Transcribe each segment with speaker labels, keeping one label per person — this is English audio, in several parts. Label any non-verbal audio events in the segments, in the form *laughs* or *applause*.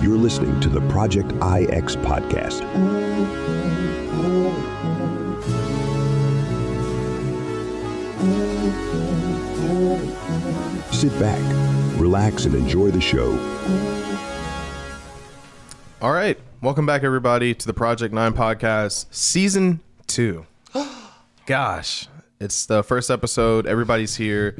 Speaker 1: You're listening to the Project IX podcast. Sit back, relax, and enjoy the show.
Speaker 2: All right. Welcome back, everybody, to the Project Nine podcast, season
Speaker 3: *gasps*
Speaker 2: two. Gosh, it's the first episode. Everybody's here.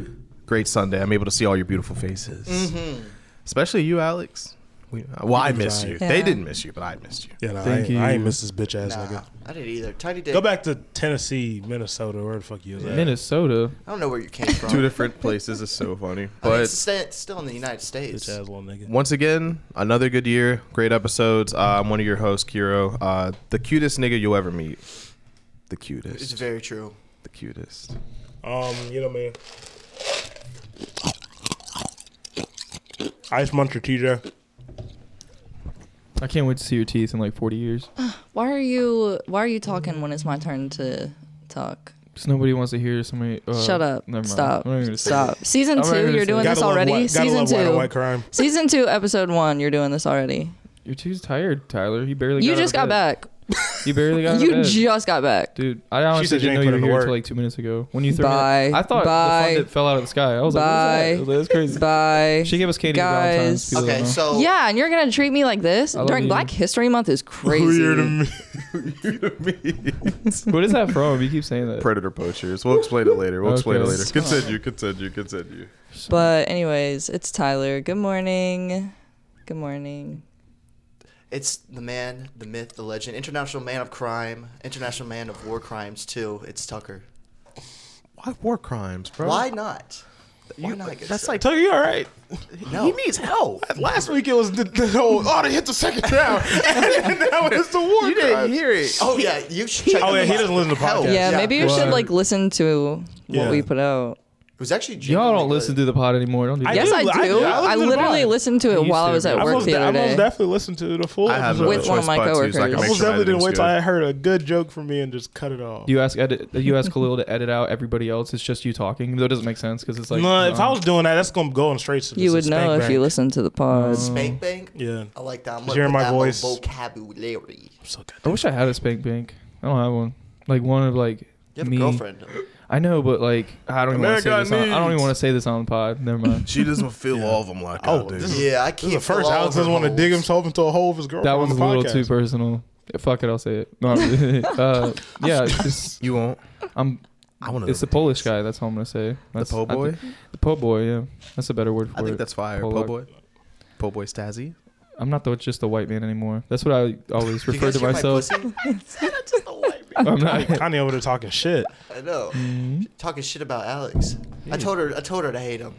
Speaker 2: Great Sunday. I'm able to see all your beautiful faces,
Speaker 3: Mm-hmm.
Speaker 2: especially you, Alex. We, well, I miss you. They
Speaker 4: Yeah.
Speaker 2: didn't miss you, but I missed you.
Speaker 3: Yeah, nah,
Speaker 5: Thank
Speaker 3: I, ain't,
Speaker 5: you.
Speaker 3: I ain't miss this bitch ass
Speaker 4: Nah,
Speaker 3: nigga.
Speaker 4: I didn't either. Tiny Dick.
Speaker 3: Go back to Tennessee, Minnesota, where the fuck you was at.
Speaker 5: Minnesota.
Speaker 4: I don't know where you
Speaker 3: *laughs*
Speaker 4: came from.
Speaker 2: Two different places is so funny.
Speaker 4: I mean,
Speaker 2: *laughs* But
Speaker 4: it's sta- still in the United
Speaker 3: Bitch
Speaker 4: States.
Speaker 3: ass little nigga.
Speaker 2: once again, another good year. Great episodes. Uh, I'm one of your hosts, Kiro. Uh, the cutest nigga you'll ever meet. The
Speaker 4: It's
Speaker 2: cutest.
Speaker 4: very true.
Speaker 2: The cutest.
Speaker 3: Um, you know what I mean? Ice Muncher TJ.
Speaker 5: I can't wait to see your teeth in like 40 years.
Speaker 6: Why are you Why are you talking when it's my turn to talk?
Speaker 5: Because nobody wants to hear somebody. Uh,
Speaker 6: Shut up!
Speaker 5: never mind.
Speaker 6: Stop!
Speaker 5: I'm not even gonna say
Speaker 6: Stop! Season
Speaker 5: I'm not even
Speaker 6: two,
Speaker 5: gonna
Speaker 6: you're
Speaker 5: say
Speaker 6: doing
Speaker 5: it.
Speaker 6: this already.
Speaker 3: White, gotta
Speaker 6: Season
Speaker 3: love white,
Speaker 6: two,
Speaker 3: on white
Speaker 6: *laughs*
Speaker 3: crime.
Speaker 6: season two, episode one, you're doing this already.
Speaker 5: it. You're too tired, Tyler. You barely.
Speaker 6: you
Speaker 5: got out
Speaker 6: just
Speaker 5: of
Speaker 6: got
Speaker 5: bed.
Speaker 6: back.
Speaker 5: You barely got. out of
Speaker 6: You
Speaker 5: bed.
Speaker 6: just got back.
Speaker 5: Dude, I honestly
Speaker 3: said she
Speaker 5: didn't know
Speaker 3: ain't
Speaker 5: you
Speaker 3: put
Speaker 5: were
Speaker 3: in the
Speaker 5: here
Speaker 3: work.
Speaker 5: until like two minutes ago. When you threw
Speaker 6: Bye.
Speaker 5: me, I thought the
Speaker 6: Bye.
Speaker 5: fun that fell out of the sky. I was
Speaker 6: Bye.
Speaker 5: like, "What is that?" that's crazy.
Speaker 6: Bye.
Speaker 5: She gave us candy on
Speaker 6: Guys.
Speaker 5: Valentine's. people
Speaker 4: Okay,
Speaker 5: don't know.
Speaker 4: so
Speaker 6: yeah, and you're gonna treat me like this
Speaker 5: I love
Speaker 6: during
Speaker 5: you.
Speaker 6: Black History
Speaker 5: *laughs*
Speaker 6: Month is crazy.
Speaker 3: Weird to
Speaker 2: *laughs*
Speaker 3: me.
Speaker 5: what is that from? You keep saying that.
Speaker 2: Predator poachers. We'll explain it later. We'll explain it
Speaker 5: Okay.
Speaker 2: later. Continue, continue, continue.
Speaker 6: But anyways, it's Tyler. Good morning. Good morning.
Speaker 4: it's the man, the myth, the legend, international man of crime, international man of war crimes too. It's Tucker.
Speaker 2: Why war crimes, bro?
Speaker 4: Why not? Why not? Get
Speaker 2: That's
Speaker 4: sick?
Speaker 2: like Tucker. You all right?
Speaker 4: no.
Speaker 2: He needs help.
Speaker 3: Last week it was the, the whole, oh, they hit the
Speaker 2: *laughs*
Speaker 3: second round. and now it's the war
Speaker 2: You didn't hear it.
Speaker 4: *laughs* Oh yeah, you should check.
Speaker 3: Oh, yeah,
Speaker 4: out
Speaker 3: he
Speaker 4: the-
Speaker 3: doesn't listen to
Speaker 4: Hell,
Speaker 3: podcasts.
Speaker 6: Yeah,
Speaker 4: yeah.
Speaker 6: maybe you should
Speaker 5: Word.
Speaker 6: like listen to what
Speaker 3: Yeah.
Speaker 6: we put out.
Speaker 4: It was actually
Speaker 5: Y'all
Speaker 4: genuinely
Speaker 5: don't listen
Speaker 4: good.
Speaker 5: to the pod anymore. Don't do that.
Speaker 6: Yes,
Speaker 3: do.
Speaker 6: I do.
Speaker 3: I
Speaker 6: I,
Speaker 3: do. I listen to
Speaker 6: literally
Speaker 3: mine.
Speaker 6: listened to
Speaker 5: I
Speaker 6: it
Speaker 5: used
Speaker 6: while
Speaker 5: to,
Speaker 6: I was
Speaker 5: bro.
Speaker 6: at
Speaker 3: I
Speaker 6: work
Speaker 3: most,
Speaker 6: the
Speaker 3: I
Speaker 6: other
Speaker 3: most
Speaker 6: day.
Speaker 3: definitely listened to the full
Speaker 2: I have
Speaker 3: episode.
Speaker 2: no
Speaker 6: With
Speaker 2: choice
Speaker 6: one of my
Speaker 2: but to, so I
Speaker 6: coworkers.
Speaker 2: can
Speaker 3: I
Speaker 2: make
Speaker 3: most
Speaker 2: sure my
Speaker 3: definitely didn't wait
Speaker 2: editing's
Speaker 3: till I
Speaker 2: good.
Speaker 3: heard a good joke from me and just cut it off.
Speaker 5: You ask edit, you ask Khalil to edit out everybody else. It's just you talking. That doesn't make sense because it's like um,
Speaker 3: no, if
Speaker 2: um,
Speaker 5: no.
Speaker 3: I was doing that, that's gonna go on straight to
Speaker 6: You would know if you
Speaker 3: listen.
Speaker 6: listened to the pod.
Speaker 4: Spank Bank.
Speaker 3: Yeah.
Speaker 4: I like that. I'm
Speaker 3: Just
Speaker 4: gonna
Speaker 3: hearing
Speaker 4: put
Speaker 3: my
Speaker 4: that little
Speaker 3: voice.
Speaker 4: Vocabulary.
Speaker 3: So good.
Speaker 5: I wish I had a spank bank. I don't have one. Like one of like
Speaker 4: You have
Speaker 5: me.
Speaker 4: a girlfriend.
Speaker 5: I know, but like I don't even want to say
Speaker 2: America
Speaker 5: this. On, I don't even
Speaker 2: needs-
Speaker 5: want to say this on the pod.
Speaker 3: *laughs*
Speaker 5: Never mind.
Speaker 2: She doesn't feel all of them like
Speaker 3: Oh,
Speaker 2: I do.
Speaker 3: this is-
Speaker 4: Yeah, I
Speaker 3: This
Speaker 4: can't.
Speaker 3: is the first
Speaker 4: fill all
Speaker 3: Alex
Speaker 4: her
Speaker 3: doesn't want to dig
Speaker 4: holes.
Speaker 3: himself into a hole with his girlfriend.
Speaker 5: that
Speaker 3: on
Speaker 5: one's a
Speaker 3: the
Speaker 5: little
Speaker 3: podcast.
Speaker 5: too personal. Fuck it, I'll say it. No,
Speaker 3: *laughs*
Speaker 5: I'm really- uh, yeah, it's just
Speaker 2: you won't.
Speaker 5: I'm.
Speaker 2: I want to.
Speaker 5: It's the Polish guy. That's all I'm gonna say. That's,
Speaker 2: po'
Speaker 5: I
Speaker 2: boy?
Speaker 5: think- the po' boy. Yeah, that's a better word for
Speaker 2: I
Speaker 5: it.
Speaker 2: think that's fire. Po
Speaker 5: Polak.
Speaker 2: boy. Po boy
Speaker 3: *laughs*
Speaker 2: Stazzy.
Speaker 5: I'm not the just the white man anymore. That's what I always
Speaker 4: Do *laughs* you
Speaker 5: refer
Speaker 4: guys
Speaker 5: to
Speaker 4: hear my
Speaker 5: myself.
Speaker 4: pussy?
Speaker 3: *laughs*
Speaker 4: It's just a white man.
Speaker 5: *laughs* I'm not.
Speaker 3: Kanye over there talking shit.
Speaker 4: I know. Talking shit about Alex. I told her. I told her to hate him.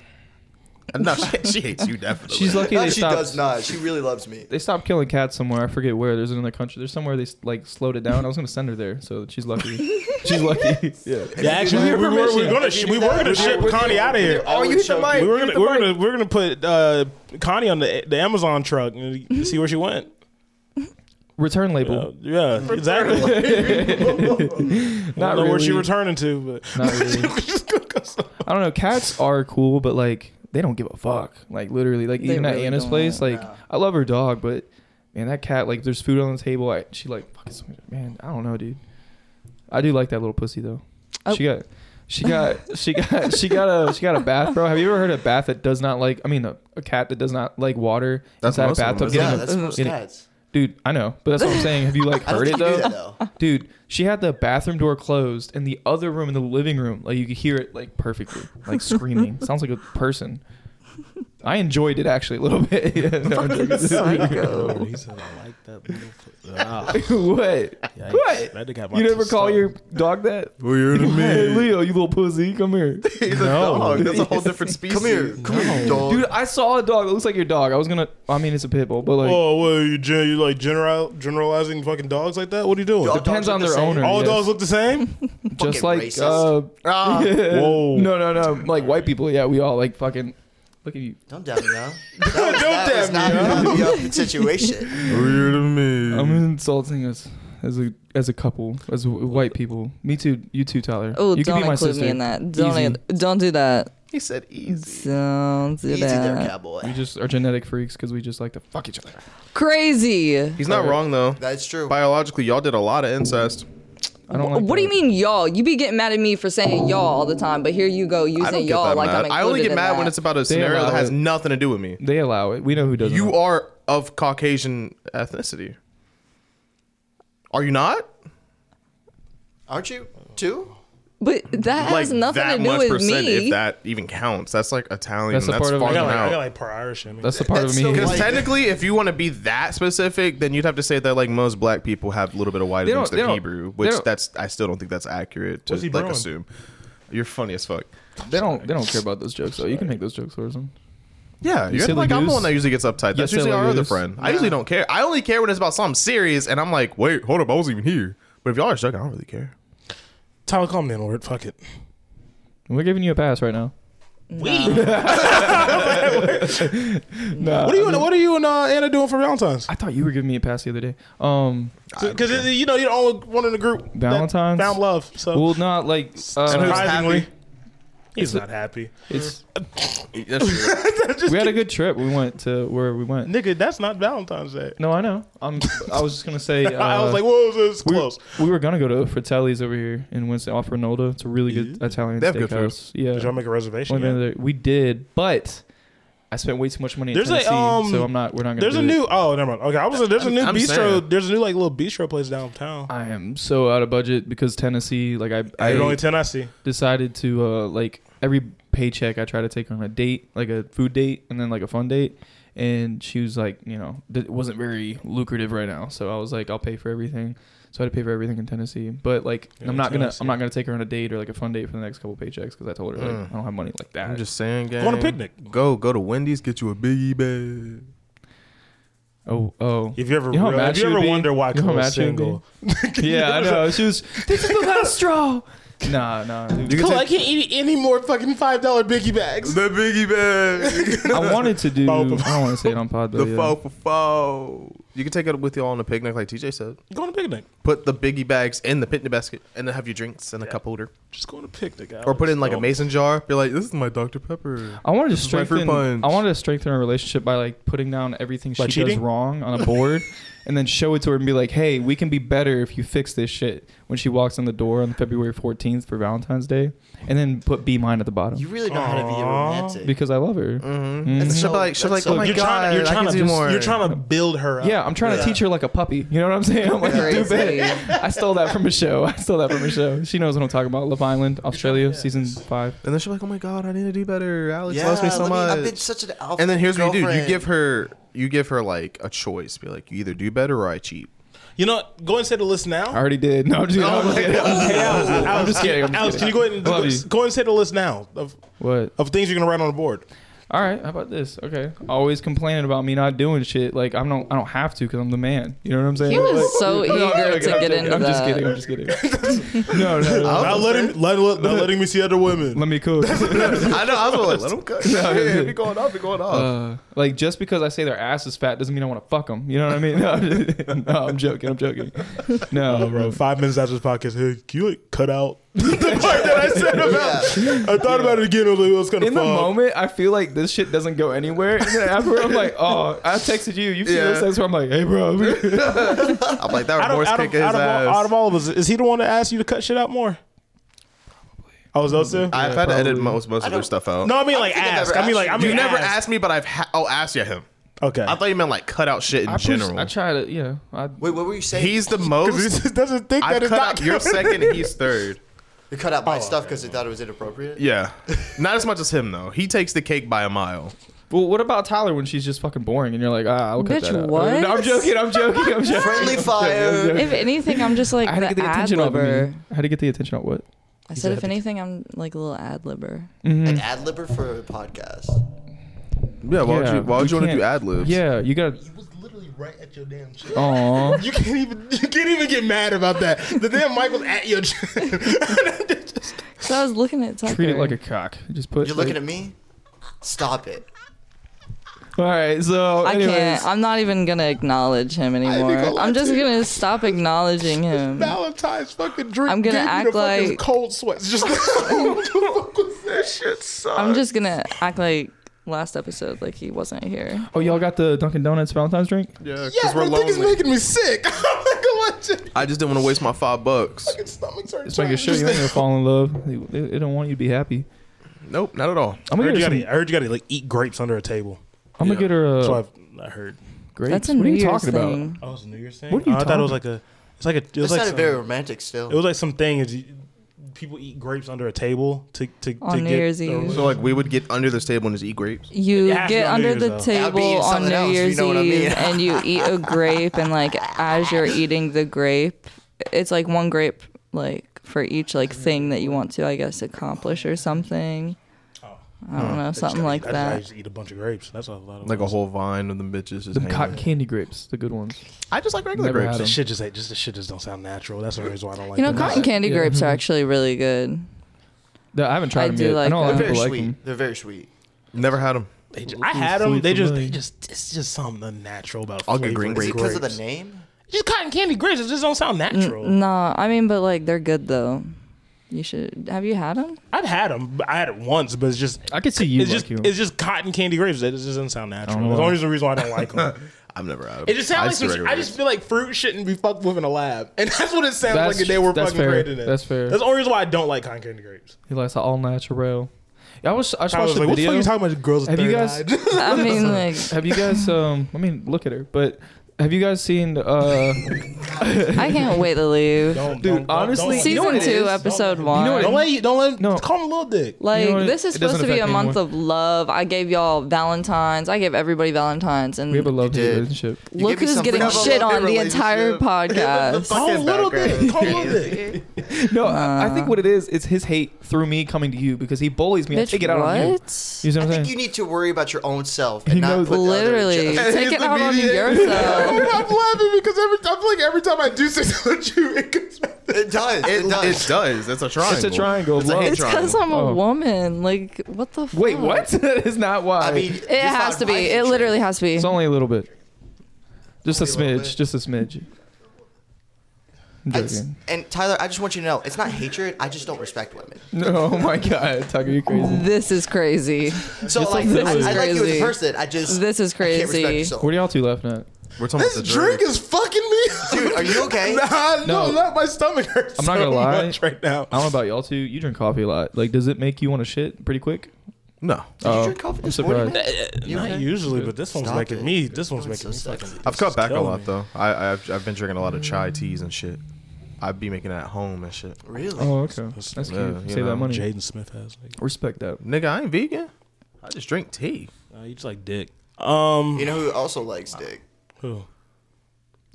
Speaker 2: No, she, she hates you definitely.
Speaker 5: She's lucky
Speaker 4: No,
Speaker 5: they
Speaker 4: she
Speaker 5: stopped.
Speaker 4: does not. She really loves me.
Speaker 5: They stopped killing cats somewhere. I forget where. There's another country. There's somewhere they like slowed it down. I was gonna send her there, so
Speaker 4: *laughs*
Speaker 5: she's lucky. she's lucky. Yeah.
Speaker 3: Yeah, actually, we were, we were gonna sh- we were gonna ship Kanye out of here.
Speaker 2: Oh, you hit the mic.
Speaker 3: We were gonna
Speaker 2: Hit the
Speaker 3: we were
Speaker 2: mic.
Speaker 3: gonna we were gonna put uh, Kanye on the the Amazon truck and see where she went.
Speaker 5: Return
Speaker 3: Uh,
Speaker 5: label.
Speaker 3: yeah, exactly.
Speaker 5: *laughs*
Speaker 3: I
Speaker 5: Not
Speaker 3: don't know
Speaker 5: really.
Speaker 3: where she returning to,
Speaker 5: *laughs*
Speaker 3: but
Speaker 4: *laughs*
Speaker 5: Not really. I don't know. Cats are cool, but like they don't give a fuck. Like literally, like
Speaker 6: They
Speaker 5: even at
Speaker 6: really
Speaker 5: Anna's
Speaker 6: don't,
Speaker 5: place, like I love her dog, but man, that cat, like, if there's food on the table. I, she like, fuck, it's- man, I don't know, dude. I do like that little pussy though.
Speaker 6: Oh.
Speaker 5: She got. She got, she got, *laughs* she got a, she got a bath, bro. Have you ever heard a bath that does not like? I mean, a, a cat that does not like water
Speaker 2: That's
Speaker 5: inside a
Speaker 2: most of them, isn't
Speaker 5: bathtub. getting
Speaker 4: Yeah,
Speaker 5: a-
Speaker 4: that's most
Speaker 5: getting-
Speaker 4: cats.
Speaker 5: Dude, I know, but that's what I'm saying. Have you like
Speaker 4: *laughs* I don't
Speaker 5: heard it
Speaker 4: think you
Speaker 5: though?
Speaker 4: do that though.
Speaker 5: Dude, she had the bathroom door closed and the other room in the living room, like you could hear it like perfectly, like
Speaker 4: *laughs*
Speaker 5: screaming. Sounds like a person. I enjoyed it actually a little bit. *laughs* Yeah, no, I'm joking.
Speaker 3: he said I like that. Little
Speaker 5: *laughs*
Speaker 3: wow,
Speaker 5: what? What? You never call your dog that?
Speaker 2: Weird to
Speaker 5: Hey, Leo, you little pussy, come
Speaker 4: *laughs*
Speaker 5: here.
Speaker 2: He's a dog. Oh, That's a whole different species.
Speaker 4: Come here, come here, dog.
Speaker 5: Dude, I saw a dog that looks like your dog. I was gonna, I mean, it's a pit bull, but *laughs* like,
Speaker 3: Oh, what are you, gen- you like general generalizing fucking dogs like that? What are you doing?
Speaker 4: Dog-
Speaker 5: depends
Speaker 4: dogs
Speaker 5: on
Speaker 4: look
Speaker 5: their
Speaker 4: the same.
Speaker 5: owner.
Speaker 3: All
Speaker 5: yes.
Speaker 3: dogs look the same.
Speaker 4: fucking
Speaker 5: just like, uh,
Speaker 4: racist.
Speaker 3: Whoa.
Speaker 5: no, no, no, like white people. Yeah, we all like fucking. Look at you.
Speaker 4: Don't dab me now. Don't dab me now. Not the
Speaker 7: *laughs*
Speaker 4: situation.
Speaker 2: Weird to
Speaker 7: Mm.
Speaker 2: me.
Speaker 5: I'm insulting us as a as a couple, as w- white people. Me too. You too, Tyler.
Speaker 6: Oh,
Speaker 5: you
Speaker 6: don't include me in that. Don't
Speaker 5: Easy.
Speaker 6: don't do that.
Speaker 2: He said easy.
Speaker 6: Sounds
Speaker 4: Easy there,
Speaker 6: bad.
Speaker 5: We
Speaker 4: cowboy.
Speaker 5: just are genetic freaks because we just like to fuck each other.
Speaker 6: Crazy.
Speaker 2: He's not wrong though.
Speaker 4: That's true.
Speaker 2: Biologically, y'all did a lot of incest.
Speaker 5: I don't. Like
Speaker 6: what do you
Speaker 5: that.
Speaker 6: mean, y'all? You be getting mad at me for saying y'all all the time, but here you
Speaker 2: I
Speaker 6: go
Speaker 2: don't
Speaker 6: using
Speaker 2: get
Speaker 6: y'all
Speaker 2: that
Speaker 6: like
Speaker 2: mad.
Speaker 6: I'm
Speaker 2: I only
Speaker 6: included
Speaker 2: get
Speaker 6: in
Speaker 2: mad
Speaker 6: that.
Speaker 2: when it's about a scenario
Speaker 5: allow
Speaker 2: that has
Speaker 5: it.
Speaker 2: nothing to do with me.
Speaker 5: They allow it. We know who doesn't.
Speaker 2: You
Speaker 5: allow
Speaker 2: are of Caucasian ethnicity. Are you not?
Speaker 4: Aren't you too?
Speaker 6: But that has nothing
Speaker 2: that
Speaker 6: to
Speaker 2: much
Speaker 6: do with
Speaker 2: percent, if
Speaker 6: me.
Speaker 2: that even counts. That's like Italian. That's,
Speaker 5: That's a part of it.
Speaker 2: farther
Speaker 5: I
Speaker 7: I got like, I got
Speaker 2: out.
Speaker 7: like part Irish in me.
Speaker 5: it. That's the part
Speaker 4: That's
Speaker 5: of me.
Speaker 4: so
Speaker 2: Because
Speaker 4: Like-
Speaker 2: technically, if you want to be that specific, then you'd have to say that like most black people have a little bit of white
Speaker 5: They don't-
Speaker 2: against
Speaker 5: they
Speaker 2: their
Speaker 5: don't-
Speaker 2: Hebrew,
Speaker 5: they
Speaker 2: which
Speaker 5: don't-
Speaker 2: that's I still don't think that's accurate to
Speaker 7: What's he
Speaker 2: like
Speaker 7: brewing?
Speaker 2: assume. You're funny as fuck.
Speaker 5: They don't. They don't care about those jokes though. You can make those jokes for them.
Speaker 2: Yeah, you
Speaker 5: silly
Speaker 2: like I'm the
Speaker 5: goose.
Speaker 2: one that usually gets uptight. That's
Speaker 5: You
Speaker 2: usually our
Speaker 5: silly
Speaker 2: other
Speaker 5: goose.
Speaker 2: friend. I usually don't care. I only care when it's about something serious, and I'm like, wait, hold up, I wasn't even here. But if y'all are joking, I don't really care.
Speaker 7: Tyler, call me the N-word. Fuck it.
Speaker 5: We're giving you a pass right now.
Speaker 7: What are you? What are you and uh, Anna doing for Valentine's?
Speaker 5: I thought you were giving me a pass the other day. Um,
Speaker 7: Because you know you're the only one in the group that
Speaker 5: Valentine's?
Speaker 7: found love. So
Speaker 5: well, not like uh,
Speaker 7: surprisingly,
Speaker 2: happy?
Speaker 7: he's not happy.
Speaker 5: it's.
Speaker 2: That's
Speaker 5: We had a good trip. We went to where we went.
Speaker 7: Nigga, that's not Valentine's Day.
Speaker 5: No, I know. I'm. I was just gonna say. Uh,
Speaker 7: *laughs* I was like, whoa, this is
Speaker 5: we,
Speaker 7: close.
Speaker 5: we were gonna go to Fratelli's over here in Winston off Rinaldo. It's a really good Italian
Speaker 2: They have good
Speaker 5: steakhouse. Yeah.
Speaker 7: Did y'all make a reservation?
Speaker 5: Went
Speaker 7: yet?
Speaker 5: in there. We did, but I spent way too much money in
Speaker 7: There's a,
Speaker 5: Tennessee,
Speaker 7: um,
Speaker 5: so I'm not. We're not gonna.
Speaker 7: There's
Speaker 5: do
Speaker 7: a
Speaker 5: it.
Speaker 7: new. Oh, never mind. Okay, I was. There's a new
Speaker 2: I'm
Speaker 7: bistro.
Speaker 2: saying.
Speaker 7: There's a new like little bistro place downtown.
Speaker 5: I am so out of budget because Tennessee. Like I, I
Speaker 7: There's only ten I see.
Speaker 5: decided to uh, like every paycheck I try to take her on a date, like a food date, and then like a fun date. And she was like, you know, th- it wasn't very lucrative right now. So I was like, I'll pay for everything. So I had to pay for everything in Tennessee. But like,
Speaker 7: Yeah,
Speaker 5: I'm not gonna,
Speaker 7: Tennessee. Mm.
Speaker 5: I'm not gonna take her on a date or like a fun date for the next couple paychecks because I told her like, I don't have money like that.
Speaker 2: I'm just saying, gang.
Speaker 7: Go on a picnic.
Speaker 2: Go, go to Wendy's, get you a biggie bag.
Speaker 5: oh, oh.
Speaker 7: If you ever,
Speaker 5: You know how
Speaker 7: real-
Speaker 5: mad
Speaker 7: if
Speaker 5: she
Speaker 7: you
Speaker 5: would
Speaker 7: ever
Speaker 5: be?
Speaker 7: wonder why
Speaker 5: You know how
Speaker 7: Chloe's
Speaker 5: mad she would be?
Speaker 7: single,
Speaker 5: *laughs*
Speaker 7: *laughs*
Speaker 5: yeah, I know. She was. This is the last straw. Nah, nah.
Speaker 7: *laughs*
Speaker 5: dude.
Speaker 7: Chloe, I can't eat any more fucking five dollar biggie bags.
Speaker 2: The biggie bag.
Speaker 5: I wanted to do. I
Speaker 7: Bow,
Speaker 5: don't
Speaker 7: bow,
Speaker 5: want to say it
Speaker 7: *laughs*
Speaker 5: on pod,
Speaker 2: *laughs*
Speaker 5: but
Speaker 2: the
Speaker 5: Oh, yeah.
Speaker 2: faux for faux. You can take it with y'all on a picnic, like TJ said.
Speaker 7: Go on a picnic.
Speaker 2: Put the biggie bags in the picnic basket, and then have your drinks in a cup holder,
Speaker 7: Just go on a picnic.
Speaker 2: or put it in like a
Speaker 7: Alex.
Speaker 2: mason jar. Be like, this is my Dr Pepper.
Speaker 5: I wanted to
Speaker 2: is my fruit
Speaker 5: strengthen.
Speaker 2: punch.
Speaker 5: I wanted to strengthen our relationship by like putting down everything
Speaker 7: By
Speaker 5: she does
Speaker 7: cheating? *laughs*
Speaker 5: wrong on a board, and then show it to her and be like, "Hey, we can be better if you fix this shit." When she walks in the door on February fourteenth for Valentine's Day, and then put "Be mine" at the bottom
Speaker 4: You really know how to be
Speaker 7: Aw.
Speaker 4: romantic.
Speaker 5: because I love her.
Speaker 2: And
Speaker 4: so-
Speaker 2: she'll be like, she'll be like,
Speaker 4: that's so-
Speaker 2: oh my
Speaker 7: You're
Speaker 2: god,
Speaker 7: trying. You're
Speaker 2: I can
Speaker 7: trying to.
Speaker 2: do more.
Speaker 7: Just, you're trying to build her up.
Speaker 5: Yeah, I'm trying to teach her like a puppy. You know what I'm saying? I'm like, do
Speaker 6: Crazy.
Speaker 5: better. I stole that from a show. I stole that from a show. She knows what I'm talking about. Love Island, Australia, season five.
Speaker 2: And then she'll be like, "Oh my god, I need to do better. Alex
Speaker 4: yeah,
Speaker 2: loves me so
Speaker 4: let
Speaker 2: much."
Speaker 4: I've been such an alpha.
Speaker 2: and then here's
Speaker 4: girlfriend.
Speaker 2: what you do: you give her, you give her like a choice. Be like, you either do better or I cheat.
Speaker 7: You know, what? go and say the list now.
Speaker 5: I already did. No, I'm just, I'm just kidding. I'm just kidding. I'm just kidding. I'm just
Speaker 7: Oh Alex,
Speaker 5: kidding.
Speaker 7: can you go ahead and
Speaker 5: I love
Speaker 7: go,
Speaker 5: you.
Speaker 7: go ahead and say the list now of,
Speaker 5: What?
Speaker 7: of things you're gonna write on the board?
Speaker 5: All right, how about this? Okay, always complaining about me not doing shit. Like I'm not, I don't have to because I'm the man. You know what I'm saying?
Speaker 6: He
Speaker 5: Like-
Speaker 6: was
Speaker 5: No,
Speaker 6: so eager
Speaker 5: I'm
Speaker 6: to
Speaker 5: joking, I'm
Speaker 6: get
Speaker 5: joking.
Speaker 6: into
Speaker 5: I'm just
Speaker 6: that.
Speaker 5: kidding. I'm just kidding. *laughs* no, no, no.
Speaker 7: Not letting, let, let,
Speaker 5: *laughs*
Speaker 7: not letting me see other women.
Speaker 5: Let me cook.
Speaker 2: *laughs*
Speaker 5: *laughs*
Speaker 2: I know. I was like, let him go. *laughs* Yeah, be going off, be going off.
Speaker 5: Uh, like just because I say their ass is fat doesn't mean I want to fuck them. You know what I mean? *laughs* No, I'm, just- no, I'm joking. I'm joking.
Speaker 2: Oh,
Speaker 5: No,
Speaker 7: Bro,
Speaker 5: bro.
Speaker 7: five minutes after this podcast, hey, can you like cut out the part that I
Speaker 2: *laughs*
Speaker 7: said about?
Speaker 5: *laughs*
Speaker 7: I thought about it again. I was like, well, it's kind of
Speaker 5: In the
Speaker 7: fun.
Speaker 5: moment, I feel like this shit doesn't go anywhere. And then afterward, I'm like, oh, I texted you. You've seen
Speaker 2: Yeah.
Speaker 5: those texts where I'm like, hey, bro. *laughs*
Speaker 2: I'm like, that
Speaker 7: out of,
Speaker 2: remorse
Speaker 7: out,
Speaker 2: kick
Speaker 7: of,
Speaker 2: his
Speaker 7: out, of
Speaker 2: ass.
Speaker 7: all, out of all of us, is he the one that asked you to cut shit out more? Oh, I was those two.
Speaker 2: I've had to edit
Speaker 5: probably.
Speaker 2: most most of their
Speaker 4: don't-
Speaker 2: stuff out.
Speaker 7: No, I mean like
Speaker 4: think I've
Speaker 7: ask.
Speaker 4: ever
Speaker 7: I mean like I
Speaker 4: asked
Speaker 7: mean
Speaker 2: you never
Speaker 7: ask.
Speaker 2: asked me, but I've ha- oh asked you him.
Speaker 7: Okay.
Speaker 2: I thought you meant like cut out shit in
Speaker 5: I, pers-
Speaker 2: general.
Speaker 5: I try to, yeah. I,
Speaker 4: Wait, what were you saying?
Speaker 2: he's *laughs* the
Speaker 7: Because he
Speaker 2: most.
Speaker 7: *laughs* just doesn't think
Speaker 2: I
Speaker 7: that it's
Speaker 2: cut
Speaker 7: not
Speaker 2: out.
Speaker 7: *laughs*
Speaker 2: *laughs* You're
Speaker 7: counting.
Speaker 2: second. He's third.
Speaker 4: They cut out my stuff because they thought it was inappropriate.
Speaker 2: Oh. Yeah, not as much as him though. He takes the cake by a mile.
Speaker 5: Well, what about Tyler when she's just fucking boring and you're like, ah, I'll cut
Speaker 6: Bitch,
Speaker 5: that out.
Speaker 6: what?
Speaker 5: No, I'm joking. I'm joking.
Speaker 6: *laughs*
Speaker 5: I'm joking.
Speaker 4: Friendly
Speaker 5: I'm
Speaker 4: fire.
Speaker 5: joking.
Speaker 6: If anything, I'm just like
Speaker 5: I had to
Speaker 6: the,
Speaker 5: get the
Speaker 6: ad
Speaker 5: attention off of
Speaker 6: libber.
Speaker 5: me. I had to get the attention off what?
Speaker 6: I said, if anything, I'm like a little ad libber.
Speaker 4: An ad libber for a podcast.
Speaker 2: Yeah. Why would
Speaker 5: Yeah,
Speaker 2: you? Why would you want to
Speaker 5: can't-
Speaker 2: do ad libs?
Speaker 5: Yeah, you gotta.
Speaker 7: It was literally right at your damn chin.
Speaker 5: Aw.
Speaker 7: *laughs* You can't even you can't even get mad about that. The damn mic was at your chin.
Speaker 6: So I was looking at Tucker.
Speaker 5: Treat it like a cock. Just put.
Speaker 4: You're
Speaker 5: like-
Speaker 4: looking at me. Stop it.
Speaker 5: All right. So.
Speaker 6: I
Speaker 5: anyways,
Speaker 6: can't. I'm not even gonna acknowledge him anymore.
Speaker 7: gonna lie
Speaker 6: I'm just
Speaker 7: to you.
Speaker 6: gonna stop acknowledging him.
Speaker 7: Valentine's fucking drink.
Speaker 6: I'm gonna
Speaker 7: gave me *laughs*
Speaker 6: act
Speaker 7: the fucking
Speaker 6: like-
Speaker 7: cold sweats. Just
Speaker 3: shit sucks.
Speaker 6: I'm just gonna act like last episode, like he wasn't here.
Speaker 5: Oh, y'all got the Dunkin' Donuts Valentine's drink?
Speaker 2: Yeah,
Speaker 3: yeah,
Speaker 2: because we're
Speaker 3: that thing is
Speaker 2: lonely.
Speaker 3: making me
Speaker 7: *laughs*
Speaker 3: sick. I'm not gonna let you.
Speaker 2: I just didn't want to waste my five bucks.
Speaker 3: Fucking stomachs are
Speaker 5: Just making sure you ain't gonna fall in love. They, they, they don't want you to be happy.
Speaker 2: Nope, not at all.
Speaker 5: I'm
Speaker 7: I
Speaker 5: gonna
Speaker 7: heard
Speaker 5: get
Speaker 7: you
Speaker 5: her.
Speaker 7: gotta,
Speaker 5: Some,
Speaker 7: I heard you gotta like eat grapes under a table.
Speaker 5: I'm gonna
Speaker 2: Yeah.
Speaker 5: get her.
Speaker 7: That's
Speaker 5: Uh,
Speaker 7: what I've, I heard.
Speaker 5: grapes.
Speaker 6: That's a New
Speaker 5: what are you
Speaker 6: Year's
Speaker 5: talking about?
Speaker 6: thing.
Speaker 7: Oh, it's a New Year's thing.
Speaker 5: What are you
Speaker 7: I thought it was like
Speaker 5: talking-
Speaker 7: a. It's like a. It
Speaker 4: It
Speaker 7: was like
Speaker 4: sounded
Speaker 7: some,
Speaker 4: very romantic still.
Speaker 7: It was like something is you- people eat grapes under a table to to
Speaker 6: On
Speaker 7: to
Speaker 6: New
Speaker 7: get,
Speaker 6: Year's
Speaker 7: or-
Speaker 6: Eve.
Speaker 2: So like we would get under this table and just eat grapes.
Speaker 6: You
Speaker 7: It has to
Speaker 6: get
Speaker 7: be on New
Speaker 6: under
Speaker 7: Year's,
Speaker 6: the
Speaker 7: though.
Speaker 4: I'll be eating
Speaker 6: table on
Speaker 4: something
Speaker 6: New
Speaker 4: else, you
Speaker 6: Year's
Speaker 4: know what I
Speaker 6: Eve
Speaker 4: mean.
Speaker 6: and you eat a grape, and like as you're eating the grape, it's like one grape like for each like thing that you want to, I guess, accomplish or something.
Speaker 7: Oh.
Speaker 6: I don't know, something like
Speaker 7: I just, I
Speaker 6: that.
Speaker 7: just eat a bunch of grapes. That's a lot of
Speaker 2: Like a whole vine of them bitches just
Speaker 5: Them
Speaker 2: hanging.
Speaker 5: cotton candy grapes, the good ones.
Speaker 2: I just like regular
Speaker 5: Never
Speaker 2: grapes.
Speaker 5: had
Speaker 7: This
Speaker 5: 'em.
Speaker 7: shit just ain't- just the shit just don't sound natural. That's the reason why I don't like.
Speaker 6: You know,
Speaker 7: them.
Speaker 6: cotton candy
Speaker 5: Yeah. Mm-hmm.
Speaker 6: grapes are actually really good.
Speaker 5: No, I haven't tried
Speaker 6: I
Speaker 5: them
Speaker 6: do
Speaker 5: yet. I
Speaker 6: like
Speaker 5: know a lot
Speaker 6: them.
Speaker 5: of
Speaker 4: They're very
Speaker 5: people like
Speaker 4: sweet.
Speaker 5: them.
Speaker 4: They're very sweet.
Speaker 2: Never had them.
Speaker 7: They ju- I had them. They just they just it's just something unnatural about.
Speaker 2: I'll get
Speaker 7: flavor
Speaker 2: green
Speaker 7: of
Speaker 2: grapes.
Speaker 4: Is it because of the
Speaker 7: grapes.
Speaker 4: name?
Speaker 7: Just cotton candy grapes. It just don't sound
Speaker 6: Mm,
Speaker 7: natural.
Speaker 6: Nah, I mean, but like they're good though. You should have you
Speaker 5: *laughs*
Speaker 6: had them?
Speaker 7: I've had them. I had it once, but it's just
Speaker 5: I could see you
Speaker 7: it's
Speaker 5: like
Speaker 7: just
Speaker 5: you.
Speaker 7: it's just cotton candy grapes. It just doesn't sound natural.
Speaker 5: know
Speaker 7: That's the
Speaker 5: why.
Speaker 7: only reason why I don't like them.
Speaker 2: I've never had them.
Speaker 7: It just
Speaker 2: I
Speaker 7: sounds
Speaker 2: still
Speaker 7: like some.
Speaker 2: regular
Speaker 7: I
Speaker 2: grapes.
Speaker 7: just feel like fruit shouldn't be fucked with in a lab, and that's what it sounds
Speaker 5: That's-
Speaker 7: like. They were
Speaker 5: that's
Speaker 7: fucking
Speaker 5: fair.
Speaker 7: created it.
Speaker 5: That's fair.
Speaker 7: That's the only reason why I don't like cotton candy grapes.
Speaker 5: He likes the all natural. Yeah, I was. I just
Speaker 7: I
Speaker 5: watched
Speaker 7: was
Speaker 5: the
Speaker 7: like, what the
Speaker 5: video.
Speaker 7: fuck are you talking about? Girls,
Speaker 5: Have you guys-
Speaker 6: I mean, like
Speaker 5: Have you
Speaker 6: *laughs*
Speaker 5: guys? Um, I mean, look at her. But have you guys seen? Uh,
Speaker 6: I can't wait to leave.
Speaker 7: Don't,
Speaker 5: Dude, honestly,
Speaker 7: don't-
Speaker 5: you know what
Speaker 6: Season
Speaker 5: it
Speaker 6: two,
Speaker 5: is?
Speaker 6: episode one.
Speaker 5: know what
Speaker 7: Don't let you, don't let
Speaker 5: No.
Speaker 7: call him a little dick.
Speaker 6: Like
Speaker 5: You know what?
Speaker 6: this is
Speaker 5: It doesn't
Speaker 6: supposed to be a
Speaker 5: affect me
Speaker 6: month of love. I gave y'all Valentines. I gave everybody Valentines, and
Speaker 5: we have a love hate
Speaker 4: did.
Speaker 5: relationship.
Speaker 4: You
Speaker 6: look
Speaker 4: give me
Speaker 6: who's
Speaker 4: something
Speaker 6: getting
Speaker 4: of a
Speaker 6: shit on the
Speaker 2: relationship.
Speaker 5: *laughs*
Speaker 6: entire podcast.
Speaker 7: Call him Oh, a little
Speaker 2: background.
Speaker 7: dick. Call him a little dick.
Speaker 5: No, I, I think what it is, it's his hate through me coming to you because he bullies me. I
Speaker 6: Bitch,
Speaker 5: take it out on you.
Speaker 6: what?
Speaker 5: You see what
Speaker 4: I
Speaker 5: I'm saying?
Speaker 4: think you need to worry about your own self and
Speaker 5: He
Speaker 4: not
Speaker 5: knows-
Speaker 4: put
Speaker 6: Literally,
Speaker 4: The other
Speaker 6: take it out on
Speaker 3: I'm
Speaker 6: yourself.
Speaker 3: laughing because every I feel like every time I do say something to you, it comes back.
Speaker 4: it does. It,
Speaker 2: It,
Speaker 4: does.
Speaker 2: it does. That's a triangle.
Speaker 5: It's a triangle.
Speaker 2: It's a
Speaker 5: love.
Speaker 2: hate
Speaker 6: It's because I'm a
Speaker 5: Oh.
Speaker 6: woman. Like, what the? Fuck?
Speaker 5: Wait, what? *laughs* that is not why.
Speaker 4: I mean, it's
Speaker 6: It
Speaker 4: not
Speaker 6: has to be.
Speaker 4: my
Speaker 6: It
Speaker 4: future.
Speaker 6: literally has to be.
Speaker 5: it's only a little bit. Just a
Speaker 4: Only a little
Speaker 5: smidge.
Speaker 4: bit.
Speaker 5: Just a smidge. I'm
Speaker 4: I just-
Speaker 5: joking. *laughs*
Speaker 4: and Tyler, I just want you to know, it's not hatred. I just don't respect women.
Speaker 5: No, oh my god, Tucker, you crazy.
Speaker 6: This is crazy.
Speaker 4: So like,
Speaker 5: like
Speaker 4: I,
Speaker 5: this.
Speaker 4: I like you as
Speaker 6: Crazy.
Speaker 4: a person. I just
Speaker 6: This is
Speaker 4: I can't respect
Speaker 6: crazy.
Speaker 4: yourself.
Speaker 5: What are y'all two laughing at?
Speaker 2: We're talking
Speaker 3: This
Speaker 2: about the
Speaker 3: drink
Speaker 2: drink.
Speaker 3: is fucking me.
Speaker 4: Dude, are you okay?
Speaker 3: Nah,
Speaker 5: No.
Speaker 3: no, not my stomach hurts.
Speaker 5: I'm not
Speaker 3: so
Speaker 5: gonna lie.
Speaker 3: much right now.
Speaker 5: I don't know about y'all two. You drink coffee a lot. Like, does it make you want to shit pretty quick?
Speaker 2: No,
Speaker 4: Did you
Speaker 5: Oh,
Speaker 4: drink coffee
Speaker 5: I'm
Speaker 4: this morning?
Speaker 5: surprised.
Speaker 4: man? You
Speaker 7: Not
Speaker 4: okay?
Speaker 7: usually, but this one's
Speaker 4: Stop
Speaker 7: making
Speaker 4: it.
Speaker 7: me. This one's
Speaker 4: Everyone's
Speaker 7: making
Speaker 4: so
Speaker 7: me fucking.
Speaker 4: sexy.
Speaker 2: I've cut back a
Speaker 7: killing
Speaker 2: lot
Speaker 7: me.
Speaker 2: though. I, I've I've been drinking a lot of chai teas and shit. I'd be making that at home and shit.
Speaker 4: Really?
Speaker 5: Oh, okay. That's cute.
Speaker 2: Yeah, you
Speaker 5: Save
Speaker 2: know,
Speaker 5: that money.
Speaker 7: Jaden Smith has. Like,
Speaker 5: Respect that.
Speaker 2: Nigga, I ain't vegan. I just drink tea.
Speaker 7: uh, you just like dick. Um,
Speaker 4: You know who also likes dick?
Speaker 7: who?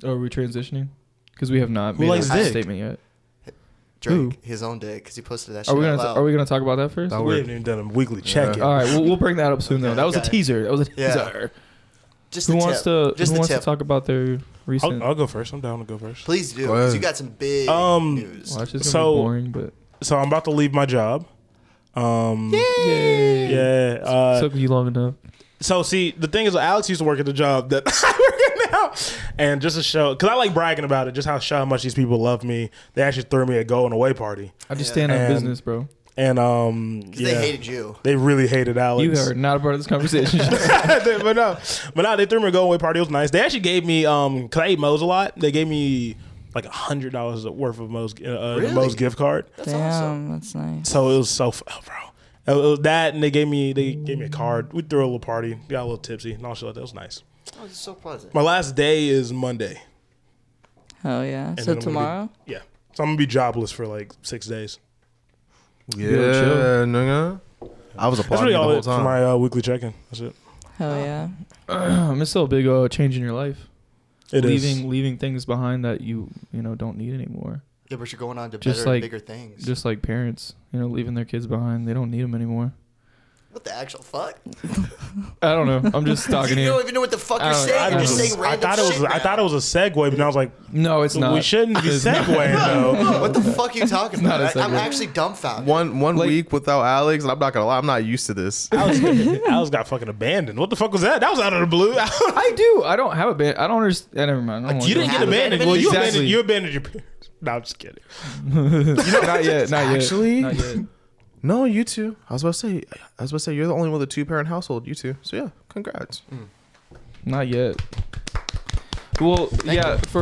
Speaker 5: Oh, are we transitioning? Because we have not made
Speaker 7: likes
Speaker 5: a
Speaker 7: dick?
Speaker 5: statement yet.
Speaker 4: Drake, his own dick, because he posted that shit
Speaker 5: Are we
Speaker 4: out
Speaker 5: gonna
Speaker 4: loud.
Speaker 5: Are we gonna talk about that first?
Speaker 7: We haven't even done a weekly check
Speaker 5: All
Speaker 7: yet.
Speaker 5: right, we'll, we'll bring that up soon though.
Speaker 4: Okay,
Speaker 5: That was a
Speaker 4: okay.
Speaker 5: teaser. That was a
Speaker 4: Yeah.
Speaker 5: teaser.
Speaker 4: just
Speaker 5: Who
Speaker 4: the
Speaker 5: wants
Speaker 4: tip.
Speaker 5: to
Speaker 4: Just
Speaker 5: Who
Speaker 4: the
Speaker 5: wants
Speaker 4: tip.
Speaker 5: to talk about their recent?
Speaker 7: I'll, I'll go first. I'm down to go first.
Speaker 4: Please do,
Speaker 2: Go ahead.
Speaker 4: because you got some big
Speaker 7: Um,
Speaker 4: news.
Speaker 5: Watch this.
Speaker 7: So-
Speaker 5: So boring, but
Speaker 7: So I'm about to leave my job. Um,
Speaker 5: yeah,
Speaker 7: yeah. Uh,
Speaker 5: took you long enough.
Speaker 7: So see, the thing is, Alex used to work at the job that *laughs* I work at now, and just to show, because I like bragging about it, just how show how much these people love me. They actually threw me a go and away party,
Speaker 5: I just stand on
Speaker 7: And-
Speaker 5: business, bro.
Speaker 7: and um, yeah,
Speaker 4: They hated you.
Speaker 7: They really hated Alex. *laughs*
Speaker 5: You are not a part of this conversation. *laughs*
Speaker 7: They- but no, but no, they threw me a go away party. It was nice. They actually gave me um, cause I ate Moe's a lot. They gave me like a hundred dollars worth of Moe's uh, uh,
Speaker 4: Really?
Speaker 7: Moe's gift card.
Speaker 6: Damn, that's nice.
Speaker 7: So it was so, f- oh, bro. It was that, and they gave me they gave me a card. We threw a little party, got a little tipsy, and all shit like that. It was nice.
Speaker 4: Oh, it's so pleasant.
Speaker 7: My last day is Monday.
Speaker 6: Oh yeah.
Speaker 7: And then I'm
Speaker 6: So
Speaker 7: gonna be-
Speaker 6: tomorrow.
Speaker 7: Yeah. So I'm gonna be jobless for like six days.
Speaker 2: Yeah,
Speaker 5: gotta chill.
Speaker 2: nigga. I was
Speaker 7: That's
Speaker 2: applauding
Speaker 7: really
Speaker 2: you the
Speaker 7: all
Speaker 2: whole
Speaker 7: it for
Speaker 2: time.
Speaker 7: my uh, weekly check-in. That's it.
Speaker 6: Hell
Speaker 5: Oh.
Speaker 6: yeah.
Speaker 5: Um, it's still a big uh, change in your life.
Speaker 7: It is.
Speaker 5: leaving leaving things behind that you you know don't need anymore.
Speaker 4: Yeah, but you're going on to
Speaker 5: Just
Speaker 4: better, and
Speaker 5: like-
Speaker 4: bigger things.
Speaker 5: Just like parents, you know, leaving their kids behind, they don't need them anymore.
Speaker 4: what the actual fuck?
Speaker 5: I don't know.
Speaker 4: *laughs*
Speaker 5: I'm just talking
Speaker 4: You
Speaker 5: here.
Speaker 4: don't even know what the fuck you're
Speaker 5: I don't-
Speaker 7: I,
Speaker 4: saying. You're
Speaker 7: just-
Speaker 4: just saying
Speaker 7: I
Speaker 4: random
Speaker 7: thought it was.
Speaker 4: shit
Speaker 7: I
Speaker 4: now.
Speaker 7: thought it was a segue, but I was like,
Speaker 5: No, it's not.
Speaker 7: we shouldn't be
Speaker 5: *laughs* It's not.
Speaker 7: segueing though.
Speaker 4: What the fuck are you talking
Speaker 5: not
Speaker 4: about?
Speaker 5: a
Speaker 4: I, I'm
Speaker 5: segment.
Speaker 4: actually dumbfounded.
Speaker 2: One one
Speaker 5: Like-
Speaker 2: week without Alex, and I'm not gonna lie, I'm not used to this.
Speaker 7: Alex, Alex got fucking abandoned. What the fuck was that? That was out of the blue. *laughs*
Speaker 5: I do. I don't have a band. I don't understand. Never mind. I don't wanna
Speaker 7: you
Speaker 5: go
Speaker 7: didn't
Speaker 5: into
Speaker 7: get abandoned. Well, you
Speaker 5: Exactly.
Speaker 7: abandoned. You abandoned your parents. No, I'm just kidding.
Speaker 5: it. not yet. Not yet. Actually, not yet.
Speaker 2: No, you two. I was about to say. I was about to say you're the only one with a two parent household. You two. So yeah, congrats.
Speaker 5: Not yet. Well, yeah, for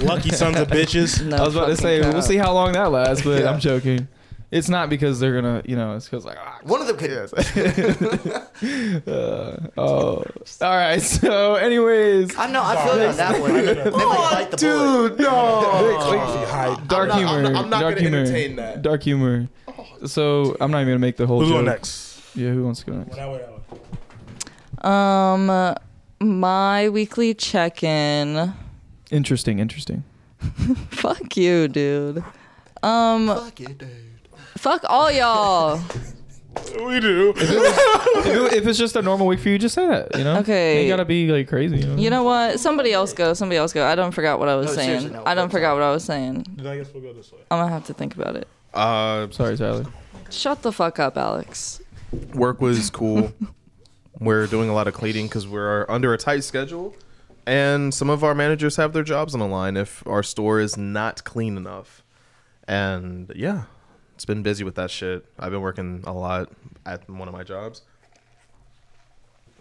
Speaker 7: Lucky sons of bitches.
Speaker 4: *laughs*
Speaker 6: No
Speaker 5: I was about to
Speaker 6: fucking
Speaker 5: say we'll
Speaker 6: cap.
Speaker 5: see how long that lasts, but
Speaker 2: Yeah.
Speaker 5: I'm joking. It's not because they're gonna, you know, it's because like, ah,
Speaker 4: One of them could.
Speaker 5: oh, all right. *laughs* So, anyways,
Speaker 4: I know. I feel you on that one. They might bite the
Speaker 2: *laughs*
Speaker 4: bullet.
Speaker 2: no.
Speaker 5: *laughs*
Speaker 7: Uh,
Speaker 2: I'm
Speaker 5: dark
Speaker 2: not-
Speaker 5: humor.
Speaker 2: I'm not- I'm not
Speaker 5: dark
Speaker 2: gonna
Speaker 5: humor,
Speaker 2: entertain that. Oh.
Speaker 5: Dark humor. So I'm not even gonna make the whole.
Speaker 7: Who's
Speaker 5: joke.
Speaker 7: going next?
Speaker 5: Yeah, who wants to go next?
Speaker 7: That way, that way.
Speaker 6: Um, uh, my weekly check in.
Speaker 5: Interesting, interesting.
Speaker 6: Fuck you, dude. Um,
Speaker 4: Fuck it, dude.
Speaker 6: Fuck all y'all.
Speaker 7: We do.
Speaker 5: if, it- if it's just a normal week for you, just say that. You know.
Speaker 6: Okay.
Speaker 5: You gotta be like crazy. You know.
Speaker 6: You know what? Somebody else go. Somebody else go. I don't forgot what I was
Speaker 4: No,
Speaker 6: saying.
Speaker 4: seriously, no,
Speaker 6: I don't
Speaker 4: I'm
Speaker 6: forgot what I was saying.
Speaker 7: Then I guess we'll go this way.
Speaker 6: I'm gonna have to think about it.
Speaker 2: Uh,
Speaker 5: Sorry, Tyler.
Speaker 6: Shut the fuck up, Alex.
Speaker 2: work was cool. we're doing a lot of cleaning because we're under a tight schedule, and some of our managers have their jobs on the line if our store is not clean enough. And yeah, it's been busy with that shit. I've been working a lot at one of my jobs,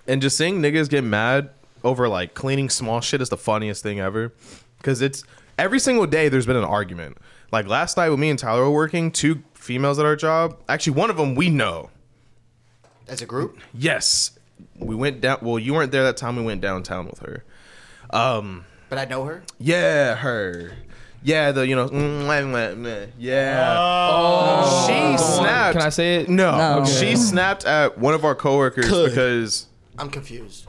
Speaker 2: and just seeing niggas get mad over like cleaning small shit is the funniest thing ever, because it's every single day there's been an argument. Like last night when me and Tyler were working, two females at our job. Actually, one of them we know.
Speaker 4: As a group,
Speaker 2: Yes. We went down. Well, you weren't there that time we went downtown with her.
Speaker 4: but I know her.
Speaker 2: Yeah, her. Yeah, the, you know, mm, yeah.
Speaker 5: Uh,
Speaker 2: she
Speaker 4: Oh,
Speaker 2: snapped.
Speaker 5: Can I say it?
Speaker 2: No.
Speaker 6: No. Okay.
Speaker 2: She snapped at one of our coworkers
Speaker 7: Could.
Speaker 2: because,
Speaker 4: I'm confused.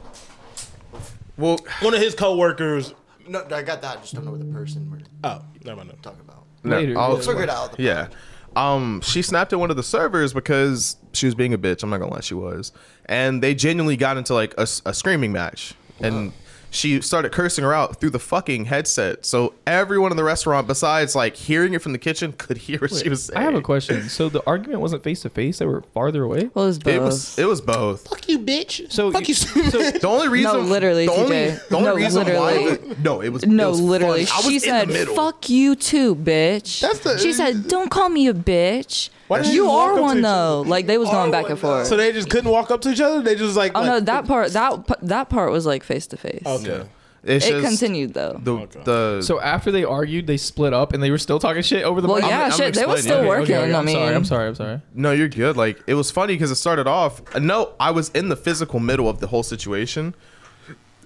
Speaker 2: well,
Speaker 7: One of his coworkers.
Speaker 4: No, I got that. I just don't know what the person we're
Speaker 7: Oh, never mind. never mind.
Speaker 4: talking about.
Speaker 2: no,
Speaker 5: Later.
Speaker 2: I'll
Speaker 5: We'll
Speaker 4: Figure it out.
Speaker 2: Yeah. Um, she snapped at one of the servers because she was being a bitch. I'm not gonna lie, she was. And they genuinely got into like a, s- a screaming match, and she started cursing her out through the fucking headset. So everyone in the restaurant, besides like hearing it from the kitchen, could hear what she was saying.
Speaker 5: I have a question. So the argument wasn't face to face; they were farther away.
Speaker 6: Well, it was both.
Speaker 2: It was it was both.
Speaker 7: Fuck you, bitch.
Speaker 5: So
Speaker 7: fuck you.
Speaker 5: So
Speaker 2: The only reason,
Speaker 6: literally,
Speaker 2: the only,
Speaker 6: TJ.
Speaker 2: the only
Speaker 6: No,
Speaker 2: reason why,
Speaker 6: literally.
Speaker 2: the- no, it was it
Speaker 6: no,
Speaker 2: was
Speaker 6: literally.
Speaker 2: funny. I
Speaker 6: She
Speaker 2: was in the
Speaker 6: said,
Speaker 2: middle.
Speaker 6: "Fuck you too, bitch."
Speaker 2: That's the-
Speaker 6: she said, "Don't call me a bitch."
Speaker 7: Why didn't
Speaker 6: You
Speaker 7: you walk up
Speaker 6: are
Speaker 7: to
Speaker 6: one
Speaker 7: each
Speaker 6: though.
Speaker 7: other?
Speaker 6: Like they was going
Speaker 4: are
Speaker 6: back
Speaker 4: one
Speaker 6: and
Speaker 4: though.
Speaker 6: forth.
Speaker 7: So they just couldn't walk up to each other. They just like.
Speaker 6: oh no,
Speaker 7: like,
Speaker 6: that part that p- that part was like face to face.
Speaker 2: Yeah. It's
Speaker 6: It
Speaker 2: just
Speaker 6: continued though.
Speaker 2: The the
Speaker 5: So after they argued, they split up and they were still talking shit over the.
Speaker 6: Well,
Speaker 5: mic?
Speaker 6: yeah,
Speaker 2: I'm
Speaker 6: shit, they
Speaker 2: explaining.
Speaker 6: was still
Speaker 2: Okay, okay,
Speaker 6: working. I
Speaker 5: I'm
Speaker 6: mean,
Speaker 5: sorry. I'm sorry. I'm sorry.
Speaker 2: No, you're good. Like it was funny because it started off. uh, No, I was in the physical middle of the whole situation,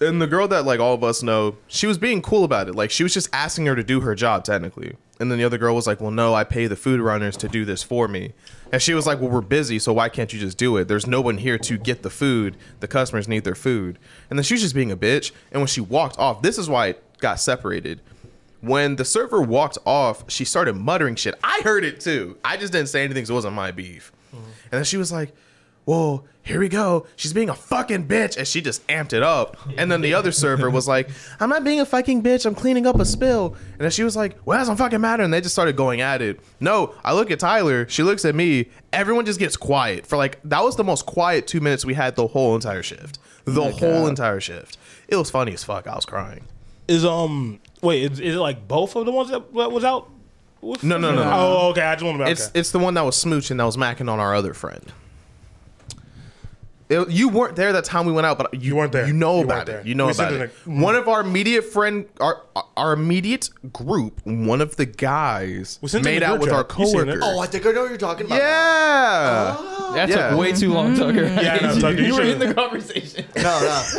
Speaker 2: and the girl that like all of us know, she was being cool about it. Like she was just asking her to do her job technically, and then the other girl was like, "Well, no, I pay the food runners to do this for me," and she was like, "Well, we're busy, so why can't you just do it? There's no one here to get the food. The customers need their food." And then she was just being a bitch. And when she walked off, this is why it got separated. When the server walked off, she started muttering shit. I heard it too. I just didn't say anything 'cause it wasn't my beef. And then she was like, Whoa, here we go. She's being a fucking bitch. And she just amped it up. And then the other server was like, I'm not being a fucking bitch. I'm cleaning up a spill. And then she was like, Well, that doesn't fucking matter. And they just started going at it. No, I look at Tyler. She looks at me. Everyone just gets quiet for like, that was the most quiet two minutes we had the whole entire shift. The whole entire shift. It was funny as fuck. I was crying.
Speaker 7: is um. Wait, is, is it like both of the ones that, that was out? with-
Speaker 2: No, no, no, no.
Speaker 7: Oh, okay. I just want to.
Speaker 2: It's it's the one that was smooching that was macking on our other friend. It- you weren't there that time we went out, but you,
Speaker 7: You weren't there.
Speaker 2: You know
Speaker 7: You
Speaker 2: about
Speaker 7: weren't there.
Speaker 2: it. You know
Speaker 7: We
Speaker 2: about
Speaker 7: sent
Speaker 2: it.
Speaker 7: it mm. a-
Speaker 2: one of our immediate friend, our our immediate group, one of the guys
Speaker 7: We sent it in
Speaker 2: made
Speaker 7: the
Speaker 2: out
Speaker 7: group
Speaker 2: with our
Speaker 7: chat. You seen it?
Speaker 2: coworker.
Speaker 4: Oh, I think I know what you're talking about.
Speaker 2: yeah.
Speaker 5: That
Speaker 2: Yeah.
Speaker 5: took way too long, *laughs* Tucker.
Speaker 7: Yeah, no, Tucker, you
Speaker 5: you were in
Speaker 7: shouldn't.
Speaker 5: the conversation.
Speaker 4: No,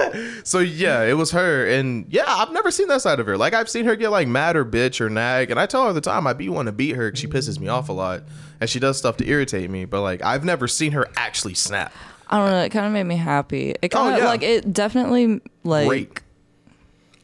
Speaker 4: no.
Speaker 2: *laughs* So yeah, it was her, and yeah, I've never seen that side of her. Like I've seen her get like mad or bitch or nag, and I tell her all the time I be want to beat her. 'cause She pisses me off a lot, and she does stuff to irritate me. But like I've never seen her actually snap.
Speaker 6: I don't know. It kind of made me happy. It kind of
Speaker 2: yeah.
Speaker 6: like it definitely like
Speaker 2: Break.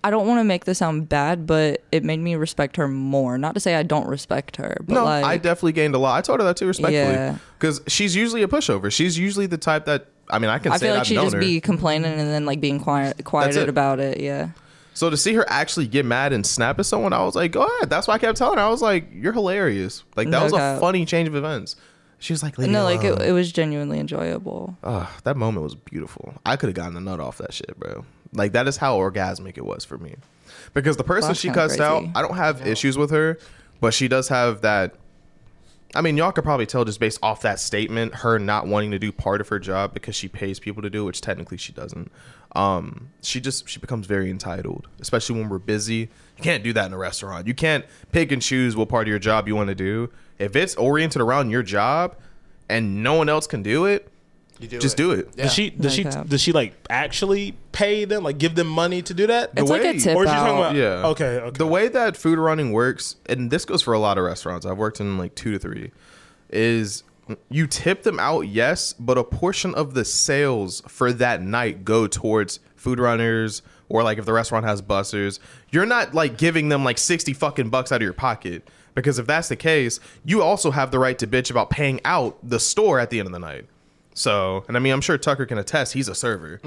Speaker 6: I don't want to make this sound bad, but it made me respect her more. Not to say I don't respect her, but
Speaker 2: No,
Speaker 6: like
Speaker 2: I definitely gained a lot. I told her that too,
Speaker 6: Yeah.
Speaker 2: respectfully, because she's usually a pushover. She's usually the type that I mean, I can
Speaker 6: I
Speaker 2: say
Speaker 6: feel like
Speaker 2: I've
Speaker 6: she'd
Speaker 2: known
Speaker 6: just
Speaker 2: her.
Speaker 6: be complaining and then like being quiet,
Speaker 2: it.
Speaker 6: quieted about it. Yeah.
Speaker 2: So to see her actually get mad and snap at someone, I was like, go ahead. That's why I kept telling her. I was like, you're hilarious. Like that
Speaker 6: No
Speaker 2: was a
Speaker 6: doubt.
Speaker 2: funny change of events. She was like, Leave
Speaker 6: No,
Speaker 2: me
Speaker 6: like it,
Speaker 2: alone."
Speaker 6: it was genuinely enjoyable.
Speaker 2: Ah, that moment was beautiful. I could have gotten a nut off that shit, bro. Like that is how orgasmic it was for me. Because the person
Speaker 6: That's
Speaker 2: she
Speaker 6: kinda
Speaker 2: cussed out,
Speaker 6: crazy.
Speaker 2: I don't have issues with her, but she does have that I mean, y'all could probably tell just based off that statement, her not wanting to do part of her job because she pays people to do, it, which technically she doesn't. Um, she just she becomes very entitled, especially when we're busy. You can't do that in a restaurant. You can't pick and choose what part of your job you want to do. If it's oriented around your job and no one else can do it,
Speaker 4: You do
Speaker 2: just
Speaker 4: it.
Speaker 2: do it.
Speaker 4: Yeah.
Speaker 7: Does she does
Speaker 6: Like
Speaker 7: she
Speaker 6: that.
Speaker 7: does she like actually pay them like give them money to do that?
Speaker 6: It's like a
Speaker 2: way-
Speaker 6: tip
Speaker 7: or is she
Speaker 6: out.
Speaker 7: talking about
Speaker 2: Yeah.
Speaker 7: Okay. Okay.
Speaker 2: The way that food running works, and this goes for a lot of restaurants, I've worked in like two to three, is you tip them out, yes, but a portion of the sales for that night go towards food runners or like if the restaurant has bussers. You're not like giving them like 60 fucking bucks out of your pocket. Because if that's the case, you also have the right to bitch about paying out the store at the end of the night. So, and I mean, I'm sure Tucker can attest he's a server.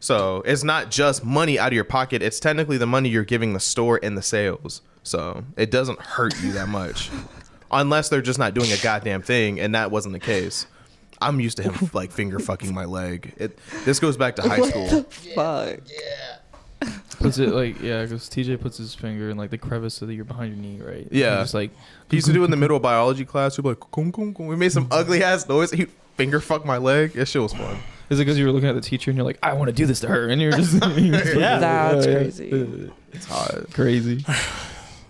Speaker 2: So it's not just money out of your pocket. It's technically the money you're giving the store and the sales. So it doesn't hurt you that *laughs* much, unless they're just not doing a goddamn thing, and that wasn't the case. I'm used to *laughs* him like finger fucking my leg. It, this goes back to high school.
Speaker 6: Fuck.
Speaker 5: Puts it like yeah, because TJ puts his finger in like the crevice of the, your behind your knee, right? And
Speaker 2: Yeah.
Speaker 5: just like
Speaker 2: He used to do it in the middle of biology class. He'd be like, "Kung, kung, kung." we made some ugly ass noise. He would finger fuck my leg. That shit was fun.
Speaker 5: is it because you were looking at the teacher and you're like, I want to do this to her, and you're just
Speaker 7: Yeah.
Speaker 5: *laughs*
Speaker 6: That's
Speaker 5: Yeah, yeah.
Speaker 6: crazy.
Speaker 2: It's hot.
Speaker 5: crazy.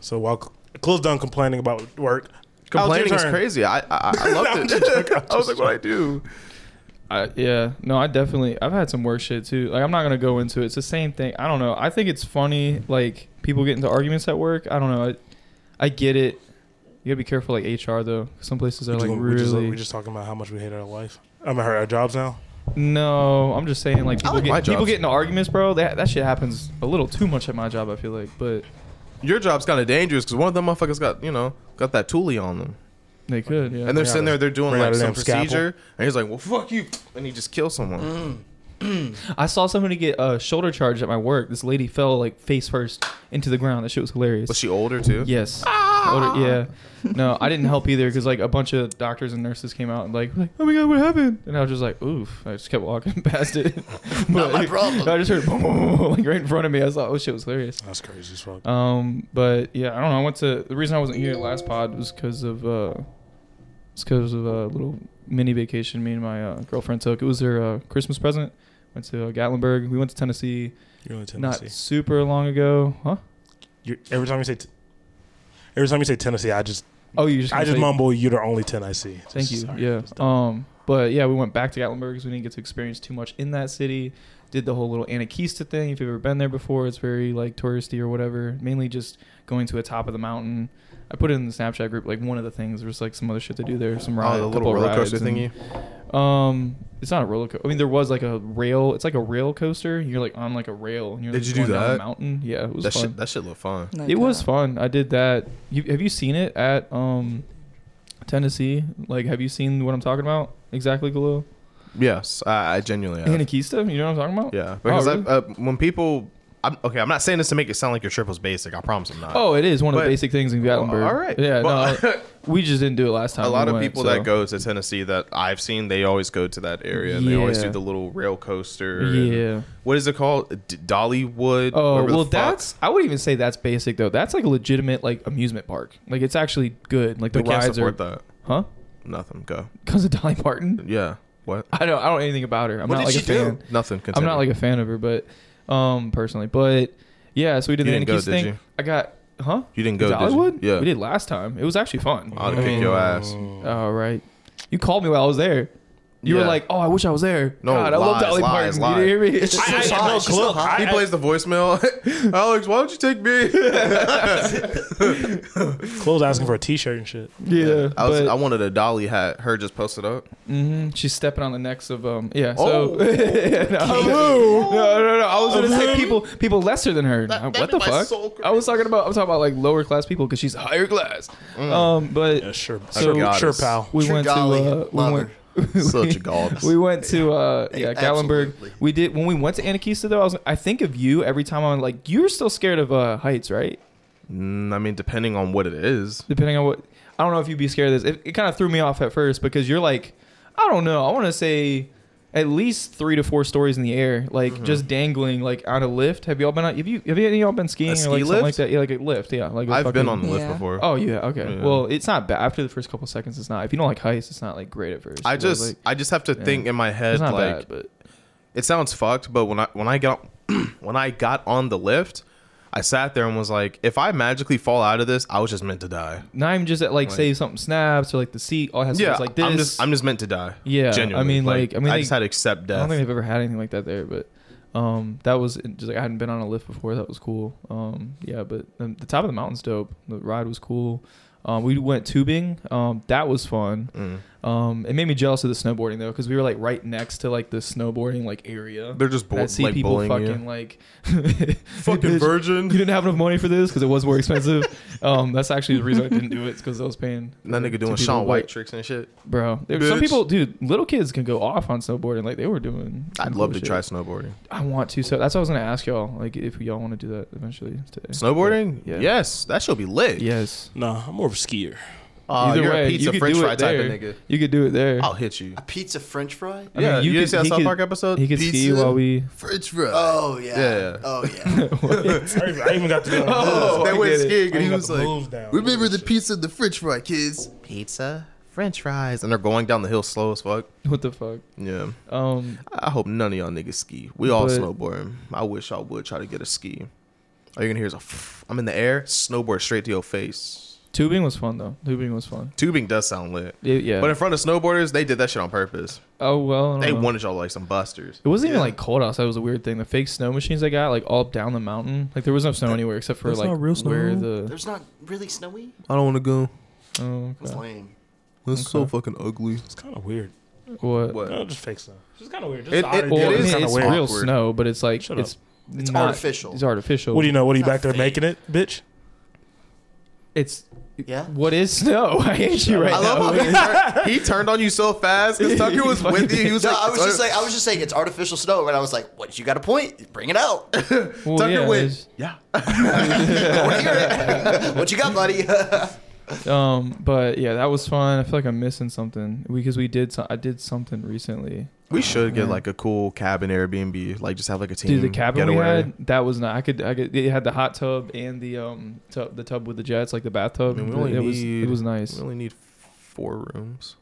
Speaker 7: So while Cliff's done complaining about work,
Speaker 2: Complaining
Speaker 7: how's
Speaker 2: is
Speaker 7: your turn?
Speaker 2: crazy. I I, *laughs* I loved it. I was like, "What I do?"
Speaker 5: I, yeah, no, I definitely I've had some worse shit too. Like I'm not gonna go into it. It's the same thing. I don't know. I think it's funny like people get into arguments at work. I don't know. I, I get it. You gotta be careful like HR though. Some places are
Speaker 7: We
Speaker 5: like
Speaker 7: just- we
Speaker 5: really.
Speaker 7: just, we just talking about how much we hate our life. I mean, our our jobs now.
Speaker 5: no, I'm just saying like people
Speaker 2: like my
Speaker 5: get people
Speaker 2: jobs.
Speaker 5: get into arguments, bro. That that shit happens a little too much at my job. I feel like, but
Speaker 2: Your job's kind of dangerous because one of them motherfuckers got you know got that toolie on them.
Speaker 5: they could.
Speaker 2: And
Speaker 5: Yeah.
Speaker 2: they're
Speaker 7: Bring out
Speaker 2: sitting
Speaker 7: a-
Speaker 2: there, they're doing
Speaker 7: bring out
Speaker 2: like
Speaker 7: a
Speaker 2: some
Speaker 7: damn scalpel.
Speaker 2: procedure, and he's like, "Well, fuck you," and he just kills someone.
Speaker 5: I saw somebody get a uh, shoulder charge at my work. This lady fell like face first into the ground. That shit was hilarious.
Speaker 2: Was she older too? Oh,
Speaker 5: Yes. Older- yeah. No, I didn't help either because like a bunch of doctors and nurses came out and like, like, oh my god, what happened? And I was just like, oof. I just kept walking *laughs* past it. but,
Speaker 4: Not my problem.
Speaker 5: I just heard *laughs* boom, boom, boom, boom, like right in front of me. I was like, oh shit, it was hilarious.
Speaker 7: That's crazy as fuck.
Speaker 5: Um, but yeah, I don't know. I went to the reason I wasn't here last pod was because of uh, it's because of a little mini vacation me and my uh, girlfriend took. It was her uh, Christmas present. Went to uh, Gatlinburg. We went to Tennessee,
Speaker 7: You're in Tennessee.
Speaker 5: not super long ago, huh?
Speaker 7: You're, every time you say, t- every time you say Tennessee, I just,
Speaker 5: Oh, you just
Speaker 7: I
Speaker 5: gonna
Speaker 7: just
Speaker 5: say-
Speaker 7: mumble. You're the only ten I see.
Speaker 5: Thank you.
Speaker 7: Sorry.
Speaker 5: Yeah. Um, but yeah, we went back to Gatlinburg because we didn't get to experience too much in that city. Did the whole little Anakista thing. If you've ever been there before, it's very like touristy or whatever. Mainly just going to a top of the mountain. I put it in the Snapchat group. Like one of the things there's like some other shit to do there. Some ride,
Speaker 2: Oh, the
Speaker 5: a
Speaker 2: little
Speaker 5: couple of
Speaker 2: roller coaster
Speaker 5: rides and-
Speaker 2: thingy.
Speaker 5: Um, it's not a roller coaster. I mean, there was like a rail. It's like a rail coaster. You're like on like a rail. And you're,
Speaker 2: Did
Speaker 5: like,
Speaker 2: you do
Speaker 5: going down a
Speaker 2: that?
Speaker 5: mountain? Yeah, it was
Speaker 2: That
Speaker 5: fun.
Speaker 2: shit, that shit looked fun.
Speaker 6: Like
Speaker 5: It was
Speaker 6: that.
Speaker 5: fun. I did that. You, have you seen it at um, Tennessee? Like, have you seen what I'm talking about exactly, Galil?
Speaker 2: Yes, I, I genuinely. Have.
Speaker 5: Anakista? You know what I'm talking about?
Speaker 2: Yeah, because
Speaker 5: oh, really?
Speaker 2: I, uh, when people, I'm, okay, I'm not saying this to make it sound like your triple's basic. I promise I'm not.
Speaker 5: oh, it is one of
Speaker 2: but-
Speaker 5: the basic things in Gatlinburg.
Speaker 2: all right.
Speaker 5: Yeah.
Speaker 2: But-
Speaker 5: no, *laughs* we just didn't do it last time.
Speaker 2: a lot
Speaker 5: we
Speaker 2: of
Speaker 5: went,
Speaker 2: people
Speaker 5: so.
Speaker 2: that go to Tennessee that I've seen, they always go to that area and they always
Speaker 5: Yeah.
Speaker 2: do the little rail coaster. and-
Speaker 5: Yeah.
Speaker 2: what is it called? D- Dollywood.
Speaker 5: Oh
Speaker 2: whatever the
Speaker 5: well,
Speaker 2: fuck.
Speaker 5: that's. I would even say that's basic though. That's like a legitimate like amusement park. Like it's actually good. Like the
Speaker 2: we can't
Speaker 5: rides are.
Speaker 2: support that.
Speaker 5: Huh?
Speaker 2: Nothing. Go.
Speaker 5: Because of Dolly Parton?
Speaker 2: Yeah. What?
Speaker 5: I don't. I don't know anything about her. I'm
Speaker 2: what
Speaker 5: not
Speaker 2: did
Speaker 5: like
Speaker 2: she
Speaker 5: a fan.
Speaker 2: do? Nothing.
Speaker 5: I'm
Speaker 2: Continue.
Speaker 5: not like a fan of her, but um, personally, but yeah. So we did
Speaker 2: You
Speaker 5: the
Speaker 2: didn't go,
Speaker 5: Yankees
Speaker 2: did
Speaker 5: thing.
Speaker 2: you?
Speaker 5: I got huh?
Speaker 2: You didn't go,
Speaker 5: To
Speaker 2: did you?
Speaker 5: Dollywood?
Speaker 2: Yeah.
Speaker 5: we did last time. It was actually fun.
Speaker 2: I'd
Speaker 5: I
Speaker 2: kick
Speaker 5: mean,
Speaker 2: your ass.
Speaker 5: All right, you called me while I was there. You
Speaker 2: Yeah.
Speaker 5: were like, "Oh, I wish I was there."
Speaker 2: No,
Speaker 5: God, I love
Speaker 2: lies,
Speaker 5: Dolly
Speaker 2: lies,
Speaker 5: Parton. You didn't hear
Speaker 2: *laughs*
Speaker 5: me?
Speaker 4: She's
Speaker 7: I,
Speaker 4: so
Speaker 7: I,
Speaker 4: hot.
Speaker 7: no,
Speaker 4: She's so
Speaker 7: Cliff,
Speaker 4: hot.
Speaker 7: I,
Speaker 2: He plays the voicemail. *laughs* Alex, why don't you take me?
Speaker 7: Cliff's asking for a T-shirt and shit.
Speaker 5: yeah,
Speaker 2: *laughs* I was.
Speaker 5: but
Speaker 2: I wanted a dolly hat. Her just posted
Speaker 5: *laughs*
Speaker 2: up.
Speaker 5: mhm, she's stepping on the necks of um. Yeah.
Speaker 2: Oh.
Speaker 5: So *laughs* no, no, no, no. I was gonna say people people lesser than her. I- what the fuck? I was talking about. I'm talking about like lower class people because she's higher class.
Speaker 2: Mm.
Speaker 5: Um, but
Speaker 7: Yeah, sure.
Speaker 5: So-
Speaker 7: sure, sure,
Speaker 2: Goddess.
Speaker 7: pal.
Speaker 5: we
Speaker 4: True
Speaker 5: went
Speaker 4: golly,
Speaker 5: to uh, we
Speaker 4: love
Speaker 5: went,
Speaker 2: Such a goddess.
Speaker 5: we went to uh,
Speaker 4: Yeah,
Speaker 5: yeah Gallenberg.
Speaker 4: absolutely.
Speaker 5: We did when we went to Anakista though. I was I think of you every time. I'm like you're still scared of uh, heights, right?
Speaker 2: Mm, I mean, depending on what it is.
Speaker 5: Depending on what I don't know if you'd be scared of this. It, it kind of threw me off at first because you're like I don't know. I want to say at least three to four stories in the air, like
Speaker 2: Mm-hmm.
Speaker 5: just dangling like on a lift. Have y'all been out? Have you have any of y'all been skiing
Speaker 2: ski
Speaker 5: or like something like
Speaker 2: lift?
Speaker 5: that? Yeah, like a lift. Yeah, like a
Speaker 2: I've been
Speaker 5: fucking-
Speaker 2: on the lift
Speaker 6: Yeah.
Speaker 2: before.
Speaker 5: Oh yeah, okay.
Speaker 2: Yeah.
Speaker 5: Well, it's not bad. After the first couple seconds, it's not. If you don't like heights, it's not like great at first.
Speaker 2: I
Speaker 5: but,
Speaker 2: just
Speaker 5: like,
Speaker 2: I just have to think in my head
Speaker 5: it's not
Speaker 2: like
Speaker 5: bad, but
Speaker 2: it sounds fucked, but when I when I got *clears throat* when I got on the lift, I sat there and was like, if I magically fall out of this, I was just meant to die.
Speaker 5: not even just at like, say something snaps or like the seat all has
Speaker 2: Yeah,
Speaker 5: like this.
Speaker 2: I'm just I'm just meant to die.
Speaker 5: Yeah, I
Speaker 2: genuinely.
Speaker 5: mean, like, I mean,
Speaker 2: I
Speaker 5: they-
Speaker 2: just had to accept
Speaker 5: I don't
Speaker 2: death.
Speaker 5: think they've ever had anything like that there, but um, that was just like I hadn't been on a lift before. That was cool. Um, yeah, but the, the top of the mountain's dope. The ride was cool. Um, we went tubing. Um, that was fun.
Speaker 2: Mm.
Speaker 5: Um, it made me jealous of the snowboarding though, because we were like right next to like the snowboarding like area.
Speaker 2: They're just bull-
Speaker 5: I see
Speaker 2: like,
Speaker 5: people
Speaker 2: bullying you.
Speaker 5: fucking like
Speaker 2: *laughs* Fucking
Speaker 5: *laughs* bitch,
Speaker 2: virgin.
Speaker 5: You didn't have enough money for this because it was more expensive. *laughs* um, that's actually the reason I didn't do it. because I was paying.
Speaker 2: That
Speaker 5: for two
Speaker 2: nigga doing
Speaker 5: people,
Speaker 2: Sean
Speaker 5: but-
Speaker 2: White tricks and shit.
Speaker 5: bro. There, some
Speaker 2: Bitch.
Speaker 5: people, dude, little kids can go off on snowboarding like they were doing.
Speaker 2: I'd
Speaker 5: some
Speaker 2: love
Speaker 5: cool
Speaker 2: to
Speaker 5: shit.
Speaker 2: try snowboarding.
Speaker 5: I want to. So that's what I was gonna ask y'all. Like, if y'all want to do that eventually today.
Speaker 2: Snowboarding?
Speaker 5: Yeah.
Speaker 2: Yes, that should be lit.
Speaker 5: Yes.
Speaker 7: Nah, I'm more of a skier.
Speaker 2: Uh,
Speaker 5: Either
Speaker 2: you're
Speaker 5: way,
Speaker 2: a
Speaker 5: you
Speaker 2: pizza
Speaker 5: could
Speaker 2: French
Speaker 5: do it
Speaker 2: fry type
Speaker 5: there.
Speaker 2: of nigga. Oh.
Speaker 5: You could do it there.
Speaker 2: I'll hit you.
Speaker 4: A pizza French fry?
Speaker 5: mean,
Speaker 2: yeah,
Speaker 5: you
Speaker 2: you, didn't
Speaker 5: could-
Speaker 2: see that
Speaker 5: he
Speaker 2: South
Speaker 5: could-
Speaker 2: Park episode?
Speaker 5: he could ski
Speaker 2: Pizza,
Speaker 5: while we.
Speaker 2: French fry.
Speaker 4: Oh yeah.
Speaker 2: Yeah, yeah.
Speaker 4: Oh
Speaker 5: *laughs*
Speaker 4: yeah.
Speaker 7: *laughs* I even, I even got to.
Speaker 5: Oh, I
Speaker 2: they went
Speaker 5: get it.
Speaker 2: skiing and
Speaker 7: I
Speaker 2: he
Speaker 7: got
Speaker 2: was
Speaker 7: the
Speaker 2: like,
Speaker 7: moves down.
Speaker 2: "Remember the pizza, and the French fry, kids. Pizza, French fries." And they're going down the hill slow as fuck.
Speaker 5: What the fuck?
Speaker 2: Yeah,
Speaker 5: Um,
Speaker 2: I hope none of y'all niggas ski. We all
Speaker 5: But-
Speaker 2: snowboarding. I wish I would try to get a ski. All you're gonna hear is a. F- I'm in the air, snowboard straight to your face.
Speaker 5: tubing was fun though. Tubing was fun.
Speaker 2: Tubing does sound lit,
Speaker 5: Yeah. yeah.
Speaker 2: but in front of snowboarders, they did that shit on purpose.
Speaker 5: oh well. I don't
Speaker 2: They
Speaker 5: know.
Speaker 2: wanted y'all like some busters.
Speaker 5: It wasn't even like cold outside. It was a weird thing. The fake snow machines I got, like all up down the mountain, like there was no snow anywhere except for
Speaker 7: That's
Speaker 5: like
Speaker 7: not real snow.
Speaker 5: where the.
Speaker 4: There's not really snowy.
Speaker 2: I don't want to go.
Speaker 5: Oh,
Speaker 4: That's
Speaker 5: okay.
Speaker 4: lame.
Speaker 2: That's
Speaker 5: so
Speaker 2: fucking ugly.
Speaker 7: It's kind of weird.
Speaker 5: What?
Speaker 2: What?
Speaker 7: No, just fake snow. It's kind of weird. Just
Speaker 2: It-
Speaker 7: the
Speaker 2: it-
Speaker 7: oddity of
Speaker 5: Well, I
Speaker 2: it
Speaker 5: mean,
Speaker 2: is
Speaker 5: it's
Speaker 2: kinda weird.
Speaker 5: real
Speaker 2: awkward.
Speaker 5: snow, but it's like
Speaker 7: Shut up.
Speaker 5: it's
Speaker 4: It's
Speaker 5: not-
Speaker 4: artificial.
Speaker 5: It's artificial.
Speaker 7: What do you know? What are you
Speaker 4: It's not
Speaker 7: back there
Speaker 4: fake.
Speaker 7: making it, bitch?
Speaker 5: It's *laughs*
Speaker 4: Yeah.
Speaker 5: what is snow? I hate you right
Speaker 2: I love
Speaker 5: now.
Speaker 2: how he,
Speaker 5: *laughs*
Speaker 2: tur- he turned on you so fast because Tucker was
Speaker 5: Fucking
Speaker 2: with you. He was
Speaker 4: No,
Speaker 2: like,
Speaker 4: I was just like I was just saying it's artificial snow, and I was like, "What? You got a point? Bring it out. *laughs*
Speaker 5: Well,
Speaker 2: Tucker
Speaker 5: yeah,
Speaker 2: went,
Speaker 4: what you got, buddy?" *laughs*
Speaker 5: it's- Um, but yeah, that was fun. I feel like I'm missing something because we did. So- I did something recently.
Speaker 2: We should get like a cool cabin Airbnb, like just have like a team
Speaker 5: Dude, the cabin
Speaker 2: getaway.
Speaker 5: we had that was not. I could. I could. It had the hot tub and the um tub, the tub with the jets, like the bathtub.
Speaker 2: I mean, we
Speaker 5: It-
Speaker 2: only
Speaker 5: it was.
Speaker 2: need-
Speaker 5: It was nice.
Speaker 2: We only need four rooms.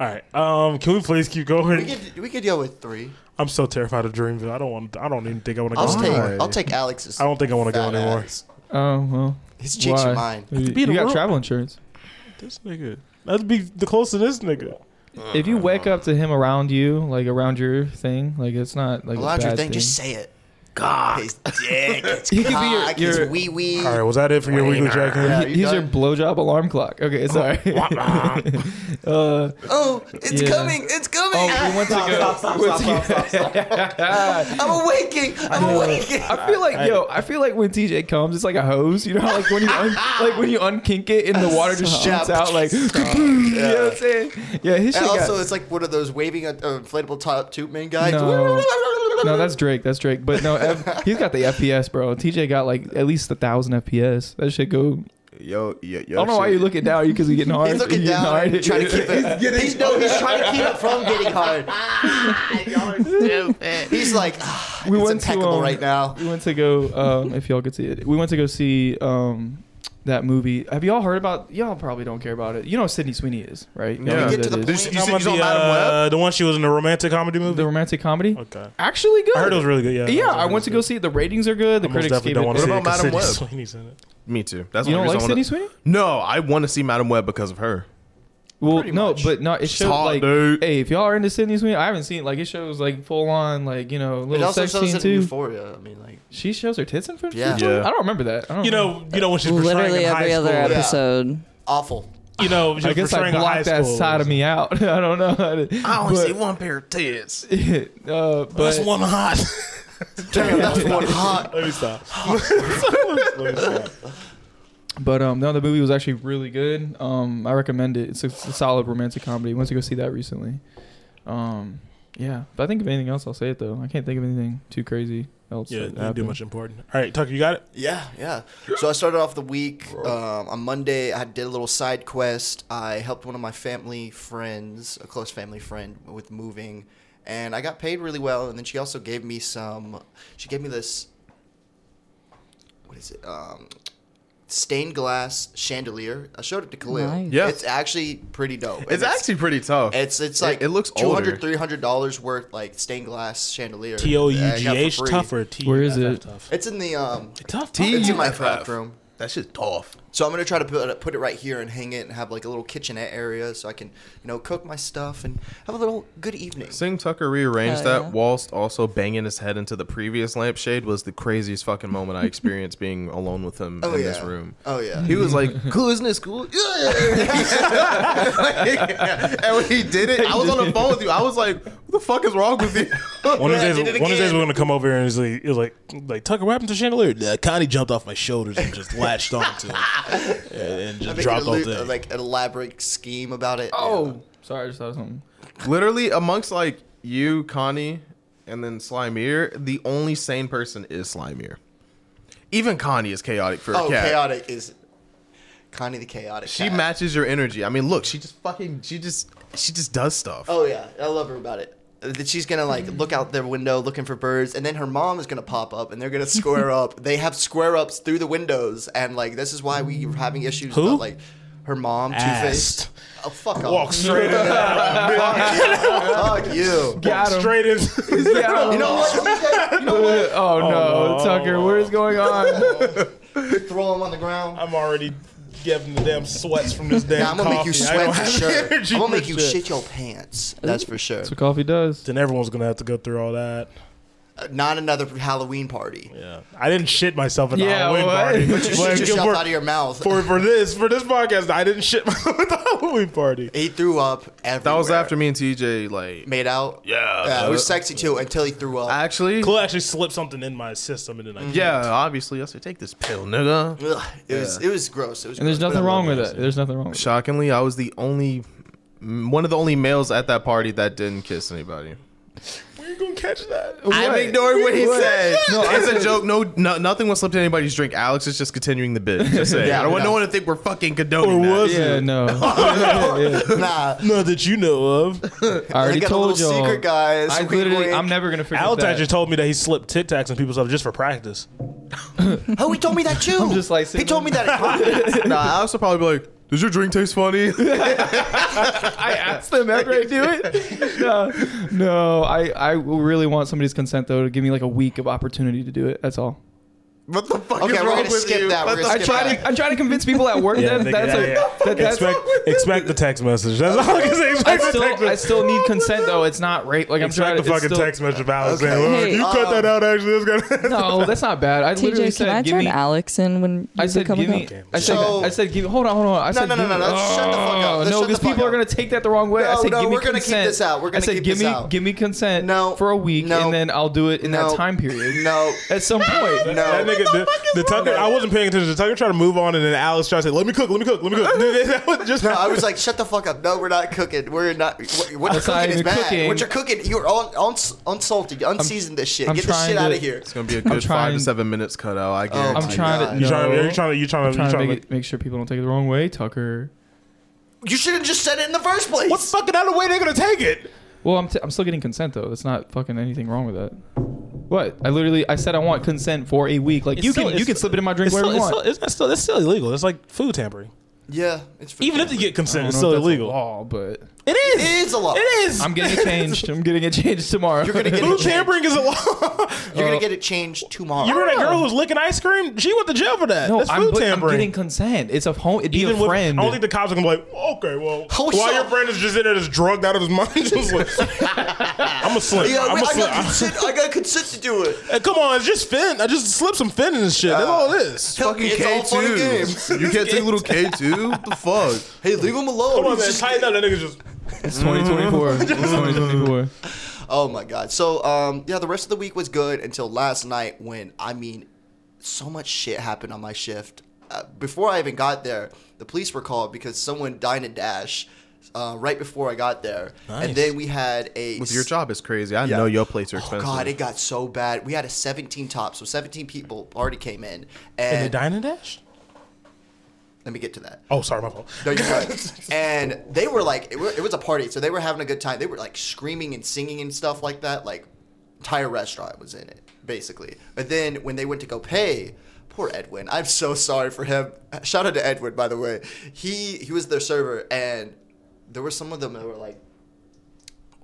Speaker 7: All right. Um, can we please keep
Speaker 4: we
Speaker 7: going?
Speaker 4: could we could go with three.
Speaker 7: I'm so terrified of Dreamville. I don't want. I don't even think I want to go.
Speaker 4: I'll just take
Speaker 7: anymore.
Speaker 4: I'll take Alex's.
Speaker 7: I don't think I want to go
Speaker 4: fat
Speaker 7: anymore.
Speaker 4: ass.
Speaker 5: Oh well.
Speaker 4: He's changing
Speaker 5: why?
Speaker 4: mine.
Speaker 5: You,
Speaker 7: be
Speaker 5: you
Speaker 7: in the
Speaker 5: got
Speaker 7: world.
Speaker 5: travel insurance.
Speaker 7: This nigga. That'd be the closest to this nigga.
Speaker 5: If you wake
Speaker 2: Mm-hmm.
Speaker 5: up to him around you, like around your thing, like it's not like a
Speaker 4: Laundry
Speaker 5: bad
Speaker 4: thing, Just say it. God, his dick, *laughs* his
Speaker 5: *laughs* He could be your-
Speaker 4: cock,
Speaker 5: your-
Speaker 4: his wee wee.
Speaker 7: All right. Was that it for your weekly check
Speaker 4: Yeah.
Speaker 7: in?
Speaker 4: Are you
Speaker 5: He's your
Speaker 4: done?
Speaker 5: blowjob alarm clock.
Speaker 2: *laughs*
Speaker 5: Okay, sorry. *laughs* uh,
Speaker 4: Oh, it's
Speaker 5: Yeah.
Speaker 4: coming! It's coming!
Speaker 5: oh,
Speaker 4: *laughs*
Speaker 5: we went to go. we went to go-
Speaker 4: I'm awaking! I'm awaking!
Speaker 5: I feel like yo, I feel like when TJ comes, it's like a hose. You know how like when you un- like when you unkink it and the water just
Speaker 4: Yeah.
Speaker 5: shoots out like *laughs* you know what I'm saying? Yeah, his shit
Speaker 4: And
Speaker 5: got-
Speaker 4: also, it's like one of those waving uh, inflatable top tube man guys. *laughs*
Speaker 5: No. no, that's Drake. That's Drake. But no, F- he's got the FPS, bro. TJ got like at least a thousand FPS. That shit go.
Speaker 2: Yo, yo, yo.
Speaker 5: I don't know why you're looking down. You because you getting hard.
Speaker 4: He's looking
Speaker 5: You getting
Speaker 4: down,
Speaker 5: hard?
Speaker 4: and trying to
Speaker 5: *laughs*
Speaker 4: keep it. he's, no, he's trying to keep it from getting hard. *laughs* He's like, ah,
Speaker 5: *laughs* we
Speaker 4: it's
Speaker 5: went
Speaker 4: impeccable
Speaker 5: to, um,
Speaker 4: right now.
Speaker 5: We went to go. Um, if y'all could see it, we went to go see um, that movie. Have y'all heard about? Y'all probably don't care about it. You know who Sydney Sweeney is, right? Y'all
Speaker 2: Yeah.
Speaker 5: know
Speaker 2: We
Speaker 5: who
Speaker 2: get
Speaker 4: to
Speaker 5: that
Speaker 4: the
Speaker 5: is.
Speaker 2: You, see- you,
Speaker 7: Talking
Speaker 2: see- you
Speaker 7: about
Speaker 2: saw
Speaker 7: the,
Speaker 2: Madam Web?
Speaker 7: uh, the one she was in a romantic comedy movie.
Speaker 5: the romantic comedy.
Speaker 7: okay.
Speaker 5: Actually, good.
Speaker 7: I heard it was really good. Yeah. that was
Speaker 5: yeah, I
Speaker 7: really
Speaker 5: went to
Speaker 7: good.
Speaker 5: go see it. The ratings are good. The
Speaker 7: I most
Speaker 5: critics
Speaker 7: definitely
Speaker 5: gave
Speaker 7: don't
Speaker 5: it.
Speaker 7: want to
Speaker 2: What
Speaker 7: see
Speaker 2: about
Speaker 7: it 'cause
Speaker 2: Madam
Speaker 7: Sydney
Speaker 2: Web?
Speaker 7: Sweeney's in it.
Speaker 2: Me too. That's
Speaker 5: You
Speaker 2: the
Speaker 5: don't
Speaker 2: only
Speaker 5: like
Speaker 2: reason I
Speaker 5: Sydney
Speaker 2: wanna-
Speaker 5: Sweeney?
Speaker 2: No, I want to see Madam Web because of her.
Speaker 5: Well, no, but no, it shows
Speaker 2: hot,
Speaker 5: like,
Speaker 2: dude.
Speaker 5: hey, if y'all are into Sydney Sweeney, I haven't seen like it shows like full on like you know
Speaker 4: It
Speaker 5: little
Speaker 4: also
Speaker 5: sex
Speaker 4: shows
Speaker 5: scene
Speaker 4: it in
Speaker 5: too.
Speaker 4: Euphoria. I mean, like,
Speaker 5: She shows her tits in front.
Speaker 4: Yeah.
Speaker 2: Yeah.
Speaker 5: I don't remember that. I don't
Speaker 7: You know, you know when she's portraying
Speaker 6: Literally
Speaker 7: in high
Speaker 6: every other
Speaker 7: school,
Speaker 4: Yeah.
Speaker 6: episode.
Speaker 4: awful.
Speaker 7: You know, she's
Speaker 5: I guess I
Speaker 7: portraying a high
Speaker 5: blocked that
Speaker 7: school.
Speaker 5: side of me out. *laughs* I don't know. How to, I only see
Speaker 2: one pair of tits.
Speaker 5: one. *laughs* Uh, but
Speaker 7: That's one hot.
Speaker 4: Damn,
Speaker 5: *laughs*
Speaker 4: that's one
Speaker 7: *laughs*
Speaker 4: hot.
Speaker 7: Let me stop. *laughs* Let me stop.
Speaker 5: But um, no, the movie was actually really good. Um, I recommend it. It's a, it's a solid romantic comedy. Went to go see that recently. Um, yeah. If I think of anything else, I'll say it though. I can't think of anything too crazy else.
Speaker 7: Yeah,
Speaker 5: that
Speaker 7: didn't do
Speaker 5: happened.
Speaker 7: much important. All right, Tucker, you got it.
Speaker 4: Yeah, yeah. So I started off the week um, on Monday. I did a little side quest. I helped one of my family friends, a close family friend, with moving, and I got paid really well. And then she also gave me some. She gave me this. What is it? Um, stained glass chandelier. I showed it to Khalil.
Speaker 6: Nice.
Speaker 2: Yeah.
Speaker 4: it's actually pretty dope.
Speaker 2: *laughs*
Speaker 4: and
Speaker 2: It's actually pretty tough.
Speaker 4: It's it's
Speaker 2: It-
Speaker 4: like
Speaker 2: it, looks older.
Speaker 4: 200 dollars worth like stained glass chandelier.
Speaker 7: T O U
Speaker 4: that I
Speaker 7: G
Speaker 4: got for
Speaker 7: H
Speaker 4: free.
Speaker 7: tough or T?
Speaker 5: Where is
Speaker 7: F F
Speaker 5: it?
Speaker 7: Tough.
Speaker 4: It's in the um.
Speaker 7: Tough.
Speaker 4: It's in my
Speaker 2: TUFF.
Speaker 4: craft room.
Speaker 2: That shit's tough.
Speaker 4: So I'm gonna try to put it, put it right here and hang it and have like a little kitchenette area so I can you know cook my stuff and have a little good evening.
Speaker 2: Sing Tucker rearranged that
Speaker 6: Hell yeah.
Speaker 2: whilst also banging his head into the previous lampshade was the craziest fucking moment I experienced being alone with him
Speaker 4: Oh
Speaker 2: in
Speaker 4: yeah.
Speaker 2: this room. *laughs*
Speaker 4: Oh yeah.
Speaker 2: He was like, cool, isn't this cool? Yeah. and when he did it, I was on the phone with you. I was like, what the fuck is wrong with you?
Speaker 7: One of
Speaker 4: Yeah, I
Speaker 7: these days,
Speaker 4: did it
Speaker 7: one of these days
Speaker 4: again.
Speaker 7: we're gonna come over here and it's like, it was like, like Tucker, what happened to chandelier? Yeah, Connie jumped off my shoulders and just latched onto it and, and
Speaker 4: I
Speaker 7: just
Speaker 4: think
Speaker 7: dropped
Speaker 4: an
Speaker 7: off
Speaker 4: elu-
Speaker 7: the
Speaker 4: like an elaborate scheme about it.
Speaker 5: Oh, sorry, I just thought of something.
Speaker 2: Literally, amongst like you, Connie, and then Slimeer, the only sane person is Slimeer. Even Connie is chaotic for
Speaker 4: Yeah.
Speaker 2: a
Speaker 4: Oh,
Speaker 2: cat.
Speaker 4: chaotic is Connie the chaotic.
Speaker 2: She
Speaker 4: cat.
Speaker 2: matches your energy. I mean, look, she just fucking, she just, she just does stuff.
Speaker 4: Oh yeah, I love her about it. Uh, That she's gonna like
Speaker 7: Mm.
Speaker 4: look out their window looking for birds, and then her mom is gonna pop up, and they're gonna square
Speaker 7: *laughs*
Speaker 4: up. They have square ups through the windows, and like this is why we were having issues.
Speaker 7: Who?
Speaker 4: About, like her mom, Two Faced.
Speaker 7: Ass.
Speaker 4: Oh fuck off.
Speaker 7: walk straight in, *laughs*
Speaker 4: *laughs* Fuck you.
Speaker 5: Got him.
Speaker 7: straight in.
Speaker 4: You know what? You guys
Speaker 5: Oh, no, Tucker, what is going on?
Speaker 4: Throw him on the ground.
Speaker 7: *laughs* I'm already getting the damn sweats from this damn.
Speaker 4: Nah, I'm gonna make you
Speaker 7: coffee. I
Speaker 4: sweat
Speaker 7: don't
Speaker 4: for
Speaker 7: have the
Speaker 4: sure.
Speaker 7: energy
Speaker 4: I'm gonna
Speaker 7: for
Speaker 4: make you
Speaker 7: shit.
Speaker 4: shit your pants. That's for sure.
Speaker 5: That's what coffee does.
Speaker 7: Then everyone's gonna have to go through all that.
Speaker 4: Uh, Not another Halloween party.
Speaker 7: Yeah, I didn't shit myself at the
Speaker 5: Yeah,
Speaker 7: Halloween
Speaker 5: what?
Speaker 7: party.
Speaker 5: But
Speaker 4: You
Speaker 7: Like,
Speaker 4: shit yourself
Speaker 7: for,
Speaker 4: out of your mouth.
Speaker 7: for for this for this podcast, I didn't shit *laughs* myself at the Halloween party.
Speaker 4: he threw up everywhere.
Speaker 2: That was after me and TJ, like,
Speaker 4: Made out.
Speaker 2: Yeah.
Speaker 4: Yeah,
Speaker 5: Uh,
Speaker 4: it was sexy too until he threw up.
Speaker 2: actually,
Speaker 7: Chloe actually slipped something in my system, and then I
Speaker 2: yeah, obviously, I said, take this pill, nigga.
Speaker 4: Ugh, it was it was gross. It was
Speaker 5: And there's
Speaker 4: gross, but uh,
Speaker 5: nothing
Speaker 4: I
Speaker 5: wrong
Speaker 4: loved
Speaker 5: with
Speaker 4: it.
Speaker 5: it. There's nothing wrong with it.
Speaker 2: Shockingly, I was the only, m- one of the only males at that party that didn't kiss anybody.
Speaker 7: Where you gonna catch that?
Speaker 2: I'm ignoring what he
Speaker 5: *laughs*
Speaker 2: said. No, it's a joke. No, no, nothing was slipped in anybody's drink. Alex is just continuing the bit. Just saying.
Speaker 4: Yeah,
Speaker 2: I don't want
Speaker 4: no.
Speaker 2: no one to think we're fucking condoning
Speaker 7: Or
Speaker 2: that. *laughs*
Speaker 7: was-
Speaker 5: Yeah, no. Yeah.
Speaker 4: Nah,
Speaker 7: Not that you know of.
Speaker 5: I
Speaker 4: I
Speaker 5: already
Speaker 4: got a little
Speaker 5: told y'all.
Speaker 4: secret, guys.
Speaker 5: I
Speaker 4: Wink,
Speaker 5: literally,
Speaker 4: wink.
Speaker 5: I'm never gonna forget
Speaker 7: Alex
Speaker 5: that.
Speaker 7: actually told me that he slipped Tic Tacs in people's stuff just for practice.
Speaker 4: Oh, he told me
Speaker 5: *laughs*
Speaker 4: that too.
Speaker 5: I'm just like
Speaker 4: he
Speaker 5: sitting
Speaker 4: told me that. at
Speaker 5: *laughs*
Speaker 4: conference.
Speaker 2: Nah, Alex would probably be like, "Does your drink taste funny?"
Speaker 5: I asked them after I do it. *laughs* No, no, I, I really want somebody's consent though to give me like a week of opportunity to do it. That's all.
Speaker 2: what the fuck
Speaker 4: Okay,
Speaker 2: is
Speaker 4: we're
Speaker 2: wrong
Speaker 4: gonna
Speaker 2: with
Speaker 4: skip
Speaker 2: you?
Speaker 4: that.
Speaker 2: What
Speaker 4: We're
Speaker 2: the-
Speaker 4: gonna
Speaker 5: I
Speaker 4: skip
Speaker 5: try
Speaker 4: that.
Speaker 5: to I try to convince people at work that
Speaker 7: they-
Speaker 5: that's
Speaker 7: yeah,
Speaker 5: a,
Speaker 7: yeah.
Speaker 5: that that's
Speaker 7: expect, expect the text message. That's all I can say.
Speaker 5: I
Speaker 7: Expect the text
Speaker 5: still I
Speaker 7: message.
Speaker 5: still need consent though. It's not rape. Like I'm
Speaker 7: Expect
Speaker 5: trying
Speaker 7: the
Speaker 5: to
Speaker 7: fucking
Speaker 5: it's still,
Speaker 7: text message of Alex
Speaker 4: Okay.
Speaker 7: saying, "Well,
Speaker 6: Hey,
Speaker 7: can you cut
Speaker 4: um,
Speaker 7: that out, actually. That's gonna... *laughs*
Speaker 5: No, that's not bad. I
Speaker 6: TJ,
Speaker 5: literally
Speaker 6: can
Speaker 5: said
Speaker 6: I
Speaker 5: give
Speaker 6: turn
Speaker 5: me.
Speaker 6: Alex in when you
Speaker 5: I said
Speaker 6: become a
Speaker 5: give me.
Speaker 6: adult?
Speaker 5: I said
Speaker 4: So-
Speaker 5: I said give. Hold on, hold on. I
Speaker 4: No,
Speaker 5: said,
Speaker 4: no, no,
Speaker 5: give
Speaker 4: no,
Speaker 5: me- Oh,
Speaker 4: no, let's shut the fuck up. Let's
Speaker 5: no,
Speaker 4: shut
Speaker 5: because
Speaker 4: the fuck
Speaker 5: people are
Speaker 4: up.
Speaker 5: gonna take that the wrong way. I
Speaker 4: No,
Speaker 5: said
Speaker 4: no,
Speaker 5: give me
Speaker 4: we're gonna keep
Speaker 5: consent.
Speaker 4: this out. We're
Speaker 5: I
Speaker 4: gonna
Speaker 5: said
Speaker 4: keep
Speaker 5: give
Speaker 4: this
Speaker 5: me
Speaker 4: out.
Speaker 5: give me consent
Speaker 4: No.
Speaker 5: for a week
Speaker 4: No.
Speaker 5: and then I'll do it in
Speaker 4: No.
Speaker 5: that time period.
Speaker 4: No.
Speaker 5: At some point.
Speaker 4: No.
Speaker 7: That nigga, the, the Tucker, I wasn't paying attention. The Tucker tried to move on, and then Alex tried to say, "Let me cook, let me cook, let me cook." *laughs* that was just
Speaker 4: No, I was like, shut the fuck up. No, we're not cooking. We're not. What, what you're
Speaker 5: That's not
Speaker 4: cooking is
Speaker 5: even
Speaker 4: bad.
Speaker 5: cooking.
Speaker 4: What you're cooking, you're un, uns unsalted, unseasoned this shit.
Speaker 5: I'm
Speaker 4: Get this
Speaker 5: trying
Speaker 4: shit
Speaker 5: to-
Speaker 4: out of here.
Speaker 2: It's gonna be *laughs* a good five
Speaker 5: trying-
Speaker 2: to seven minutes cut out. I guarantee.
Speaker 4: my
Speaker 5: I'm trying
Speaker 4: God.
Speaker 5: to.
Speaker 7: You trying to,
Speaker 5: no.
Speaker 7: you trying to, you trying to,
Speaker 5: trying
Speaker 7: you
Speaker 5: to
Speaker 7: trying
Speaker 5: make, it, make sure people don't take it the wrong way, Tucker.
Speaker 4: You should have just said it in the first place.
Speaker 7: What's fucking out of the way they're gonna take it?
Speaker 5: Well, I'm, t- I'm still getting consent though. It's not fucking anything wrong with that. What? I literally I said I want consent for a week. Like you can you can slip it in my drink
Speaker 7: It's
Speaker 5: wherever
Speaker 7: still,
Speaker 5: you
Speaker 7: it's
Speaker 5: want.
Speaker 7: still, it's, that's still, it's still illegal. It's like food tampering.
Speaker 4: yeah, it's for
Speaker 7: Even if you get
Speaker 5: I don't
Speaker 7: consent,
Speaker 5: know
Speaker 7: it's
Speaker 5: if
Speaker 7: still
Speaker 5: that's a
Speaker 7: illegal.
Speaker 5: law, but
Speaker 7: It is.
Speaker 4: It is a law.
Speaker 7: It is.
Speaker 5: I'm getting it changed. I'm getting it changed tomorrow.
Speaker 4: you're gonna get it
Speaker 7: Food
Speaker 4: changed.
Speaker 7: tampering is a law.
Speaker 4: You're gonna get it changed tomorrow.
Speaker 7: Uh, You remember that girl who was licking ice cream? She went to jail for that.
Speaker 5: *laughs* no,
Speaker 7: That's
Speaker 5: I'm,
Speaker 7: food
Speaker 5: but I'm
Speaker 7: tampering.
Speaker 5: getting consent. It's a home. It'd be
Speaker 7: Even
Speaker 5: a
Speaker 7: with-
Speaker 5: friend.
Speaker 7: I don't think the cops are gonna be like, okay, well,
Speaker 4: Oh,
Speaker 7: while
Speaker 4: so-
Speaker 7: your friend is just in there, just drugged out of his *laughs* mind. just like, I'm a slim.
Speaker 4: Yeah,
Speaker 7: I'm
Speaker 4: wait,
Speaker 7: a
Speaker 4: I
Speaker 7: slim.
Speaker 4: got consent. I got consent to do it.
Speaker 7: Hey, come on, it's just fin. I just slipped some fin in this shit. That's all it is.
Speaker 4: Hell,
Speaker 2: fucking
Speaker 4: it's all fun and games.
Speaker 2: K two. You can't take little K two. What the fuck?
Speaker 4: Hey, leave him alone.
Speaker 7: Come on,
Speaker 4: He's
Speaker 7: man.
Speaker 4: Uh, just-
Speaker 7: Tighten up. That nigga just.
Speaker 5: it's 2024. It's 2024.
Speaker 4: Oh my god. So um yeah, the rest of the week was good until last night when I mean so much shit happened on my shift. Uh, before I even got there, the police were called because someone dined and dash uh, right before I got there.
Speaker 7: Nice.
Speaker 4: And then we had a
Speaker 2: With your job is crazy. I
Speaker 4: Yeah.
Speaker 2: know your plates are expensive.
Speaker 4: Oh god, it got so bad. We had a Eh. 17 top, so 17 people already came in and
Speaker 7: In the dining dash?
Speaker 4: Let me get to that.
Speaker 7: Oh, sorry, my fault.
Speaker 4: No, you're good. and they were like, it, wa- it was a party, so they were having a good time. They were like screaming and singing and stuff like that. Like, entire restaurant was in it, basically. But then when they went to go pay, poor Edwin. I'm so sorry for him. Shout out to Edwin, by the way. He he was their server, and there were some of them that were like,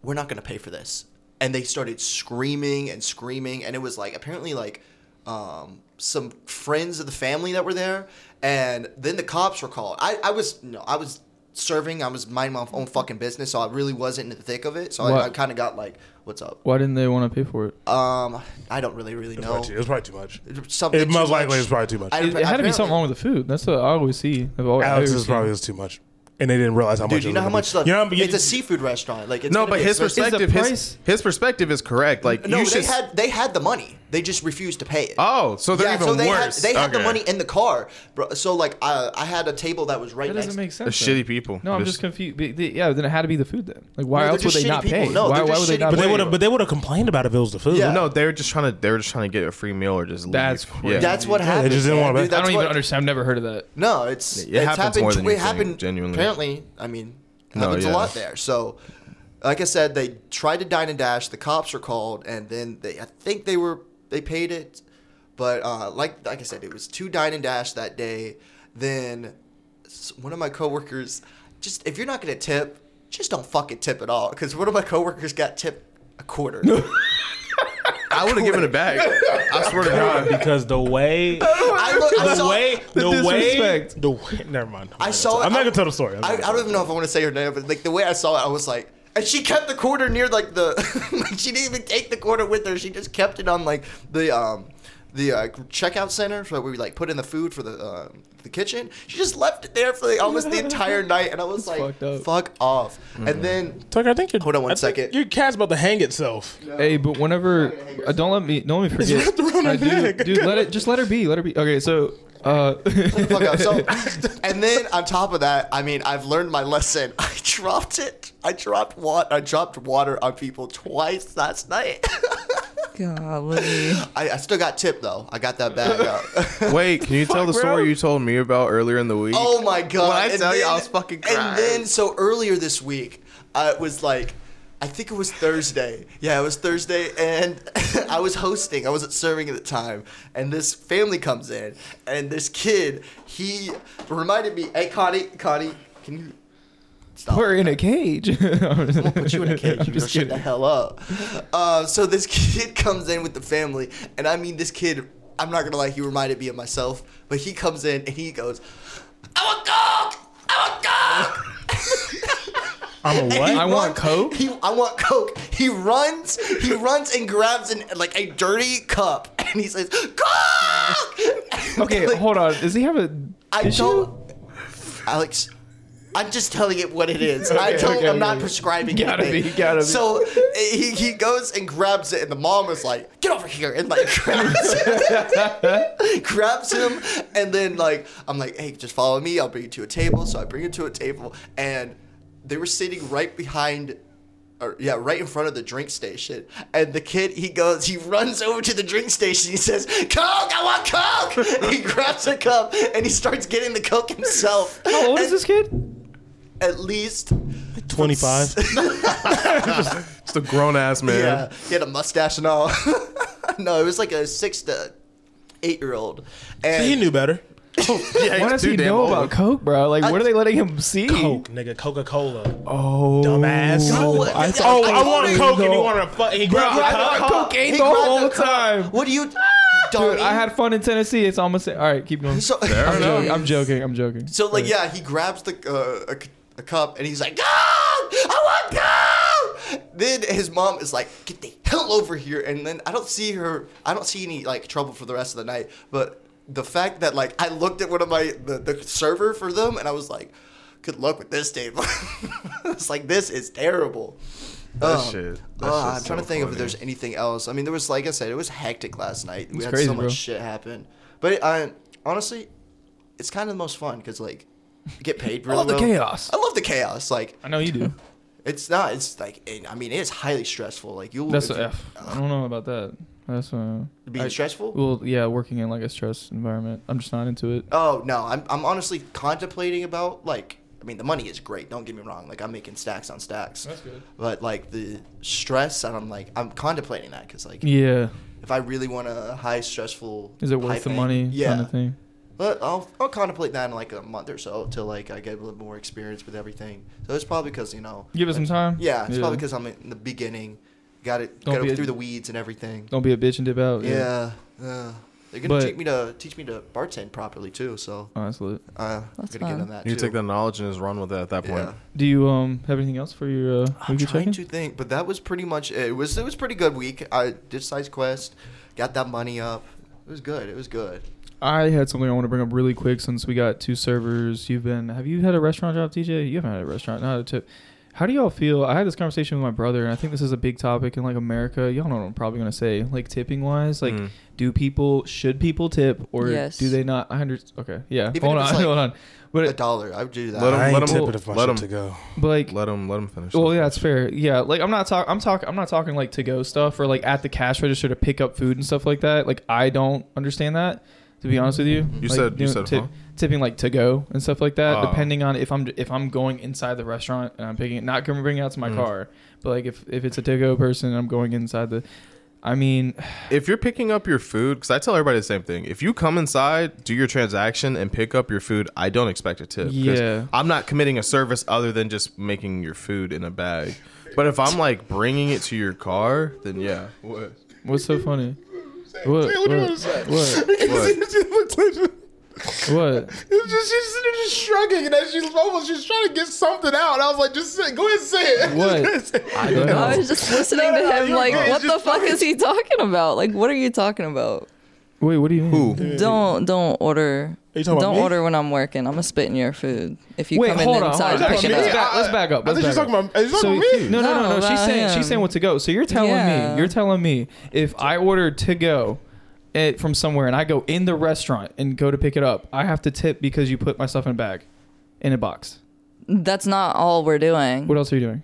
Speaker 4: "We're not gonna pay for this," and they started screaming and screaming, and it was like apparently like um, some friends of the family that were there, and then the cops were called. I I was no I was serving. I was minding my own fucking business, so I really wasn't in the thick of it. So
Speaker 5: What?
Speaker 4: I, I kind of got like, "What's up?"
Speaker 5: Why didn't they want to pay for it?
Speaker 4: Um, I don't really really know.
Speaker 7: It was probably too much.
Speaker 4: Something
Speaker 7: It most
Speaker 4: too
Speaker 7: likely
Speaker 4: much.
Speaker 7: was probably too much.
Speaker 4: I-
Speaker 5: It, it had to be something
Speaker 4: apparently-
Speaker 5: wrong with the food. That's what I always see. I've always,
Speaker 7: Alex's probably was too much, and they didn't realize how much.
Speaker 4: Dude, you know how much the,
Speaker 7: stuff. You know,
Speaker 4: it's a seafood restaurant. Like it's
Speaker 2: No,
Speaker 4: gonna
Speaker 2: but
Speaker 4: be
Speaker 2: his
Speaker 4: expensive.
Speaker 2: perspective, his,
Speaker 5: price-
Speaker 2: his perspective is correct. Like
Speaker 4: No,
Speaker 2: you
Speaker 4: they
Speaker 2: should.
Speaker 4: had they had the money. They just refused to pay it.
Speaker 2: oh, so they're
Speaker 4: yeah,
Speaker 2: even
Speaker 4: so they
Speaker 2: worse.
Speaker 4: had they had the
Speaker 2: Okay.
Speaker 4: money in the car, bro. So like I I had a table that was right
Speaker 5: That
Speaker 4: next.
Speaker 5: doesn't make
Speaker 2: They're
Speaker 5: sense. though.
Speaker 2: shitty people.
Speaker 5: No, I'm
Speaker 2: There's-
Speaker 5: just confused. Be- the- Yeah, then it had to be the food then. Like, why
Speaker 4: No, they're
Speaker 5: else would
Speaker 4: just
Speaker 5: they
Speaker 4: shitty
Speaker 5: not
Speaker 4: people.
Speaker 5: pay?
Speaker 4: No,
Speaker 5: why
Speaker 4: they're
Speaker 5: why
Speaker 4: just
Speaker 5: would they
Speaker 4: shitty
Speaker 5: not
Speaker 7: but they
Speaker 5: pay?
Speaker 7: would have. But they would have complained about it if it was the food.
Speaker 4: Yeah.
Speaker 2: No, they're just trying to. They're just trying to get a free meal or just leave.
Speaker 5: That's crazy.
Speaker 4: that's what happened.
Speaker 7: just didn't
Speaker 4: man,
Speaker 7: wanna pay.
Speaker 4: dude,
Speaker 5: I
Speaker 4: that's
Speaker 5: don't even
Speaker 4: what-
Speaker 5: understand. I've never heard of that.
Speaker 4: No, it's
Speaker 2: It
Speaker 4: it's
Speaker 2: happens
Speaker 4: happened.
Speaker 2: more than
Speaker 4: it
Speaker 2: you think,
Speaker 4: happened
Speaker 2: genuinely.
Speaker 4: Apparently, I mean, it
Speaker 2: No,
Speaker 4: happens
Speaker 2: yeah.
Speaker 4: a lot there. So, like I said, they tried to dine and dash. The cops were called, and then they I think they were they paid it, but uh, like like I said, it was two dine and dash that day. Then s- one of my coworkers just if you're not gonna tip, just don't fucking tip at all. Because one of my coworkers got tipped a quarter.
Speaker 2: I would have given it back. *laughs* I swear to
Speaker 4: *laughs*
Speaker 2: God.
Speaker 7: because the way,
Speaker 4: I, look, I
Speaker 7: the
Speaker 4: saw-
Speaker 7: way, the, way,
Speaker 5: disrespect.
Speaker 7: the way. Never mind.
Speaker 4: I saw it.
Speaker 7: I'm
Speaker 4: I-
Speaker 7: not gonna tell the story. I'm not
Speaker 4: I, I
Speaker 7: gonna tell
Speaker 4: don't
Speaker 7: the
Speaker 4: even know if I want to say her name, but like the way I saw it, I was like, and she kept the quarter near like the. *laughs* like, she didn't even take the quarter with her. She just kept it on like the um the uh, checkout center where we like put in the food for the uh, the kitchen. She just left it there for like, almost the entire night, and I was like,
Speaker 5: fucked up.
Speaker 4: fuck off.
Speaker 7: Mm-hmm.
Speaker 4: And then *laughs*
Speaker 7: Tucker, I think you're.
Speaker 4: Hold on one
Speaker 7: I think
Speaker 4: second.
Speaker 7: Your cat's about to hang itself.
Speaker 5: Hey, but whenever uh, don't let me don't
Speaker 4: *laughs*
Speaker 5: let me forget,
Speaker 7: wrapped around
Speaker 5: Uh,
Speaker 7: her
Speaker 5: dude,
Speaker 7: neck.
Speaker 5: dude, let it just let her be, let her be. Okay, so uh, *laughs*
Speaker 4: fuck up. So,
Speaker 7: *laughs*
Speaker 4: and then on top of that, I mean, I've learned my lesson. *laughs* I dropped it. I dropped water. I dropped water on people twice last night. *laughs*
Speaker 6: Golly.
Speaker 5: *laughs*
Speaker 4: I, I still got tipped though. I got that back
Speaker 2: *laughs* *laughs*
Speaker 4: up.
Speaker 2: Wait, can you tell the story you told me about earlier in the week?
Speaker 4: *laughs* Oh my god!
Speaker 2: When I
Speaker 4: And
Speaker 2: tell you, I
Speaker 4: then-
Speaker 2: was fucking crying. *laughs*
Speaker 4: And then, so earlier this week, I was like, I think it was Thursday. Yeah, it was Thursday, and *laughs* I was hosting. I wasn't serving at the time, and this family comes in, and this kid, he reminded me, "Hey, Connie, Connie, can you stop?"
Speaker 5: we're in a cage. *laughs*
Speaker 4: *laughs* I'm gonna put you in a cage.
Speaker 5: I'm
Speaker 4: You're gonna
Speaker 5: just
Speaker 4: shut the
Speaker 5: kidding.
Speaker 4: hell up. *laughs* Uh, so this *laughs* kid comes in with the family, and I mean, this kid, I'm not gonna lie, he reminded me of myself, but he comes in and he goes, I'm a dog! I'm a dog!
Speaker 7: I'm a
Speaker 4: He
Speaker 7: what?
Speaker 5: I want
Speaker 4: runs-
Speaker 5: Coke?
Speaker 4: He, I want Coke. He runs, he runs and grabs an, like a dirty cup, *laughs* and he says, Coke! *laughs*
Speaker 5: okay,
Speaker 4: Like,
Speaker 5: hold on. Does he have a
Speaker 4: I
Speaker 5: issue?
Speaker 4: don't. Alex, I'm just telling it what it is. I
Speaker 5: Okay,
Speaker 4: don't.
Speaker 5: okay,
Speaker 4: I'm not
Speaker 5: okay.
Speaker 4: prescribing.
Speaker 5: Gotta be,
Speaker 4: anything.
Speaker 5: gotta be.
Speaker 4: So uh, he, he goes and grabs it, and the mom is like, "Get over here!" and like *laughs* grabs, grabs him, and then like I'm like, "Hey, just follow me. I'll bring you to a table." So I bring him to a table, and they were sitting right behind or yeah, right in front of the drink station. And the kid, he goes, he runs over to the drink station. He says, "Coke, I want Coke!" *laughs* he grabs a cup and he starts getting the Coke himself.
Speaker 5: How old is
Speaker 4: At-
Speaker 5: this kid?
Speaker 4: At least,
Speaker 7: 25.
Speaker 2: It's a grown ass man.
Speaker 4: *laughs* yeah, he had a mustache and all. *laughs* no, it was like a six to eight year old. And
Speaker 7: *laughs* He knew better.
Speaker 2: Yeah,
Speaker 5: Why
Speaker 2: he's
Speaker 5: does
Speaker 2: too
Speaker 5: he
Speaker 2: damn
Speaker 5: know
Speaker 2: old.
Speaker 5: about Coke, bro? Like, what are they letting him see?
Speaker 7: Coke, nigga. Coca Cola.
Speaker 5: Oh,
Speaker 7: Dumbass.
Speaker 4: No,
Speaker 5: I
Speaker 4: I-
Speaker 5: thought-
Speaker 7: Oh,
Speaker 4: I
Speaker 7: I want
Speaker 4: totally
Speaker 7: Coke, and he
Speaker 5: know.
Speaker 7: wanted a fuck. He grabbed
Speaker 5: I
Speaker 7: the
Speaker 5: thought
Speaker 7: cup.
Speaker 5: cocaine
Speaker 4: he
Speaker 5: the
Speaker 4: grabbed
Speaker 5: whole
Speaker 4: cup.
Speaker 5: time.
Speaker 4: What do you,
Speaker 5: Dude,
Speaker 4: dummy?
Speaker 5: I had fun in Tennessee. It's almost all right. Keep going.
Speaker 4: So- *laughs*
Speaker 5: I'm, joking. I'm joking. I'm joking.
Speaker 4: So like yeah, he grabs the uh, a, cu- a cup and he's like, "Go! I want go!" Then his mom is like, "Get the hell over here!" And then I don't see her. I don't see any like trouble for the rest of the night. But the fact that like I looked at one of my the, the server for them and I was like, "Good luck with this table." *laughs* it's like this is terrible.
Speaker 2: That
Speaker 4: Um,
Speaker 2: shit. that
Speaker 4: uh, I'm
Speaker 2: shit's
Speaker 4: trying
Speaker 2: so
Speaker 4: to think if
Speaker 2: funny.
Speaker 4: there's anything else. I mean, there was like I said, it was hectic last night. We
Speaker 5: It's
Speaker 4: had
Speaker 5: crazy,
Speaker 4: so much
Speaker 5: bro.
Speaker 4: shit happen. But I honestly, it's
Speaker 5: *laughs*
Speaker 4: kind of the most fun because like you get paid. Really
Speaker 5: love the
Speaker 4: well.
Speaker 5: chaos.
Speaker 4: I love the chaos. Like
Speaker 5: I know you do.
Speaker 4: It's not. It's like and, I mean, it's highly stressful. Like you'll
Speaker 5: That's
Speaker 4: if
Speaker 5: a F. I don't know about that. That's uh,
Speaker 4: you- being stressful.
Speaker 5: well, yeah, working in like a stress environment. I'm just not into it.
Speaker 4: Oh no, I'm I'm honestly contemplating about like I mean the money is great. Don't get me wrong. Like I'm making stacks on stacks. That's good. But like the stress, and I'm like I'm contemplating that because like
Speaker 5: Yeah,
Speaker 4: if I really want a high stressful,
Speaker 5: is it
Speaker 4: high
Speaker 5: worth the
Speaker 4: paying-
Speaker 5: money?
Speaker 4: Yeah.
Speaker 5: kind of thing.
Speaker 4: But I'll I'll contemplate that in like a month or so till like I get a little more experience with everything. So it's probably because you know.
Speaker 5: Give it some time.
Speaker 4: Yeah, it's probably because I'm in the beginning. Got it.
Speaker 5: Don't
Speaker 4: Got
Speaker 5: be
Speaker 4: it
Speaker 5: a-
Speaker 4: through the weeds and everything.
Speaker 5: Don't be a bitch and dip out.
Speaker 4: Yeah. Uh, they're gonna
Speaker 5: But-
Speaker 4: teach me to teach me to bartend properly too. So
Speaker 5: Oh, that's lit.
Speaker 4: uh, I'm gonna
Speaker 6: That's
Speaker 4: get
Speaker 6: fun.
Speaker 4: on that
Speaker 2: You
Speaker 4: too.
Speaker 2: take that knowledge and just run with it at that point.
Speaker 4: Yeah.
Speaker 5: Do you um have anything else for your uh,
Speaker 4: I'm
Speaker 5: weekly
Speaker 4: trying
Speaker 5: check-in?
Speaker 4: to think, but that was pretty much it. it. Was it was pretty good week. I did size quest, got that money up. It was good. It was good.
Speaker 5: I had something I want to bring up really quick since we got two servers. You've been have you had a restaurant job, TJ? You haven't had a restaurant, not a tip. How do y'all feel? I had this conversation with my brother, and I think this is a big topic in like America. Y'all know what I'm probably gonna say, like tipping wise, like
Speaker 4: Mm.
Speaker 5: do people should people tip or
Speaker 6: Yes.
Speaker 5: do they not? I understand. Okay, yeah.
Speaker 4: Even
Speaker 5: hold
Speaker 4: if
Speaker 5: on, *laughs*
Speaker 4: it's, like,
Speaker 5: hold on.
Speaker 4: A
Speaker 5: But
Speaker 4: dollar. I would do that.
Speaker 2: Let 'em-
Speaker 7: I
Speaker 2: let
Speaker 7: ain't
Speaker 2: 'em-
Speaker 7: tipping if my
Speaker 2: let 'em.
Speaker 7: shit to go.
Speaker 5: but like
Speaker 2: Let him let him finish.
Speaker 5: Well, yeah, that's fair. Yeah, like I'm not talking. I'm talking. I'm not talking like to go stuff or like at the cash register to pick up food and stuff like that. Like I don't understand that. To be honest with you,
Speaker 2: You
Speaker 5: Like,
Speaker 2: said- you
Speaker 5: doing
Speaker 2: said,
Speaker 5: tip-
Speaker 2: huh?
Speaker 5: tipping like to go and stuff like that.
Speaker 2: Oh.
Speaker 5: Depending on if I'm if I'm going inside the restaurant and I'm picking it, not going to bring it out to
Speaker 2: Mm.
Speaker 5: my car, but like if if it's a to go person, and I'm going inside the. I mean, *sighs*
Speaker 2: if you're picking up your food, because I tell everybody the same thing. If you come inside, do your transaction, and pick up your food, I don't expect a tip. 'cause
Speaker 5: Yeah.
Speaker 2: I'm not committing a service other than just making your food in a bag. But if I'm like bringing it to your car, then yeah. What?
Speaker 5: what's so funny? What? What? What?
Speaker 7: *laughs*
Speaker 5: What?
Speaker 3: It's just, she's sitting there just shrugging, and then she's almost she's trying to get something out. And I was like, just say, go ahead and say it. *laughs*
Speaker 5: What? I don't
Speaker 6: I
Speaker 5: know.
Speaker 6: was just listening
Speaker 3: no,
Speaker 6: to him,
Speaker 3: you're
Speaker 6: like,
Speaker 3: good.
Speaker 6: what the
Speaker 3: Just
Speaker 6: fuck is he talking about? Like, what are you talking about?
Speaker 5: Wait, what do you mean?
Speaker 6: Don't don't order.
Speaker 7: Are you talking
Speaker 6: Don't
Speaker 7: about me?
Speaker 6: order when I'm working. I'm gonna spit in your food if you
Speaker 5: Wait,
Speaker 6: come
Speaker 5: hold
Speaker 6: in
Speaker 5: on,
Speaker 6: inside
Speaker 5: hold
Speaker 6: and
Speaker 5: on.
Speaker 6: pick it
Speaker 5: Actually, let's
Speaker 6: up.
Speaker 5: back- let's back up,
Speaker 7: I
Speaker 5: let's
Speaker 7: think she's
Speaker 5: back
Speaker 7: talking about. Are you
Speaker 5: So
Speaker 7: talking about me?
Speaker 5: no, no, no, no.
Speaker 6: No,
Speaker 5: She's
Speaker 6: about
Speaker 5: saying
Speaker 6: him.
Speaker 5: she's saying what to go. So you're telling
Speaker 6: Yeah.
Speaker 5: me you're telling me if I ordered to go it from somewhere and I go in the restaurant and go to pick it up, I have to tip because you put my stuff in a bag, in a box.
Speaker 6: That's not all we're doing.
Speaker 5: What else are you doing?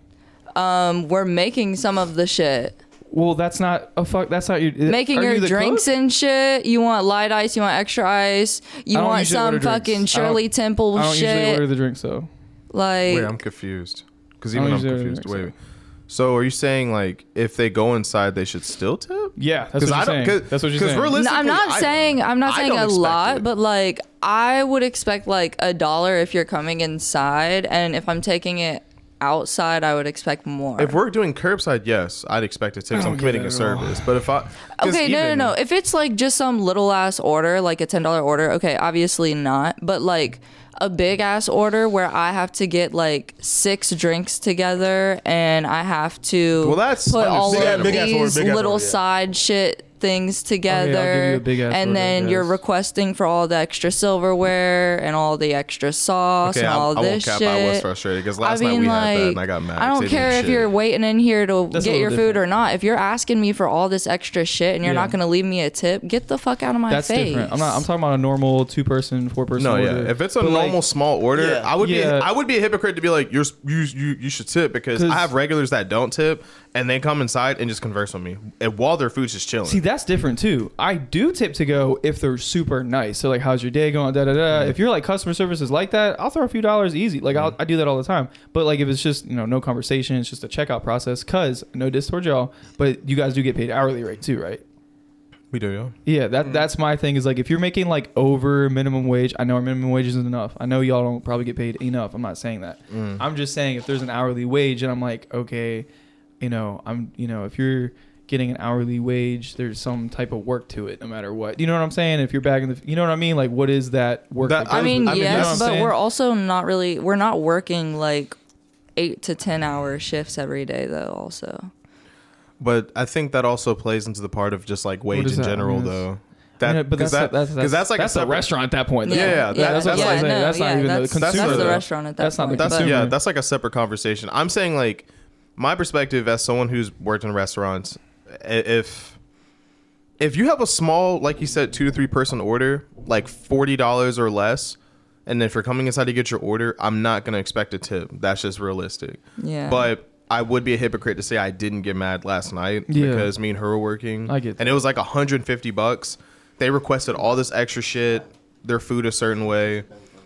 Speaker 6: Um, we're making some of the shit.
Speaker 5: Well, that's not a fuck. That's not your
Speaker 6: Making
Speaker 5: are you
Speaker 6: your
Speaker 5: the
Speaker 6: drinks
Speaker 5: cook?
Speaker 6: and shit. You want light ice. You want extra ice. You
Speaker 5: I don't
Speaker 6: want
Speaker 5: usually order
Speaker 6: some
Speaker 5: drinks. I
Speaker 6: fucking
Speaker 5: don't-
Speaker 6: Shirley Temple
Speaker 5: I don't usually order
Speaker 6: shit.
Speaker 5: the drinks though.
Speaker 6: like,
Speaker 2: Wait, I'm confused. Because
Speaker 5: I
Speaker 2: even
Speaker 5: don't
Speaker 2: I'm
Speaker 5: usually
Speaker 2: confused.
Speaker 5: order
Speaker 2: Wait.
Speaker 5: drinks.
Speaker 2: So are you saying like if they go inside, they should still tip?
Speaker 5: Yeah, that's what
Speaker 2: 'Cause
Speaker 5: you're
Speaker 2: I don't-
Speaker 5: saying.
Speaker 2: 'cause-
Speaker 5: that's what you're
Speaker 2: 'cause
Speaker 5: saying.
Speaker 2: realistically-
Speaker 6: No, I'm not
Speaker 2: I-
Speaker 6: saying I'm not
Speaker 2: I
Speaker 6: saying
Speaker 2: don't
Speaker 6: a
Speaker 2: expect
Speaker 6: lot,
Speaker 2: it.
Speaker 6: but like I would expect like a dollar if you're coming inside, and if I'm taking it outside, I would expect more.
Speaker 2: If we're doing curbside, yes, I'd expect a
Speaker 5: Oh,
Speaker 2: tip. I'm committing a service. But if I 'cause
Speaker 6: okay, no, no,
Speaker 2: even-
Speaker 6: no. If it's like just some little ass order, like a ten dollar order, okay, obviously not. But like a big ass order where I have to get like six drinks together, and I have to
Speaker 2: Well, that's
Speaker 6: put all of
Speaker 2: understandable.
Speaker 7: Big ass order,
Speaker 6: these
Speaker 7: big ass
Speaker 6: little
Speaker 7: order, yeah.
Speaker 6: side shit things
Speaker 5: Oh,
Speaker 6: together,
Speaker 5: you a big ass
Speaker 6: and
Speaker 5: order,
Speaker 6: then you're
Speaker 5: yes.
Speaker 6: requesting for all the extra silverware and all the extra sauce
Speaker 2: Okay,
Speaker 6: and
Speaker 2: I,
Speaker 6: all
Speaker 2: I won't
Speaker 6: this
Speaker 2: cap.
Speaker 6: shit.
Speaker 2: I was frustrated because last night we had that, and I got mad. 'cause they
Speaker 6: don't
Speaker 2: didn't
Speaker 6: care if
Speaker 2: shit.
Speaker 6: you're waiting in here to
Speaker 5: That's a
Speaker 6: get
Speaker 5: little
Speaker 6: your food or not. If you're asking me for all this extra shit and you're
Speaker 5: Yeah.
Speaker 6: not going to leave me a tip, get the fuck out of my
Speaker 5: That's
Speaker 6: face.
Speaker 5: different. I'm not. I'm talking about a normal two person, four person.
Speaker 2: No,
Speaker 5: order.
Speaker 2: yeah. If it's a
Speaker 5: But, like,
Speaker 2: normal small order,
Speaker 4: Yeah.
Speaker 2: I would
Speaker 5: Yeah.
Speaker 2: be I would be a hypocrite to be like you're s- you you, you should tip because
Speaker 5: 'Cause-
Speaker 2: I have regulars that don't tip and they come inside and just converse with me and while their food's just chilling.
Speaker 5: See, that's different too. I do tip to go if they're super nice. So like, how's your day going? Da da da. If you're like customer service is like that, I'll throw a few dollars easy. Like I'll, I do that all the time. But like if it's just you know no conversation, it's just a checkout process. Cause no diss towards y'all, but you guys do get paid hourly rate too, right?
Speaker 2: we do, yeah.
Speaker 5: Yeah, that
Speaker 2: Mm.
Speaker 5: that's my thing. Is like if you're making like over minimum wage, I know our minimum wage isn't enough. I know y'all don't probably get paid enough. I'm not saying that.
Speaker 2: Mm.
Speaker 5: I'm just saying if there's an hourly wage, and I'm like, okay, you know, I'm you know, if you're getting an hourly wage, there's some type of work to it, no matter what. You know what I'm saying? If you're back in the, you know what I mean? Like, what is that work?
Speaker 2: That-
Speaker 5: that
Speaker 6: I
Speaker 5: goes
Speaker 6: mean,
Speaker 5: with it? You know what I'm
Speaker 6: yes, but
Speaker 5: saying?
Speaker 6: we're also not really, we're not working like eight to 10 hour shifts every day, though, also.
Speaker 2: But I think that also plays into the part of just like wage
Speaker 5: does
Speaker 2: in
Speaker 5: that- I
Speaker 2: general
Speaker 5: mean, that's-
Speaker 2: though.
Speaker 5: I
Speaker 2: That,
Speaker 5: mean, but that's
Speaker 2: 'cause that,
Speaker 5: that, that's
Speaker 2: 'cause
Speaker 5: that's,
Speaker 2: that's like
Speaker 5: that's a
Speaker 2: separate-
Speaker 5: restaurant at that point. though.
Speaker 2: Yeah, yeah, that-
Speaker 5: yeah, that's what
Speaker 2: yeah,
Speaker 5: I'm saying.
Speaker 6: no,
Speaker 5: that's not
Speaker 6: yeah,
Speaker 5: even
Speaker 6: that's-
Speaker 5: the consumer.
Speaker 2: that's the
Speaker 5: though.
Speaker 6: restaurant at that
Speaker 5: That's not the
Speaker 6: point. That's-
Speaker 5: consumer.
Speaker 2: yeah, that's like a separate conversation. I'm saying like my perspective as someone who's worked in restaurants, i- if if you have a small, like you said, two to three person order, like forty dollars or less, and if you're coming inside to get your order, I'm not gonna expect a tip. That's just realistic.
Speaker 6: Yeah.
Speaker 2: But I would be a hypocrite to say I didn't get mad last night
Speaker 5: Yeah.
Speaker 2: because me and her were working.
Speaker 5: I get
Speaker 2: and it was like 150 bucks. They requested all this extra shit, their food a certain way.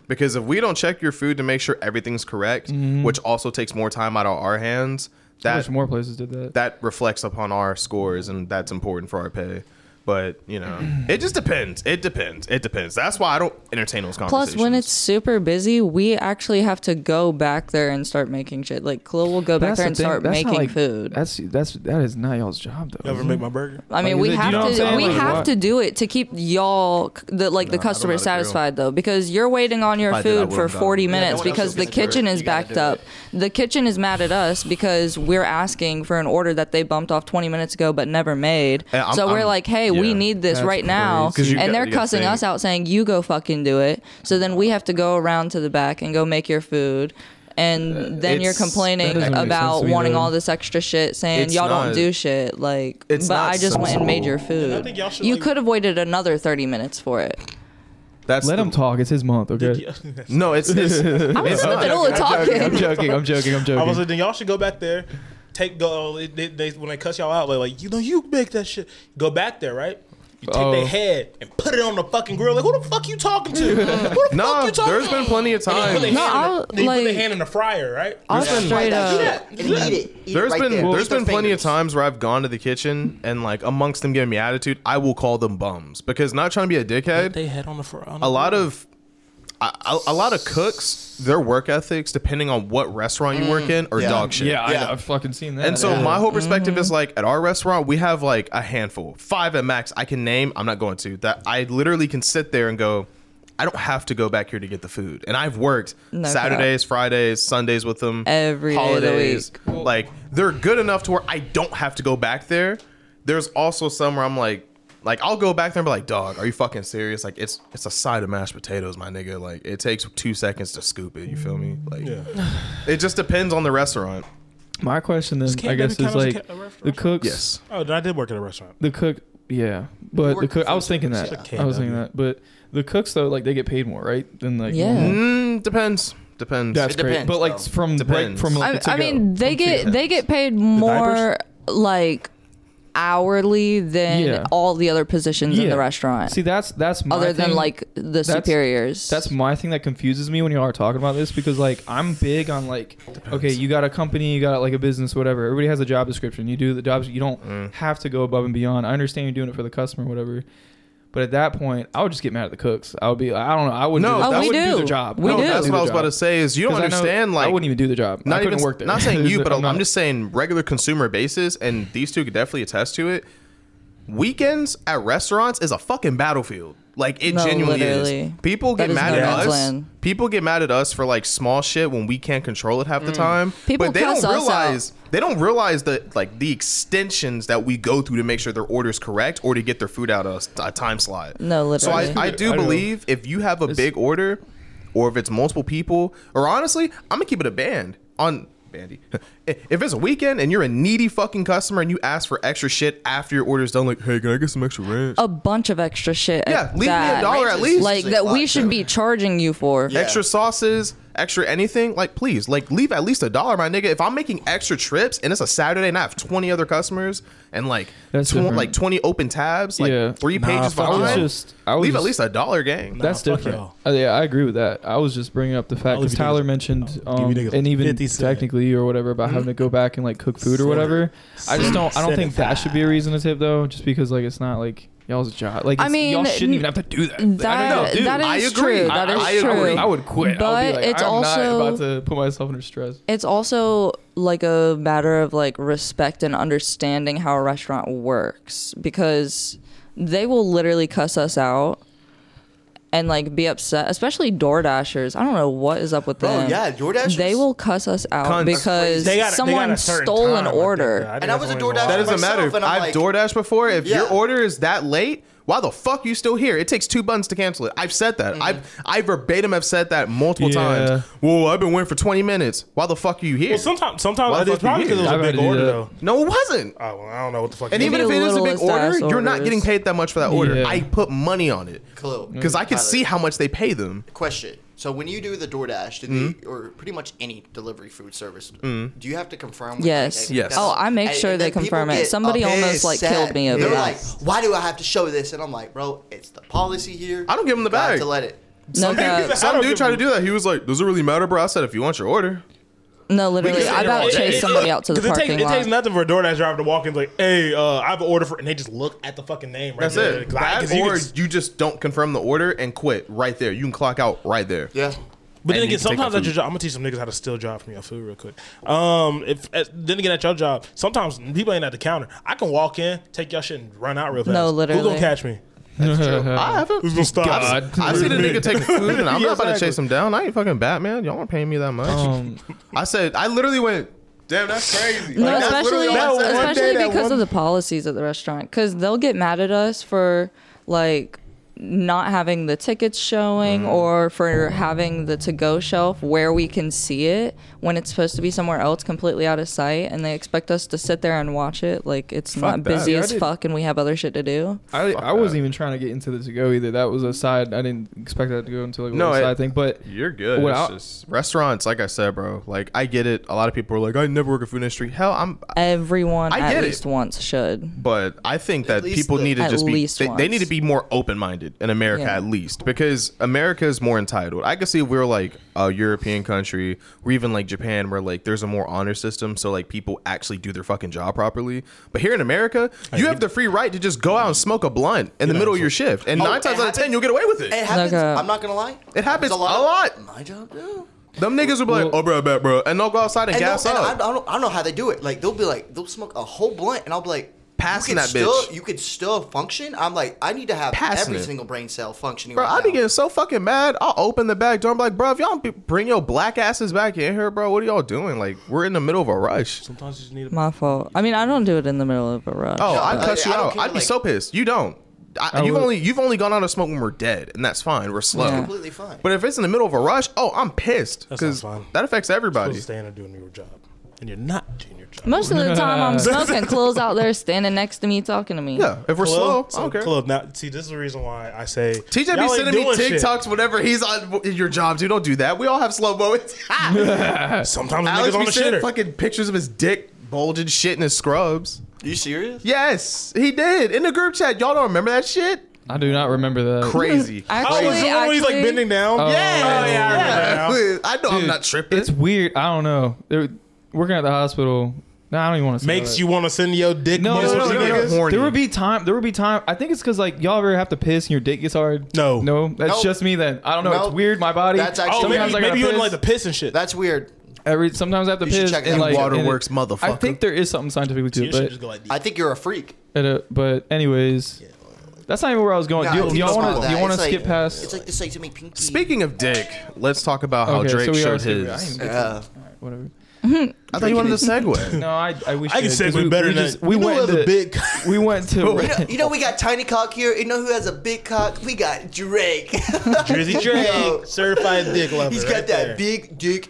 Speaker 2: Because if we don't check your food to make sure everything's correct, which also takes more time out of our hands,
Speaker 5: I
Speaker 2: that
Speaker 5: wish Mm-hmm. more places did that.
Speaker 2: that reflects upon our scores and that's important for our pay. But you
Speaker 5: *clears throat*
Speaker 2: know, it just depends. It depends. It depends. That's why I don't entertain those conversations.
Speaker 6: Plus, when it's super busy, we actually have to go back there and start making shit. Like, Khalil will go back there and start
Speaker 5: That's not,
Speaker 6: making
Speaker 5: like-
Speaker 6: food.
Speaker 5: That's that's that is not y'all's job though.
Speaker 7: Never make my burger.
Speaker 6: I mean,
Speaker 5: Like,
Speaker 6: we
Speaker 5: is it- do you
Speaker 6: have
Speaker 5: know what I'm
Speaker 6: to
Speaker 5: saying?
Speaker 6: we
Speaker 5: Like,
Speaker 6: have
Speaker 5: why-
Speaker 6: to do it to keep y'all c- the like the customer
Speaker 2: know how to
Speaker 6: satisfied though, because you're waiting on your
Speaker 2: I did, I
Speaker 6: food
Speaker 2: would've
Speaker 6: for
Speaker 2: done.
Speaker 6: 40
Speaker 2: Yeah, no
Speaker 6: minutes
Speaker 4: one else
Speaker 6: because
Speaker 4: is
Speaker 6: the
Speaker 4: gonna do
Speaker 6: kitchen
Speaker 4: it.
Speaker 6: is
Speaker 4: You gotta
Speaker 6: backed
Speaker 4: do
Speaker 6: up.
Speaker 4: it.
Speaker 6: The kitchen is mad at us because we're asking for an order that they bumped off 20 minutes ago but never made.
Speaker 2: Yeah, I'm-
Speaker 6: so we're
Speaker 2: I'm-
Speaker 6: like, hey, we
Speaker 2: yeah.
Speaker 6: need this
Speaker 5: That's
Speaker 6: right now,
Speaker 2: 'Cause you
Speaker 6: and
Speaker 2: got-
Speaker 6: they're
Speaker 2: you gotta
Speaker 6: cussing us
Speaker 2: think.
Speaker 6: out saying you go fucking do it. So then we have to go around to the back and go make your food. And then you're
Speaker 2: Uh, it's-
Speaker 6: complaining
Speaker 5: that doesn't make sense
Speaker 6: about
Speaker 5: to me,
Speaker 6: wanting
Speaker 5: though.
Speaker 6: all this extra shit, saying
Speaker 2: It's
Speaker 6: y'all
Speaker 2: not-
Speaker 6: don't do shit. Like,
Speaker 2: It's
Speaker 6: but
Speaker 2: not
Speaker 6: I just went and made your food.
Speaker 7: I think y'all should,
Speaker 6: you
Speaker 7: like-
Speaker 6: could have waited another 30 minutes for it.
Speaker 2: that's
Speaker 5: Let
Speaker 2: the-
Speaker 5: him talk. It's his month. Okay.
Speaker 2: No, it's,
Speaker 5: *laughs*
Speaker 2: it's *laughs*
Speaker 6: I'm in the middle of
Speaker 5: I'm
Speaker 6: *laughs* talking.
Speaker 5: joking. I'm joking. I'm joking.
Speaker 7: I was like, then y'all should go back there, take go. They, they, they- when they cuss y'all out, like, like you know, you make that shit. Go back there, right? You take
Speaker 5: Oh.
Speaker 7: their head and put it on the fucking grill. Like, who the fuck you talking to?
Speaker 2: *laughs*
Speaker 7: who the fuck
Speaker 2: no.
Speaker 7: you talking?
Speaker 2: There's been plenty of
Speaker 7: And they put
Speaker 2: times.
Speaker 7: their hand in
Speaker 6: No,
Speaker 7: the-
Speaker 6: I'll,
Speaker 7: they put their
Speaker 6: like-
Speaker 7: hand in the fryer, right?
Speaker 6: I'll
Speaker 4: Yeah.
Speaker 6: straight up.
Speaker 4: And eat it. Eat it
Speaker 2: There's
Speaker 4: right
Speaker 2: been
Speaker 4: there.
Speaker 2: there's
Speaker 4: Just their
Speaker 2: been plenty of
Speaker 4: fingers.
Speaker 2: times where I've gone to the kitchen and like amongst them giving me attitude, I will call them bums because not trying to be a dickhead.
Speaker 7: They head on the fryer.
Speaker 2: a lot of a, a- a lot of cooks, their work ethics, depending on what restaurant you work in, are
Speaker 4: Mm. Yeah.
Speaker 2: dog shit.
Speaker 5: yeah,
Speaker 4: Yeah.
Speaker 5: I, I've fucking seen that.
Speaker 2: And so
Speaker 5: Yeah.
Speaker 2: my whole perspective
Speaker 6: Mm-hmm.
Speaker 2: is like at our restaurant we have like a handful, five at max. I can name. I'm not going to that. I literally can sit there and go. I don't have to go back here to get the food. And I've worked
Speaker 6: No
Speaker 2: Saturdays, Fridays, Sundays with them.
Speaker 6: Every day of the
Speaker 2: week. Like they're good enough to where I don't have to go back there. There's also some where I'm like, like I'll go back there and be like, dog, are you fucking serious? Like it's it's a side of mashed potatoes, my nigga. Like it takes two seconds to scoop it. You feel me? Like it just depends on the restaurant.
Speaker 5: my question then,
Speaker 7: can't
Speaker 5: I guess,
Speaker 7: really
Speaker 5: is
Speaker 7: count as a
Speaker 5: like
Speaker 7: ca- a ref-
Speaker 5: the cooks.
Speaker 2: Yes.
Speaker 7: Oh, then I did work at a restaurant.
Speaker 5: The cook. Yeah, but the
Speaker 4: worked
Speaker 5: cook.
Speaker 4: for
Speaker 5: I was thinking
Speaker 7: It's
Speaker 5: that.
Speaker 7: a
Speaker 5: I was thinking
Speaker 7: KW.
Speaker 5: that. But the cooks though, like they get paid more, right? Than like
Speaker 6: Yeah.
Speaker 5: normal-
Speaker 2: Mm, depends. Depends.
Speaker 5: That's
Speaker 4: It
Speaker 5: great.
Speaker 4: depends,
Speaker 5: But like
Speaker 4: though.
Speaker 5: from right
Speaker 2: Depends.
Speaker 5: from
Speaker 6: I,
Speaker 5: like, the
Speaker 6: I
Speaker 5: to-go.
Speaker 6: mean, they get they get paid more like hourly than
Speaker 5: Yeah.
Speaker 6: all the other positions in
Speaker 5: Yeah.
Speaker 6: the restaurant,
Speaker 5: See, that's that's my
Speaker 6: other than
Speaker 5: thing.
Speaker 6: like the superiors.
Speaker 5: That's my thing that confuses me when y'all are talking about this because like I'm big on like okay, you got a company, you got like a business, whatever. Everybody has a job description. You do the jobs. You don't
Speaker 2: Mm.
Speaker 5: have to go above and beyond. I understand you're doing it for the customer, whatever. But at that point, I would just get mad at the cooks. I would be, I don't know, I wouldn't.
Speaker 2: No,
Speaker 5: do,
Speaker 2: Oh,
Speaker 5: I
Speaker 2: we
Speaker 5: wouldn't do.
Speaker 6: do.
Speaker 5: the job. I
Speaker 6: We
Speaker 2: no,
Speaker 5: wouldn't
Speaker 6: do.
Speaker 2: that's
Speaker 5: do
Speaker 2: what
Speaker 5: the
Speaker 2: I was about
Speaker 5: job.
Speaker 2: to say. Is you don't
Speaker 5: 'Cause I know-
Speaker 2: understand? like
Speaker 5: I wouldn't even do the job. I
Speaker 2: Not
Speaker 5: couldn't
Speaker 2: even
Speaker 5: work there.
Speaker 2: Not
Speaker 5: *laughs*
Speaker 2: saying you, but
Speaker 5: I'm
Speaker 2: I'm,
Speaker 5: not-
Speaker 2: just saying regular consumer basis, and these two could definitely attest to it. Weekends at restaurants is a fucking battlefield. Like it
Speaker 6: No,
Speaker 2: genuinely is.
Speaker 6: literally.
Speaker 2: People
Speaker 6: That
Speaker 2: get
Speaker 6: is
Speaker 2: mad
Speaker 6: no
Speaker 2: at
Speaker 6: man's
Speaker 2: us.
Speaker 6: land.
Speaker 2: People get mad at us for like small shit when we can't control it half
Speaker 5: Mm.
Speaker 2: the time.
Speaker 6: People
Speaker 2: but they
Speaker 6: cuss
Speaker 2: don't
Speaker 6: us
Speaker 2: realize they don't realize that like the extensions that we go through to make sure their order is correct or to get their food out of a time slot.
Speaker 6: No,
Speaker 2: So I,
Speaker 6: literally.
Speaker 2: I do
Speaker 5: I know.
Speaker 2: believe if you have a big order, or if it's multiple people, or honestly, I'm gonna keep it a band on bandy. *laughs* If it's a weekend and you're a needy fucking customer and you ask for extra shit after your order's done, like, hey, can I get some extra ranch?
Speaker 7: Oh,
Speaker 6: a bunch of extra shit. at
Speaker 2: Yeah, leave me a
Speaker 6: that.
Speaker 2: dollar at least.
Speaker 6: Like that we should be charging you for.
Speaker 4: Yeah.
Speaker 2: Extra sauces, extra anything, like please, like leave at least a dollar, my nigga. If I'm making extra trips and it's a Saturday and I have 20 other customers and like
Speaker 5: That's
Speaker 2: tw-
Speaker 5: different.
Speaker 2: like 20 open tabs, like
Speaker 5: Yeah.
Speaker 2: three
Speaker 7: Nah,
Speaker 2: pages
Speaker 7: fuck
Speaker 2: behind,
Speaker 7: y'all. I
Speaker 5: was just- I was
Speaker 2: leave at
Speaker 5: just-
Speaker 2: least a dollar, gang.
Speaker 5: That's
Speaker 7: Nah, fuck
Speaker 5: different.
Speaker 7: y'all.
Speaker 5: Uh, yeah, I agree with that. I was just bringing up the fact
Speaker 7: I'll
Speaker 5: because
Speaker 7: give you
Speaker 5: Tyler
Speaker 7: niggas-
Speaker 5: mentioned,
Speaker 7: I'll give
Speaker 5: um,
Speaker 7: you niggas
Speaker 5: and even
Speaker 7: 50 cent.
Speaker 5: technically or whatever about having to go back and like cook food or whatever. I just don't. I don't think that should be a reason to tip though, just because like it's not like y'all's job. Like
Speaker 6: I
Speaker 5: it's-
Speaker 6: mean,
Speaker 5: y'all shouldn't
Speaker 6: n-
Speaker 5: even have to do that.
Speaker 6: That,
Speaker 2: No, dude, I
Speaker 6: that is
Speaker 2: agree.
Speaker 6: true.
Speaker 2: I-
Speaker 6: That is
Speaker 2: I agree.
Speaker 6: true.
Speaker 5: I would, I would quit. I would
Speaker 6: But
Speaker 5: be like,
Speaker 6: it's
Speaker 5: I'm
Speaker 6: also-
Speaker 5: not about to put myself under stress.
Speaker 6: It's also like a matter of like respect and understanding how a restaurant works because they will literally cuss us out and like be upset, especially DoorDashers. I don't know what is up with
Speaker 4: Bro,
Speaker 6: them.
Speaker 4: yeah, DoorDashers-
Speaker 6: They will cuss us out
Speaker 2: Cunts.
Speaker 6: because
Speaker 7: They got a- they got
Speaker 6: someone
Speaker 7: a certain
Speaker 6: stole an
Speaker 7: time, I think, though. I
Speaker 6: order.
Speaker 7: think
Speaker 4: And I
Speaker 7: that's
Speaker 4: was a
Speaker 7: the only
Speaker 4: DoorDash
Speaker 2: That
Speaker 7: reason why.
Speaker 2: doesn't matter.
Speaker 4: myself,
Speaker 2: If
Speaker 4: and I'm
Speaker 2: I've
Speaker 4: like-
Speaker 2: DoorDash before. If your
Speaker 4: Yeah.
Speaker 2: order is that late, why the fuck you still here? It takes two buttons to cancel it. I've said that.
Speaker 4: Mm-hmm.
Speaker 2: I've I verbatim have said that multiple
Speaker 5: Yeah.
Speaker 2: times. Whoa, I've been waiting for twenty minutes. Why the fuck are you here?
Speaker 7: Well, sometimes, sometimes
Speaker 2: Why
Speaker 7: I
Speaker 2: the
Speaker 7: did
Speaker 2: fuck you
Speaker 7: probably because it was
Speaker 5: eating?
Speaker 7: a big
Speaker 5: I've had to do
Speaker 7: order
Speaker 5: that.
Speaker 7: though.
Speaker 2: no, it wasn't.
Speaker 7: Oh, well, I don't know what the fuck.
Speaker 2: And
Speaker 7: it
Speaker 2: even
Speaker 7: is.
Speaker 2: if it is a big
Speaker 6: littlest ass
Speaker 2: order, you're not
Speaker 6: orders.
Speaker 2: getting paid that much for that order.
Speaker 5: Yeah.
Speaker 2: I put money on it
Speaker 4: Khalil,
Speaker 2: because Mm. I can
Speaker 4: Tyler.
Speaker 2: see how much they pay them.
Speaker 4: Question. So when you do the DoorDash, do
Speaker 2: Mm-hmm.
Speaker 4: they, or pretty much any delivery food service, do you have to confirm? With
Speaker 6: Yes.
Speaker 4: the-
Speaker 2: Yes.
Speaker 4: that's-
Speaker 6: Oh, I make
Speaker 4: and-
Speaker 6: sure
Speaker 4: and
Speaker 6: they
Speaker 4: then people
Speaker 6: confirm it.
Speaker 4: get
Speaker 6: Somebody almost, like,
Speaker 4: upset.
Speaker 6: killed me over
Speaker 4: They're
Speaker 6: that.
Speaker 4: like, "Why do I have to show this?" And I'm like, "Bro, it's the policy here.
Speaker 2: I don't give 'em the
Speaker 4: You have
Speaker 2: bag.
Speaker 4: to let it."
Speaker 6: No,
Speaker 7: Something-
Speaker 6: God.
Speaker 2: Some
Speaker 7: don't
Speaker 2: dude
Speaker 7: give
Speaker 2: tried to
Speaker 7: a-
Speaker 2: do that. He was like, "Does it really matter, bro?" I said, "If you want your order,
Speaker 6: No, literally, I about
Speaker 7: It-
Speaker 6: chased
Speaker 7: it-
Speaker 6: somebody out to the
Speaker 7: *laughs* 'cause it
Speaker 6: parking
Speaker 7: takes, It takes
Speaker 6: lot.
Speaker 7: nothing for a DoorDash driver to walk in and be like, hey, uh, I have an order for, and they just look at the fucking name right
Speaker 2: that's
Speaker 7: there.
Speaker 2: it."
Speaker 7: 'Cause I- 'cause
Speaker 2: That,
Speaker 7: you
Speaker 2: or
Speaker 7: can-
Speaker 2: you just don't confirm the order and quit right there. You can clock out right there.
Speaker 4: Yeah.
Speaker 7: But then
Speaker 2: and you
Speaker 7: again,
Speaker 2: can take
Speaker 7: sometimes
Speaker 2: my
Speaker 7: at your
Speaker 2: food.
Speaker 7: job, I'm gonna teach some niggas how to steal job from your food real quick. Um, if at, then again at your job, sometimes people ain't at the counter. I can walk in, take your shit, and run out real fast. who
Speaker 6: literally.
Speaker 7: gonna catch me?
Speaker 5: *laughs*
Speaker 6: Ah,
Speaker 2: I haven't.
Speaker 7: Who's gonna stop?
Speaker 5: God.
Speaker 2: Um, I seen a
Speaker 7: Me.
Speaker 2: nigga take food, and I'm not about
Speaker 7: Yeah,
Speaker 2: to
Speaker 7: exactly.
Speaker 2: chase him down. I ain't fucking Batman. Y'all aren't paying me that much.
Speaker 5: Um,
Speaker 2: *laughs* I said, I literally went, "Damn, that's crazy."
Speaker 6: No,
Speaker 2: Like, that's
Speaker 6: especially,
Speaker 2: literally all I said.
Speaker 7: day,
Speaker 6: especially
Speaker 7: that
Speaker 6: because
Speaker 7: one-
Speaker 6: of the policies at the restaurant, because they'll get mad at us for like not having the tickets showing
Speaker 2: Mm-hmm.
Speaker 6: or for having the to-go shelf where we can see it when it's supposed to be somewhere else completely out of sight and they expect us to sit there and watch it like it's
Speaker 2: that.
Speaker 6: not busy
Speaker 5: Yeah, I
Speaker 6: as
Speaker 5: did-
Speaker 6: fuck and we have other shit to do
Speaker 5: I, I wasn't even trying to get into the to go either. That was a side. I didn't expect that to go into like a
Speaker 2: No,
Speaker 5: little
Speaker 2: it-
Speaker 5: side thing. But
Speaker 2: You're good.
Speaker 5: What
Speaker 2: It's
Speaker 5: I-
Speaker 2: just- restaurants, like I said, bro. Like I get it. A lot of people are like, I never work in food industry. Hell, I'm.
Speaker 6: everyone
Speaker 2: I
Speaker 6: at
Speaker 2: get it.
Speaker 6: least once should
Speaker 2: But I think that
Speaker 4: least
Speaker 2: people
Speaker 4: the-
Speaker 2: need to
Speaker 6: At
Speaker 2: just be.
Speaker 6: least
Speaker 2: They, they need
Speaker 6: once.
Speaker 2: to be more open minded in America
Speaker 6: Yeah.
Speaker 2: at least because America is more entitled. I could see if we were like a European country or even like Japan where like there's a more honor system, so like people actually do their fucking job properly. But here in America, you have the free right to just go out and smoke a blunt in the middle of your shift, and
Speaker 4: Oh,
Speaker 2: nine
Speaker 4: it
Speaker 2: times out of
Speaker 4: happens-
Speaker 2: ten you'll get away with it.
Speaker 4: It happens.
Speaker 6: a-
Speaker 4: I'm not gonna lie.
Speaker 2: It happens a lot.
Speaker 4: My job, too.
Speaker 2: Them niggas will be like, "Oh, bro, bet, bro," and they'll go outside and,
Speaker 4: And,
Speaker 2: gas
Speaker 4: they'll- and
Speaker 2: up.
Speaker 4: I, I don't, I don't know how they do it. Like they'll be like they'll smoke a whole blunt, and I'll be like,
Speaker 2: Passing
Speaker 4: you could
Speaker 2: that
Speaker 4: still,
Speaker 2: bitch.
Speaker 4: You could still function. I'm like, I need to have
Speaker 2: Passing
Speaker 4: every
Speaker 2: it.
Speaker 4: single brain cell functioning.
Speaker 2: Bro,
Speaker 4: right
Speaker 2: I be
Speaker 4: now.
Speaker 2: getting so fucking mad. I'll open the back door. I'm like, bro, if y'all be- bring your black asses back in here, bro, what are y'all doing? Like, we're in the middle of a rush.
Speaker 7: Sometimes you just need a
Speaker 6: my fault i mean i don't do it in the middle of a rush
Speaker 2: Oh, I'd
Speaker 4: I-
Speaker 2: cut
Speaker 4: I
Speaker 2: you
Speaker 4: don't
Speaker 2: out.
Speaker 4: care,
Speaker 2: I'd be
Speaker 4: like-
Speaker 2: so pissed. You don't. I, you've
Speaker 5: would-
Speaker 2: only you've only gone out of smoke when we're dead, and that's fine. We're slow.
Speaker 6: Yeah.
Speaker 4: completely fine.
Speaker 2: But if it's in the middle of a rush, oh, I'm pissed
Speaker 7: That sounds
Speaker 2: because
Speaker 7: fine.
Speaker 2: that affects everybody.
Speaker 7: stand and doing your job, and you're not doing your job.
Speaker 6: most of the
Speaker 2: *laughs*
Speaker 6: time i'm smoking clothes out there standing next to me talking to me
Speaker 2: Yeah, if we're slow,
Speaker 7: Club,
Speaker 2: Oh, I don't care.
Speaker 7: Club. Now, see, this is the reason why I say
Speaker 2: TJ be
Speaker 7: y'all ain't
Speaker 2: sending me
Speaker 7: doing shit.
Speaker 2: TikToks whenever he's on in your job. Dude, don't do that. We all have slow *laughs*
Speaker 4: *laughs*
Speaker 2: moments.
Speaker 7: Sometimes
Speaker 2: Alex
Speaker 7: niggas on
Speaker 2: be
Speaker 7: the
Speaker 2: sending
Speaker 7: shitter.
Speaker 2: fucking pictures of his dick bulging shit in his scrubs.
Speaker 4: you serious?
Speaker 2: Yes, he did in the group chat. Y'all don't remember that shit?
Speaker 5: I do not remember
Speaker 2: *laughs*
Speaker 5: that.
Speaker 2: Crazy.
Speaker 7: oh,
Speaker 6: *laughs* actually,
Speaker 7: is the one where he's like
Speaker 6: actually-
Speaker 7: bending down?
Speaker 2: yeah,
Speaker 7: yeah,
Speaker 2: *laughs*
Speaker 7: I remember
Speaker 2: yeah. I know I'm
Speaker 5: Dude,
Speaker 2: not tripping.
Speaker 5: It's weird. I don't know. They're working at the hospital. No, I don't even want to.
Speaker 7: Makes you want to send your dick.
Speaker 5: No,
Speaker 7: most
Speaker 5: no,
Speaker 7: of
Speaker 5: no,
Speaker 7: the
Speaker 5: no,
Speaker 2: Niggas
Speaker 7: niggas.
Speaker 5: no.
Speaker 2: horny.
Speaker 5: There would be time. There would be time. I think it's because like y'all ever have to piss and your dick gets hard.
Speaker 7: No.
Speaker 5: no, that's
Speaker 4: Nope.
Speaker 5: just me. Then I don't know.
Speaker 4: Nope.
Speaker 5: It's weird. My body.
Speaker 4: That's actually-
Speaker 7: Oh,
Speaker 5: Sometimes
Speaker 7: maybe,
Speaker 5: I gotta
Speaker 7: maybe you in
Speaker 5: piss.
Speaker 7: like the piss and shit.
Speaker 4: That's weird.
Speaker 5: every sometimes I have to
Speaker 4: You should
Speaker 5: piss
Speaker 4: check
Speaker 5: and
Speaker 4: that
Speaker 5: like
Speaker 4: out.
Speaker 2: Water
Speaker 5: and it-
Speaker 2: works, motherfucker.
Speaker 5: I think there is something scientifically to
Speaker 7: You
Speaker 5: it,
Speaker 7: should
Speaker 5: but
Speaker 7: just go like
Speaker 4: I think you're a freak.
Speaker 5: at a- but anyways, that's not even where I was going.
Speaker 4: Nah,
Speaker 5: do,
Speaker 4: I
Speaker 5: you- do
Speaker 4: think
Speaker 5: y'all
Speaker 4: it's
Speaker 5: want
Speaker 4: about
Speaker 5: to?
Speaker 4: that.
Speaker 5: Do you want to
Speaker 4: It's like-
Speaker 5: skip past?
Speaker 4: It's like the site to make pinky.
Speaker 2: Speaking of dick, let's talk about how
Speaker 5: Okay, so
Speaker 2: Drake
Speaker 5: we are
Speaker 2: showed
Speaker 5: skipping.
Speaker 2: his.
Speaker 5: I didn't
Speaker 2: I,
Speaker 5: get to-
Speaker 4: Uh,
Speaker 5: whatever.
Speaker 2: thought you wanted to segue.
Speaker 5: No, I, I wish
Speaker 7: I can
Speaker 5: did, 'cause
Speaker 7: segue better
Speaker 5: we
Speaker 7: than
Speaker 5: just,
Speaker 7: that.
Speaker 5: we
Speaker 7: You know
Speaker 5: went
Speaker 7: who has a
Speaker 5: to
Speaker 7: big-
Speaker 5: we went *laughs*
Speaker 4: you, know,
Speaker 5: to
Speaker 4: you know we got tiny cock here. You know who has a big cock? We got Drake. *laughs*
Speaker 7: Drizzy
Speaker 4: Yo.
Speaker 7: Drake, certified dick lover.
Speaker 4: He's
Speaker 7: right
Speaker 4: got that
Speaker 7: there.
Speaker 4: big dick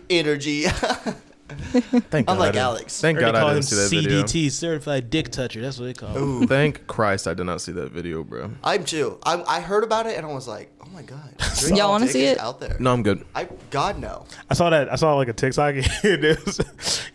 Speaker 2: *laughs*
Speaker 4: energy. *laughs*
Speaker 2: Thank
Speaker 4: Unlike
Speaker 2: I didn't-
Speaker 4: Alex.
Speaker 2: Thank
Speaker 7: Or they
Speaker 2: God
Speaker 7: call
Speaker 2: I
Speaker 7: him
Speaker 2: didn't see that video.
Speaker 7: CDT, certified dick toucher. That's what they call. him.
Speaker 2: *laughs* Thank Christ I did not see that video, bro.
Speaker 4: I'm too. I, I heard about it and I was like, oh my god. Drake's
Speaker 6: Y'all wanna
Speaker 4: dick
Speaker 6: see
Speaker 4: is
Speaker 6: it?
Speaker 4: out there?
Speaker 2: No, I'm good.
Speaker 4: I God no.
Speaker 7: I saw that. I saw like a TikTok. *laughs* it was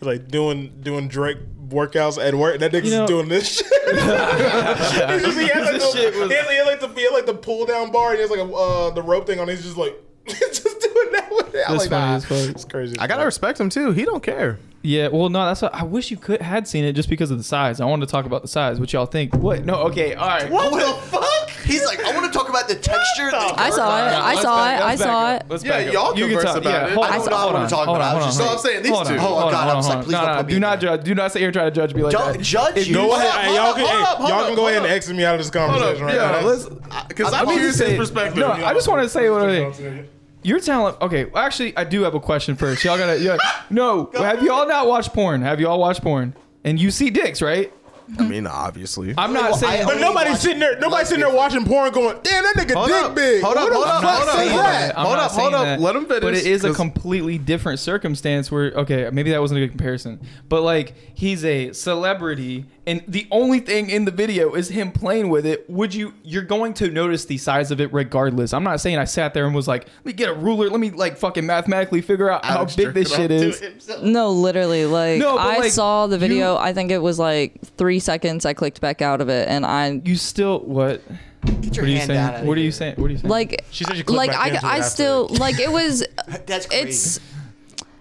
Speaker 7: *laughs* like doing doing Drake workouts at work. That nigga's
Speaker 5: You know-
Speaker 7: doing this shit. *laughs* He's
Speaker 5: *laughs*
Speaker 7: just- he had like the, he had, he had, like the he had, like the pull down bar. And he has like a, uh, the rope thing on. it. He's just like *laughs* just doing that with it. I'm like,
Speaker 5: That's funny
Speaker 7: nah,
Speaker 5: as fuck.
Speaker 7: It's crazy.
Speaker 2: I
Speaker 4: Uh,
Speaker 2: gotta respect him too. He don't care.
Speaker 5: yeah. Well, no, that's what, I wish you could had seen it just because of the size. I wanted to talk about the size. What y'all think? What? No. Okay. All right.
Speaker 4: What, the fuck? He's like, I want to talk about the texture.
Speaker 6: I saw it. I
Speaker 5: Let's
Speaker 6: saw
Speaker 5: back-
Speaker 6: it. I
Speaker 5: let's back
Speaker 6: saw
Speaker 5: up.
Speaker 6: it.
Speaker 5: Let's
Speaker 2: Yeah,
Speaker 5: back up.
Speaker 2: y'all
Speaker 5: You can
Speaker 2: converse
Speaker 5: talk-
Speaker 2: about it.
Speaker 5: hold
Speaker 2: I
Speaker 5: on,
Speaker 4: do not
Speaker 5: hold
Speaker 4: wanna
Speaker 5: on,
Speaker 4: talk
Speaker 5: hold
Speaker 4: about
Speaker 5: on,
Speaker 4: it. I was
Speaker 5: hold
Speaker 4: just saying-
Speaker 5: on,
Speaker 2: I'm
Speaker 5: hold
Speaker 2: saying these
Speaker 5: on,
Speaker 2: two.
Speaker 5: hold
Speaker 4: Oh,
Speaker 5: on,
Speaker 4: God,
Speaker 5: hold
Speaker 4: I'm
Speaker 5: on,
Speaker 4: sorry.
Speaker 5: hold on.
Speaker 4: Please
Speaker 5: No,
Speaker 4: don't
Speaker 5: no,
Speaker 4: put me
Speaker 5: do
Speaker 4: in
Speaker 5: not
Speaker 4: there.
Speaker 5: judge. Do not sit here and try to judge me like
Speaker 2: Don't
Speaker 5: that.
Speaker 2: judge
Speaker 7: Hey,
Speaker 2: you.
Speaker 7: go
Speaker 2: Hold
Speaker 7: ahead.
Speaker 2: up,
Speaker 7: Hey,
Speaker 2: hold
Speaker 7: y'all
Speaker 2: up,
Speaker 7: can,
Speaker 2: hold
Speaker 7: hey,
Speaker 2: up, hold
Speaker 7: y'all
Speaker 2: up,
Speaker 7: can go
Speaker 2: hold
Speaker 7: ahead and
Speaker 2: up.
Speaker 7: exit me out of this
Speaker 2: Hold
Speaker 7: conversation
Speaker 2: up,
Speaker 7: right
Speaker 2: yeah,
Speaker 7: now.
Speaker 2: let's. Because I'm
Speaker 5: I'm
Speaker 2: curious
Speaker 5: just
Speaker 2: his
Speaker 5: saying-
Speaker 2: perspective.
Speaker 5: No, I just want to say what I You're telling. Okay, well, actually, I do have a question first. Y'all gotta. Yeah, no, have y'all not watched porn? Have y'all watched porn? And you see dicks, right?
Speaker 2: I mean, obviously.
Speaker 5: I'm not
Speaker 4: Well,
Speaker 5: saying.
Speaker 4: I-
Speaker 7: But nobody's sitting there. Nobody's sitting there watching porn, going, "Damn, that nigga
Speaker 2: Hold
Speaker 7: dick
Speaker 2: up.
Speaker 7: big."
Speaker 2: Hold up,
Speaker 7: Who the
Speaker 2: hold up,
Speaker 7: fuck
Speaker 2: hold up,
Speaker 7: say
Speaker 2: hold
Speaker 7: that?
Speaker 2: up.
Speaker 5: I'm
Speaker 2: hold
Speaker 5: not saying
Speaker 2: up.
Speaker 5: that.
Speaker 2: Let him finish,
Speaker 5: But it is a
Speaker 2: 'cause-
Speaker 5: completely different circumstance where okay, maybe that wasn't a good comparison, but like he's a celebrity and the only thing in the video is him playing with it, would you? You're going to notice the size of it regardless. I'm not saying I sat there and was like, let me get a ruler, let me like fucking mathematically figure out how big this shit is.
Speaker 6: No, literally, like
Speaker 5: No, but,
Speaker 6: I
Speaker 5: like,
Speaker 6: saw the video.
Speaker 5: you-
Speaker 6: I think it was like three seconds. I clicked back out of it, and I
Speaker 5: You still what?
Speaker 4: Get your
Speaker 5: What are you
Speaker 4: hand out
Speaker 5: saying?
Speaker 4: of
Speaker 5: What are
Speaker 4: here.
Speaker 5: you saying? What are you saying?
Speaker 6: like
Speaker 7: She said you clicked
Speaker 6: like
Speaker 7: back
Speaker 6: I
Speaker 7: into it
Speaker 6: I
Speaker 7: after.
Speaker 6: still like it was.
Speaker 4: That's crazy.
Speaker 6: it's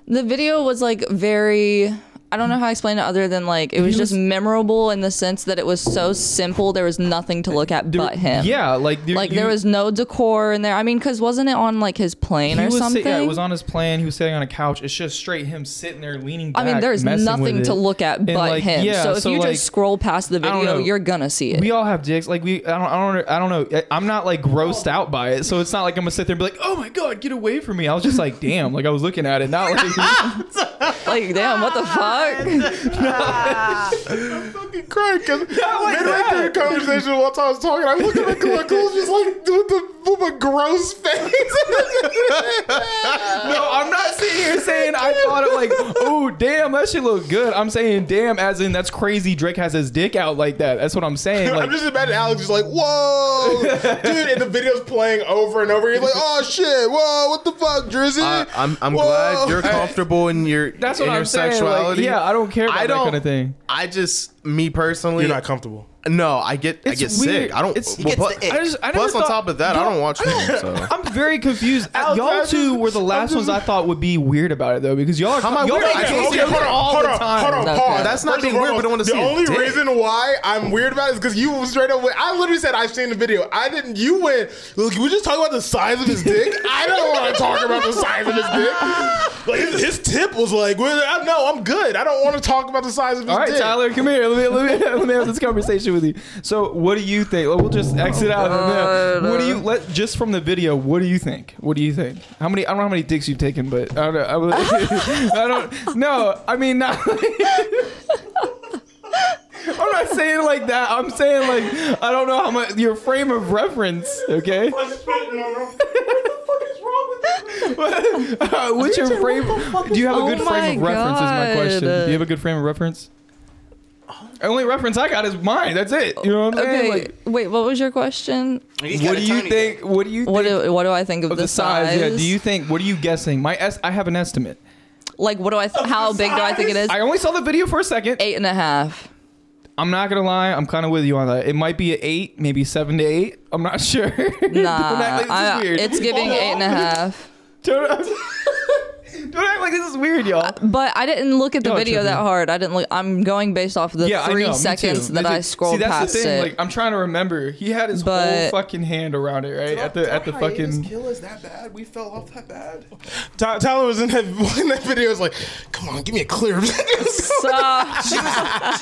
Speaker 6: the video was like very. I don't know how to explain it other than like it was just memorable in the sense that it was so simple. There was nothing to look at
Speaker 5: There-
Speaker 6: but him.
Speaker 5: Yeah, like there,
Speaker 6: Like
Speaker 5: you-
Speaker 6: there was no decor in there. I mean, because wasn't it on like his plane
Speaker 5: he
Speaker 6: or
Speaker 5: was sit-
Speaker 6: something?
Speaker 5: yeah, it was on his plan. He was sitting on a couch. It's just straight him sitting there leaning back.
Speaker 6: I mean, there's
Speaker 5: messing
Speaker 6: nothing
Speaker 5: with
Speaker 6: to
Speaker 5: it.
Speaker 6: look at
Speaker 5: And,
Speaker 6: but
Speaker 5: like,
Speaker 6: him.
Speaker 5: yeah,
Speaker 6: so if you
Speaker 5: like,
Speaker 6: just scroll past the
Speaker 5: don't
Speaker 6: video,
Speaker 5: know.
Speaker 6: you're gonna see it.
Speaker 5: We all have dicks. Like we, I don't, I don't, I don't know. I'm not like grossed out by it, so it's not like I'm gonna sit there and be like, "Oh my god, get away from me!" I was just like, "Damn!" Like I was looking at it, not like *laughs*
Speaker 6: like, damn, what the fuck?
Speaker 3: fucking crying
Speaker 5: *laughs*
Speaker 3: because midway through the conversation while I was talking, I looked at my Cool Cool's just like with the with a gross face.
Speaker 5: no. I'm not sitting here saying I thought it like, "Oh damn, that shit look good." I'm saying, "Damn," as in that's crazy. Drake has his dick out like that. That's what I'm saying. Like
Speaker 3: I'm just imagining Alex just like, whoa, dude, and the video's playing over and over. He's like, oh shit, whoa, what the fuck, Drizzy?
Speaker 2: I, I'm, I'm
Speaker 3: Whoa."
Speaker 2: glad you're comfortable in your
Speaker 5: *laughs* that's
Speaker 2: in
Speaker 5: what
Speaker 2: your
Speaker 5: I'm saying. like,
Speaker 2: sexuality.
Speaker 5: yeah, I don't care about
Speaker 2: I
Speaker 5: that
Speaker 2: don't-
Speaker 5: kind of thing.
Speaker 2: I just me personally.
Speaker 7: You're not comfortable.
Speaker 2: no, I get I
Speaker 5: It's
Speaker 2: get
Speaker 5: weird.
Speaker 2: sick. I don't.
Speaker 5: It's- He
Speaker 2: well,
Speaker 4: gets
Speaker 2: plus,
Speaker 4: the ick.
Speaker 5: I just, I
Speaker 2: plus
Speaker 5: never
Speaker 2: on
Speaker 5: thought-
Speaker 2: top of that, I don't watch porn. So.
Speaker 5: *laughs* I'm very confused. y'all
Speaker 3: Alex, I
Speaker 5: two
Speaker 3: just-
Speaker 5: were the last ones I thought would be weird about it though, because y'all are
Speaker 2: How am I
Speaker 5: y'all
Speaker 2: weird?
Speaker 5: are
Speaker 2: I
Speaker 5: joking
Speaker 2: told you, hold on,
Speaker 5: all
Speaker 7: hold
Speaker 5: the
Speaker 7: on,
Speaker 5: time.
Speaker 7: hold on,
Speaker 6: Okay.
Speaker 7: pause.
Speaker 2: That's not
Speaker 7: First
Speaker 2: being
Speaker 7: and
Speaker 2: weird, but I
Speaker 7: foremost,
Speaker 2: wanna see
Speaker 7: The
Speaker 2: a
Speaker 7: only
Speaker 2: dick.
Speaker 7: reason
Speaker 3: why I'm weird about it is because you straight up went. I literally said I've seen the video. I didn't. You went. Look, we just talk about the size of his dick. I don't want to talk about the size of his dick. Like his, his tip was like, well, I- no, I'm good. I don't want to talk about the size of his
Speaker 5: All right,
Speaker 3: dick.
Speaker 5: Tyler, come here. Let me, let, me, *laughs* let me have this conversation with you. So, what do you think? We'll just exit out. of there. What do you let just from the video? What do you think? What do you think? How many? I don't know how many dicks you've taken, but I don't know. I, would- *laughs* I don't. No, I mean not. *laughs* I'm not saying like that. I'm saying like I don't know how much your frame of reference. Okay. *laughs* Uh, what's your frame? Do you have a
Speaker 6: Oh
Speaker 5: good frame of
Speaker 6: my
Speaker 5: reference? Is my question.
Speaker 6: God.
Speaker 5: Do you have a good frame of reference? The only reference I got is mine. That's it. You know what I'm
Speaker 6: *laughs* Okay,
Speaker 5: saying? Like,
Speaker 6: wait, what was your question?
Speaker 4: He's
Speaker 5: what
Speaker 4: got
Speaker 5: do
Speaker 4: a
Speaker 5: you
Speaker 4: tiny
Speaker 5: think? What do you think
Speaker 6: What do, what do I think of,
Speaker 5: of the size? Yeah. Do you think? What are you guessing? My es- I have an estimate.
Speaker 6: like what do I th- how big do I think it is?
Speaker 5: I only saw the video for a second.
Speaker 6: Eight and
Speaker 5: *laughs*
Speaker 6: a half.
Speaker 5: I'm not gonna lie. I'm kind of with you on that. It might be an eight, maybe seven to eight. I'm not *laughs* sure. Don't
Speaker 6: Nah,
Speaker 5: act like this is
Speaker 6: I-
Speaker 5: weird.
Speaker 6: it's giving
Speaker 5: Hold on.
Speaker 6: eight and a
Speaker 5: *laughs*
Speaker 6: half.
Speaker 5: Don't *laughs* act- don't act like this is weird, y'all.
Speaker 6: But I didn't look at the
Speaker 5: Y'all are
Speaker 6: video that
Speaker 5: tripping.
Speaker 6: hard. I didn't look. I'm going based off the
Speaker 5: yeah, I
Speaker 6: three
Speaker 5: know, me
Speaker 6: seconds
Speaker 5: too.
Speaker 6: that
Speaker 5: That's
Speaker 6: I
Speaker 5: it.
Speaker 6: scrolled
Speaker 5: See, that's
Speaker 6: past
Speaker 5: the thing.
Speaker 6: it.
Speaker 5: Like, *laughs* I'm trying to remember. He had his whole
Speaker 6: But-
Speaker 5: fucking hand around it, right? At the at the fucking.
Speaker 2: kill us that bad. We fell off that bad.
Speaker 7: Ty- Tyler was
Speaker 3: *laughs*
Speaker 7: in that, in that video. Was like, come on, give me a clear.
Speaker 6: so,
Speaker 4: Uh, She's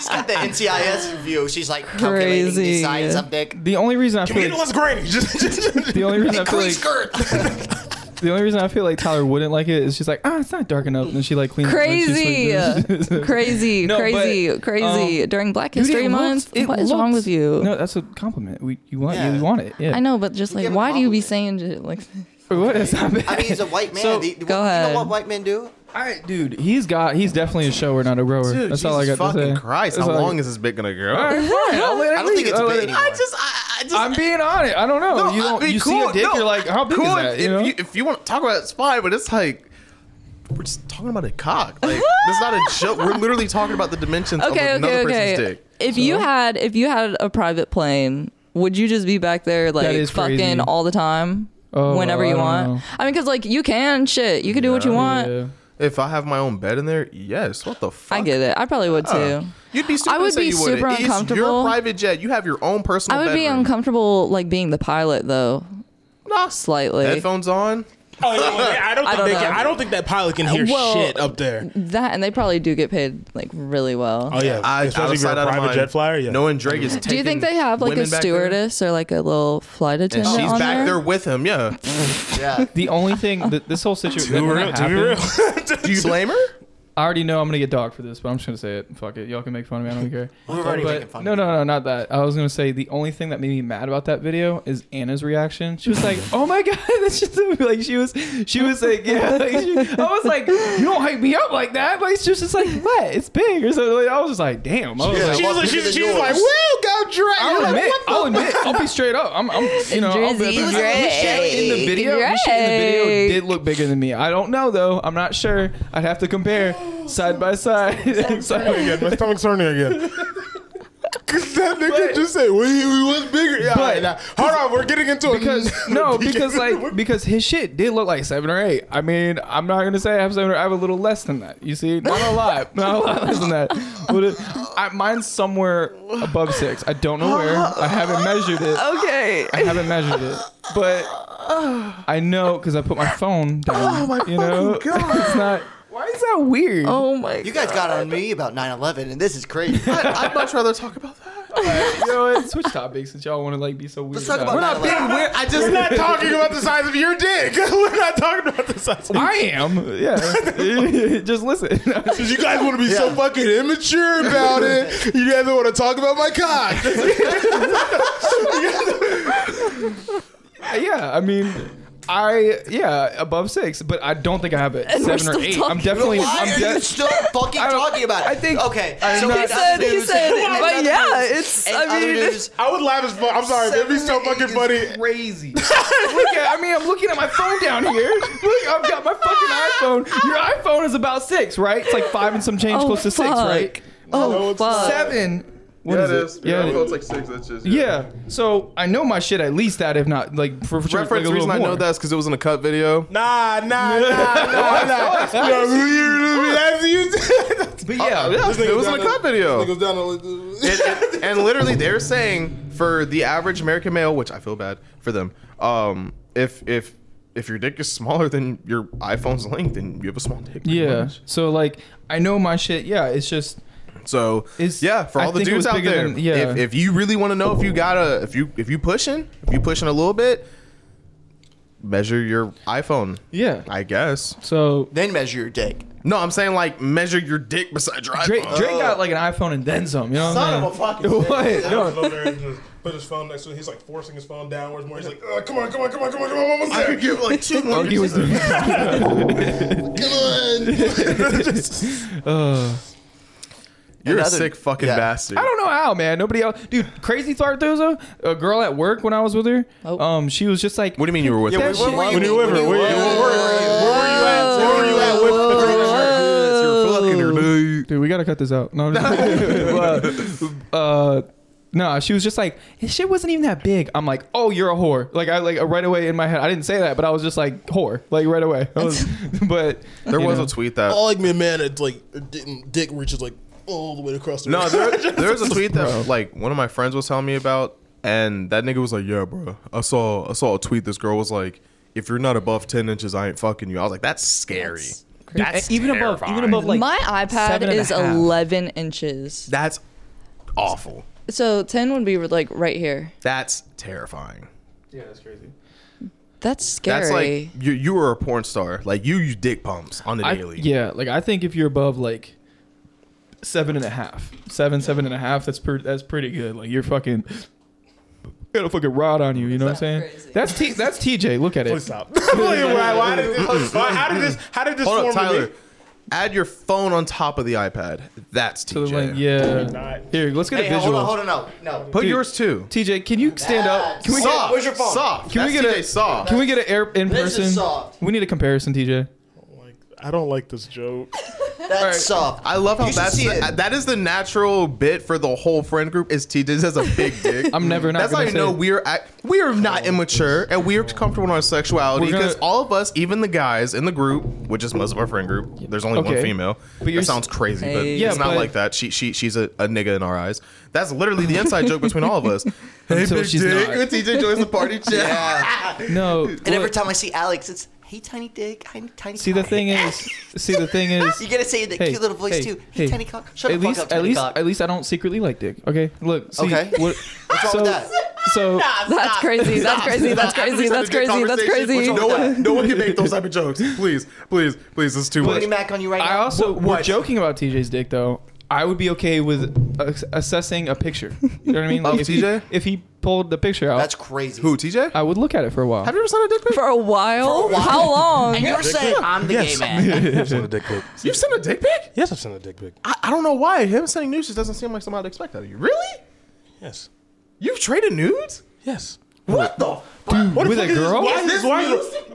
Speaker 4: got the NCIS view. She's like calculating
Speaker 6: Crazy.
Speaker 4: the size of dick.
Speaker 5: The only reason I feel
Speaker 7: It
Speaker 5: like,
Speaker 3: *laughs*
Speaker 7: was grainy. Just- just-
Speaker 5: the only reason I feel
Speaker 4: Clean
Speaker 5: like
Speaker 4: skirt.
Speaker 5: *laughs* the only reason I feel like Tyler wouldn't like it is she's like, ah, it's not dark enough, and then she like cleans. it and
Speaker 6: crazy,
Speaker 5: she's like- *laughs*
Speaker 6: *laughs* crazy,
Speaker 5: No,
Speaker 6: crazy,
Speaker 5: but,
Speaker 6: crazy.
Speaker 5: um,
Speaker 6: During Black
Speaker 5: Dude, it
Speaker 6: History
Speaker 5: looked-
Speaker 6: Month,
Speaker 5: it
Speaker 6: what is wrong
Speaker 5: looked-
Speaker 6: with you?
Speaker 5: No, that's a compliment. We you want
Speaker 4: Yeah.
Speaker 5: you want it. Yeah,
Speaker 6: I know, but just like,
Speaker 4: gave a
Speaker 6: why do you be
Speaker 4: compliment.
Speaker 6: saying shit like? this?
Speaker 5: What is that?
Speaker 4: I mean, he's a white man.
Speaker 5: So,
Speaker 4: The- the-
Speaker 6: go
Speaker 4: you
Speaker 6: ahead.
Speaker 4: know what white men do?
Speaker 5: I, dude, he's got he's definitely a shower, not a grower.
Speaker 2: Dude,
Speaker 5: that's
Speaker 2: Jesus
Speaker 5: all I got
Speaker 2: fucking
Speaker 5: to say.
Speaker 2: Christ!
Speaker 5: That's
Speaker 2: How
Speaker 5: all I-
Speaker 2: long is this bit gonna grow?
Speaker 5: All right,
Speaker 6: *laughs*
Speaker 5: fine, I'll let it
Speaker 4: I don't think
Speaker 5: leave.
Speaker 4: it's a
Speaker 5: I'll
Speaker 4: bit
Speaker 5: let it-
Speaker 4: anymore. I, I just,
Speaker 5: I'm being honest. I don't know. you don't.
Speaker 2: I mean,
Speaker 5: you see a dick,
Speaker 2: no,
Speaker 5: you're like, how big
Speaker 2: cool
Speaker 5: is that?
Speaker 2: If,
Speaker 5: You know?
Speaker 2: if, you, if you want to talk about it, it's fine, but it's like we're just talking about a cock. Like this is not a joke. We're literally talking about the dimensions
Speaker 6: Okay,
Speaker 2: of another
Speaker 6: okay,
Speaker 2: person's
Speaker 6: okay.
Speaker 2: dick.
Speaker 6: If you had, if you had a private plane, would you just be back there like
Speaker 5: is
Speaker 6: fucking
Speaker 5: crazy.
Speaker 6: all the time?
Speaker 5: Oh,
Speaker 6: whenever
Speaker 5: I
Speaker 6: you
Speaker 5: don't
Speaker 6: want.
Speaker 5: know.
Speaker 6: I mean, because like you can shit, you can do what you
Speaker 2: Yeah.
Speaker 6: want.
Speaker 5: Yeah.
Speaker 2: If I have my own bed in there, yes. What the fuck?
Speaker 6: I get it. I probably would too.
Speaker 2: You'd be stupid
Speaker 6: I would
Speaker 2: to say
Speaker 6: be
Speaker 2: you wouldn't.
Speaker 6: super
Speaker 2: It's your
Speaker 6: uncomfortable.
Speaker 2: private jet. You have your own personal.
Speaker 6: I would be
Speaker 2: bedroom.
Speaker 6: uncomfortable like being the pilot though,
Speaker 2: Nah.
Speaker 6: slightly.
Speaker 2: Headphones on.
Speaker 7: Oh, yeah, yeah, I don't
Speaker 6: I
Speaker 7: think
Speaker 6: don't
Speaker 7: they
Speaker 6: know.
Speaker 7: can, I don't think that pilot can hear
Speaker 6: Well-
Speaker 7: shit up there.
Speaker 6: That and they probably do get paid like really well.
Speaker 7: Oh yeah,
Speaker 2: I,
Speaker 7: especially if you're a
Speaker 2: outside out of
Speaker 7: private
Speaker 2: mind,
Speaker 7: jet flyer. Yeah,
Speaker 2: Knowing Drake is taking
Speaker 6: do you think they have like a
Speaker 2: women back there,
Speaker 6: stewardess or like a little flight
Speaker 2: And
Speaker 6: attendant
Speaker 2: she's
Speaker 6: on
Speaker 2: back there?
Speaker 6: there?
Speaker 2: with him.
Speaker 6: *laughs*
Speaker 2: Yeah.
Speaker 4: yeah.
Speaker 5: The only thing that this whole situation
Speaker 7: too real, too real.
Speaker 2: Do you blame her?
Speaker 5: I already know I'm gonna get dog for this, but I'm just gonna say it. Fuck it, y'all can make fun of me. I don't care.
Speaker 4: *laughs* We're already
Speaker 5: But-
Speaker 4: making fun
Speaker 5: No,
Speaker 4: of
Speaker 5: no,
Speaker 4: you.
Speaker 5: no, not that. I was gonna say the only thing that made me mad about that video is Anna's reaction. She was like, "Oh my god, *laughs* that's just like she was, she was like, yeah." *laughs* like, she- I was like, "You don't hype me up like that." Like she was just like, "What? It's big." Or something. Like, I was just like, "Damn." I was
Speaker 4: Yeah,
Speaker 5: like,
Speaker 7: She's
Speaker 4: well,
Speaker 7: like,
Speaker 4: bigger
Speaker 7: she's,
Speaker 4: than
Speaker 7: she's
Speaker 4: yours.
Speaker 7: like, we'll go Drake.
Speaker 5: I'll admit, I'll admit, I'll be straight up. I'm, I'm you know, I'll be-
Speaker 6: Drizzy
Speaker 5: you shit in the
Speaker 6: Drake,
Speaker 5: video, you shit in the video
Speaker 6: Drake.
Speaker 5: did look bigger than me. I don't know though. I'm not sure. I'd have to compare side by side. *laughs* So-
Speaker 7: again. My stomach's
Speaker 3: *laughs*
Speaker 7: turning again.
Speaker 3: Cause that nigga just said we, we was bigger. Yeah,
Speaker 5: But-
Speaker 3: all right, now, hold on, we're getting into it.
Speaker 7: *laughs*
Speaker 5: because no, because like because his shit did look like seven or eight. I mean, I'm not gonna say I have seven. Or, I have a little less than that. You see, not a lot, not a lot less than that. But it, I, mine's somewhere above six. I don't know where. I haven't measured it.
Speaker 6: Okay.
Speaker 5: I haven't measured it, but I know because I put my phone down. you know, *laughs* it's not. Why is that weird?
Speaker 6: Oh my
Speaker 4: You
Speaker 6: god.
Speaker 4: guys got on me about 9/11, and this is crazy.
Speaker 2: I'd much rather talk about that.
Speaker 5: You know what? Switch topics since y'all want to like be so weird.
Speaker 4: Let's talk
Speaker 5: it.
Speaker 4: about
Speaker 5: We're not
Speaker 4: 9/11.
Speaker 5: being weird. I just
Speaker 7: We're not *laughs* talking about the size of your dick. *laughs* We're not talking about the size. Of
Speaker 5: I am. Yeah. *laughs* just listen.
Speaker 3: you guys want to be so fucking immature about it. You guys don't want to talk about my cock.
Speaker 5: yeah, I mean, I yeah, above six, but I don't think I have it.
Speaker 6: And we're
Speaker 5: Seven or
Speaker 6: still
Speaker 5: eight.
Speaker 6: talking
Speaker 5: I'm definitely.
Speaker 4: Why
Speaker 5: I'm
Speaker 4: are
Speaker 5: de-
Speaker 4: you still fucking
Speaker 5: I don't-
Speaker 4: talking about it?
Speaker 5: I think-
Speaker 4: Okay.
Speaker 5: I'm
Speaker 4: so
Speaker 5: not-
Speaker 4: in
Speaker 5: He
Speaker 6: said- he
Speaker 4: other news- *laughs*
Speaker 6: said-
Speaker 4: in
Speaker 6: but
Speaker 4: other
Speaker 6: yeah,
Speaker 4: news-
Speaker 6: it's-
Speaker 4: in
Speaker 6: I
Speaker 4: other
Speaker 6: mean,
Speaker 4: news-
Speaker 3: I would laugh as fuck. I'm sorry, it'd be so fucking funny.
Speaker 5: *laughs*
Speaker 6: *laughs*
Speaker 5: Crazy. Look at, I mean, I'm looking at my phone down here. Look, I've got my fucking iPhone. Your iPhone is about six, right? It's like five and some change,
Speaker 6: Oh,
Speaker 5: close to six,
Speaker 6: fuck.
Speaker 5: right?
Speaker 6: Oh fuck.
Speaker 5: Seven. What
Speaker 2: Yeah,
Speaker 5: is
Speaker 2: it is.
Speaker 5: Yeah,
Speaker 2: Yeah,
Speaker 5: it-
Speaker 2: I felt like six inches.
Speaker 5: yeah. So I know my shit at least that, if not like for sure, like
Speaker 2: Reference
Speaker 5: a little
Speaker 2: reason I know
Speaker 5: more.
Speaker 2: that's because it was in a cut video.
Speaker 7: *laughs* Nah,
Speaker 3: *laughs*
Speaker 7: nah, nah, nah, nah.
Speaker 5: But yeah, yeah.
Speaker 2: It was in a cut video.
Speaker 3: Niggas down on-
Speaker 2: and, and- and literally they're saying for the average American male, which I feel bad for them. Um, if if if your dick is smaller than your iPhone's length, then you have a small dick. pretty
Speaker 5: yeah.
Speaker 2: much.
Speaker 5: So like I know my shit. Yeah, it's just
Speaker 2: So
Speaker 5: It's-
Speaker 2: yeah, for
Speaker 5: I
Speaker 2: all the
Speaker 5: think it
Speaker 2: dudes
Speaker 5: was
Speaker 2: out
Speaker 5: bigger
Speaker 2: there,
Speaker 5: than- yeah.
Speaker 2: if, if you really want to know if you gotta if you if you pushing if you pushing a little bit, measure your iPhone.
Speaker 5: yeah.
Speaker 2: I guess.
Speaker 5: So
Speaker 4: Then measure your dick.
Speaker 2: No, I'm saying like measure your dick beside your
Speaker 5: Drake,
Speaker 2: iPhone. *laughs*
Speaker 5: Drake got like an iPhone and then some. You know what I'm
Speaker 4: Uh, Son of a
Speaker 5: saying?
Speaker 4: fucking
Speaker 5: *laughs* What? No.
Speaker 7: Put his phone next to him. He's like forcing his phone downwards more. He's like, "Uh, come on, come on, come on, come on, come on. Almost
Speaker 2: I
Speaker 7: there.
Speaker 2: could give like
Speaker 5: *laughs*
Speaker 2: two more.
Speaker 5: he was doing
Speaker 2: You're
Speaker 4: Another-
Speaker 2: a sick fucking
Speaker 4: yeah.
Speaker 2: bastard.
Speaker 5: *laughs* I don't know how, man. Nobody else, dude. Crazy Tharthuzo, a girl at work when I was with her.
Speaker 6: Oh.
Speaker 5: Um, she was just like,
Speaker 2: What do you mean you were with?
Speaker 5: Yeah,
Speaker 2: her?
Speaker 5: we-
Speaker 2: She-
Speaker 5: we-
Speaker 7: When you with her, where, where, where, were you at? Where were you at with the girl?
Speaker 5: Oh. dude, we gotta cut this out. No,
Speaker 2: *laughs*
Speaker 5: I'm just *laughs* uh, uh, no, she was just like, his shit wasn't even that big. I'm like, oh, you're a whore. Like I like uh, right away in my head, I didn't say that, but I was just like whore, like right away. *laughs* I was,
Speaker 6: *laughs*
Speaker 5: but
Speaker 2: There
Speaker 5: you
Speaker 2: was
Speaker 5: know.
Speaker 2: a tweet that.
Speaker 3: I like me a man that like didn't dick reaches like all the way across the
Speaker 5: *laughs*
Speaker 2: No,
Speaker 3: room.
Speaker 2: there, there was a tweet that like one of my friends was telling me about, and that nigga was like, "Yeah, bro, I saw I saw a tweet. This girl was like, if you're not above ten inches, I ain't fucking you.' I was like, that's scary. That's,
Speaker 5: e, even above, even above like
Speaker 6: My iPad
Speaker 5: seven and a
Speaker 6: is
Speaker 5: half.
Speaker 6: 11 inches.
Speaker 2: that's awful.
Speaker 6: So 10 would be like right here.
Speaker 2: That's terrifying.
Speaker 5: Yeah, that's crazy.
Speaker 6: That's scary.
Speaker 2: That's like you you were a porn star. Like you use dick pumps on the
Speaker 5: I-
Speaker 2: daily.
Speaker 5: yeah, like I think if you're above like seven and a half, seven, seven and a half, that's pretty. That's pretty good. Like you're fucking got a fucking rod on you. You know what I'm saying?
Speaker 6: crazy.
Speaker 5: That's T. That's TJ. Look at
Speaker 7: *laughs*
Speaker 5: it.
Speaker 7: Stop. *laughs* why, why did this, why, how did this, how did this
Speaker 2: Hold up,
Speaker 7: form to
Speaker 2: Tyler.
Speaker 7: be?
Speaker 2: Add your phone on top of the iPad. That's
Speaker 5: So
Speaker 2: TJ.
Speaker 5: like, yeah.
Speaker 7: Not-
Speaker 5: Here, let's get
Speaker 4: Hey,
Speaker 5: a visual.
Speaker 4: hold on, hold on, no, no.
Speaker 2: Put
Speaker 5: Dude.
Speaker 2: yours too.
Speaker 5: TJ, can you stand up? Can we get?
Speaker 4: Soft. Where's your phone?
Speaker 2: Soft.
Speaker 5: Can
Speaker 2: Can
Speaker 5: we
Speaker 2: we
Speaker 5: get a-
Speaker 2: TJ soft?
Speaker 5: Can we get an air in
Speaker 4: This
Speaker 5: person?
Speaker 4: is soft.
Speaker 5: We need a comparison, TJ.
Speaker 7: Like, I don't like this joke.
Speaker 4: That's soft.
Speaker 2: I love how
Speaker 4: You should
Speaker 2: that's
Speaker 4: see
Speaker 2: the,
Speaker 4: it.
Speaker 2: that is the natural bit for the whole friend group is TJ has a
Speaker 5: *laughs*
Speaker 2: big dick.
Speaker 5: I'm never not
Speaker 2: That's how
Speaker 5: gonna
Speaker 2: you
Speaker 5: say
Speaker 2: know
Speaker 5: it. Oh.
Speaker 2: we're act, we're not immature and we're comfortable in our sexuality
Speaker 5: We're gonna-
Speaker 2: because all of us, even the guys in the group, which is most of our friend group, there's only one
Speaker 5: Okay.
Speaker 2: female.
Speaker 5: But
Speaker 2: that
Speaker 5: you're s-
Speaker 2: sounds crazy, but
Speaker 6: Hey.
Speaker 5: Yeah,
Speaker 2: it's not
Speaker 5: but-
Speaker 2: like that. She she she's a, a nigga in our eyes. That's literally the inside joke between all of
Speaker 5: *laughs*
Speaker 2: us. Hey,
Speaker 5: Until
Speaker 2: big
Speaker 5: she's
Speaker 2: dick.
Speaker 5: not.
Speaker 2: TJ joins the
Speaker 5: *laughs*
Speaker 2: party chat.
Speaker 5: No.
Speaker 4: And every
Speaker 5: look,
Speaker 4: time I see Alex, it's hey tiny dick, hi, tiny.
Speaker 5: See the
Speaker 4: cock." *laughs*
Speaker 5: thing is. See the thing is.
Speaker 4: You gotta say the
Speaker 5: Hey,
Speaker 4: cute little voice
Speaker 5: hey,
Speaker 4: too. Hey,
Speaker 5: hey.
Speaker 4: tiny cock. Shut
Speaker 5: at
Speaker 4: the
Speaker 5: least,
Speaker 4: fuck up,
Speaker 5: at
Speaker 4: tiny
Speaker 5: least,
Speaker 4: cock.
Speaker 5: at least I don't secretly like dick. Okay, look. See,
Speaker 4: Okay.
Speaker 5: What,
Speaker 4: *laughs* What's wrong
Speaker 5: so,
Speaker 4: with that?
Speaker 7: *laughs*
Speaker 5: So
Speaker 6: That's crazy. That's crazy. That's crazy. That's crazy. That's crazy.
Speaker 2: No one, no one can
Speaker 6: *laughs*
Speaker 2: make those type of jokes. Please, please, please. It's too much.
Speaker 4: Putting Mac on you right
Speaker 5: I
Speaker 4: now.
Speaker 5: also
Speaker 2: What-
Speaker 5: we're
Speaker 2: what?
Speaker 5: joking about TJ's dick though. I would be okay with ass- assessing a picture. You know
Speaker 2: *laughs*
Speaker 5: what I mean?
Speaker 2: Of
Speaker 5: if he-
Speaker 2: TJ?
Speaker 5: if he pulled the picture out,
Speaker 4: That's crazy.
Speaker 2: Who? TJ?
Speaker 5: I would look at it for a while.
Speaker 2: Have you ever sent a dick pic?
Speaker 6: For a while?
Speaker 4: For a while.
Speaker 6: How
Speaker 8: And
Speaker 6: long?
Speaker 8: you're saying I'm *laughs* the gay
Speaker 7: *laughs*
Speaker 8: man.
Speaker 7: I've sent a dick pic.
Speaker 2: You've sent a dick pic?
Speaker 7: Yes, I've sent a dick pic.
Speaker 2: I, I don't know why him sending nudes just doesn't seem like something I'd expect out of you. Really?
Speaker 7: Yes.
Speaker 2: You've traded nudes?
Speaker 7: Yes.
Speaker 2: What the? Dude,
Speaker 7: What the
Speaker 5: with
Speaker 7: fuck
Speaker 5: a
Speaker 7: is this?
Speaker 5: girl?
Speaker 7: Why is this? Why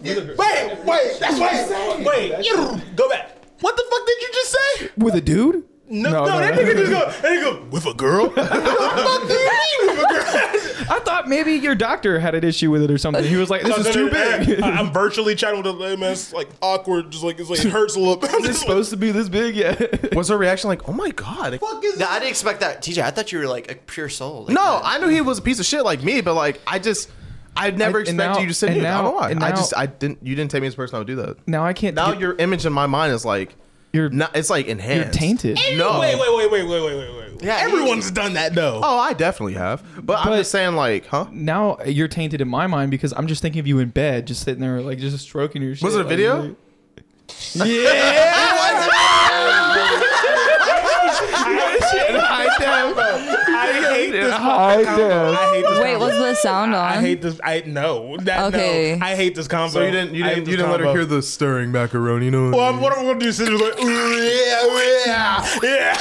Speaker 7: is Wait, wait. That's what I said. Wait, go back. What the fuck did you just say?
Speaker 5: with a dude?
Speaker 7: No, no, that nigga just go. That nigga go, *laughs* with a girl. What the fuck do you mean with a girl?
Speaker 5: *laughs* I thought maybe your doctor had an issue with it or something. He was like,
Speaker 7: *laughs*
Speaker 5: "This
Speaker 7: No,
Speaker 5: is
Speaker 7: no, no,
Speaker 5: too
Speaker 7: no,
Speaker 5: big.
Speaker 7: I- I'm virtually chatting with a man. It's like awkward. Just like it's like it hurts a little bit. I'm
Speaker 5: it's
Speaker 7: just like,
Speaker 5: supposed to be *laughs* this big." Yeah. *laughs*
Speaker 2: was her reaction like, oh my god? Fuck
Speaker 4: No, I didn't expect that. TJ, I thought you were like a pure soul. Like,
Speaker 2: No, I knew he was a piece of shit like me, but like I just I never
Speaker 5: And- and
Speaker 2: expected
Speaker 5: now-
Speaker 2: you to send
Speaker 5: and
Speaker 2: nudes. I don't know
Speaker 5: now-
Speaker 2: why.
Speaker 5: and
Speaker 2: I
Speaker 5: now-
Speaker 2: just I didn't you didn't take me as a person I would do that.
Speaker 5: now I can't.
Speaker 2: Now
Speaker 5: get-
Speaker 2: your image in my mind is like
Speaker 5: You're-
Speaker 2: not it's like enhanced.
Speaker 5: you're tainted.
Speaker 2: No.
Speaker 7: Wait, wait, wait, wait, wait, wait, wait, wait.
Speaker 4: Yeah, he-
Speaker 7: everyone's done that though.
Speaker 2: Oh, I definitely have. But, I'm
Speaker 5: But-
Speaker 2: just saying like, huh?
Speaker 5: Now you're tainted in my mind because I'm just thinking of you in bed, just sitting there, like just stroking your. shit.
Speaker 2: Was it a
Speaker 5: like,
Speaker 2: video?
Speaker 5: like- yeah.
Speaker 2: I Oh,
Speaker 7: I hate this.
Speaker 5: I know.
Speaker 7: *laughs* I hate this.
Speaker 6: Wait, was the sound
Speaker 7: I
Speaker 6: on?
Speaker 7: hate this. I no. That,
Speaker 6: Okay.
Speaker 7: No, I hate this
Speaker 2: *laughs*
Speaker 7: combo.
Speaker 2: So you didn't you
Speaker 7: I hate
Speaker 2: didn't
Speaker 7: this
Speaker 2: you didn't let her
Speaker 7: combo.
Speaker 2: hear the stirring macaroni, no?
Speaker 7: Well, I'm- what I'm gonna do is sit there like, "Ooh, yeah, *laughs* yeah,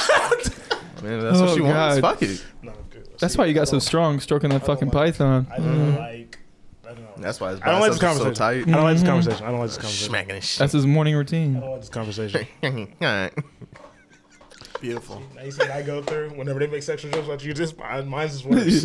Speaker 2: Man, that's what
Speaker 5: Oh,
Speaker 2: she wants.
Speaker 5: God.
Speaker 2: Fuck it.
Speaker 7: yeah. no, good.
Speaker 5: That's why you got so strong stroking that fucking python.
Speaker 7: I don't like. I don't know.
Speaker 2: Mm-hmm. That's why his
Speaker 7: I don't like this
Speaker 2: biceps are
Speaker 7: conversation.
Speaker 2: so tight. Mm-hmm.
Speaker 7: I don't like this conversation. I don't like this conversation.
Speaker 2: Smacking his shit.
Speaker 5: That's his morning routine.
Speaker 7: I don't like this conversation.
Speaker 2: *laughs* Alright.
Speaker 4: Beautiful.
Speaker 7: Now you see what I go through whenever they make sexual jokes like you just mine, mine's
Speaker 2: *laughs*
Speaker 7: is worse.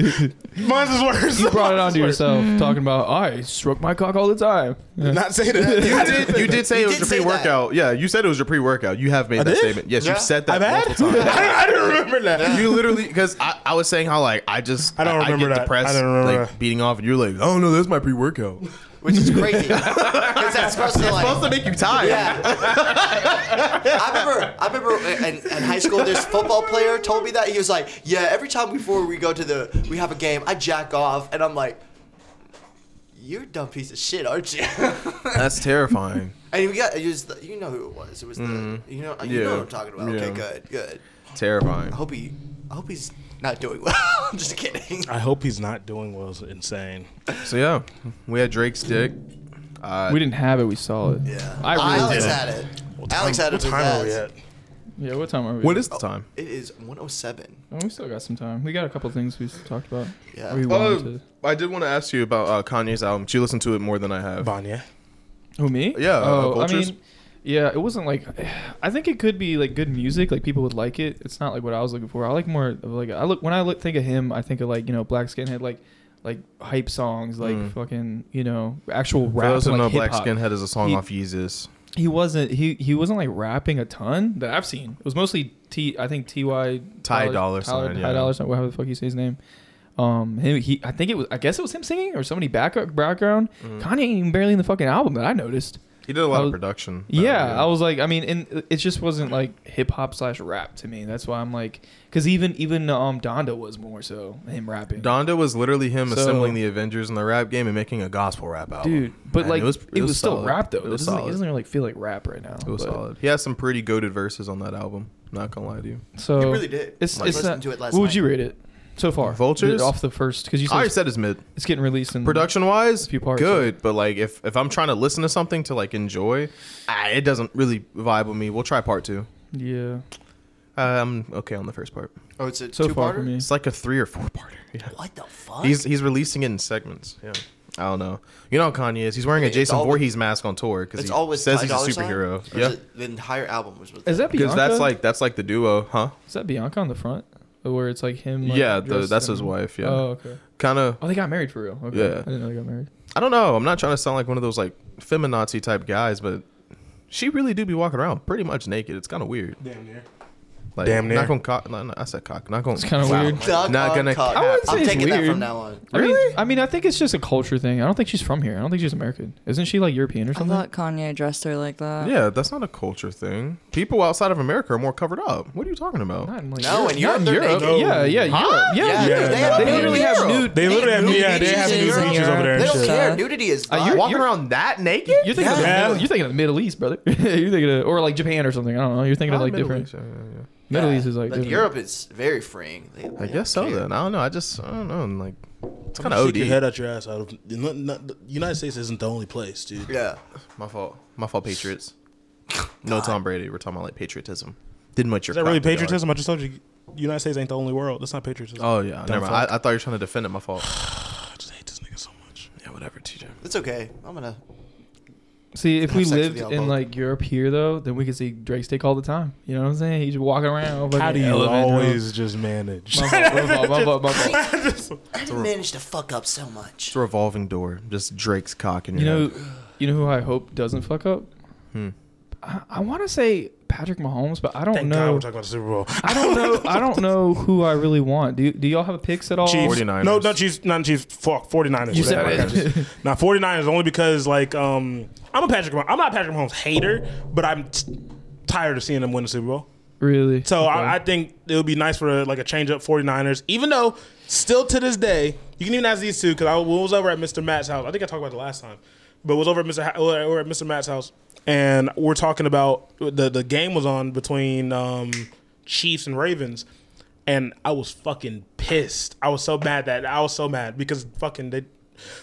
Speaker 7: mine's is worse. You
Speaker 5: Brought it onto yourself, talking about I stroke my cock all the time. Yeah.
Speaker 7: Not say that.
Speaker 2: *laughs* You did, you did say it was
Speaker 4: did
Speaker 2: your
Speaker 4: say that.
Speaker 2: pre-workout. Yeah, you said it was your pre-workout. You have made that
Speaker 7: did?
Speaker 2: statement. Yes,
Speaker 4: Yeah.
Speaker 2: you've said
Speaker 7: I've
Speaker 2: that
Speaker 7: had.
Speaker 2: multiple
Speaker 7: *laughs*
Speaker 2: times.
Speaker 7: I, I don't remember that.
Speaker 2: You literally because I, I was saying how like I just
Speaker 7: I don't remember
Speaker 2: get
Speaker 7: that.
Speaker 2: depressed
Speaker 7: I don't remember
Speaker 2: like
Speaker 7: that.
Speaker 2: beating off and you're like oh no that's my pre workout
Speaker 4: Which is
Speaker 5: *laughs*
Speaker 4: crazy. Because that's supposed to like.
Speaker 2: supposed to make you tired
Speaker 4: Yeah. *laughs* I remember. I remember in, in high school, this football player told me that he was like, "Yeah, every time before we go to the we have a game, I jack off," and I'm like, "You're a dumb piece of shit, aren't you?" *laughs*
Speaker 2: that's terrifying
Speaker 4: and we got it was the, you know who it was. It was
Speaker 7: Mm-hmm.
Speaker 4: the you know you know
Speaker 2: Yeah.
Speaker 4: what I'm talking about. Okay,
Speaker 2: Yeah.
Speaker 4: good, good.
Speaker 2: terrifying
Speaker 4: I hope he. I hope he's not doing *laughs* well. I'm just
Speaker 5: *laughs*
Speaker 4: kidding.
Speaker 7: I hope he's not doing well. It's insane.
Speaker 2: so yeah we had Drake's dick uh,
Speaker 5: We didn't have it, we saw it.
Speaker 4: Yeah.
Speaker 5: I really
Speaker 4: Alex
Speaker 5: did.
Speaker 4: had it. Alex had it.
Speaker 7: What
Speaker 4: with
Speaker 7: time are we
Speaker 4: us.
Speaker 7: at?
Speaker 5: Yeah, what time are we?
Speaker 2: what is the time
Speaker 4: It is 107.
Speaker 5: Oh, we still got some time. We got a couple things we s- talked about.
Speaker 4: Yeah.
Speaker 5: We
Speaker 2: uh,
Speaker 5: wanted
Speaker 2: I did want to ask you about uh, Kanye's album you listened to it more than I have
Speaker 7: Vanya.
Speaker 5: to. Who me?
Speaker 2: Yeah, uh,
Speaker 5: Oh, I
Speaker 2: Vultures.
Speaker 5: mean, yeah. It wasn't like. I think it could be like good music. Like people would like it. It's not like what I was looking for. I like more of like I look when I look think of him. I think of like you know black skinhead like like hype songs like fucking you know actual
Speaker 2: Mm. for
Speaker 5: rap.
Speaker 2: those who
Speaker 5: and,
Speaker 2: know
Speaker 5: like,
Speaker 2: Black
Speaker 5: hip-hop.
Speaker 2: Skinhead is a song
Speaker 5: He-
Speaker 2: off Yeezus
Speaker 5: he wasn't he he wasn't like rapping a ton that I've seen. It was mostly T I think T Y
Speaker 2: Ty Dolla
Speaker 5: Tyler,
Speaker 2: Sign,
Speaker 5: Ty
Speaker 2: yeah.
Speaker 5: Dolla Sign, whatever the fuck you say his name. Um, he, he I think it was I guess it was him singing or somebody back background. Kanye ain't even barely in the fucking album that I noticed.
Speaker 2: Mm-hmm. he did a lot
Speaker 5: I
Speaker 2: of
Speaker 5: was-
Speaker 2: production
Speaker 5: Oh, Yeah, I was like, I mean, and it just wasn't like hip hop slash rap to me. That's why I'm like, because even even um Donda was more so him rapping.
Speaker 2: Donda was literally him
Speaker 5: So-
Speaker 2: assembling the Avengers in the rap game and making a gospel rap album
Speaker 5: Dude, but
Speaker 2: And
Speaker 5: like
Speaker 2: it was, it was
Speaker 5: still
Speaker 2: solid.
Speaker 5: rap though.
Speaker 2: it was
Speaker 5: it, doesn't, it
Speaker 2: solid.
Speaker 5: doesn't really feel like rap right now.
Speaker 2: It was
Speaker 5: but-
Speaker 2: solid. He has some pretty goaded verses on that album. Not gonna lie to you.
Speaker 5: So
Speaker 4: You really did.
Speaker 5: It's,
Speaker 4: Like,
Speaker 5: it's
Speaker 4: listened
Speaker 5: not,
Speaker 4: to it last
Speaker 5: What would
Speaker 4: night.
Speaker 5: you rate it so far?
Speaker 2: Vultures?
Speaker 5: The- off the first because
Speaker 2: I
Speaker 5: you said,
Speaker 2: already
Speaker 5: it's,
Speaker 2: said it's mid.
Speaker 5: it's getting released in
Speaker 2: Production wise,
Speaker 5: few parts,
Speaker 2: good, but like if if I'm trying to listen to something to like enjoy, ah, it doesn't really vibe with me. We'll try part two.
Speaker 5: Yeah,
Speaker 2: Uh, I'm okay on the first part.
Speaker 4: Oh, it's a
Speaker 5: so
Speaker 4: two
Speaker 5: far for
Speaker 4: parter.
Speaker 5: me.
Speaker 2: It's like a three or four parter. Yeah.
Speaker 4: What the fuck?
Speaker 2: He's he's releasing it in segments. Yeah. I don't know. You know how Kanye is. He's wearing a
Speaker 4: It's
Speaker 2: Jason
Speaker 4: always-
Speaker 2: Voorhees mask on tour because
Speaker 4: it's
Speaker 2: he
Speaker 4: always
Speaker 2: says
Speaker 4: Ty
Speaker 2: he's a
Speaker 4: Dolla Sign?
Speaker 2: superhero.
Speaker 4: Or
Speaker 2: Yeah.
Speaker 4: is it- The entire album was with.
Speaker 5: Is that
Speaker 2: Because
Speaker 5: Bianca?
Speaker 2: that's like that's like the duo, huh?
Speaker 5: is that Bianca on the front where it's like him? Like,
Speaker 2: yeah, the,
Speaker 5: dressed
Speaker 2: that's
Speaker 5: in-
Speaker 2: his wife. Yeah.
Speaker 5: Oh, okay.
Speaker 2: Kind of.
Speaker 5: Oh, they got married for real. Okay.
Speaker 2: Yeah.
Speaker 5: I didn't know they got married.
Speaker 2: I don't know. I'm not trying to sound like one of those like feminazi type guys, but she really do be walking around pretty much naked. It's kind of weird.
Speaker 7: Damn near.
Speaker 2: Like,
Speaker 7: Damn near.
Speaker 2: Not gonna cock. No, no, I said cock. Not gonna. It's
Speaker 5: kinda weird.
Speaker 4: Dog
Speaker 2: Not
Speaker 4: on
Speaker 2: gonna.
Speaker 4: cock.
Speaker 2: cap.
Speaker 5: I wouldn't
Speaker 4: I'm
Speaker 5: say it's
Speaker 4: taking that
Speaker 5: weird.
Speaker 4: from now on.
Speaker 5: I mean, I mean, I think it's just a culture thing. I don't think she's from here. I don't think she's American. Isn't she like European or
Speaker 6: I
Speaker 5: something?
Speaker 6: thought Kanye dressed her like that.
Speaker 2: Yeah, that's not a culture thing. People outside of America are more covered up. What are you talking about?
Speaker 5: Not in, like,
Speaker 4: No, in Europe,
Speaker 5: Not
Speaker 4: they're
Speaker 5: Europe.
Speaker 4: naked.
Speaker 5: Yeah, yeah, Europe. Yeah,
Speaker 4: Yeah,
Speaker 5: Europe.
Speaker 4: they have
Speaker 5: They
Speaker 4: nude
Speaker 5: literally
Speaker 4: beaches.
Speaker 5: have nude.
Speaker 7: They literally have
Speaker 4: nude
Speaker 7: yeah, they have
Speaker 4: beaches
Speaker 7: new
Speaker 4: in
Speaker 7: beaches over there
Speaker 4: They
Speaker 7: and
Speaker 4: don't
Speaker 7: shit.
Speaker 4: care.
Speaker 6: Shut.
Speaker 4: Nudity is
Speaker 5: Uh,
Speaker 4: fine.
Speaker 5: you're-
Speaker 2: Walking around that naked?
Speaker 5: You're thinking, of the
Speaker 7: Yeah.
Speaker 5: Middle, you're thinking of the Middle East, brother. *laughs* you're thinking of, or like Japan or something. I don't know. You're thinking of
Speaker 2: Ah,
Speaker 5: like
Speaker 2: Middle
Speaker 5: different.
Speaker 2: East, yeah, yeah, yeah.
Speaker 5: Middle East is like, different.
Speaker 4: Europe is very freeing. They-
Speaker 2: I
Speaker 4: they
Speaker 2: guess so.
Speaker 4: don't care.
Speaker 2: Then I don't know. I just I don't know. I'm like it's kind
Speaker 9: Stick your
Speaker 2: of
Speaker 9: head
Speaker 2: od.
Speaker 9: out your ass out of not, not, the United States isn't the only place, dude.
Speaker 4: Yeah.
Speaker 2: My fault. My fault. Patriots. No Tom Brady. We're talking about like patriotism. Didn't much your.
Speaker 7: Is that really patriotism? I just told you, United States ain't the only world. That's not patriotism.
Speaker 2: Oh yeah. Never mind.
Speaker 7: fuck.
Speaker 2: I, I thought you were trying to defend it. My fault.
Speaker 9: I just hate this nigga so much.
Speaker 2: Yeah. Whatever, TJ.
Speaker 4: It's okay. I'm gonna.
Speaker 5: See, if
Speaker 4: Have
Speaker 5: we
Speaker 4: sex with
Speaker 5: lived
Speaker 4: y'all
Speaker 5: in
Speaker 4: both.
Speaker 5: like Europe here though, then we could see Drake's dick all the time. You know what I'm saying? He's walking around.
Speaker 7: How
Speaker 5: fucking
Speaker 7: do you
Speaker 5: elevator.
Speaker 7: always just manage?
Speaker 5: My fault, my fault, my fault,
Speaker 7: *laughs*
Speaker 5: my fault.
Speaker 4: I didn't manage to fuck up so much.
Speaker 2: It's a revolving door. Just Drake's cock in
Speaker 5: You
Speaker 2: your
Speaker 5: know,
Speaker 2: head.
Speaker 5: you know who I hope doesn't fuck up.
Speaker 7: Hmm.
Speaker 5: I, I want to say Patrick Mahomes, but I don't
Speaker 7: Thank God
Speaker 5: know.
Speaker 7: we're talking about the Super Bowl.
Speaker 5: I don't know. I don't know who I really want. Do Do y'all have picks at all?
Speaker 7: Chiefs.
Speaker 2: 49ers.
Speaker 7: No, not Chiefs. Not Chiefs. Fuck, 49ers.
Speaker 5: You said
Speaker 7: Whatever.
Speaker 5: it.
Speaker 7: now, 49ers only because, like, um, I'm a Patrick Mahomes. I'm not a Patrick Mahomes hater, but I'm t- tired of seeing them win the Super Bowl.
Speaker 5: Really?
Speaker 7: So I, I think it would be nice for, like, a change up 49ers, even though still to this day, you can even ask these two because I was over at Mr. Matt's house. I think I talked about it last time, but was over at Mr. Ha- over at Mr. Matt's house, and we're talking about the, the game was on between um, Chiefs and Ravens and I was fucking pissed. I was so mad that I was so mad because fucking they,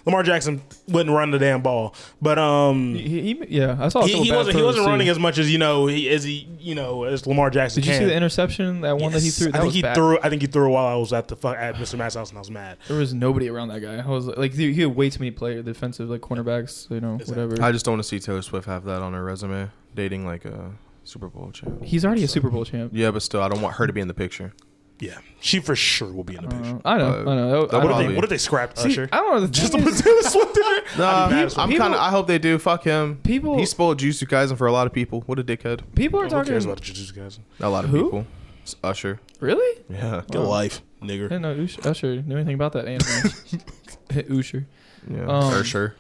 Speaker 7: Lamar Jackson wouldn't run the damn ball, but um. He,
Speaker 5: He, he- yeah, I saw. a
Speaker 7: he,
Speaker 5: couple bad
Speaker 7: wasn't. He
Speaker 5: throws,
Speaker 7: wasn't
Speaker 5: too.
Speaker 7: running as much as you know. He, as he, you know, as Lamar Jackson.
Speaker 5: Did you
Speaker 7: can.
Speaker 5: see the interception? That one that he
Speaker 7: Yes.
Speaker 5: threw. That
Speaker 7: I think
Speaker 5: was
Speaker 7: he
Speaker 5: bad.
Speaker 7: threw. I think he threw while I was at the fuck at Mr. Matt's house, and I was mad.
Speaker 5: There was nobody around that guy. I was like, he he had way too many player defensive like cornerbacks. You know, whatever.
Speaker 2: I just don't want to see Taylor Swift have that on her resume, dating like a Super Bowl champ.
Speaker 5: He's already a Super Bowl champ.
Speaker 2: Yeah, but still, I don't want her to be in the picture.
Speaker 7: Yeah, she for sure will be in the picture.
Speaker 5: Uh, I know. I know. I
Speaker 2: what
Speaker 7: What
Speaker 5: don't
Speaker 7: if,
Speaker 2: probably.
Speaker 7: they, what if they scrapped
Speaker 5: See,
Speaker 7: Usher?
Speaker 5: I don't know.
Speaker 7: *laughs*
Speaker 5: The
Speaker 7: Just to
Speaker 5: thing
Speaker 7: put
Speaker 5: is,
Speaker 7: Taylor Swift in there.
Speaker 2: Nah,
Speaker 7: I'd be mad as fuck.
Speaker 2: I'm
Speaker 5: people-
Speaker 2: kind of. I hope they do. Fuck him.
Speaker 5: People-
Speaker 2: He spoiled Jujutsu Kaisen for a lot of people. What a dickhead.
Speaker 5: people are
Speaker 7: Who
Speaker 5: talking.
Speaker 7: cares about the Jujutsu guys?
Speaker 2: A lot of
Speaker 5: Who? Oh.
Speaker 2: people. It's Usher.
Speaker 5: really?
Speaker 2: Yeah.
Speaker 9: Get a life, nigger.
Speaker 5: I didn't know Usher, Usher knew anything about that anime. *laughs* Usher.
Speaker 2: Yeah.
Speaker 5: Um,
Speaker 2: Usher.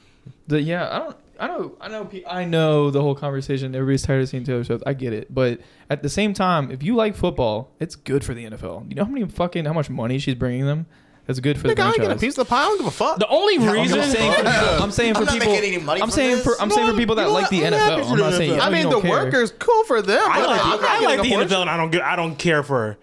Speaker 5: The yeah, I don't. I know, I know, pe- I know the whole conversation. Everybody's tired of seeing Taylor Swift. I get it, but at the same time, if you like football, it's good for the NFL. You know how many fucking how much money she's bringing them. That's good for the
Speaker 2: I ain't getting a
Speaker 5: franchise.
Speaker 2: piece of the pie. I don't give a fuck.
Speaker 5: the only reason I'm saying, for, I'm saying for
Speaker 4: I'm not
Speaker 5: people,
Speaker 4: making any money
Speaker 5: I'm
Speaker 4: from
Speaker 5: saying
Speaker 4: this.
Speaker 5: for I'm saying for people that like the NFL. I'm not saying. you
Speaker 2: I
Speaker 5: know, you
Speaker 2: mean, the
Speaker 5: don't care.
Speaker 2: workers cool for them. but
Speaker 7: I like,
Speaker 2: I'm
Speaker 7: the,
Speaker 2: not
Speaker 7: I like the
Speaker 2: getting a
Speaker 7: NFL, and I don't get, I don't care for her.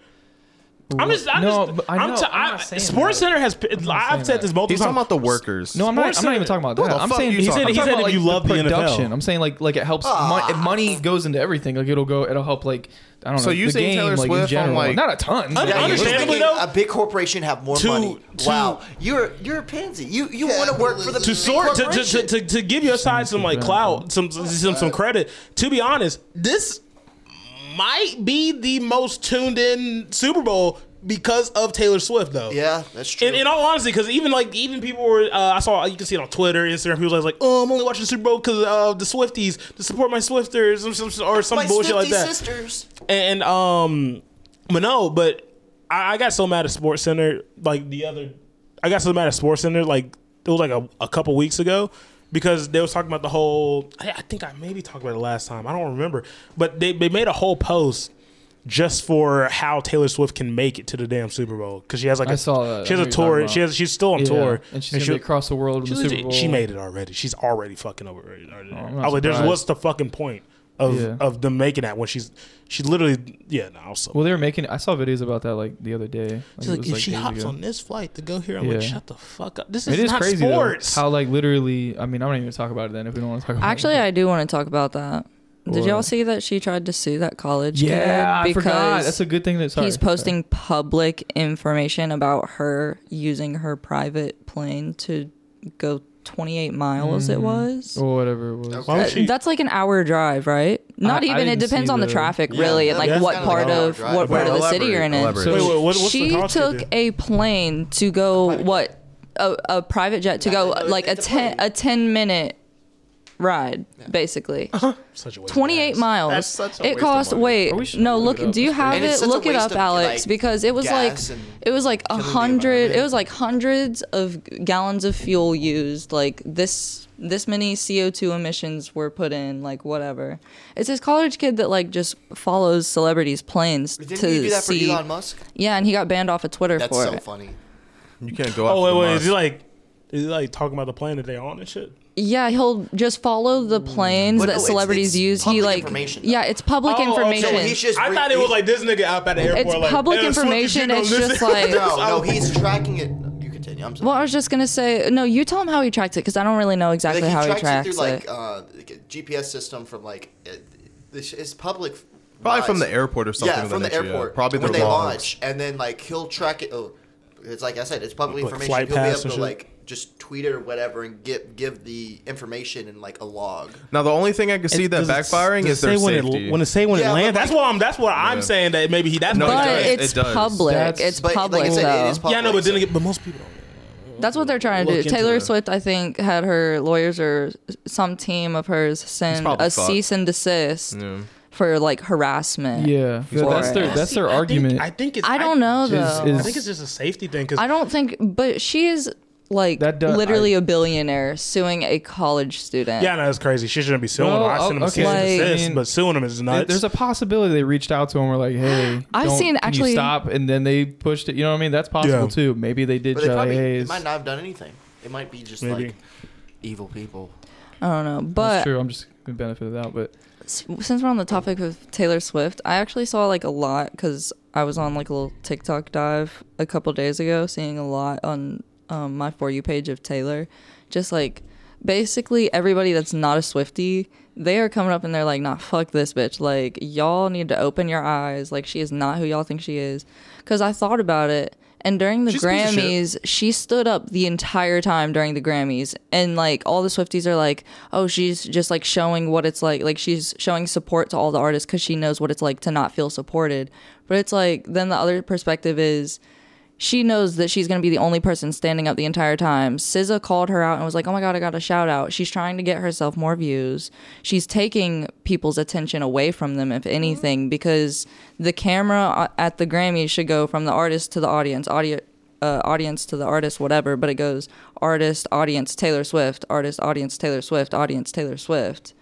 Speaker 7: I'm just, I'm
Speaker 5: No,
Speaker 7: just,
Speaker 5: but I
Speaker 7: I
Speaker 5: know,
Speaker 7: am t-
Speaker 5: I'm
Speaker 7: i
Speaker 5: not saying
Speaker 7: Sports
Speaker 5: that.
Speaker 7: Center has,
Speaker 5: saying
Speaker 7: I've
Speaker 5: that.
Speaker 7: said this multiple
Speaker 2: He's talking
Speaker 7: times.
Speaker 2: about the workers.
Speaker 5: No, I'm not.
Speaker 7: Sports
Speaker 5: I'm not even
Speaker 7: Center-
Speaker 5: talking about
Speaker 2: What
Speaker 5: that.
Speaker 2: the
Speaker 5: I'm
Speaker 2: fuck
Speaker 5: saying
Speaker 2: you
Speaker 5: he's
Speaker 2: talking
Speaker 5: saying,
Speaker 7: about?
Speaker 5: he's
Speaker 7: I'm
Speaker 5: saying
Speaker 7: talking
Speaker 5: if you
Speaker 7: about,
Speaker 5: love the
Speaker 7: like, the
Speaker 5: production.
Speaker 7: production.
Speaker 5: I'm saying like like it helps. mon- if money goes into everything, like it'll go. It'll help like I don't know.
Speaker 2: So you
Speaker 5: the
Speaker 2: saying
Speaker 5: game,
Speaker 2: Taylor
Speaker 5: like, in
Speaker 2: Swift on,
Speaker 5: general.
Speaker 2: like-
Speaker 5: not a ton. but-
Speaker 7: Yeah,
Speaker 4: Yeah, you're just
Speaker 7: Understandably,
Speaker 4: making
Speaker 7: though,
Speaker 4: a big corporation have more
Speaker 7: to-
Speaker 4: money.
Speaker 7: to-
Speaker 4: wow, you're you're a pansy. You you want to work for the
Speaker 7: to
Speaker 4: big
Speaker 7: sort to, to, to,
Speaker 4: corporation.
Speaker 7: to, to give your side some like clout, some some, some credit. To be honest, this might be the most tuned in Super Bowl because of Taylor Swift, though.
Speaker 4: yeah, that's true.
Speaker 7: In, in all honesty, because even like even people were uh, I saw you can see it on Twitter, Instagram. People was like, "Oh, I'm only watching Super Bowl because uh, the Swifties to support my Swifters or some, some- or some
Speaker 4: my
Speaker 7: bullshit like
Speaker 4: 50
Speaker 7: that."
Speaker 4: sisters.
Speaker 7: And um, but no, but I, I got so mad at Sports Center, like the other, I got so mad at Sports Center, like it was like a, a couple weeks ago, because they was talking about the whole. I, I think I maybe talked about it last time. I don't remember, but they they made a whole post just for how Taylor Swift can make it to the damn Super Bowl because she has like
Speaker 5: I
Speaker 7: a
Speaker 5: saw that.
Speaker 7: she has
Speaker 5: I know
Speaker 7: a
Speaker 5: what you're talking
Speaker 7: tour.
Speaker 5: about.
Speaker 7: She has she's still on
Speaker 5: Yeah,
Speaker 7: tour
Speaker 5: and she's gonna
Speaker 7: she'll-
Speaker 5: be across the world in
Speaker 7: she,
Speaker 5: the Super Bowl. Oh,
Speaker 7: she made it already. She's already fucking over. Already.
Speaker 5: I'm
Speaker 7: I
Speaker 5: not
Speaker 7: was like, there's,
Speaker 5: surprised.
Speaker 7: what's the fucking point of
Speaker 5: Yeah.
Speaker 7: of them making that when she's she literally yeah no I was so
Speaker 5: Well, they were making. I saw videos about that like the other day. Like, it was,
Speaker 9: if
Speaker 5: like,
Speaker 9: she
Speaker 5: days
Speaker 9: hops
Speaker 5: ago.
Speaker 9: on this flight to go here, I'm
Speaker 5: Yeah.
Speaker 9: like, shut the fuck up. This is,
Speaker 5: It is
Speaker 9: not
Speaker 5: crazy though,
Speaker 9: sports.
Speaker 5: how like literally. I mean, I'm not even gonna talk about it then if we don't want to talk about
Speaker 6: Actually,
Speaker 5: it.
Speaker 6: I do want to talk about that. Did
Speaker 5: What?
Speaker 6: y'all see that she tried to sue that college
Speaker 5: yeah, I
Speaker 6: kid
Speaker 5: forgot.
Speaker 6: because
Speaker 5: That's a good thing that sorry,
Speaker 6: he's posting public information about her using her private plane to go 28 miles.
Speaker 5: Mm.
Speaker 6: It was.
Speaker 5: sorry. or whatever it was.
Speaker 7: Why would
Speaker 6: Uh,
Speaker 7: she-
Speaker 6: that's like an hour drive, right? Not
Speaker 5: I
Speaker 6: even. It
Speaker 5: didn't see
Speaker 6: depends on the,
Speaker 5: the-
Speaker 6: traffic, really, and like
Speaker 4: that's
Speaker 6: what
Speaker 4: kinda
Speaker 6: part
Speaker 4: like an hour
Speaker 6: of
Speaker 4: drive.
Speaker 6: what part of the
Speaker 2: Elaborate,
Speaker 6: city you're in.
Speaker 2: elaborate.
Speaker 5: So
Speaker 7: Wait, wait, what- what's the
Speaker 6: she
Speaker 7: college kid
Speaker 6: took
Speaker 7: do?
Speaker 6: a plane to go what a, a private jet to go like a ten a ten minute ride, basically.
Speaker 7: Such a waste of
Speaker 6: 28
Speaker 7: gas.
Speaker 6: miles.
Speaker 2: That's such a
Speaker 6: it
Speaker 2: waste of
Speaker 6: cost
Speaker 2: money.
Speaker 6: wait.
Speaker 5: Are we sure
Speaker 6: No,
Speaker 5: we
Speaker 6: look.
Speaker 5: looked it up?
Speaker 6: do you have
Speaker 4: And it's
Speaker 6: it?
Speaker 4: such a
Speaker 6: Look it
Speaker 4: waste
Speaker 6: up,
Speaker 4: of,
Speaker 6: Alex,
Speaker 4: like,
Speaker 6: because it was like
Speaker 4: gas and
Speaker 6: it was like a
Speaker 4: killing the
Speaker 6: hundred. It
Speaker 4: environment.
Speaker 6: was like hundreds of gallons of fuel used. Like this, this many CO two emissions were put in. Like whatever. It's this college kid that like just follows celebrities' planes
Speaker 4: Didn't
Speaker 6: to
Speaker 4: he do that for
Speaker 6: see.
Speaker 4: Elon Musk?
Speaker 6: Yeah, and he got banned off of Twitter
Speaker 4: That's
Speaker 6: for
Speaker 4: so
Speaker 6: it.
Speaker 4: funny.
Speaker 2: You can't go out.
Speaker 7: Oh wait, wait. Is he
Speaker 2: like,
Speaker 7: like? Is he like talking about the plane that they on and shit?
Speaker 6: Yeah, he'll just follow the planes
Speaker 4: Mm. But
Speaker 6: that
Speaker 4: no, it's-
Speaker 6: celebrities
Speaker 4: it's
Speaker 6: use. He
Speaker 4: public
Speaker 6: like
Speaker 4: information, though.
Speaker 6: yeah, it's public
Speaker 7: Oh, okay.
Speaker 6: information.
Speaker 4: So he's just
Speaker 7: I
Speaker 4: re-
Speaker 7: thought it was like this nigga out by the airport.
Speaker 6: it's
Speaker 7: like,
Speaker 6: public
Speaker 7: "Hey, as soon as you
Speaker 6: information.
Speaker 7: get on
Speaker 6: It's
Speaker 7: this- *laughs*
Speaker 6: just like
Speaker 4: No, no, he's tracking it. You continue. I'm sorry.
Speaker 6: Well, I was just gonna say, no, you tell him how he tracks it because I don't really know
Speaker 4: Like,
Speaker 6: exactly how he tracks
Speaker 4: it
Speaker 6: it.
Speaker 4: through like uh, like a GPS system from like it, this it's public.
Speaker 2: probably from
Speaker 4: rides.
Speaker 2: the airport or something.
Speaker 4: Yeah,
Speaker 2: of
Speaker 4: from
Speaker 2: that
Speaker 4: the
Speaker 2: nature, yeah.
Speaker 4: airport.
Speaker 2: Probably
Speaker 4: when
Speaker 2: the
Speaker 4: they
Speaker 2: logs.
Speaker 4: launch, and then like he'll track it. Oh, it's like I said, it's public
Speaker 7: Like
Speaker 4: information.
Speaker 7: flight
Speaker 4: He'll be
Speaker 7: paths
Speaker 4: able to
Speaker 7: and shit?
Speaker 4: like just tweet it or whatever and give give the information in like a log.
Speaker 2: Now the only thing I can see that
Speaker 9: Does it-
Speaker 2: backfiring
Speaker 9: does it
Speaker 2: is their
Speaker 9: say when
Speaker 2: safety.
Speaker 9: It, when it say when
Speaker 4: Yeah,
Speaker 9: it
Speaker 4: but
Speaker 9: lands,
Speaker 7: That's why I'm. That's why I'm
Speaker 2: Yeah.
Speaker 7: saying that maybe he. That's
Speaker 2: No,
Speaker 7: what
Speaker 2: it
Speaker 6: but
Speaker 2: does.
Speaker 7: he
Speaker 6: it's
Speaker 2: It does.
Speaker 6: public.
Speaker 5: That's-
Speaker 6: it's
Speaker 4: But
Speaker 6: public
Speaker 4: like I said,
Speaker 6: though.
Speaker 4: it is public.
Speaker 7: Yeah, no, but then
Speaker 4: so-
Speaker 7: again, but most people don't.
Speaker 6: That's what they're trying
Speaker 9: Look
Speaker 6: to do.
Speaker 9: into
Speaker 6: Taylor
Speaker 9: it.
Speaker 6: Swift, I think, had her lawyers or some team of hers send
Speaker 2: probably
Speaker 6: a
Speaker 2: fucked.
Speaker 6: cease and desist for like harassment.
Speaker 5: Yeah,
Speaker 6: for
Speaker 5: that's
Speaker 6: it.
Speaker 5: their that's their argument.
Speaker 7: I think it's.
Speaker 6: I don't know though.
Speaker 7: I
Speaker 5: is-
Speaker 7: think it's just a safety thing because
Speaker 6: I don't think, but she is like
Speaker 5: That does-
Speaker 6: literally
Speaker 5: I-
Speaker 6: a billionaire suing a college student.
Speaker 7: Yeah, no, it's crazy. She shouldn't be suing
Speaker 5: Well,
Speaker 7: him. I sent him a
Speaker 5: okay.
Speaker 7: cease and
Speaker 6: Like-
Speaker 7: desist,
Speaker 5: I mean,
Speaker 7: but suing him is
Speaker 5: Th-
Speaker 7: nuts.
Speaker 5: There's a possibility they reached out to him. We're like,
Speaker 6: *gasps*
Speaker 5: hey,
Speaker 6: I've
Speaker 5: don't-
Speaker 6: seen
Speaker 5: can you
Speaker 6: actually-
Speaker 5: stop, and then they pushed it. You know what I mean? That's possible
Speaker 7: Yeah.
Speaker 5: too. Maybe they did.
Speaker 4: But they
Speaker 5: try,
Speaker 4: probably
Speaker 5: hey,
Speaker 4: they
Speaker 5: it's-
Speaker 4: might not have done anything. It might be just
Speaker 7: Maybe.
Speaker 4: like evil people.
Speaker 6: I don't know,
Speaker 5: that's
Speaker 6: but
Speaker 5: true. I'm just gonna benefit of the doubt, but
Speaker 6: S- since we're on the topic of Taylor Swift, I actually saw like a lot because I was on like a little TikTok dive a couple days ago, seeing a lot on um, my For You page of Taylor. Just like basically everybody that's not a Swifty, they are coming up and they're like, nah, fuck this bitch. Like, y'all need to open your eyes. Like, she is not who y'all think she is. Because I thought about it. And during the
Speaker 2: She's a piece of shit.
Speaker 6: Grammys, is she stood up the entire time during the Grammys and like all the Swifties are like, "Oh, she's just like showing what it's like. Like she's showing support to all the artists cuz she knows what it's like to not feel supported." But it's like then the other perspective is she knows that she's going to be the only person standing up the entire time. SZA called her out and was like, "Oh my god, I got a shout out." She's trying to get herself more views. She's taking people's attention away from them if
Speaker 2: Mm-hmm.
Speaker 6: anything because the camera a- at the Grammys should go from the artist to the audience. Audio uh, audience to the artist, whatever, but it goes artist, audience, Taylor Swift, artist, audience, Taylor Swift, audience, Taylor Swift.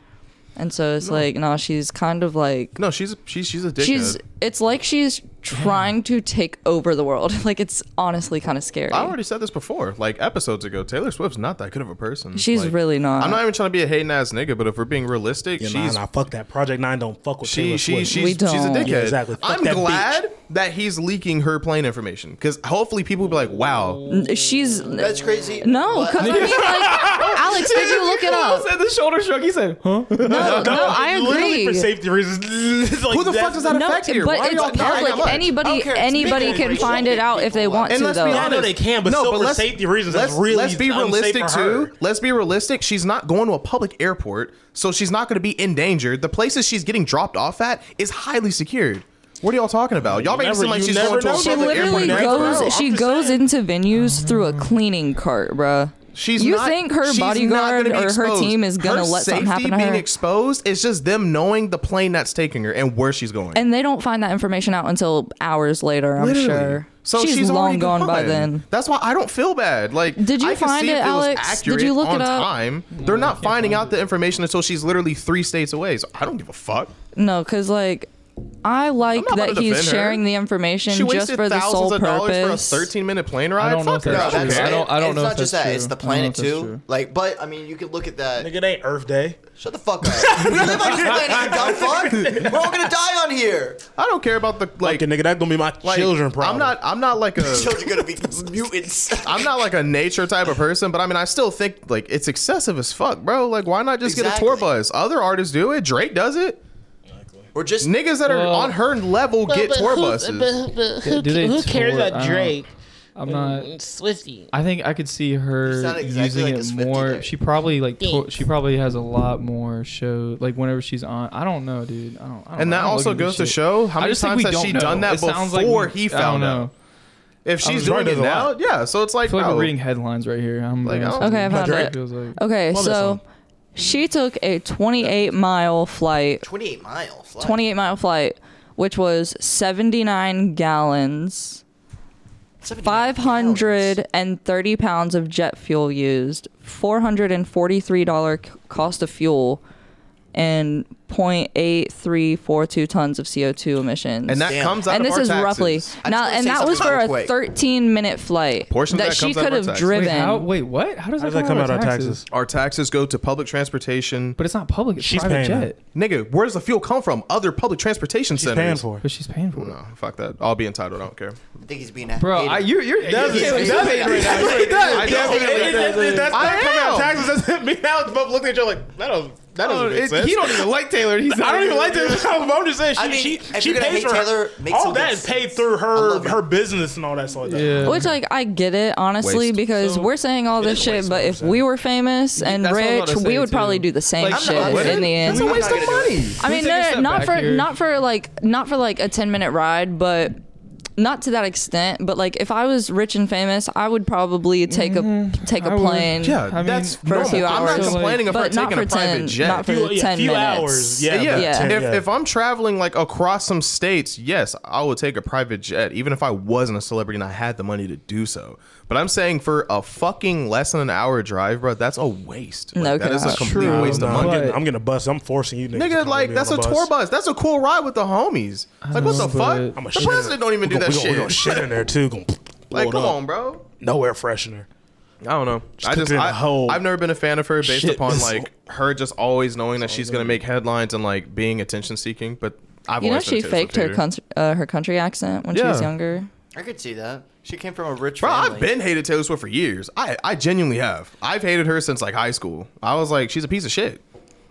Speaker 6: And so it's like, no, she's kind of like
Speaker 2: No, she's she's she's a dickhead.
Speaker 6: she's it's like she's trying to take over the world. *laughs* Like it's honestly kind of scary.
Speaker 2: I already said this before, like episodes ago. Taylor Swift's not that good of a person.
Speaker 6: She's
Speaker 2: Like,
Speaker 6: really not.
Speaker 2: I'm not even trying to be a hating ass nigga, but if we're being realistic,
Speaker 7: yeah, nah,
Speaker 2: she's
Speaker 7: nah, fuck that. Project Nine don't fuck with
Speaker 2: she,
Speaker 7: Taylor
Speaker 2: she,
Speaker 7: Swift.
Speaker 2: she's,
Speaker 6: We
Speaker 2: she's a
Speaker 6: don't.
Speaker 2: dickhead.
Speaker 7: Yeah, exactly. Fuck
Speaker 2: I'm
Speaker 7: that
Speaker 2: glad that he's leaking her plane information because hopefully people will be like, wow.
Speaker 6: She's
Speaker 4: That's crazy.
Speaker 6: no,
Speaker 4: but-
Speaker 6: because I
Speaker 2: *laughs*
Speaker 6: mean, like, Alex, did you look it up?
Speaker 5: said the shoulder shrug. He said, huh?
Speaker 6: No, no, I
Speaker 7: Literally for
Speaker 6: agree.
Speaker 7: safety reasons. It's like
Speaker 2: Who the fuck
Speaker 7: that's-
Speaker 2: does that
Speaker 6: No,
Speaker 2: affect here? Why
Speaker 6: but
Speaker 2: are
Speaker 6: it's
Speaker 2: y'all caring that
Speaker 6: public.
Speaker 2: much?
Speaker 6: Anybody,
Speaker 4: care. It's
Speaker 6: anybody
Speaker 4: big
Speaker 6: can
Speaker 4: people.
Speaker 6: find it out if they
Speaker 4: People
Speaker 6: want
Speaker 4: out
Speaker 6: to,
Speaker 2: And let's be
Speaker 6: though.
Speaker 7: Yeah, I know
Speaker 2: honest.
Speaker 7: they can, but still for
Speaker 2: let's-
Speaker 7: safety reasons,
Speaker 2: Let's,
Speaker 7: that's really
Speaker 2: let's be
Speaker 7: unsafe
Speaker 2: realistic
Speaker 7: for her.
Speaker 2: too. Let's be realistic. She's not going to a public airport, so she's not going to be endangered. The places she's getting dropped off at is highly secured. What are y'all talking about? Y'all making it
Speaker 7: never-
Speaker 2: seem like
Speaker 7: you
Speaker 2: she's
Speaker 7: never
Speaker 2: going to a
Speaker 7: know. She
Speaker 6: She
Speaker 2: public
Speaker 6: literally
Speaker 2: airport.
Speaker 7: bro. I'm
Speaker 6: goes. She
Speaker 7: just
Speaker 6: goes
Speaker 7: saying.
Speaker 6: into venues through a cleaning cart, bruh.
Speaker 2: She's
Speaker 6: you
Speaker 2: not-
Speaker 6: think her
Speaker 2: she's not
Speaker 6: bodyguard
Speaker 2: gonna be
Speaker 6: or her
Speaker 2: exposed.
Speaker 6: team is gonna
Speaker 2: Her
Speaker 6: let something
Speaker 2: safety
Speaker 6: happen to her?
Speaker 2: Being exposed is just them knowing the plane that's taking her and where she's going.
Speaker 6: and they don't find that information out until hours later. I'm
Speaker 2: Literally.
Speaker 6: sure.
Speaker 2: So
Speaker 6: she's,
Speaker 2: she's,
Speaker 6: long
Speaker 2: already
Speaker 6: gone by
Speaker 2: gone.
Speaker 6: then.
Speaker 2: That's why I don't feel bad. Like,
Speaker 6: Did you
Speaker 2: I could
Speaker 6: find
Speaker 2: see
Speaker 6: it,
Speaker 2: if was
Speaker 6: Alex? Did you
Speaker 2: accurate
Speaker 6: look it
Speaker 2: on
Speaker 6: up?
Speaker 2: Time. They're not finding out the information until she's literally three states away. So I don't give a fuck.
Speaker 6: No, because like I like
Speaker 2: not about
Speaker 6: that
Speaker 2: to
Speaker 6: he's
Speaker 2: defend her.
Speaker 6: sharing the information
Speaker 2: She
Speaker 6: just
Speaker 2: wasted
Speaker 6: for the
Speaker 2: thousands
Speaker 6: sole
Speaker 2: of dollars
Speaker 6: purpose.
Speaker 2: for a 13-minute plane ride.
Speaker 5: I don't know
Speaker 2: Fuck her.
Speaker 5: if that's
Speaker 4: No,
Speaker 5: true.
Speaker 4: that's
Speaker 2: Okay.
Speaker 5: I don't- I don't
Speaker 4: it's
Speaker 5: know
Speaker 4: not
Speaker 5: if
Speaker 4: just
Speaker 5: that's
Speaker 4: that.
Speaker 5: true.
Speaker 4: It's
Speaker 5: I
Speaker 4: the
Speaker 5: don't know
Speaker 4: planet
Speaker 5: if that's
Speaker 4: too.
Speaker 5: true.
Speaker 4: Like, but I mean, you could look at that.
Speaker 7: Nigga, it ain't Earth Day.
Speaker 4: Shut the fuck
Speaker 7: *laughs*
Speaker 4: up. we live on this planet, you dumb fuck. We're all gonna die on here.
Speaker 2: I don't care about the like,
Speaker 7: Like, nigga, that's gonna be my
Speaker 2: like,
Speaker 7: children problem.
Speaker 2: I'm not. I'm not like
Speaker 5: *laughs*
Speaker 2: a.
Speaker 4: Children gonna be mutants.
Speaker 2: I'm not like a nature type of person, but I mean, I still think like it's excessive as fuck, bro. Like, why not just get a tour
Speaker 4: Exactly.
Speaker 2: bus? Other artists do it. Drake does it.
Speaker 4: We're just
Speaker 2: Niggas that are
Speaker 5: Well-
Speaker 2: on her level get tour buses.
Speaker 5: who, do they
Speaker 8: Who cares
Speaker 5: tour? I
Speaker 8: about
Speaker 5: don't- Uh,
Speaker 8: Drake?
Speaker 5: I'm not.
Speaker 8: Swifty.
Speaker 5: I think I could see her
Speaker 4: You sound exactly
Speaker 5: using
Speaker 4: like a
Speaker 5: it
Speaker 4: Swiftie
Speaker 5: more.
Speaker 4: there.
Speaker 5: She probably like to-
Speaker 8: Thanks.
Speaker 5: she probably has a lot more show. Like whenever she's on, I don't know, dude. I don't. I don't
Speaker 2: And
Speaker 5: know.
Speaker 2: that
Speaker 5: I don't look
Speaker 2: also
Speaker 5: into
Speaker 2: goes to
Speaker 5: shit.
Speaker 2: show how
Speaker 5: I
Speaker 2: many
Speaker 5: just think
Speaker 2: times
Speaker 5: we
Speaker 2: has
Speaker 5: don't
Speaker 2: she
Speaker 5: know.
Speaker 2: done that
Speaker 5: It sounds like
Speaker 2: before
Speaker 5: we-
Speaker 2: he
Speaker 5: I don't
Speaker 2: found
Speaker 5: know.
Speaker 2: out. If she's
Speaker 7: was
Speaker 2: doing
Speaker 7: right,
Speaker 2: it
Speaker 7: there's a
Speaker 2: now,
Speaker 7: lot.
Speaker 2: yeah. So it's like,
Speaker 5: I feel like
Speaker 2: bro,
Speaker 5: we're reading headlines right here. I'm
Speaker 2: Like,
Speaker 5: like,
Speaker 2: I don't-
Speaker 6: Okay, I found
Speaker 7: Drake
Speaker 6: it.
Speaker 5: Feels like,
Speaker 6: Okay,
Speaker 7: Love that
Speaker 6: so
Speaker 7: song.
Speaker 6: She took a 28 mile flight,
Speaker 4: 28 mile flight.
Speaker 6: 28 mile flight, which was 79 gallons,
Speaker 4: 79 gallons.
Speaker 6: 530 pounds of jet fuel used, $443 c- cost of fuel, and 0.8342 tons of CO2 emissions.
Speaker 2: And that
Speaker 4: Damn.
Speaker 2: comes out
Speaker 6: and
Speaker 2: of
Speaker 6: this
Speaker 2: our
Speaker 6: is roughly
Speaker 2: taxes.
Speaker 4: I just
Speaker 6: now,
Speaker 4: wanna
Speaker 6: and
Speaker 4: say
Speaker 6: that was
Speaker 4: something
Speaker 6: for
Speaker 4: real
Speaker 6: a
Speaker 4: quick.
Speaker 6: 13 minute flight
Speaker 2: Portion of
Speaker 6: that,
Speaker 2: that
Speaker 6: she
Speaker 2: comes out of
Speaker 6: could
Speaker 2: our
Speaker 6: have
Speaker 2: taxes.
Speaker 5: Wait,
Speaker 6: driven.
Speaker 5: how, wait, what? How does that,
Speaker 7: How does that come out of taxes?
Speaker 2: Our taxes go to public transportation.
Speaker 5: But it's not public. It's
Speaker 7: She's
Speaker 5: private
Speaker 7: paying
Speaker 5: jet.
Speaker 2: Nigga, where does the fuel come from? Other public transportation
Speaker 7: She's
Speaker 2: centers.
Speaker 7: paying for it.
Speaker 5: But she's paying for it.
Speaker 2: No, fuck that. I'll be entitled. I don't
Speaker 5: *laughs*
Speaker 2: care.
Speaker 4: I think he's being a
Speaker 5: Bro,
Speaker 4: hater.
Speaker 5: I, you're you're, you're
Speaker 4: it
Speaker 5: you're
Speaker 4: does
Speaker 5: paying right now.
Speaker 2: I definitely
Speaker 7: It- it- it- That's
Speaker 2: I
Speaker 7: not coming out of
Speaker 2: am.
Speaker 7: taxes. That's hit me now. Both looked at each other like that. Don't, that doesn't make
Speaker 5: Oh, It-
Speaker 7: sense.
Speaker 5: he don't even like Taylor. He's
Speaker 7: I
Speaker 5: not
Speaker 7: don't even like this. *laughs* I'm just saying she
Speaker 4: I mean,
Speaker 7: she,
Speaker 4: if
Speaker 7: she
Speaker 4: you're gonna
Speaker 7: pays
Speaker 4: hate
Speaker 7: for
Speaker 4: Taylor,
Speaker 7: her.
Speaker 4: make
Speaker 7: All
Speaker 4: some
Speaker 7: that
Speaker 4: good
Speaker 7: is
Speaker 4: sense.
Speaker 7: paid through
Speaker 4: I
Speaker 7: her
Speaker 4: love it.
Speaker 7: her business and all that sort of stuff.
Speaker 5: Yeah.
Speaker 6: Which like I get it honestly
Speaker 2: Waste.
Speaker 6: because we're saying all this shit, but if we were famous and
Speaker 5: That's what I was about
Speaker 6: rich,
Speaker 5: to
Speaker 6: we
Speaker 5: say,
Speaker 6: would probably
Speaker 5: too.
Speaker 6: do the same
Speaker 5: Like,
Speaker 6: shit
Speaker 4: not with
Speaker 6: in
Speaker 4: it.
Speaker 6: the end.
Speaker 2: It's a waste of money.
Speaker 6: I
Speaker 5: take
Speaker 6: mean,
Speaker 5: a
Speaker 6: no,
Speaker 5: step
Speaker 6: not
Speaker 5: back
Speaker 6: for
Speaker 5: here.
Speaker 6: not for like not for like a ten minute ride, but not to that extent. But like if I was rich and famous, I would probably take a take a
Speaker 5: I would.
Speaker 6: plane.
Speaker 2: Yeah,
Speaker 5: I mean,
Speaker 2: that's
Speaker 5: for
Speaker 6: a few
Speaker 2: normal. I'm not
Speaker 6: hours.
Speaker 2: complaining of her
Speaker 6: But not
Speaker 2: taking a
Speaker 6: for 10
Speaker 2: private jet.
Speaker 6: not for
Speaker 7: Few, yeah,
Speaker 6: 10
Speaker 7: few
Speaker 6: minutes.
Speaker 7: hours. Yeah,
Speaker 2: yeah.
Speaker 7: about
Speaker 6: Yeah.
Speaker 7: 10,
Speaker 2: If, if I'm traveling like across some states, yes, I would take a private jet, even if I wasn't a celebrity and I had the money to do so. But I'm saying for a fucking less than an hour drive, bro, that's a waste. Like,
Speaker 6: No
Speaker 2: that is a
Speaker 6: cap.
Speaker 2: complete
Speaker 5: True.
Speaker 2: waste of
Speaker 5: No,
Speaker 7: I'm,
Speaker 2: money.
Speaker 5: but-
Speaker 7: getting, I'm getting a bus. I'm forcing you, niggas to
Speaker 2: Nigga,
Speaker 7: come with
Speaker 2: like
Speaker 7: me
Speaker 2: that's
Speaker 7: on
Speaker 2: a
Speaker 7: the
Speaker 2: tour bus. That's a cool ride with the homies. Like, what
Speaker 5: know,
Speaker 2: the fuck?
Speaker 5: but-
Speaker 7: I'm a
Speaker 2: The
Speaker 7: shit.
Speaker 2: president don't even do
Speaker 7: We
Speaker 2: that
Speaker 7: gonna- We gonna
Speaker 2: shit.
Speaker 7: shit in there too. Gonna
Speaker 2: Like,
Speaker 7: blow
Speaker 2: come
Speaker 7: it up.
Speaker 2: on, bro.
Speaker 7: No air freshener.
Speaker 2: I don't know. I just
Speaker 7: cooked it in
Speaker 2: I,
Speaker 7: a hole.
Speaker 2: I've never been a fan of her based
Speaker 7: Shit
Speaker 2: upon
Speaker 7: missile.
Speaker 2: like her just always knowing that she's gonna make headlines and like being attention seeking. But I've
Speaker 6: You know
Speaker 2: always been
Speaker 6: she
Speaker 2: a Taylor
Speaker 6: faked
Speaker 2: Swift
Speaker 6: her
Speaker 2: hater.
Speaker 6: country, uh, her country accent when she was
Speaker 2: Yeah.
Speaker 6: younger.
Speaker 4: I could see that. She came from a rich
Speaker 2: Bro,
Speaker 4: family.
Speaker 2: I've been hated Taylor Swift for years. I, I genuinely have. I've hated her since like high school. I was like, she's a piece of shit.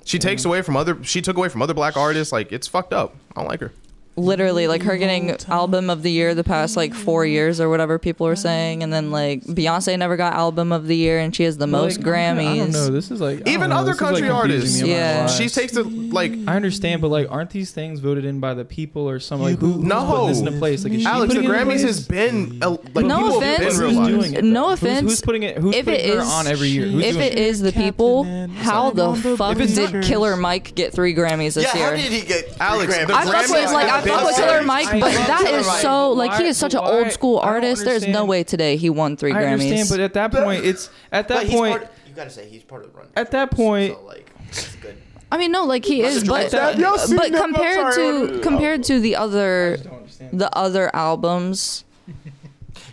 Speaker 2: She takes away from other. She took away from other black artists. Like it's fucked up. I don't like her.
Speaker 6: literally like her getting album of the year the past like four years or whatever people were saying and then like beyonce never got album of the year and she has the most
Speaker 5: Like,
Speaker 6: grammys
Speaker 5: I don't know. This is like I
Speaker 2: Even
Speaker 5: don't know.
Speaker 2: other
Speaker 5: This is, like,
Speaker 2: country
Speaker 5: confusing
Speaker 2: artists.
Speaker 5: me. I'm not
Speaker 6: Yeah.
Speaker 5: gonna lie.
Speaker 2: She takes the like.
Speaker 5: Uh, I understand, but like, aren't these things voted in by the people or some like who, who's
Speaker 2: No.
Speaker 5: putting this in a place? Like, is she
Speaker 2: Alex, the
Speaker 5: putting it in
Speaker 2: Grammys
Speaker 5: place?
Speaker 2: has been uh, like
Speaker 6: No
Speaker 2: people have
Speaker 6: offense.
Speaker 2: been
Speaker 5: Who's
Speaker 2: realized.
Speaker 5: doing it?
Speaker 6: No
Speaker 5: though?
Speaker 6: offense.
Speaker 5: Who's, who's putting it? Who's
Speaker 6: if
Speaker 5: putting
Speaker 6: it
Speaker 5: her
Speaker 6: is-
Speaker 5: on every year? Who's
Speaker 6: if
Speaker 5: doing
Speaker 6: it is the people how the fuck
Speaker 5: If it's
Speaker 6: did
Speaker 5: not-
Speaker 6: Killer Mike get three grammys this
Speaker 4: yeah,
Speaker 6: year
Speaker 4: how did he get three
Speaker 2: Alex,
Speaker 4: grand-
Speaker 2: the
Speaker 6: I fuck
Speaker 2: Grammys
Speaker 6: with like I
Speaker 2: have
Speaker 6: fuck
Speaker 2: been
Speaker 6: with Killer
Speaker 2: serious.
Speaker 6: Mike,
Speaker 5: I
Speaker 6: but
Speaker 5: know.
Speaker 6: that is
Speaker 5: Right.
Speaker 6: so like he
Speaker 5: Why-
Speaker 6: is such an
Speaker 5: why-
Speaker 6: old school
Speaker 5: I don't
Speaker 6: artist. There's no
Speaker 5: understand.
Speaker 6: way today he won three
Speaker 5: I
Speaker 6: Grammys.
Speaker 5: understand, but at that point, it's at that
Speaker 4: But he's
Speaker 5: point.
Speaker 4: part- you gotta say he's part of the run.
Speaker 5: At that point-
Speaker 4: so like, it's good.
Speaker 6: I mean, no, like he is, but
Speaker 4: Have
Speaker 3: y'all seen
Speaker 6: but
Speaker 3: that? I'm
Speaker 6: compared
Speaker 3: sorry,
Speaker 6: to compared to the other
Speaker 5: understand.
Speaker 6: the other albums,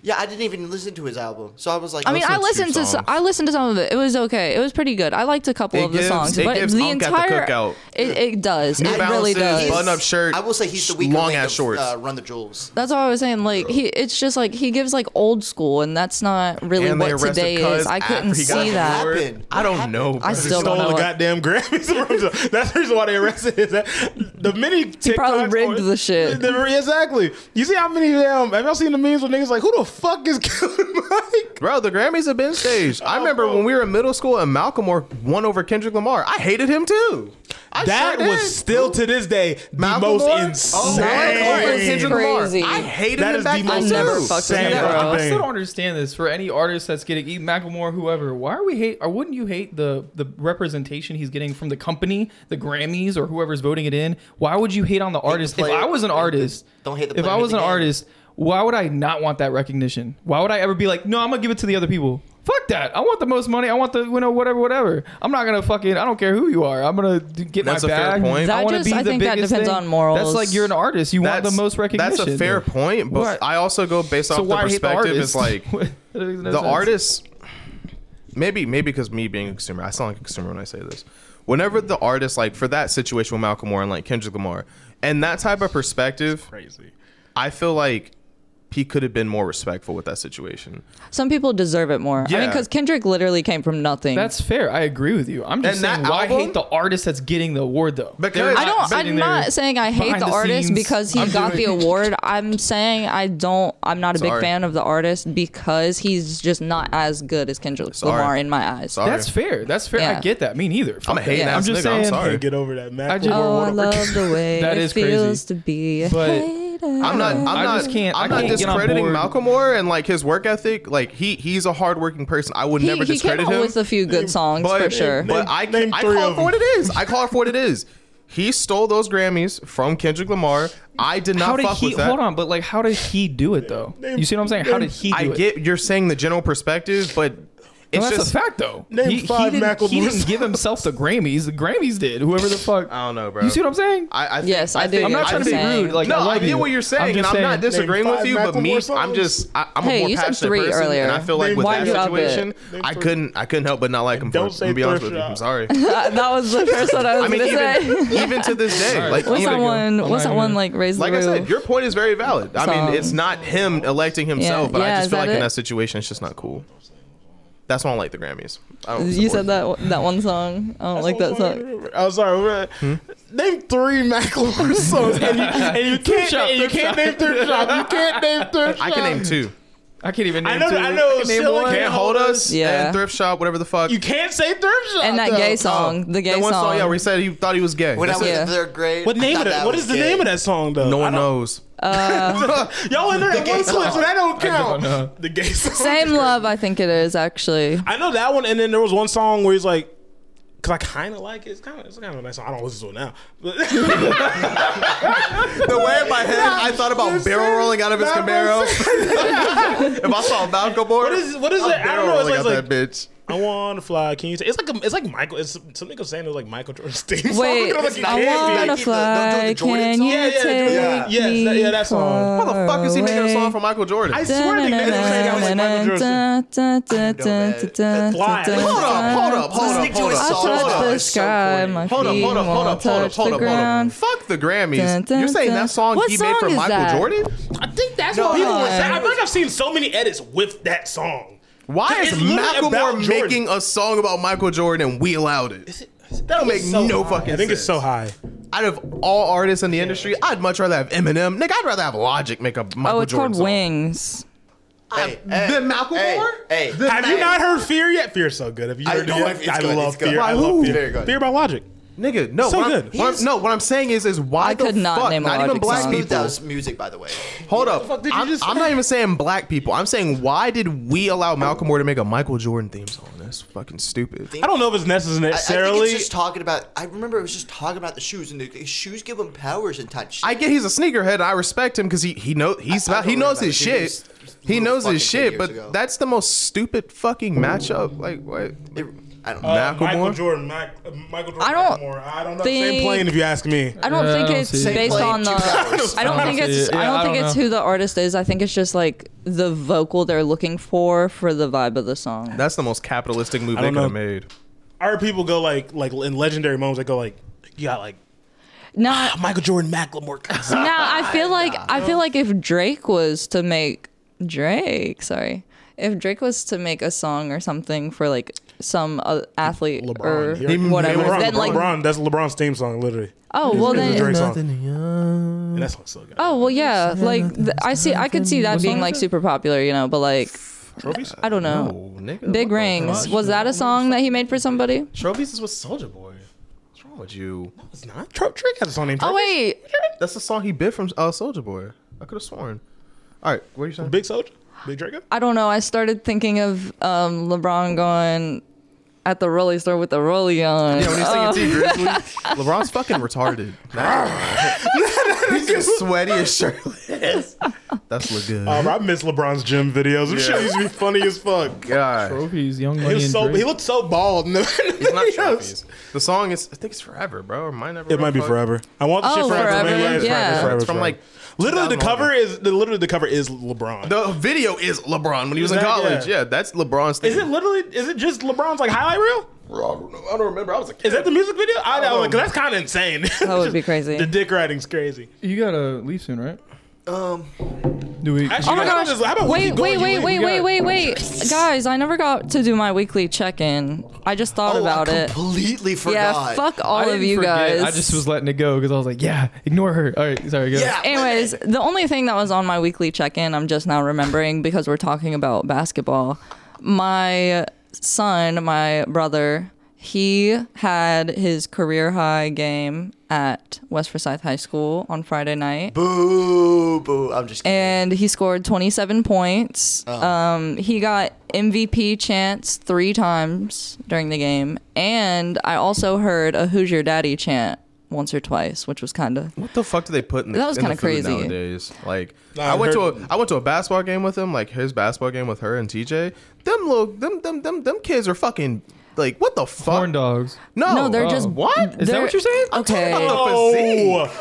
Speaker 4: Yeah, I didn't even listen to his album, so I was like,
Speaker 6: I mean,
Speaker 2: Those are
Speaker 6: I
Speaker 2: two
Speaker 6: listened to some,
Speaker 2: songs.
Speaker 6: I listened to some of it. It was okay. It was pretty good. I liked a couple
Speaker 2: It
Speaker 6: of
Speaker 2: gives-
Speaker 6: the songs,
Speaker 2: it
Speaker 6: but
Speaker 2: gives
Speaker 6: the
Speaker 2: Unk at the
Speaker 6: entire
Speaker 2: cookout.
Speaker 6: it, it does.
Speaker 2: New
Speaker 6: it really
Speaker 2: Balances,
Speaker 6: does.
Speaker 2: button up shirt.
Speaker 4: I will say he's the
Speaker 2: sh-
Speaker 4: weaker
Speaker 2: long
Speaker 4: link
Speaker 2: ass
Speaker 4: of,
Speaker 2: shorts.
Speaker 4: Uh, run the jewels.
Speaker 6: That's what I was saying. Like he, it's just like he gives like old school, and that's not really
Speaker 2: And they
Speaker 6: what
Speaker 2: arrested
Speaker 6: today
Speaker 2: Cuz
Speaker 6: is. I
Speaker 2: after
Speaker 6: couldn't
Speaker 2: he got
Speaker 6: see
Speaker 2: the
Speaker 6: that.
Speaker 2: award.
Speaker 4: Happened.
Speaker 2: I don't know.
Speaker 6: I
Speaker 2: bro.
Speaker 6: still
Speaker 7: stole
Speaker 6: don't know.
Speaker 7: the
Speaker 6: what-
Speaker 7: goddamn Grammys *laughs* from him. That's the reason why they arrested his ass. The mini TikToks
Speaker 6: probably
Speaker 7: or-
Speaker 6: rigged
Speaker 7: *laughs*
Speaker 6: the shit.
Speaker 7: the- exactly. You see how many damn? Have y'all seen the memes where niggas like, who the fuck is *laughs* Killer Mike?
Speaker 2: Bro, the Grammys have been staged. I remember when we were in middle school and Malcolm Moore won over Kendrick Lamar. I hated him too. I
Speaker 7: that
Speaker 2: sure
Speaker 7: was
Speaker 2: did.
Speaker 7: still to this day the
Speaker 2: Malcolm
Speaker 7: most
Speaker 2: Moore? Oh, Malcolm Moore and
Speaker 7: insane.
Speaker 2: Kendrick
Speaker 6: Crazy.
Speaker 2: Lamar. I hated
Speaker 7: That
Speaker 2: him
Speaker 7: is
Speaker 2: back
Speaker 7: the
Speaker 2: then,
Speaker 7: most
Speaker 2: too.
Speaker 6: never fucked with
Speaker 7: insane
Speaker 6: him, bro.
Speaker 5: I
Speaker 7: thing.
Speaker 5: still don't understand this for any artist that's getting E Macklemore, whoever. Why are we hate or wouldn't you hate the the representation he's getting from the company, the Grammys, or whoever's voting it in? Why would you hate on the artist?
Speaker 4: player.
Speaker 5: if I was an artist,
Speaker 4: Don't hate the
Speaker 5: If
Speaker 4: player,
Speaker 5: I
Speaker 4: hate
Speaker 5: was
Speaker 4: the
Speaker 5: an
Speaker 4: game.
Speaker 5: artist, why would I not want that recognition? Why would I ever be like, no, I'm gonna give it to the other people? Fuck that! I want the most money. I want the you know whatever, whatever. I'm not gonna fucking. I don't care who you are. I'm gonna d- get
Speaker 2: That's
Speaker 5: my
Speaker 2: a fair
Speaker 5: bag.
Speaker 2: point.
Speaker 5: I
Speaker 6: That
Speaker 5: want to
Speaker 6: just-
Speaker 5: be
Speaker 6: I
Speaker 5: the
Speaker 6: think that
Speaker 5: biggest
Speaker 6: depends
Speaker 5: thing.
Speaker 6: on morals.
Speaker 5: That's like you're an artist. You want the most recognition.
Speaker 2: That's a fair point, but
Speaker 5: What?
Speaker 2: I also go based off
Speaker 5: So
Speaker 2: the
Speaker 5: why hate the
Speaker 2: perspective is
Speaker 5: artist?
Speaker 2: like
Speaker 5: *laughs* That makes no
Speaker 2: the
Speaker 5: sense.
Speaker 2: artist maybe maybe because me being a consumer i sound like a consumer when i say this whenever the artist like for that situation with malcolm moore and like kendrick lamar and that type of perspective
Speaker 7: Crazy.
Speaker 2: i feel like he could have been more respectful with that situation
Speaker 6: Some people deserve it more. I mean,
Speaker 2: Yeah.
Speaker 6: because Kendrick literally came from nothing.
Speaker 5: That's fair. I agree with you. I'm just
Speaker 2: And
Speaker 5: saying
Speaker 2: that
Speaker 5: why
Speaker 2: album-
Speaker 5: hate the artist that's getting the award though.
Speaker 2: Because-
Speaker 5: They're
Speaker 2: I
Speaker 6: I don't.
Speaker 5: sitting
Speaker 6: I'm
Speaker 5: there
Speaker 6: not saying I hate
Speaker 5: behind
Speaker 6: the, artist
Speaker 5: scenes.
Speaker 6: because he
Speaker 5: I'm
Speaker 6: got
Speaker 5: doing-
Speaker 6: the
Speaker 5: *laughs*
Speaker 6: award. I'm saying I don't. I'm not a big
Speaker 2: Sorry.
Speaker 6: fan of the artist because he's just not as good as Kendrick
Speaker 2: Sorry.
Speaker 6: Lamar in my eyes.
Speaker 2: Sorry.
Speaker 5: That's fair. That's fair. I
Speaker 6: Yeah.
Speaker 5: get that. Me neither. Fuck
Speaker 2: i'm a
Speaker 5: that.
Speaker 2: hating
Speaker 6: Yeah.
Speaker 2: ass
Speaker 5: I'm just
Speaker 2: nigga i'm
Speaker 5: saying-
Speaker 2: sorry
Speaker 7: Get over that Mac.
Speaker 5: I just-
Speaker 2: *laughs*
Speaker 6: Oh, I love the way
Speaker 5: That
Speaker 6: it
Speaker 5: is
Speaker 6: feels
Speaker 5: crazy.
Speaker 6: to be a
Speaker 5: But-
Speaker 6: hater. Later.
Speaker 2: I'm not. I'm
Speaker 5: I
Speaker 2: not.
Speaker 5: just can't-
Speaker 2: I'm
Speaker 5: I
Speaker 2: not
Speaker 5: can't get on
Speaker 2: discrediting
Speaker 5: board.
Speaker 2: Malcolm Moore and like his work ethic. Like he he's a hardworking person. I would
Speaker 6: he,
Speaker 2: never
Speaker 6: he came
Speaker 2: discredit
Speaker 6: out
Speaker 2: him.
Speaker 6: with a few good songs
Speaker 2: but,
Speaker 6: for sure.
Speaker 2: But I
Speaker 7: name
Speaker 2: I
Speaker 7: three
Speaker 2: call
Speaker 7: of
Speaker 2: it for what it is. I call it for what it is. He stole those Grammys from Kendrick Lamar. I did not
Speaker 5: How did
Speaker 2: fuck
Speaker 5: he?
Speaker 2: with that.
Speaker 5: Hold on, but like, how did he do it though? You see what I'm saying? How did he? Do
Speaker 2: I
Speaker 5: it?
Speaker 2: get you're saying the general perspective, but it's
Speaker 5: No, that's
Speaker 2: just
Speaker 5: a fact, though.
Speaker 7: Name
Speaker 5: he, he
Speaker 7: five
Speaker 5: didn't, he
Speaker 7: Macklemore
Speaker 5: didn't
Speaker 7: songs.
Speaker 5: give himself the Grammys. The Grammys did. Whoever the fuck.
Speaker 2: I don't know, bro.
Speaker 5: You see what I'm saying?
Speaker 2: I, I think-
Speaker 6: Yes, I do.
Speaker 2: think-
Speaker 5: I'm not
Speaker 6: I
Speaker 5: trying to be
Speaker 6: think-
Speaker 5: rude. Like,
Speaker 2: no,
Speaker 5: I,
Speaker 2: I,
Speaker 5: love
Speaker 2: get
Speaker 5: you.
Speaker 2: what you're saying,
Speaker 5: just
Speaker 2: and I'm not
Speaker 5: saying-
Speaker 2: disagreeing
Speaker 7: Name
Speaker 2: with you.
Speaker 7: five
Speaker 2: But me,
Speaker 7: Macklemore songs.
Speaker 2: I'm just I, I'm
Speaker 6: Hey,
Speaker 2: a more
Speaker 6: you said
Speaker 2: passionate
Speaker 6: three
Speaker 2: person,
Speaker 6: earlier.
Speaker 2: and I feel like
Speaker 7: Name
Speaker 2: with
Speaker 6: five.
Speaker 2: that
Speaker 6: Stop it.
Speaker 2: situation, I
Speaker 7: three.
Speaker 2: couldn't I couldn't help but not like him. For,
Speaker 7: don't
Speaker 2: it,
Speaker 7: say
Speaker 2: to be honest
Speaker 7: thrift
Speaker 2: with you, I'm
Speaker 7: shop.
Speaker 5: *laughs*
Speaker 2: sorry.
Speaker 6: *laughs* That- that
Speaker 2: *laughs*
Speaker 6: was the first one I was
Speaker 2: I mean,
Speaker 6: gonna say.
Speaker 2: even, even to this
Speaker 5: *laughs*
Speaker 2: day, like
Speaker 6: *laughs* What's that
Speaker 2: even,
Speaker 6: one? What's that
Speaker 5: even
Speaker 6: one
Speaker 5: gonna-
Speaker 6: like? Raise the
Speaker 2: like I
Speaker 6: roof.
Speaker 2: said, your point is very valid. I mean, it's
Speaker 6: Song.
Speaker 2: not him electing himself,
Speaker 6: Yeah,
Speaker 2: but I
Speaker 6: yeah,
Speaker 2: just
Speaker 6: is
Speaker 2: feel
Speaker 6: that
Speaker 2: like in
Speaker 6: it?
Speaker 2: that situation, it's just not cool. That's why I don't like the Grammys. I don't
Speaker 6: you
Speaker 2: support
Speaker 6: said that that one song. I don't like that song.
Speaker 7: I'm sorry. we're- Name three Macklemore songs, and you, and *laughs* you can't,
Speaker 5: shop,
Speaker 7: and you
Speaker 5: thrift
Speaker 7: can't
Speaker 5: shop.
Speaker 7: name *laughs* third shop. You can't name third shop.
Speaker 2: I can name two.
Speaker 5: I can't even. Name
Speaker 7: I know.
Speaker 5: Two.
Speaker 7: I know.
Speaker 5: can name
Speaker 7: Silicon
Speaker 5: one.
Speaker 2: Can't hold us.
Speaker 6: Yeah.
Speaker 2: And thrift shop, whatever the fuck. Oh,
Speaker 7: You can't say third shop.
Speaker 6: And that
Speaker 7: though.
Speaker 6: gay song, the gay
Speaker 2: that one song,
Speaker 6: song.
Speaker 2: yeah, where he said he thought he was gay.
Speaker 4: When I
Speaker 2: That's
Speaker 4: was
Speaker 2: it.
Speaker 6: Yeah.
Speaker 4: in third grade,
Speaker 7: What
Speaker 4: I
Speaker 7: name
Speaker 4: thought
Speaker 7: of that?
Speaker 4: that
Speaker 7: What
Speaker 4: was
Speaker 7: is the
Speaker 4: gay.
Speaker 7: name of that song though?
Speaker 2: no
Speaker 7: I *laughs*
Speaker 2: one
Speaker 7: don't-
Speaker 2: knows.
Speaker 7: Y'all in there at one
Speaker 4: gay
Speaker 7: clip, so
Speaker 4: song.
Speaker 7: that don't
Speaker 5: don't
Speaker 7: count.
Speaker 5: know.
Speaker 7: the gay song.
Speaker 6: Same love, I think it is actually.
Speaker 7: I know that one, and then there was one song where he's like, "Cause I kind of like it. It's kind of, it's kind of a nice song. I don't listen to it now." *laughs* But
Speaker 2: *laughs* The way in my head, I thought about barrel rolling out of his Camaro. *laughs* if I saw Malcolm Moore,
Speaker 7: what is what is
Speaker 2: I'm
Speaker 7: it? I
Speaker 2: barrel
Speaker 7: don't know. It's
Speaker 2: rolling out
Speaker 7: like, it's like
Speaker 2: that bitch.
Speaker 7: I want to fly. Can you? T-? It's like a, it's like Michael. It's something was saying it was like Michael Jordan's *laughs* theme song.
Speaker 6: Wait,
Speaker 7: I was like,
Speaker 4: not
Speaker 7: it
Speaker 4: Jordan.
Speaker 6: I
Speaker 7: can't be.
Speaker 4: Like, the- the- the
Speaker 6: wanna fly.
Speaker 4: Jordan
Speaker 6: Can
Speaker 4: song?
Speaker 6: you
Speaker 7: Yeah, yeah,
Speaker 6: take
Speaker 7: Jordan. Yes,
Speaker 6: me
Speaker 7: that- yeah, that song.
Speaker 2: How *laughs* the fuck is he making a song for
Speaker 6: far
Speaker 2: Michael Jordan?
Speaker 7: I swear to God, it was like Michael Jordan. Why?
Speaker 2: hold up, hold up, hold up,
Speaker 4: Stick to
Speaker 2: hold
Speaker 4: his
Speaker 2: up,
Speaker 6: I
Speaker 4: song.
Speaker 2: hold up,
Speaker 4: Hold
Speaker 6: touch
Speaker 4: up,
Speaker 6: the
Speaker 4: it's so
Speaker 6: sky,
Speaker 4: corny.
Speaker 6: my feet
Speaker 2: hold up, hold up, hold up,
Speaker 6: won't
Speaker 2: hold up,
Speaker 6: touch
Speaker 2: hold
Speaker 6: the
Speaker 2: up, hold up.
Speaker 6: ground.
Speaker 2: Fuck the
Speaker 6: Dun,
Speaker 2: Grammys.
Speaker 6: dun,
Speaker 2: You're saying
Speaker 6: dun.
Speaker 2: that song
Speaker 6: What
Speaker 2: he made for
Speaker 6: song is
Speaker 2: Michael
Speaker 6: that?
Speaker 2: Jordan?
Speaker 7: I think that's what people were saying. I feel like I've seen so many edits with that song.
Speaker 2: Why is
Speaker 7: It's literally about
Speaker 2: Macklemore
Speaker 7: Jordan.
Speaker 2: making a song about Michael Jordan and we allowed it?
Speaker 7: That'll
Speaker 2: make no fucking
Speaker 7: I think it's
Speaker 2: sense.
Speaker 7: so high.
Speaker 2: Out of all artists in the industry, I'd much rather have Eminem. Nigga, I'd rather have Logic make a Michael
Speaker 6: Oh, it's
Speaker 2: Jordan
Speaker 6: called
Speaker 2: song.
Speaker 6: Wings.
Speaker 4: Hey, hey,
Speaker 2: Then Malcolm
Speaker 4: hey,
Speaker 2: Moore?
Speaker 4: Hey,
Speaker 2: Then
Speaker 7: Have you
Speaker 4: Hey.
Speaker 7: not heard Fear yet? Fear's so good. Have you
Speaker 4: I
Speaker 7: heard
Speaker 4: know
Speaker 7: it?
Speaker 4: it.
Speaker 7: yet?
Speaker 4: It's
Speaker 7: I
Speaker 4: good.
Speaker 7: love
Speaker 4: It's good.
Speaker 7: Fear.
Speaker 4: By
Speaker 7: I love
Speaker 2: who?
Speaker 4: Very
Speaker 7: Fear.
Speaker 4: good.
Speaker 7: Fear by Logic.
Speaker 2: Nigga, no.
Speaker 7: So
Speaker 2: what I'm-
Speaker 7: good.
Speaker 2: what I'm-
Speaker 7: He's-
Speaker 2: no, what I'm saying is, is why
Speaker 6: I
Speaker 2: the
Speaker 6: could not
Speaker 2: fuck,
Speaker 6: name a
Speaker 2: not even
Speaker 6: Logic
Speaker 2: black
Speaker 6: song.
Speaker 4: Smooth
Speaker 2: people.
Speaker 4: House music, by the way.
Speaker 2: Hold up,
Speaker 7: fuck did you
Speaker 2: I'm,
Speaker 7: just
Speaker 2: I'm
Speaker 7: say?
Speaker 2: not even saying black people. I'm saying why did we allow Malcolm Moore to make a Michael Jordan theme song? That's fucking stupid.
Speaker 7: I don't know if it's
Speaker 4: I, I think
Speaker 7: necessarily.
Speaker 4: it's just talking about. I remember it was just talking about the shoes, and the, the shoes give him powers and touch.
Speaker 2: I get he's a sneakerhead. and I respect him because he he know he's
Speaker 4: I- I
Speaker 2: about- he
Speaker 4: don't
Speaker 2: knows
Speaker 4: remember.
Speaker 2: his
Speaker 4: He
Speaker 2: shit.
Speaker 4: was- he was
Speaker 2: he
Speaker 4: little
Speaker 2: knows
Speaker 4: fucking
Speaker 2: his shit,
Speaker 4: years
Speaker 2: but
Speaker 4: ago.
Speaker 2: that's the most stupid fucking matchup. Like what?
Speaker 4: It- I don't know.
Speaker 7: Uh,
Speaker 2: Macklemore?
Speaker 7: Michael Jordan, Mac, uh, Michael Jordan.
Speaker 6: I don't
Speaker 7: Macklemore. I don't know.
Speaker 6: think-
Speaker 7: Same plane, if you ask me.
Speaker 6: I don't
Speaker 5: Yeah, I
Speaker 6: think
Speaker 5: don't
Speaker 6: it's
Speaker 5: see it.
Speaker 6: based
Speaker 4: Play
Speaker 6: on *laughs* the.
Speaker 4: two hours.
Speaker 6: I don't
Speaker 5: I don't
Speaker 6: think
Speaker 5: see
Speaker 6: it's.
Speaker 5: it. Yeah,
Speaker 6: I don't
Speaker 5: I
Speaker 6: think
Speaker 5: don't
Speaker 6: it's
Speaker 5: know.
Speaker 6: who the artist is. I think it's just like the vocal they're looking for for the vibe of the *sighs* song.
Speaker 2: That's the most capitalistic move
Speaker 7: I
Speaker 2: they
Speaker 7: don't
Speaker 2: could have
Speaker 7: know.
Speaker 2: made.
Speaker 7: I heard people go like, like in legendary moments, they go like, you got like
Speaker 6: Not
Speaker 7: Michael Jordan, Macklemore.
Speaker 6: now. *laughs* I feel like I feel like if Drake was to make Drake, sorry, if Drake was to make a song or something for like some uh, athlete or
Speaker 7: He already-
Speaker 6: whatever,
Speaker 7: LeBron,
Speaker 6: then like
Speaker 7: LeBron, that's LeBron's theme song, literally.
Speaker 6: oh well
Speaker 7: It's a
Speaker 6: then
Speaker 7: Drake song. And that song's so good.
Speaker 6: oh well yeah like th- I see I could see that being like super popular you know but like
Speaker 7: Trophies?
Speaker 6: I don't know.
Speaker 2: Oh, nigga,
Speaker 6: Big
Speaker 2: what the
Speaker 6: Rings.
Speaker 2: fuck?
Speaker 6: Was that a song that he made for somebody?
Speaker 2: Trophies is with Soldier Boy. What's wrong with you?
Speaker 7: It's not. Tro- Drake has a song named
Speaker 6: Oh
Speaker 7: Trophies.
Speaker 6: wait.
Speaker 2: That's the song he bit from uh, Soldier Boy. I could have sworn. All right, what are you saying?
Speaker 7: Big Soldier? Big Draco?
Speaker 6: I don't know. I started thinking of um, LeBron going at the Rolly store with the Rolly on.
Speaker 2: Yeah, when he's singing
Speaker 6: Uh,
Speaker 2: T Grizzly, LeBron's fucking retarded. he's as sweaty as shirtless. That's look good.
Speaker 7: Um, I miss LeBron's gym videos. Them shit used to be funny as fuck.
Speaker 2: God.
Speaker 5: Trophies, Young
Speaker 7: He
Speaker 5: Money,
Speaker 7: was
Speaker 5: and
Speaker 7: so
Speaker 5: Drake.
Speaker 7: he looked *laughs* so
Speaker 2: *laughs*
Speaker 7: bald. In the
Speaker 2: It's not
Speaker 7: videos.
Speaker 2: trophies. The song is, I think it's forever, bro. Or mine never.
Speaker 7: It might be
Speaker 2: Fuck.
Speaker 7: forever. I want the
Speaker 6: Oh,
Speaker 7: shit forever.
Speaker 6: forever?
Speaker 7: man. Yeah, it's
Speaker 6: Yeah.
Speaker 7: forever, forever,
Speaker 2: It's from
Speaker 7: forever.
Speaker 2: like
Speaker 7: literally the
Speaker 2: 2011.
Speaker 7: cover is the literally the cover is LeBron.
Speaker 2: The video is LeBron when he was in
Speaker 7: Is that-
Speaker 2: college.
Speaker 7: yeah.
Speaker 2: Yeah, that's LeBron's thing.
Speaker 7: is it literally? Is it just LeBron's like highlight reel?
Speaker 2: Bro, I don't know. I don't remember. I was a kid.
Speaker 7: Is that the music video? I
Speaker 2: don't
Speaker 7: know
Speaker 2: know.
Speaker 7: because that's kind of insane. *laughs* That
Speaker 6: would be crazy.
Speaker 7: the dick writing's crazy.
Speaker 5: You gotta leave soon, right?
Speaker 4: Um,
Speaker 5: Do we?
Speaker 7: Actually,
Speaker 6: oh my
Speaker 7: how about
Speaker 6: gosh.
Speaker 7: this- how about we
Speaker 6: wait,
Speaker 7: keep going,
Speaker 6: wait,
Speaker 7: you
Speaker 6: wait,
Speaker 7: leave,
Speaker 6: wait,
Speaker 7: you
Speaker 6: wait,
Speaker 7: got
Speaker 6: wait, wait. Guys, I never got to do my weekly check in. I just thought
Speaker 4: oh,
Speaker 6: about
Speaker 4: I
Speaker 6: it.
Speaker 4: completely
Speaker 6: Yeah,
Speaker 4: forgot.
Speaker 6: fuck all
Speaker 5: I
Speaker 6: of
Speaker 5: didn't
Speaker 6: you
Speaker 5: forget.
Speaker 6: guys.
Speaker 5: I just was letting it go because I was like, yeah, ignore her. All right, sorry, go.
Speaker 4: Yeah.
Speaker 6: Anyways, the only thing that was on my weekly check in, I'm just now remembering because we're talking about basketball. My son, my brother, He had his career high game at West Forsyth High School on Friday night.
Speaker 4: Boo, boo. I'm just kidding.
Speaker 6: and he scored 27 points.
Speaker 2: Oh.
Speaker 6: Um, he got MVP chants three times during the game, and I also heard a "Who's your daddy?" chant once or twice, which was kind of
Speaker 2: What the fuck do they put in the
Speaker 6: That was
Speaker 2: in the
Speaker 6: kinda
Speaker 2: food
Speaker 6: crazy.
Speaker 2: nowadays? Like
Speaker 7: I
Speaker 2: I, went
Speaker 7: heard-
Speaker 2: to a I went to a basketball game with him, like his basketball game with her and TJ. Them little them them them them kids are fucking like what the fuck?
Speaker 5: Corn dogs.
Speaker 2: No,
Speaker 6: No, they're just-
Speaker 2: what?
Speaker 5: Is that
Speaker 6: They're-
Speaker 5: what you're saying?
Speaker 2: I'm talking
Speaker 6: okay.
Speaker 2: about
Speaker 7: Oh,
Speaker 2: the physique. Oh.
Speaker 7: what's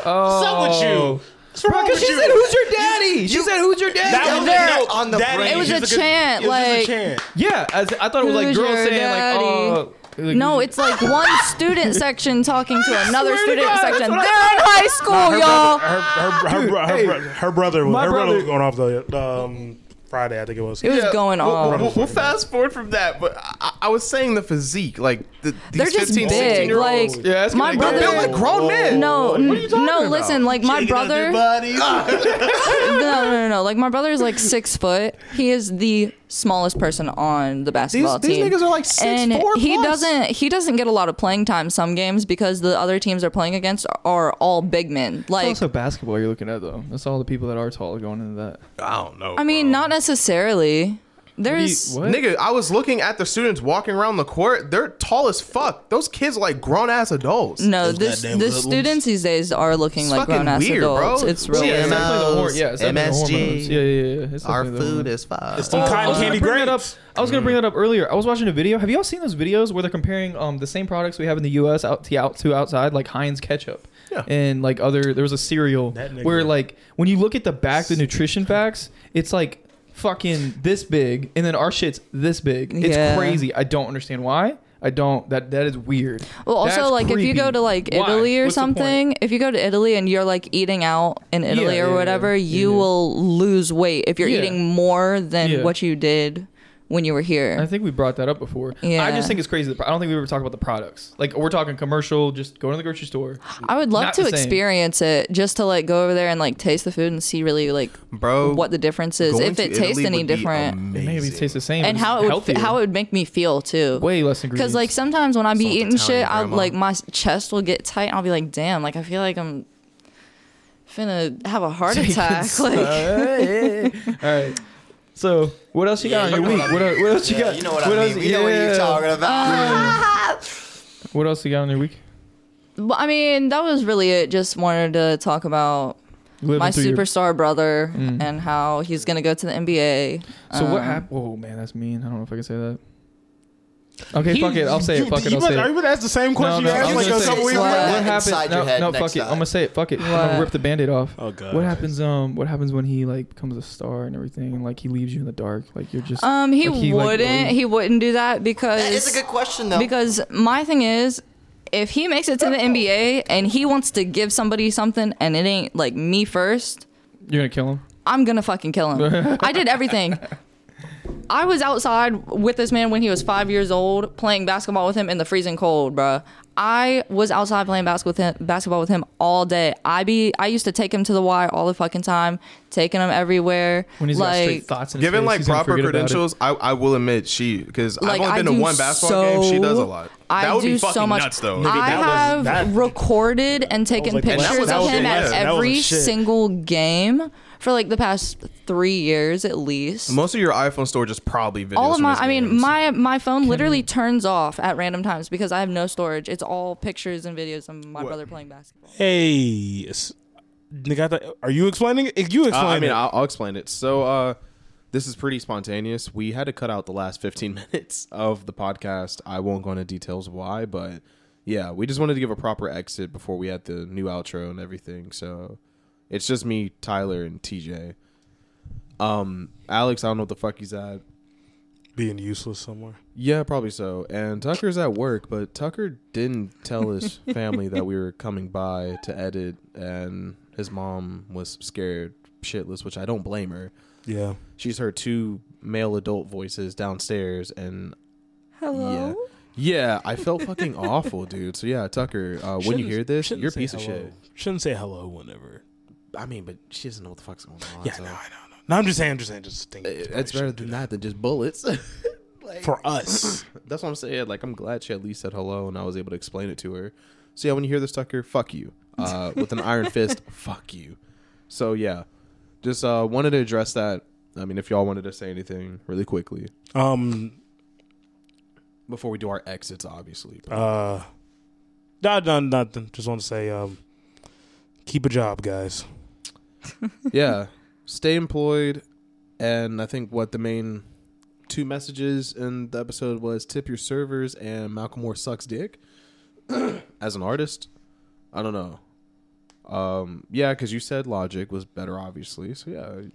Speaker 7: up with
Speaker 5: Oh.
Speaker 7: you? What's wrong with you?
Speaker 2: your daddy?" she said, "Who's your daddy?"
Speaker 7: That was
Speaker 4: They're
Speaker 7: no,
Speaker 4: on the
Speaker 7: that
Speaker 4: brink.
Speaker 7: is
Speaker 6: It was a
Speaker 7: just good-
Speaker 6: chant,
Speaker 7: it was just a
Speaker 6: like-
Speaker 7: chant.
Speaker 5: Yeah, as, I thought it was like
Speaker 6: Who's
Speaker 5: girls
Speaker 6: your
Speaker 5: saying
Speaker 6: daddy?
Speaker 5: like, oh, like,
Speaker 6: No,
Speaker 5: who's-
Speaker 6: it's like one
Speaker 5: *laughs*
Speaker 6: student section talking to another
Speaker 5: swear to
Speaker 6: student
Speaker 5: God, that's
Speaker 6: section. They're in
Speaker 5: what I-
Speaker 6: high school, y'all.
Speaker 7: Her, her, her, bro- her,
Speaker 5: hey,
Speaker 7: bro- her brother, was,
Speaker 5: my
Speaker 7: her brother was going
Speaker 5: brother-
Speaker 7: off the um, Friday, I think it was.
Speaker 6: It was going
Speaker 2: we'll,
Speaker 6: off.
Speaker 2: We'll, we'll fast forward from that, but I, I was saying the physique, like the, these
Speaker 6: They're just
Speaker 2: 15, 16
Speaker 6: big.
Speaker 2: year olds.
Speaker 6: Like
Speaker 5: Yeah, that's gonna
Speaker 6: my
Speaker 5: be- They're
Speaker 6: brother.
Speaker 2: built like grown men.
Speaker 6: No,
Speaker 2: What are you
Speaker 6: no,
Speaker 2: talking about?
Speaker 6: listen. Like my brother. no, no, no, no. Like my brother is like six foot. He is the smallest person on the basketball
Speaker 2: these
Speaker 6: team.
Speaker 2: niggas are, like, 6'4"
Speaker 6: he
Speaker 2: plus.
Speaker 6: doesn't. He doesn't get a lot of playing time some games because the other teams are playing against are all big men.
Speaker 5: It's
Speaker 6: Like
Speaker 5: also basketball you're looking at though. That's all the people that are tall going into that.
Speaker 2: I don't know.
Speaker 6: I mean, not necessarily. There's
Speaker 5: What?
Speaker 2: Nigga, I was looking at the students walking around the court. They're tall as fuck. Those kids are like grown ass adults.
Speaker 6: no.
Speaker 9: Those
Speaker 6: This
Speaker 9: goddamn
Speaker 6: the
Speaker 9: hoodlums.
Speaker 6: students these days are looking
Speaker 2: It's
Speaker 6: like
Speaker 2: fucking
Speaker 6: grown ass
Speaker 2: weird, bro.
Speaker 6: adults. It's really
Speaker 2: Yeah,
Speaker 5: It's
Speaker 2: man.
Speaker 5: definitely the hor-
Speaker 2: Those
Speaker 5: yeah, it's definitely
Speaker 2: MSG.
Speaker 5: the hormones. Yeah, yeah, yeah. It's
Speaker 2: Our
Speaker 5: definitely the
Speaker 2: food
Speaker 5: hormones.
Speaker 2: is fine.
Speaker 7: It's some
Speaker 5: uh, I
Speaker 7: cotton
Speaker 5: was gonna
Speaker 7: candy
Speaker 5: bring that up.
Speaker 7: grapes.
Speaker 5: I was gonna bring that up earlier. I was watching a video. Have y'all seen those videos where they're comparing um, the same products we have in the U.S. out to, out to outside, like Heinz ketchup
Speaker 2: Yeah.
Speaker 5: and like other? There was a cereal
Speaker 7: nigga.
Speaker 5: where like when you look at the back, the nutrition facts, it's like fucking this big, and then our shit's this big. It's
Speaker 6: Yeah.
Speaker 5: crazy. I don't understand why. I don't. That that is weird.
Speaker 6: Well, also
Speaker 5: That's
Speaker 6: like if you
Speaker 5: creepy.
Speaker 6: go to like
Speaker 5: Why?
Speaker 6: Italy or
Speaker 5: What's the point?
Speaker 6: something, if you go to Italy and you're like eating out in Italy
Speaker 5: yeah,
Speaker 6: or
Speaker 5: yeah,
Speaker 6: whatever,
Speaker 5: yeah,
Speaker 6: you
Speaker 5: yeah.
Speaker 6: will lose weight if you're
Speaker 5: Yeah.
Speaker 6: eating more than
Speaker 5: Yeah.
Speaker 6: what you did when you were here.
Speaker 5: I think we brought that up before. I
Speaker 6: Yeah.
Speaker 5: just think it's crazy. that- I don't think we ever talked about the products. Like we're talking commercial, just going to the grocery
Speaker 6: *gasps*
Speaker 5: store. *gasps*
Speaker 6: I would love
Speaker 5: Not
Speaker 6: to
Speaker 5: the same.
Speaker 6: experience it just to like go over there and like taste the food and see really like
Speaker 2: Bro,
Speaker 6: what the difference is
Speaker 2: Going
Speaker 6: if
Speaker 2: to
Speaker 6: it
Speaker 2: Italy
Speaker 6: tastes any
Speaker 2: would be
Speaker 6: different
Speaker 2: amazing.
Speaker 5: Maybe it tastes the same.
Speaker 6: and
Speaker 5: but
Speaker 6: how
Speaker 5: it's
Speaker 6: it would
Speaker 5: healthier.
Speaker 6: fi- how it would make me feel too.
Speaker 5: way less ingredients.
Speaker 6: Because like sometimes when I be
Speaker 2: Salt
Speaker 6: eating
Speaker 2: Italian
Speaker 6: shit, I'll
Speaker 2: grandma.
Speaker 6: like my chest will get tight. And I'll be like, damn, like I feel like I'm finna have
Speaker 5: *laughs*
Speaker 6: a heart attack. Like
Speaker 5: *laughs* All right. So what else you got
Speaker 4: Yeah,
Speaker 5: on
Speaker 4: you
Speaker 5: your
Speaker 4: know
Speaker 5: week?
Speaker 4: what I
Speaker 5: What, el- what else you
Speaker 4: Yeah,
Speaker 5: got?
Speaker 4: you know what, I mean.
Speaker 5: else-
Speaker 4: We know what you're
Speaker 5: yeah.
Speaker 4: talking about.
Speaker 5: What else you got on your week?
Speaker 6: But I mean, that was really it. Just wanted to talk about
Speaker 5: Living
Speaker 6: my
Speaker 5: through your- Mm.
Speaker 6: superstar brother and how he's gonna go to the NBA.
Speaker 5: so what
Speaker 6: Um,
Speaker 5: happened? Oh man, that's mean. I don't know if I can say that. Okay, fuck it. I'll say it. Fuck it. I'll say
Speaker 7: Are you
Speaker 5: it.
Speaker 7: about to ask the same
Speaker 5: No,
Speaker 7: question
Speaker 5: no.
Speaker 7: you
Speaker 5: I
Speaker 7: asked
Speaker 5: was
Speaker 7: like
Speaker 5: gonna
Speaker 7: a
Speaker 5: say,
Speaker 7: couple
Speaker 5: what
Speaker 7: weeks
Speaker 4: Slide
Speaker 7: ago?
Speaker 4: that
Speaker 5: happened?
Speaker 4: inside
Speaker 5: No,
Speaker 4: your head
Speaker 5: no,
Speaker 4: next
Speaker 5: fuck it.
Speaker 4: time.
Speaker 5: I'm gonna say it. Fuck it. I'm gonna
Speaker 6: What?
Speaker 5: rip the band-aid off.
Speaker 9: Oh, God.
Speaker 5: What happens? Um, what happens when he like becomes a star and everything? and, Like he leaves you in the dark. Like you're just.
Speaker 6: Um, he,
Speaker 5: like, like,
Speaker 6: wouldn't.
Speaker 5: really-
Speaker 6: he wouldn't do that
Speaker 4: That
Speaker 6: because
Speaker 4: is a good question, though.
Speaker 6: because my thing is. If he makes it to the NBA and he wants to give somebody something and it ain't like me first,
Speaker 5: You're gonna kill him.
Speaker 6: I'm gonna fucking kill him. I did everything. I was outside with this man when he was five years old, playing basketball with him in the freezing cold, bruh. I was outside playing basketball with him, basketball with him all day. I be I used to take him to the Y all the fucking time, taking him everywhere.
Speaker 5: When he's got
Speaker 6: like
Speaker 5: straight thoughts in his
Speaker 2: Given
Speaker 5: face,
Speaker 2: like
Speaker 5: he's gonna
Speaker 2: proper
Speaker 5: forget about it.
Speaker 2: credentials, I, I will admit she because I've
Speaker 6: Like, I
Speaker 2: only been
Speaker 6: do
Speaker 2: to one basketball game. She does a lot.
Speaker 6: I
Speaker 2: that would
Speaker 6: do
Speaker 2: be fucking
Speaker 6: so much.
Speaker 2: nuts though.
Speaker 6: I
Speaker 7: that was-
Speaker 6: have
Speaker 7: that-
Speaker 6: recorded and taken
Speaker 7: like, that was-
Speaker 6: pictures
Speaker 2: that
Speaker 6: of
Speaker 2: was
Speaker 6: him
Speaker 2: shit.
Speaker 6: at
Speaker 2: Yeah,
Speaker 7: that was
Speaker 6: every
Speaker 7: shit.
Speaker 6: single game for like the past three years at least.
Speaker 2: Most of your iPhone storage is probably videos.
Speaker 6: all of
Speaker 2: from
Speaker 6: my
Speaker 2: his
Speaker 6: i mean
Speaker 2: games.
Speaker 6: my my phone literally turns off at random times because i have no storage it's all pictures and videos of my brother playing basketball
Speaker 7: Hey, it's- nigga, I thought- are you explaining it? You
Speaker 2: Uh,
Speaker 7: explain
Speaker 2: I mean,
Speaker 7: it.
Speaker 2: I'll, I'll explain it. So, uh, this is pretty spontaneous. We had to cut out the last 15 *laughs* minutes of the podcast. I won't go into details why, but yeah, we just wanted to give a proper exit before we had the new outro and everything. So, it's just me, Tyler, and TJ. Um, Alex, I don't know what the fuck he's at.
Speaker 7: being useless somewhere.
Speaker 2: Yeah, probably so. And Tucker's at work, but Tucker didn't tell
Speaker 7: *laughs*
Speaker 2: his family that we were coming by to edit, and his mom was scared shitless, which I don't blame her
Speaker 7: Yeah.
Speaker 2: she's heard two male adult voices downstairs and
Speaker 6: hello
Speaker 2: yeah yeah i felt fucking *laughs* awful dude so yeah tucker uh, when you
Speaker 7: Shouldn't-
Speaker 2: hear this
Speaker 7: shouldn't
Speaker 2: you're a
Speaker 7: say
Speaker 2: piece of
Speaker 7: hello.
Speaker 2: shit
Speaker 7: Shouldn't say hello whenever.
Speaker 2: i mean but she doesn't know what the fuck's going on
Speaker 7: Yeah,
Speaker 2: so.
Speaker 7: no, I know. No, I'm just saying. I'm just saying. Just
Speaker 2: *laughs*
Speaker 7: think.
Speaker 2: It- it's better than that than just bullets like
Speaker 9: for us.
Speaker 2: That's what I'm saying. Like, I'm glad she at least said hello and I was able to explain it to her. So, yeah, when you hear this, Tucker, fuck you. Uh, with an iron fist, fuck you. So, yeah, just uh, wanted to address that. I mean, if y'all wanted to say anything really quickly
Speaker 9: Um,
Speaker 2: before we do our exits, obviously.
Speaker 9: uh, not done nothing. Just want to say, um, keep a job, guys.
Speaker 2: yeah, stay employed. And I think what the main two messages in the episode was tip your servers and Malcolm Moore sucks dick *clears throat* as an artist. I don't know. Um, yeah, because you said Logic was better, obviously. So yeah,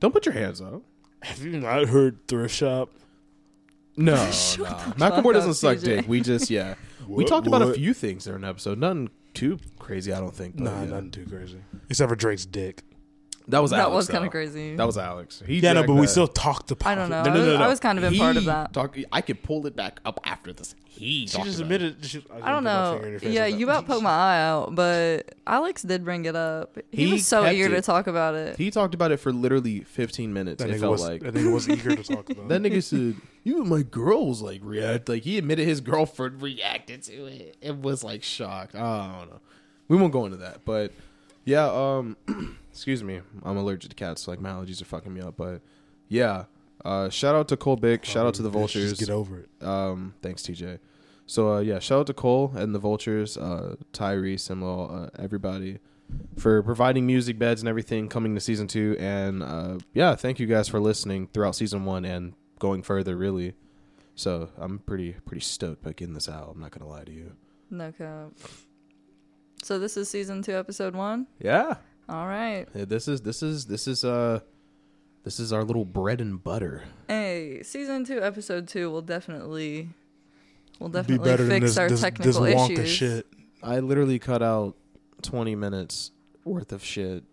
Speaker 2: don't put your hands
Speaker 6: *laughs*
Speaker 2: up.
Speaker 9: Have you not heard Thrift Shop?
Speaker 2: No, no. Oh, Malcolm Moore
Speaker 6: up,
Speaker 2: doesn't suck
Speaker 6: TJ.
Speaker 2: dick. We
Speaker 9: *laughs*
Speaker 2: just yeah, we talked about a
Speaker 9: what?
Speaker 2: few things there in the episode. Nothing too crazy, I don't think. but
Speaker 9: Nah,
Speaker 2: Oh, yeah.
Speaker 9: nothing too crazy. Except for Drake's dick.
Speaker 2: that was
Speaker 6: That
Speaker 2: Alex,
Speaker 6: was kind
Speaker 2: though.
Speaker 6: of crazy.
Speaker 2: That was Alex. He
Speaker 9: Yeah, no,
Speaker 2: dragged
Speaker 9: but we
Speaker 2: that.
Speaker 9: still talked about.
Speaker 6: I don't know.
Speaker 9: it. No, no, no,
Speaker 6: I
Speaker 9: no.
Speaker 6: was kind of in part of that.
Speaker 2: Talk, I could pull it back up after this. He
Speaker 9: She just admitted. She,
Speaker 6: I don't know. Yeah, you about poked my eye out, but Alex did bring it up. He,
Speaker 2: He
Speaker 6: was so
Speaker 2: kept
Speaker 6: eager to
Speaker 2: it.
Speaker 6: talk about it.
Speaker 2: He talked about it for literally 15 minutes.
Speaker 9: That
Speaker 2: it
Speaker 9: nigga
Speaker 2: felt
Speaker 9: was.
Speaker 2: like
Speaker 9: That nigga was eager to talk about.
Speaker 2: *laughs* that
Speaker 9: it.
Speaker 2: nigga said, "You and my girls like react like he admitted his *laughs* girlfriend reacted to it. It was like shocked. I don't know. We won't go into that, but yeah. Um, *clears throat* excuse me. I'm allergic to cats. So, like my allergies are fucking me up. But yeah. Uh, shout out to Cole Bick. Shout out to the
Speaker 9: Bitch, Just
Speaker 2: Vultures.
Speaker 9: get over it.
Speaker 2: Um, thanks, TJ. So uh, yeah, shout out to Cole and the Vultures, uh, Tyree, Simlo, uh, everybody for providing music beds and everything coming to season two. And uh, yeah, thank you guys for listening throughout season one and going further, really. So I'm pretty pretty stoked about getting this out. I'm not gonna lie to you.
Speaker 6: No cap. So this is season two, episode one.
Speaker 2: Yeah,
Speaker 6: All right.
Speaker 2: this is this is this is uh this is our little bread and butter.
Speaker 6: Hey, season two, episode two will definitely, will
Speaker 9: Be
Speaker 6: definitely
Speaker 9: better than
Speaker 6: fix
Speaker 9: this.
Speaker 6: our
Speaker 9: This, this
Speaker 6: technical
Speaker 9: Wonka
Speaker 6: issues.
Speaker 9: shit.
Speaker 2: I literally cut out 20 minutes worth of shit,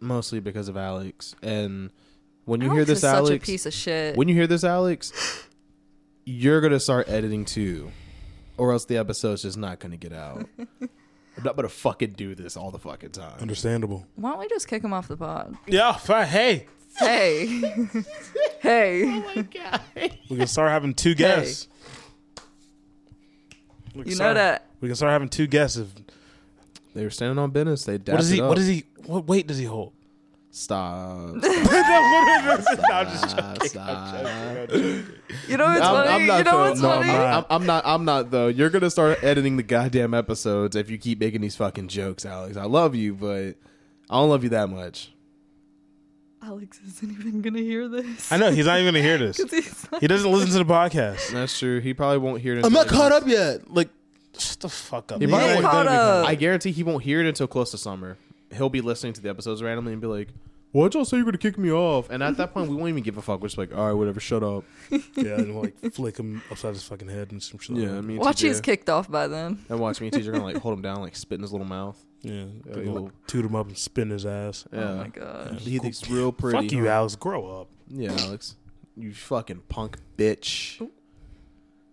Speaker 2: mostly because of Alex. And when you
Speaker 6: Alex
Speaker 2: hear
Speaker 6: is
Speaker 2: this,
Speaker 6: such
Speaker 2: Alex,
Speaker 6: a piece of shit.
Speaker 2: when you hear this, Alex, you're gonna start editing too, or else the episode's just not gonna get
Speaker 6: *laughs*
Speaker 2: out. I'm not gonna fucking do this all the fucking time.
Speaker 9: Understandable.
Speaker 6: Why don't we just kick him off the pod?
Speaker 7: Yeah, fi- hey,
Speaker 6: *laughs* Hey, hey.
Speaker 7: we can start having two guests. We can
Speaker 6: You know
Speaker 7: start-
Speaker 6: that
Speaker 7: we can start having two guests. If,
Speaker 2: They were standing on business. They
Speaker 7: what
Speaker 2: dapped
Speaker 7: is
Speaker 2: it
Speaker 7: he?
Speaker 2: Up.
Speaker 7: What is he? What weight does he hold?
Speaker 9: *laughs*
Speaker 2: Stop.
Speaker 6: *laughs* you know what's funny. you know what's
Speaker 2: no, I'm,
Speaker 6: funny.
Speaker 2: not, I'm, I'm not. I'm not though. You're gonna start editing the goddamn episodes if you keep making these fucking jokes, Alex. I love you, but I don't love you that much.
Speaker 6: Alex isn't even gonna hear this.
Speaker 7: I know he's not even gonna hear this.
Speaker 6: *laughs* He's like,
Speaker 7: He doesn't listen to the podcast.
Speaker 2: That's true. He probably won't hear it.
Speaker 9: I'm not
Speaker 2: until-
Speaker 9: caught up yet. Like, shut the fuck up.
Speaker 2: He
Speaker 9: man.
Speaker 2: might-
Speaker 9: Don't
Speaker 2: Caught
Speaker 9: be caught
Speaker 6: up.
Speaker 2: I guarantee he won't hear it until close to summer. He'll be listening to the episodes randomly and be like, "Why'd y'all say you're gonna kick me off?" And at that point, we won't even give a fuck. We're just like, "All right, whatever. Shut up."
Speaker 9: Yeah, and like flick him upside his fucking head and some shit. like
Speaker 2: Yeah, I
Speaker 9: that.
Speaker 2: mean,
Speaker 6: watch, he's kicked off by then.
Speaker 2: and watch me and TJ are gonna like hold him down, like spit in his little mouth.
Speaker 9: yeah.
Speaker 2: Yeah,
Speaker 9: Like,
Speaker 2: little-
Speaker 9: toot him up and spin his ass.
Speaker 2: Yeah,
Speaker 6: Oh my god.
Speaker 2: he looks real pretty.
Speaker 9: Fuck you,
Speaker 2: huh?
Speaker 9: Alex. Grow up.
Speaker 2: Yeah, Alex. You fucking punk bitch.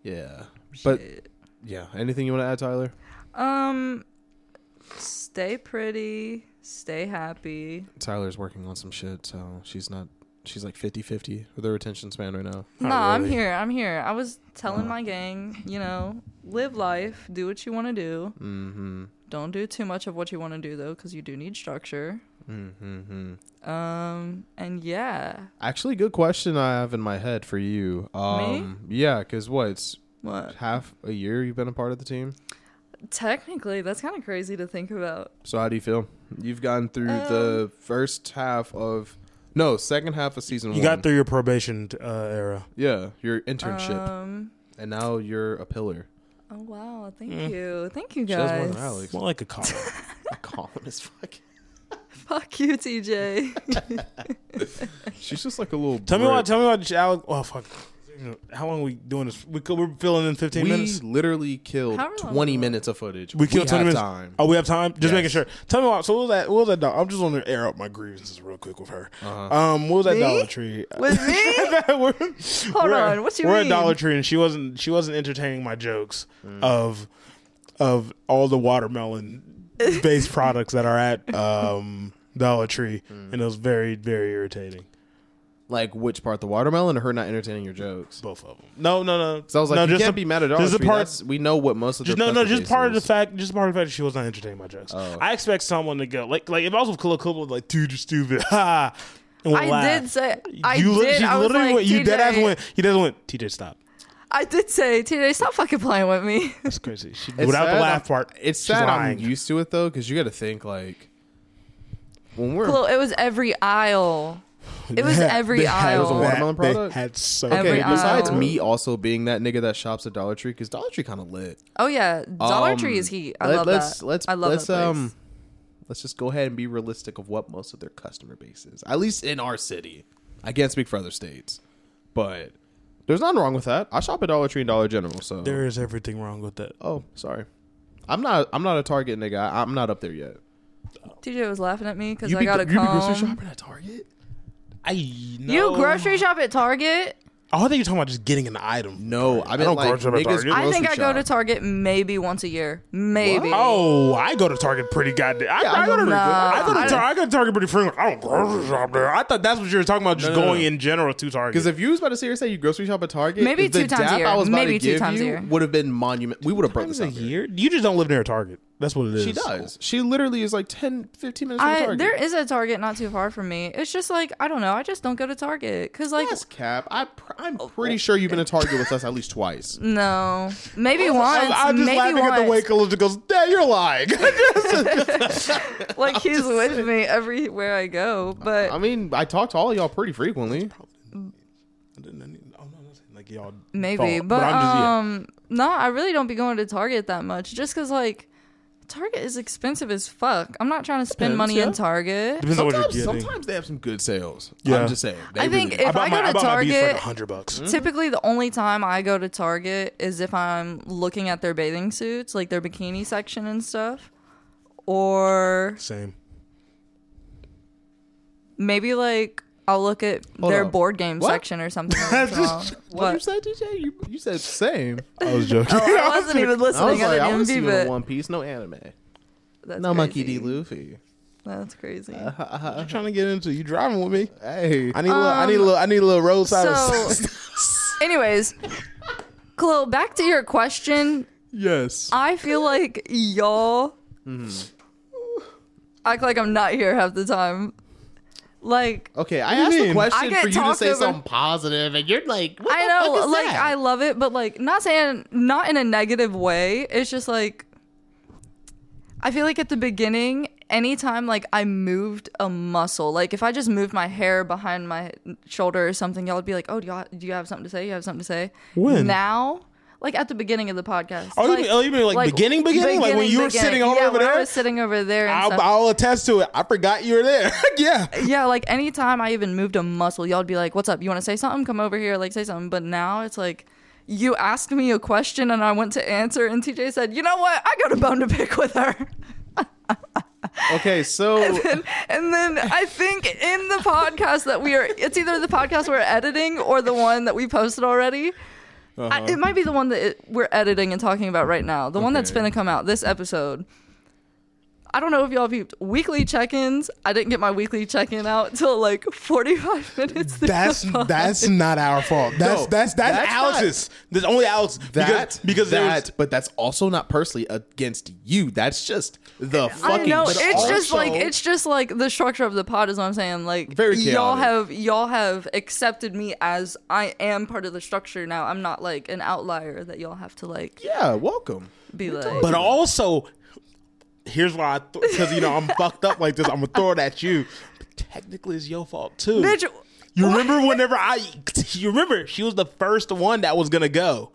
Speaker 2: Yeah. But yeah, anything you want to add, Tyler?
Speaker 6: Um, stay pretty, stay happy.
Speaker 2: Tyler's working on some shit, so she's not she's like 50-50 with her attention span right now.
Speaker 6: No,
Speaker 9: Not
Speaker 6: I'm
Speaker 9: really.
Speaker 6: here. I'm here. I was telling my gang, you know, live life, do what you want to do. Mm-hmm. Don't do too much of what you want to do though, because you do need structure. Mm-hmm. Um, and yeah,
Speaker 2: Actually, good question I have in my head for you. Um yeah, cuz what? It's
Speaker 6: what?
Speaker 2: half a year you've been a part of the team.
Speaker 6: Technically, that's kind of crazy to think about.
Speaker 2: So how do you feel? You've gotten through the first half of no, second half of season
Speaker 9: You
Speaker 2: 1.
Speaker 9: got through your probation uh, era.
Speaker 2: Yeah, your internship.
Speaker 6: Um.
Speaker 2: and now you're a pillar.
Speaker 6: Oh wow! Thank you, thank you
Speaker 2: Mm. She does more
Speaker 6: guys.
Speaker 2: than Alex.
Speaker 9: More like a car.
Speaker 2: Colin is fucking
Speaker 6: Fuck you, TJ.
Speaker 2: She's just like a little.
Speaker 7: Tell me
Speaker 2: brick.
Speaker 7: why. Tell me why. j- Alex. Oh fuck. How long we doing this? We could, we're filling in fifteen
Speaker 2: we
Speaker 7: minutes.
Speaker 2: literally killed
Speaker 6: However long
Speaker 2: twenty
Speaker 6: it was.
Speaker 2: minutes of footage.
Speaker 7: We killed
Speaker 2: have
Speaker 7: twenty minutes.
Speaker 2: Time.
Speaker 7: Oh, we have time. Just
Speaker 2: Yes.
Speaker 7: making sure. Tell me why. So what was that? What was that? Dollar? I'm just going to air out my grievances real quick with her.
Speaker 2: Uh-huh.
Speaker 7: Um, what was that
Speaker 6: Me?
Speaker 7: Dollar Tree?
Speaker 6: With
Speaker 7: *laughs*
Speaker 6: me?
Speaker 7: We're-
Speaker 6: Hold
Speaker 7: we're-
Speaker 6: on, what you
Speaker 7: We're
Speaker 6: mean?
Speaker 7: at Dollar Tree, and she wasn't. She wasn't entertaining my jokes
Speaker 2: Mm.
Speaker 7: of of all the
Speaker 6: *laughs*
Speaker 7: watermelon based
Speaker 2: Mm.
Speaker 7: products that are at um, Dollar Tree, and it was very very irritating.
Speaker 2: Like which part? The watermelon or her not entertaining your jokes?
Speaker 7: Both of them. No, no, no.
Speaker 2: So I was like,
Speaker 7: no,
Speaker 2: you
Speaker 7: just
Speaker 2: can't
Speaker 7: the-
Speaker 2: be mad at
Speaker 7: just
Speaker 2: our
Speaker 7: the
Speaker 2: tree.
Speaker 7: part-
Speaker 2: That's- we know what most of the
Speaker 7: Just, no, no, just part of the fact, just part of the fact that she was not entertaining my jokes.
Speaker 2: Oh.
Speaker 7: I expect someone to go like, like if I was with Khalil Cooper, like, dude,
Speaker 2: *laughs*
Speaker 7: you're stupid, ha, and
Speaker 6: I
Speaker 7: laugh.
Speaker 6: did say I
Speaker 7: you lit-
Speaker 6: did.
Speaker 7: she
Speaker 6: I was
Speaker 7: literally
Speaker 6: like,
Speaker 7: went, you
Speaker 6: TJ,
Speaker 7: dead ass went, you dead ass went, TJ, stop.
Speaker 6: I did say TJ, stop fucking playing with
Speaker 2: *laughs*
Speaker 6: me.
Speaker 7: That's crazy. She, without
Speaker 2: sad
Speaker 7: the laugh
Speaker 2: I'm-
Speaker 7: part,
Speaker 2: It's
Speaker 7: she's
Speaker 2: sad
Speaker 7: lying.
Speaker 2: I'm used to it though, because you got to think like when we're
Speaker 6: Well, it was every aisle. It was every
Speaker 7: They had-
Speaker 2: it was a
Speaker 6: aisle.
Speaker 2: watermelon
Speaker 7: they
Speaker 2: product?
Speaker 7: had so
Speaker 6: Every
Speaker 2: okay. Besides
Speaker 6: aisle.
Speaker 2: me also being that nigga that shops at Dollar Tree, because Dollar Tree kind of lit.
Speaker 6: Oh yeah, Dollar
Speaker 2: Um,
Speaker 6: Tree is heat. I
Speaker 2: let-
Speaker 6: love
Speaker 2: let's,
Speaker 6: that.
Speaker 2: Let's
Speaker 6: I love
Speaker 2: let's
Speaker 6: that place.
Speaker 2: um let's just go ahead and be realistic of what most of their customer base is, at least in our city. I can't speak for other states, but there's nothing wrong with that. I shop at Dollar Tree and Dollar General, so
Speaker 7: There is everything wrong with that.
Speaker 2: oh sorry, I'm not I'm not a Target nigga. I, I'm not up there yet.
Speaker 6: TJ was laughing at me because
Speaker 2: You
Speaker 6: I
Speaker 2: be,
Speaker 6: got a
Speaker 2: you be grocery
Speaker 6: comb.
Speaker 2: shopping at Target?
Speaker 7: I
Speaker 6: You
Speaker 7: know.
Speaker 6: grocery shop at Target?
Speaker 7: Oh, I think you're talking about just getting an item.
Speaker 2: No, I mean
Speaker 7: don't
Speaker 2: like
Speaker 7: grocery shop at
Speaker 2: niggas
Speaker 7: Target.
Speaker 2: grocery
Speaker 6: I think I go
Speaker 2: shop.
Speaker 6: to Target maybe once a year. Maybe.
Speaker 7: Oh, I go to Target pretty goddamn. I, I, go to,
Speaker 6: Nah,
Speaker 7: I go to
Speaker 6: I
Speaker 7: Tar- I go to Target pretty frequently. I don't grocery shop there. I thought that's what you were talking about, just
Speaker 2: No, no, no.
Speaker 7: going in general to Target.
Speaker 2: Because if you was about to seriously say you grocery shop at Target,
Speaker 6: Maybe
Speaker 2: the
Speaker 6: two times a
Speaker 2: dap
Speaker 6: year.
Speaker 2: I was about
Speaker 6: Maybe
Speaker 2: to
Speaker 6: two
Speaker 2: give
Speaker 6: times a
Speaker 2: you
Speaker 6: year.
Speaker 2: would have been monument. We would have brought this
Speaker 7: a
Speaker 2: out. here.
Speaker 7: year, you just don't live near a Target. That's what it is.
Speaker 2: She does. She literally is like 10, 15 minutes from
Speaker 6: I,
Speaker 2: Target.
Speaker 6: there is a Target not too far from me. It's just like I don't know. I just don't go to Target because like Oh,
Speaker 2: Yes, Cap. I pr- I'm pretty sure you've been to Target with us at least
Speaker 6: *laughs*
Speaker 2: twice.
Speaker 6: no, maybe
Speaker 3: I'm,
Speaker 6: once.
Speaker 3: I'm just
Speaker 6: maybe
Speaker 3: laughing
Speaker 6: once.
Speaker 3: at the way Kalista goes, Dad, you're lying.
Speaker 7: *laughs*
Speaker 6: like he's with me everywhere I go. But
Speaker 2: I mean, I talk to all of y'all pretty frequently.
Speaker 7: Like y'all,
Speaker 6: maybe.
Speaker 7: fault,
Speaker 6: But,
Speaker 7: but I'm just- yeah.
Speaker 6: um, no, I really don't be going to Target that much. Just because like Target is expensive as fuck. I'm not trying to spend
Speaker 7: Depends,
Speaker 6: money
Speaker 7: yeah.
Speaker 6: in Target.
Speaker 7: depends on what you're
Speaker 2: Sometimes,
Speaker 7: getting.
Speaker 2: sometimes they have some good sales.
Speaker 7: Yeah.
Speaker 2: I'm just saying. They
Speaker 6: I think
Speaker 2: really do.
Speaker 6: if
Speaker 7: bought
Speaker 6: I, go
Speaker 7: my,
Speaker 6: to
Speaker 7: bought my beads for like
Speaker 6: Target,
Speaker 7: a hundred bucks.
Speaker 6: typically the only time I go to Target is if I'm looking at their bathing suits, like their bikini section and stuff, or
Speaker 7: Same.
Speaker 6: maybe like I'll look at
Speaker 2: Hold
Speaker 6: their
Speaker 2: on.
Speaker 6: board game
Speaker 2: What?
Speaker 6: section or something.
Speaker 2: *laughs*
Speaker 6: once in a while.
Speaker 2: what you *laughs*
Speaker 6: what?
Speaker 2: said, DJ? You, you said
Speaker 6: *laughs*
Speaker 2: same.
Speaker 7: I was joking.
Speaker 6: I wasn't even
Speaker 2: I was
Speaker 6: listening. I,
Speaker 2: like, I want to
Speaker 6: didn't
Speaker 2: see
Speaker 6: even
Speaker 2: you
Speaker 6: be,
Speaker 2: in
Speaker 6: but
Speaker 2: One Piece, no anime,
Speaker 6: that's
Speaker 2: no Monkey D. Uh-huh.
Speaker 6: crazy.
Speaker 2: Luffy.
Speaker 6: That's crazy.
Speaker 7: I'm trying to get into you driving with me.
Speaker 2: Hey,
Speaker 7: I need a little. I need a little. I need a little roadside.
Speaker 6: so,
Speaker 7: *laughs*
Speaker 6: anyways, Khalil, back to your question.
Speaker 2: yes.
Speaker 6: I feel like y'all
Speaker 2: Mm-hmm.
Speaker 6: act like I'm not here half the time. Like
Speaker 2: Okay, I asked a
Speaker 6: I
Speaker 2: question
Speaker 6: get
Speaker 2: for you to
Speaker 6: talked
Speaker 2: say
Speaker 6: over-
Speaker 2: something positive, and you're like, what
Speaker 6: I
Speaker 2: the
Speaker 6: know,
Speaker 2: fuck is
Speaker 6: like
Speaker 2: that?
Speaker 6: I love it, but like not saying not in a negative way. It's just like I feel like at the beginning, anytime like I moved a muscle, like if I just moved my hair behind my shoulder or something, y'all would be like, "Oh, do you do you have something to say? You have something to say?"
Speaker 7: When?
Speaker 6: now. Like at the beginning of the podcast.
Speaker 7: Oh, you mean- oh, you mean, like, beginning, beginning? Like, when you were sitting all
Speaker 6: yeah,
Speaker 7: over
Speaker 6: when I
Speaker 7: there?
Speaker 6: was sitting over there. And
Speaker 7: I'll,
Speaker 6: stuff.
Speaker 7: I'll attest to it. I forgot you were there. *laughs* yeah.
Speaker 6: yeah, like anytime I even moved a muscle, y'all would be like, "What's up? You want to say something? Come over here, like say something." But now it's like you asked me a question and I went to answer, and TJ said, "You know what? I got a bone to pick with her."
Speaker 2: Okay, so
Speaker 6: *laughs* And then I think in the podcast that we are, it's either the podcast we're editing or the one that we posted already.
Speaker 2: Uh-huh.
Speaker 6: I, it might be the one that it, we're editing and talking about right now, the one that's
Speaker 2: Okay.
Speaker 6: going to come out this episode. I don't know if y'all peeped weekly check-ins. I didn't get my weekly check-in out till like 45 *laughs* minutes. through
Speaker 7: That's
Speaker 6: the pod.
Speaker 7: that's not our fault. That's
Speaker 2: No,
Speaker 7: that's that's,
Speaker 2: that's
Speaker 7: Alex's. There's only Alex
Speaker 2: that
Speaker 7: because because there
Speaker 2: that,
Speaker 7: was,
Speaker 2: but that's also not personally against you. That's just the
Speaker 6: I
Speaker 2: fucking.
Speaker 6: know
Speaker 2: but
Speaker 6: it's just
Speaker 2: also-
Speaker 6: like it's just like the structure of the pod is what I'm saying. Like
Speaker 2: Very
Speaker 6: y'all
Speaker 2: chaotic.
Speaker 6: have y'all have accepted me as I am part of the structure now. I'm not like an outlier that y'all have to like
Speaker 2: yeah. Welcome.
Speaker 6: be like.
Speaker 7: but also here's why I because you know I'm fucked up like this. I'm gonna throw it at you. But technically, it's your fault too.
Speaker 6: Bitch,
Speaker 7: you remember whenever I *laughs* you remember she was the first one that was gonna go.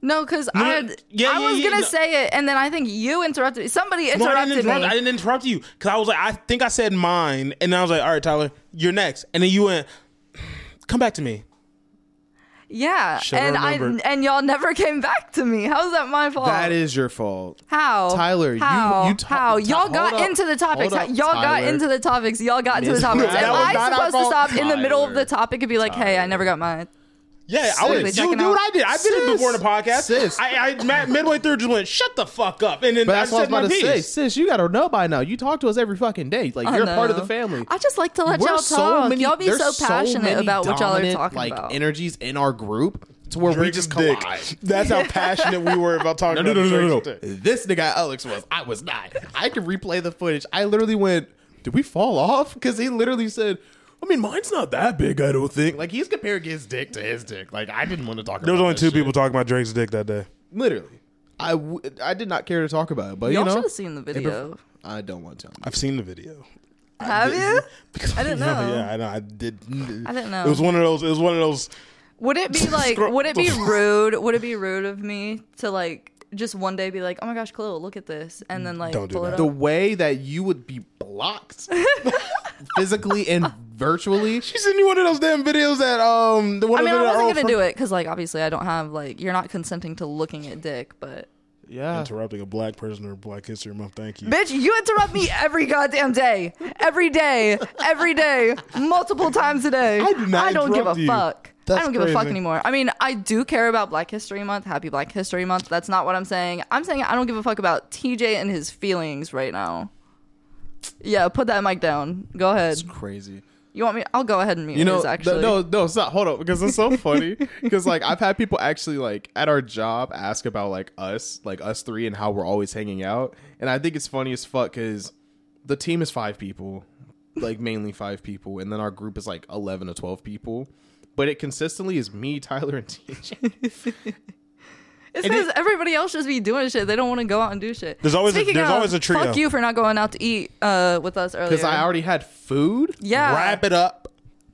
Speaker 6: no, because
Speaker 7: No,
Speaker 6: I
Speaker 7: no, yeah,
Speaker 6: I
Speaker 7: yeah,
Speaker 6: was
Speaker 7: yeah,
Speaker 6: gonna
Speaker 7: no.
Speaker 6: say it, and then I think you interrupted me. Somebody
Speaker 7: No, I
Speaker 6: interrupted
Speaker 7: didn't interrupt.
Speaker 6: me.
Speaker 7: I didn't interrupt you because I was like, I think I said mine, and I was like, all right, Tyler, you're next, and then you went, come back to me.
Speaker 6: yeah,
Speaker 7: Should've
Speaker 6: and I
Speaker 7: remembered.
Speaker 6: and y'all never *laughs* came back to me. How's that my fault?
Speaker 2: That is your fault.
Speaker 6: How
Speaker 2: Tyler, you-
Speaker 6: How
Speaker 2: you ta-
Speaker 6: how
Speaker 2: ta-
Speaker 6: y'all
Speaker 2: hold
Speaker 6: got
Speaker 2: up.
Speaker 6: into the topics?
Speaker 2: Hold up,
Speaker 6: y'all got
Speaker 2: Tyler.
Speaker 6: into the topics. Y'all got into the
Speaker 2: Miss
Speaker 6: topics.
Speaker 2: Brown.
Speaker 6: Am
Speaker 2: That was
Speaker 6: I
Speaker 2: not our
Speaker 6: supposed to
Speaker 2: fault.
Speaker 6: stop in the middle of
Speaker 2: Tyler.
Speaker 6: the topic and be like, "Hey, I never got mine"?
Speaker 7: Yeah, I would.
Speaker 6: Sis.
Speaker 7: You do what I did. I did it
Speaker 2: Sis.
Speaker 7: before in the podcast.
Speaker 2: Sis.
Speaker 7: I, I ma- midway through just went, "Shut the fuck up," and then
Speaker 2: But
Speaker 7: I
Speaker 2: that's what I was
Speaker 7: said my
Speaker 2: about to say,
Speaker 7: piece.
Speaker 2: sis. You gotta know by now. You talk to us every fucking day. Like
Speaker 6: I
Speaker 2: you're a part of the
Speaker 6: know.
Speaker 2: family.
Speaker 6: I just like to let
Speaker 2: We're
Speaker 6: y'all talk.
Speaker 2: many-
Speaker 6: y'all be
Speaker 2: there's
Speaker 6: so passionate
Speaker 2: many
Speaker 6: about what y'all are
Speaker 2: dominant,
Speaker 6: talking
Speaker 2: like,
Speaker 6: about.
Speaker 2: energies in our group to where we just
Speaker 3: dick.
Speaker 2: collide.
Speaker 3: *laughs* That's how passionate we were about talking about no, no, no,
Speaker 2: This nigga Alex was. I was not. I could replay the footage. I literally went. Did we fall off? Because he literally said. I mean, mine's not that big. I don't think. Like he's comparing his dick to his dick. Like I didn't want to talk.
Speaker 9: There was
Speaker 2: about
Speaker 9: only
Speaker 2: that
Speaker 9: two
Speaker 2: shit.
Speaker 9: people talking about Drake's dick that day.
Speaker 2: Literally, I, w- I did not care to talk about it. But
Speaker 6: y'all
Speaker 2: you know,
Speaker 6: should have seen Oh. the video.
Speaker 2: I don't want to.
Speaker 9: I've seen the video. *laughs*
Speaker 6: Have you? I didn't know.
Speaker 9: yeah, I know. I did.
Speaker 6: I didn't know.
Speaker 9: It was one of those. It was one of those.
Speaker 6: Would
Speaker 9: *laughs*
Speaker 6: it be like? would it be rude? Would it be rude of me to like just one day be like, "Oh my gosh, Chloe, look at this," and then like
Speaker 9: Don't do
Speaker 6: pull
Speaker 9: that.
Speaker 6: it
Speaker 2: the
Speaker 6: up?
Speaker 2: way that you would be
Speaker 6: *laughs*
Speaker 2: blocked physically and virtually.
Speaker 9: She sent you one of those damn videos that um. The one
Speaker 6: I mean, I
Speaker 9: that *laughs*
Speaker 6: wasn't gonna do it because like obviously I don't have like you're not consenting to looking at dick, but
Speaker 2: Yeah.
Speaker 9: Interrupting a black person or Black History Month. Thank you.
Speaker 6: bitch, you interrupt me every goddamn day, every day, every day, multiple times a day. I
Speaker 9: do not
Speaker 6: don't give a
Speaker 9: interrupt you.
Speaker 6: fuck.
Speaker 9: That's
Speaker 6: I don't give a fuck
Speaker 9: crazy.
Speaker 6: anymore. I mean, I do care about Black History Month. Happy Black History Month. That's not what I'm saying. I'm saying I don't give a fuck about TJ and his feelings right now. Yeah, put that mic down. Go ahead.
Speaker 2: Crazy.
Speaker 6: You want me? I'll go ahead and mute
Speaker 2: You know,
Speaker 6: his, actually.
Speaker 2: th- no, no, stop. Hold up, because it's so
Speaker 7: *laughs*
Speaker 2: funny. Because like I've had people actually like at our job ask about like us, like us three, and how we're always hanging out. And I think it's funny as fuck because the team is five people, like mainly five people, and then our group is like eleven to twelve people. But it consistently is me, Tyler, and
Speaker 7: *laughs*
Speaker 2: TJ.
Speaker 6: It's because everybody else just be doing shit. They don't want to go out and do shit.
Speaker 9: There's always a- there's always a trio.
Speaker 6: Fuck you for not going out to eat uh, with us
Speaker 7: Oh,
Speaker 6: earlier.
Speaker 2: Because I already had food.
Speaker 6: yeah,
Speaker 9: Wrap it up.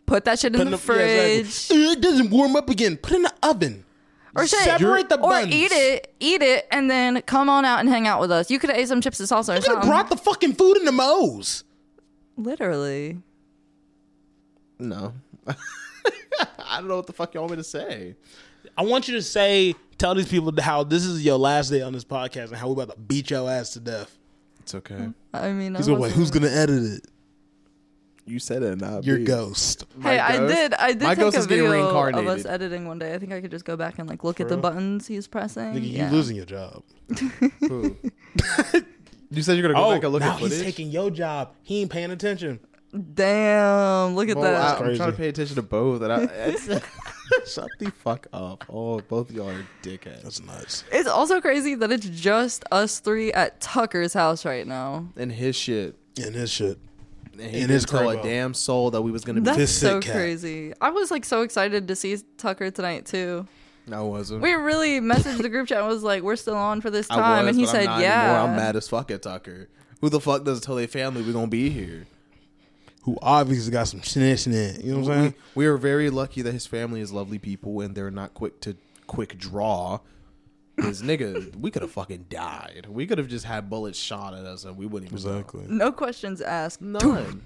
Speaker 6: put that shit in the,
Speaker 9: Put it in the- yeah,
Speaker 6: fridge
Speaker 9: exactly. It doesn't warm up again. Put it in the oven.
Speaker 6: or shit.
Speaker 9: Separate the
Speaker 6: or
Speaker 9: buns.
Speaker 6: eat it, eat it, and then come on out and hang out with us. You could have ate some chips and salsa
Speaker 9: You could
Speaker 6: or
Speaker 9: have
Speaker 6: something.
Speaker 9: brought the fucking food in the Moe's.
Speaker 6: Literally,
Speaker 2: No. *laughs* I don't know what the fuck y'all want me to say.
Speaker 7: I want you to say, tell these people how this is your last day on this podcast and how we're about to beat your ass to death.
Speaker 2: It's okay.
Speaker 6: I mean, I
Speaker 9: So, like,
Speaker 6: wasn't-
Speaker 9: who's gonna edit it?
Speaker 2: You said it, not
Speaker 9: Your
Speaker 2: me.
Speaker 9: ghost.
Speaker 6: Hey, I
Speaker 2: ghost?
Speaker 6: did. I did
Speaker 2: My
Speaker 6: take
Speaker 2: ghost
Speaker 6: a
Speaker 2: is getting
Speaker 6: video of us
Speaker 2: reincarnated.
Speaker 6: editing one day. I think I could just go back and like look at the buttons he's pressing.
Speaker 9: Nigga,
Speaker 6: Mm, Yeah.
Speaker 9: You losing your job.
Speaker 2: You said you're gonna go back and look
Speaker 7: Oh, now
Speaker 2: at footage.
Speaker 7: he's taking your job. He ain't paying attention.
Speaker 6: Damn! Look at
Speaker 2: Well,
Speaker 6: that.
Speaker 2: I, am trying to pay attention to both,
Speaker 6: *laughs*
Speaker 2: and I, it's- *laughs* shut the fuck up. Oh, both of y'all are dickheads.
Speaker 9: That's nuts.
Speaker 6: It's also crazy that it's just us three at Tucker's house right now.
Speaker 2: And his shit,
Speaker 9: And this shit.
Speaker 2: and he
Speaker 9: And
Speaker 2: didn't
Speaker 9: his
Speaker 2: tell a
Speaker 9: crowbar.
Speaker 2: damn soul that we was gonna be.
Speaker 6: That's
Speaker 9: This sick
Speaker 6: so
Speaker 9: cat.
Speaker 6: crazy. I was like so excited to see Tucker tonight too.
Speaker 2: I wasn't.
Speaker 6: We really messaged the group chat and was like, "We're still on for this
Speaker 2: I
Speaker 6: time,"
Speaker 2: was,
Speaker 6: and he
Speaker 2: but
Speaker 6: said,
Speaker 2: I'm not
Speaker 6: "Yeah."
Speaker 2: Anymore. I'm mad as fuck at Tucker. Who the fuck doesn't tell their family we gonna be here?
Speaker 9: Who obviously got some snitch in it. You know what I'm saying?
Speaker 2: We are very lucky that his family is lovely people and they're not quick to quick draw. Because nigga, we could have fucking died. We could have just had bullets shot at us and we wouldn't even know.
Speaker 6: No questions asked.
Speaker 2: None.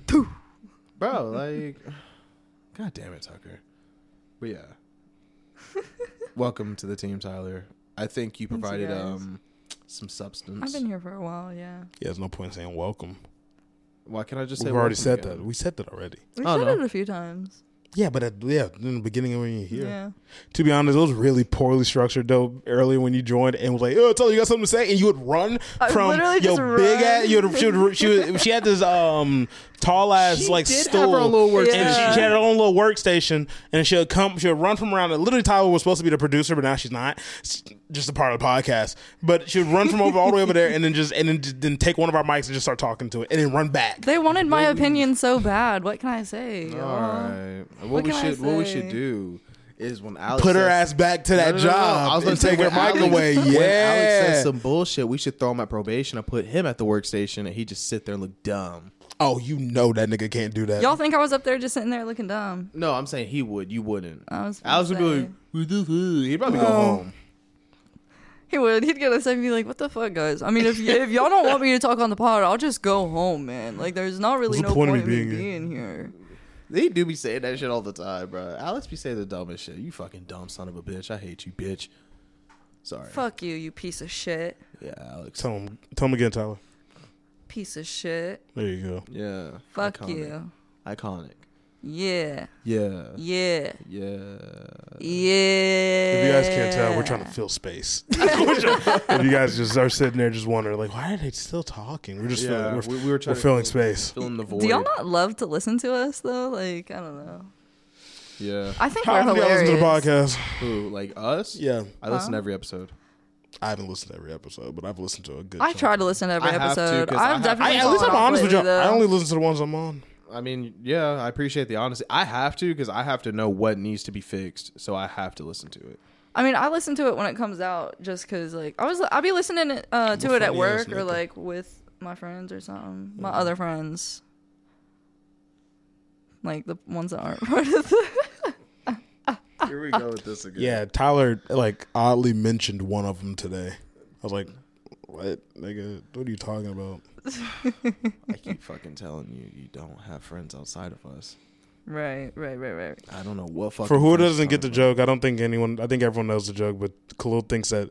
Speaker 2: Bro, like *sighs* God damn it, Tucker. But yeah.
Speaker 6: *laughs*
Speaker 2: Welcome to the team, Tyler. I think you provided
Speaker 6: guys.
Speaker 2: um some substance.
Speaker 6: I've been here for a while. Yeah,
Speaker 9: Yeah, there's no point in saying welcome.
Speaker 2: Why can I just say
Speaker 9: We've already
Speaker 2: welcome
Speaker 9: said
Speaker 2: again?
Speaker 9: that. We said that already.
Speaker 6: we
Speaker 2: Oh,
Speaker 6: said
Speaker 2: no.
Speaker 6: it a few times.
Speaker 9: Yeah, but at, yeah, in the beginning of when you're here.
Speaker 6: Yeah.
Speaker 9: To be honest, it was really poorly structured though. Earlier when you joined and was like, "Oh, tell you got something to say," and you would run
Speaker 6: I
Speaker 9: from
Speaker 6: literally
Speaker 9: your
Speaker 6: just
Speaker 9: big
Speaker 6: run.
Speaker 9: ass. You would, she, would, she, would, she had this um tall ass like
Speaker 2: did
Speaker 9: stool,
Speaker 2: have her little workstation.
Speaker 9: and she, she had her own little workstation, and she'll come, she'll run from around. And literally, Tyler was supposed to be the producer, but now she's not. She's just a part of the podcast. But she would run from over all the way over there, and then just and then, then take one of our mics and just start talking to it, and then run back.
Speaker 6: They wanted my opinion so bad. What can I say?
Speaker 2: All
Speaker 6: y'all?
Speaker 2: right. What, we
Speaker 6: can I
Speaker 2: should what we should
Speaker 6: say?
Speaker 2: do is when Alex
Speaker 9: Put her ass
Speaker 2: says-
Speaker 9: back to
Speaker 2: No,
Speaker 9: that
Speaker 2: no, no, no.
Speaker 9: job.
Speaker 2: I was
Speaker 9: and
Speaker 2: gonna say
Speaker 9: take her
Speaker 2: when
Speaker 9: mic
Speaker 2: Alex-
Speaker 9: away.
Speaker 2: *laughs* When Alex
Speaker 9: Yeah.
Speaker 2: says some bullshit, we should throw him at probation and put him at the workstation, and he just sit there and look dumb.
Speaker 9: Oh, you know that nigga can't do that.
Speaker 6: Y'all think I was up there just sitting there looking dumb?
Speaker 2: No, I'm saying he would. You wouldn't.
Speaker 6: I was
Speaker 2: Alex would
Speaker 6: gonna
Speaker 2: be like,
Speaker 6: say.
Speaker 2: "Who the who?" he'd probably go home.
Speaker 6: He would. He'd get upset and be like, "What the fuck, guys? I mean, if y- if y'all don't want me to talk on the pod, I'll just go home, man. Like, there's not really
Speaker 9: What's the
Speaker 6: no
Speaker 9: point of
Speaker 6: point in
Speaker 9: me
Speaker 6: me
Speaker 9: being here?"
Speaker 6: being here."
Speaker 2: They do be saying that shit all the time, bro. Alex be saying the dumbest shit. You fucking dumb son of a bitch. I hate you, bitch. Sorry.
Speaker 6: Fuck you, you piece of shit.
Speaker 2: Yeah, Alex.
Speaker 9: Tell him, tell him again, Tyler.
Speaker 6: Piece of shit.
Speaker 9: There you go.
Speaker 2: Yeah.
Speaker 6: Fuck
Speaker 2: Iconic.
Speaker 6: you.
Speaker 2: Iconic.
Speaker 6: Yeah.
Speaker 2: Yeah.
Speaker 6: Yeah.
Speaker 2: Yeah.
Speaker 6: Yeah.
Speaker 7: If you guys can't tell, we're trying to
Speaker 9: *laughs*
Speaker 7: fill space. *laughs* if you guys just are sitting there, just wondering, like, why are they still talking? We're just
Speaker 2: Yeah,
Speaker 7: filling, we're,
Speaker 2: we- we
Speaker 7: we
Speaker 2: were trying
Speaker 7: are
Speaker 2: to
Speaker 7: filling
Speaker 9: *laughs*
Speaker 2: fill-
Speaker 7: space.
Speaker 2: Filling the void.
Speaker 6: Do y'all not love to listen to us though? Like I don't know.
Speaker 2: yeah.
Speaker 6: I think
Speaker 7: How
Speaker 6: we're
Speaker 7: often do y'all listen to the podcast?
Speaker 6: hilarious.
Speaker 2: Who, like us?
Speaker 7: Yeah,
Speaker 2: I listen to every episode.
Speaker 7: I haven't listened to every episode, but I've listened to a good.
Speaker 6: I
Speaker 7: chunk.
Speaker 6: try to listen to every
Speaker 2: I have to,
Speaker 6: episode.
Speaker 2: 'cause I
Speaker 6: I've
Speaker 2: have-
Speaker 6: definitely.
Speaker 7: I, at least I'm
Speaker 6: fallen off
Speaker 7: honest with y'all.
Speaker 6: lately,
Speaker 7: I
Speaker 6: though.
Speaker 7: only listen to the ones I'm on.
Speaker 2: I mean, yeah, I appreciate the honesty. I have to because I have to know what needs to be fixed, so I have to listen to it.
Speaker 6: I mean, I listen to it when it comes out, just cause like I was, I'll be listening uh, to it at work or like with my friends or something, my other friends, like the ones that aren't *laughs* part of the.
Speaker 2: Here we go with this again.
Speaker 7: Yeah, Tyler like oddly mentioned one of them today. I was like, "What, nigga? What are you talking about?"
Speaker 2: I keep fucking telling you, you don't have friends outside of us.
Speaker 6: Right, right, right, right.
Speaker 2: I don't know what fucking.
Speaker 7: For who
Speaker 2: friends
Speaker 7: doesn't
Speaker 2: you're
Speaker 7: get the
Speaker 2: talking
Speaker 7: joke, I don't think anyone. I think everyone knows the joke, but Khalil thinks that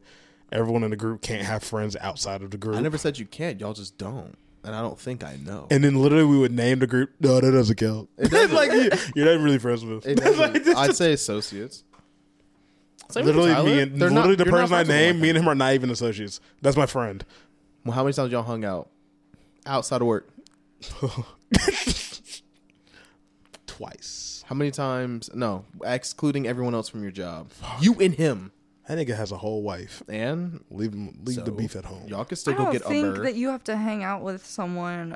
Speaker 7: everyone in the group can't have friends outside of the
Speaker 2: about.
Speaker 7: group.
Speaker 2: I never said you can't. Y'all just don't, and I don't think I know.
Speaker 7: and then literally we would name the group. No, that doesn't count.
Speaker 2: *laughs* It doesn't.
Speaker 7: like you, you're not really friends with. *laughs*
Speaker 2: It doesn't- I'd say associates. Same with
Speaker 7: literally,
Speaker 2: Tyler.
Speaker 7: me and
Speaker 2: They're not-
Speaker 7: literally the
Speaker 2: you're not
Speaker 7: person I
Speaker 2: friends with
Speaker 7: named, me and
Speaker 2: him.
Speaker 7: him are not even associates. That's my friend.
Speaker 2: Well, how many times y'all hung out outside of work?
Speaker 7: Twice.
Speaker 2: How many times? No, excluding everyone else from your job. You and him,
Speaker 7: That nigga has a whole wife.
Speaker 2: and
Speaker 7: Leave him. Leave the
Speaker 2: So,
Speaker 7: beef at home.
Speaker 2: y'all can still
Speaker 6: I
Speaker 2: go
Speaker 6: don't
Speaker 2: get a
Speaker 6: think
Speaker 2: bird.
Speaker 6: that you have to hang out with someone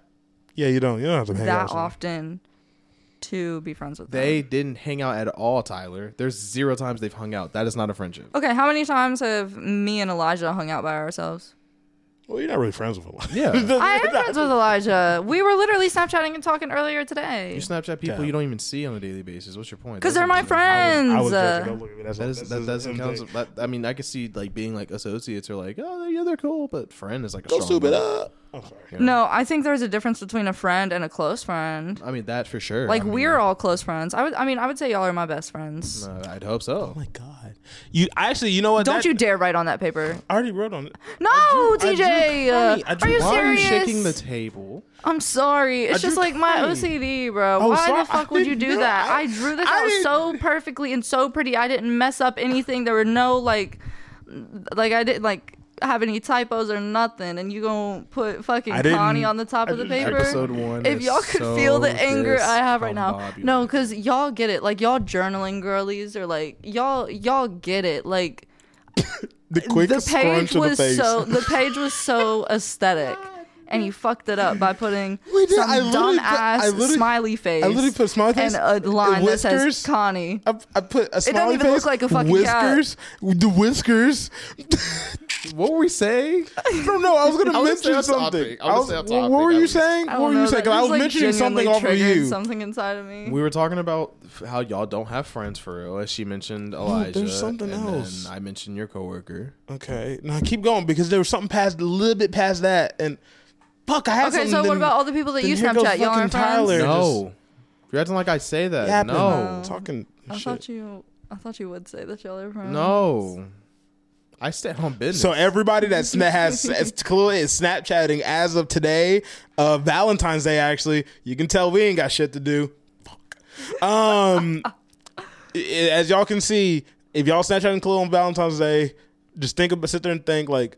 Speaker 7: yeah, you don't. You don't have to hang out.
Speaker 6: that
Speaker 7: with someone.
Speaker 6: often to be friends with. them.
Speaker 2: They didn't hang out at all, Tyler. There's zero times they've hung out. That is not a friendship.
Speaker 6: Okay, how many times have me and Elijah hung out
Speaker 7: *laughs*
Speaker 6: by ourselves?
Speaker 7: Well, you're not really friends with him. *laughs*
Speaker 2: Yeah.
Speaker 6: I am friends with Elijah. We were literally Snapchatting and talking earlier today.
Speaker 2: You Snapchat people
Speaker 7: Yeah.
Speaker 2: you don't even see on a daily basis. What's your point?
Speaker 6: Because
Speaker 2: That
Speaker 6: they're my
Speaker 2: doesn't-
Speaker 6: friends.
Speaker 7: I was
Speaker 6: Uh,
Speaker 7: joking. Don't look at me. That's
Speaker 2: That, is,
Speaker 7: that's-
Speaker 2: that
Speaker 7: that's
Speaker 2: doesn't
Speaker 7: his
Speaker 2: count.
Speaker 7: thing.
Speaker 2: as- That, I mean, I could see like being like associates or like, oh yeah, they're cool, but friend is like a
Speaker 7: Go
Speaker 2: strong
Speaker 7: soup it
Speaker 2: word.
Speaker 7: up. I'm sorry.
Speaker 6: no, I think there's a difference between a friend and a close friend.
Speaker 2: I mean that for sure.
Speaker 6: Like
Speaker 2: I mean,
Speaker 6: we're all close friends. I would. I mean, I would say y'all are my best friends.
Speaker 2: uh, I'd hope so.
Speaker 7: Oh my god. You I actually, you know what?
Speaker 6: Don't
Speaker 7: That-
Speaker 6: you dare write on that paper.
Speaker 7: I already wrote on it.
Speaker 6: No,
Speaker 7: drew-
Speaker 6: TJ.
Speaker 7: I
Speaker 6: uh,
Speaker 7: drew- I
Speaker 6: are
Speaker 7: drew-
Speaker 6: you
Speaker 2: Why are you
Speaker 6: serious?
Speaker 2: shaking the table?
Speaker 6: I'm sorry. It's
Speaker 7: I
Speaker 6: just
Speaker 7: drew
Speaker 6: like my
Speaker 7: Connie.
Speaker 6: OCD, bro.
Speaker 7: Oh,
Speaker 6: Why
Speaker 7: sorry.
Speaker 6: the fuck
Speaker 7: I
Speaker 6: would you
Speaker 7: didn't
Speaker 6: do
Speaker 7: know.
Speaker 6: that?
Speaker 7: I-
Speaker 6: I drew this
Speaker 7: I
Speaker 6: out
Speaker 7: didn't-
Speaker 6: so perfectly and so pretty. I didn't mess up anything. There were no like, like I didn't like have any typos or nothing. And you gonna put fucking
Speaker 7: I didn't-
Speaker 6: Connie on the top of the paper?
Speaker 2: Episode one.
Speaker 6: if
Speaker 2: is
Speaker 6: y'all could
Speaker 2: so
Speaker 6: feel the anger I have
Speaker 7: Oh,
Speaker 6: right now,
Speaker 2: discombobulated.
Speaker 6: no, because y'all get it. Like y'all journaling girlies or like y'all y'all get it. Like
Speaker 7: The quick *laughs*
Speaker 6: the
Speaker 7: scrunch
Speaker 6: page
Speaker 7: of
Speaker 6: was
Speaker 7: the face. *laughs*
Speaker 6: so the page was so aesthetic and he fucked it up by
Speaker 7: *laughs*
Speaker 6: putting
Speaker 7: We did-
Speaker 6: some
Speaker 7: I literally
Speaker 6: dumb
Speaker 7: put- I
Speaker 6: ass
Speaker 7: literally-
Speaker 6: smiley face
Speaker 7: I literally put smiley face
Speaker 6: and a line that
Speaker 7: whiskers.
Speaker 6: says connie
Speaker 7: I, I put a smiley
Speaker 6: even look
Speaker 7: face,
Speaker 6: like a fucking cat.
Speaker 7: whiskers. The whiskers.
Speaker 2: What were we saying?
Speaker 7: I don't know. I was gonna
Speaker 2: *laughs* I was
Speaker 7: mention
Speaker 2: gonna say on
Speaker 7: something.
Speaker 2: topic. I was
Speaker 7: I
Speaker 2: gonna
Speaker 7: was-
Speaker 2: say on
Speaker 7: What
Speaker 2: topic.
Speaker 7: were
Speaker 2: I
Speaker 7: you
Speaker 2: was-
Speaker 7: saying?
Speaker 6: I
Speaker 7: What
Speaker 6: don't
Speaker 7: were
Speaker 6: know,
Speaker 7: you
Speaker 6: that
Speaker 7: saying? 'Cause I
Speaker 6: just,
Speaker 7: was
Speaker 6: like,
Speaker 7: mentioning something
Speaker 6: genuinely
Speaker 7: off of
Speaker 6: triggered
Speaker 7: you.
Speaker 6: something inside of me
Speaker 2: We were talking about f- how y'all don't have friends for real, as she mentioned Elijah.
Speaker 7: Oh, there's something
Speaker 2: and then
Speaker 7: else.
Speaker 2: I mentioned your coworker.
Speaker 7: Okay. Now keep going because there was something past a little bit past that and. Fuck, I had
Speaker 6: okay
Speaker 7: something,
Speaker 6: so what
Speaker 7: then-
Speaker 6: about all the people that
Speaker 7: then
Speaker 6: you
Speaker 7: here goes
Speaker 6: snapchat y'all
Speaker 7: fucking
Speaker 6: aren't
Speaker 7: Tyler.
Speaker 6: friends
Speaker 7: They're
Speaker 2: No, you're acting like I say that.
Speaker 7: It happened.
Speaker 2: No,
Speaker 7: Talking
Speaker 6: Oh. i
Speaker 7: shit.
Speaker 6: thought you i thought you would say that y'all are friends
Speaker 2: no, I stay on business.
Speaker 7: So everybody that sna- has is clearly is Snapchatting as of today, uh, Valentine's Day. Actually, you can tell we ain't got shit to do. Fuck. Um, *laughs* i- as y'all can see, if y'all Snapchatting Khalil on Valentine's Day, just think about sit there and think like,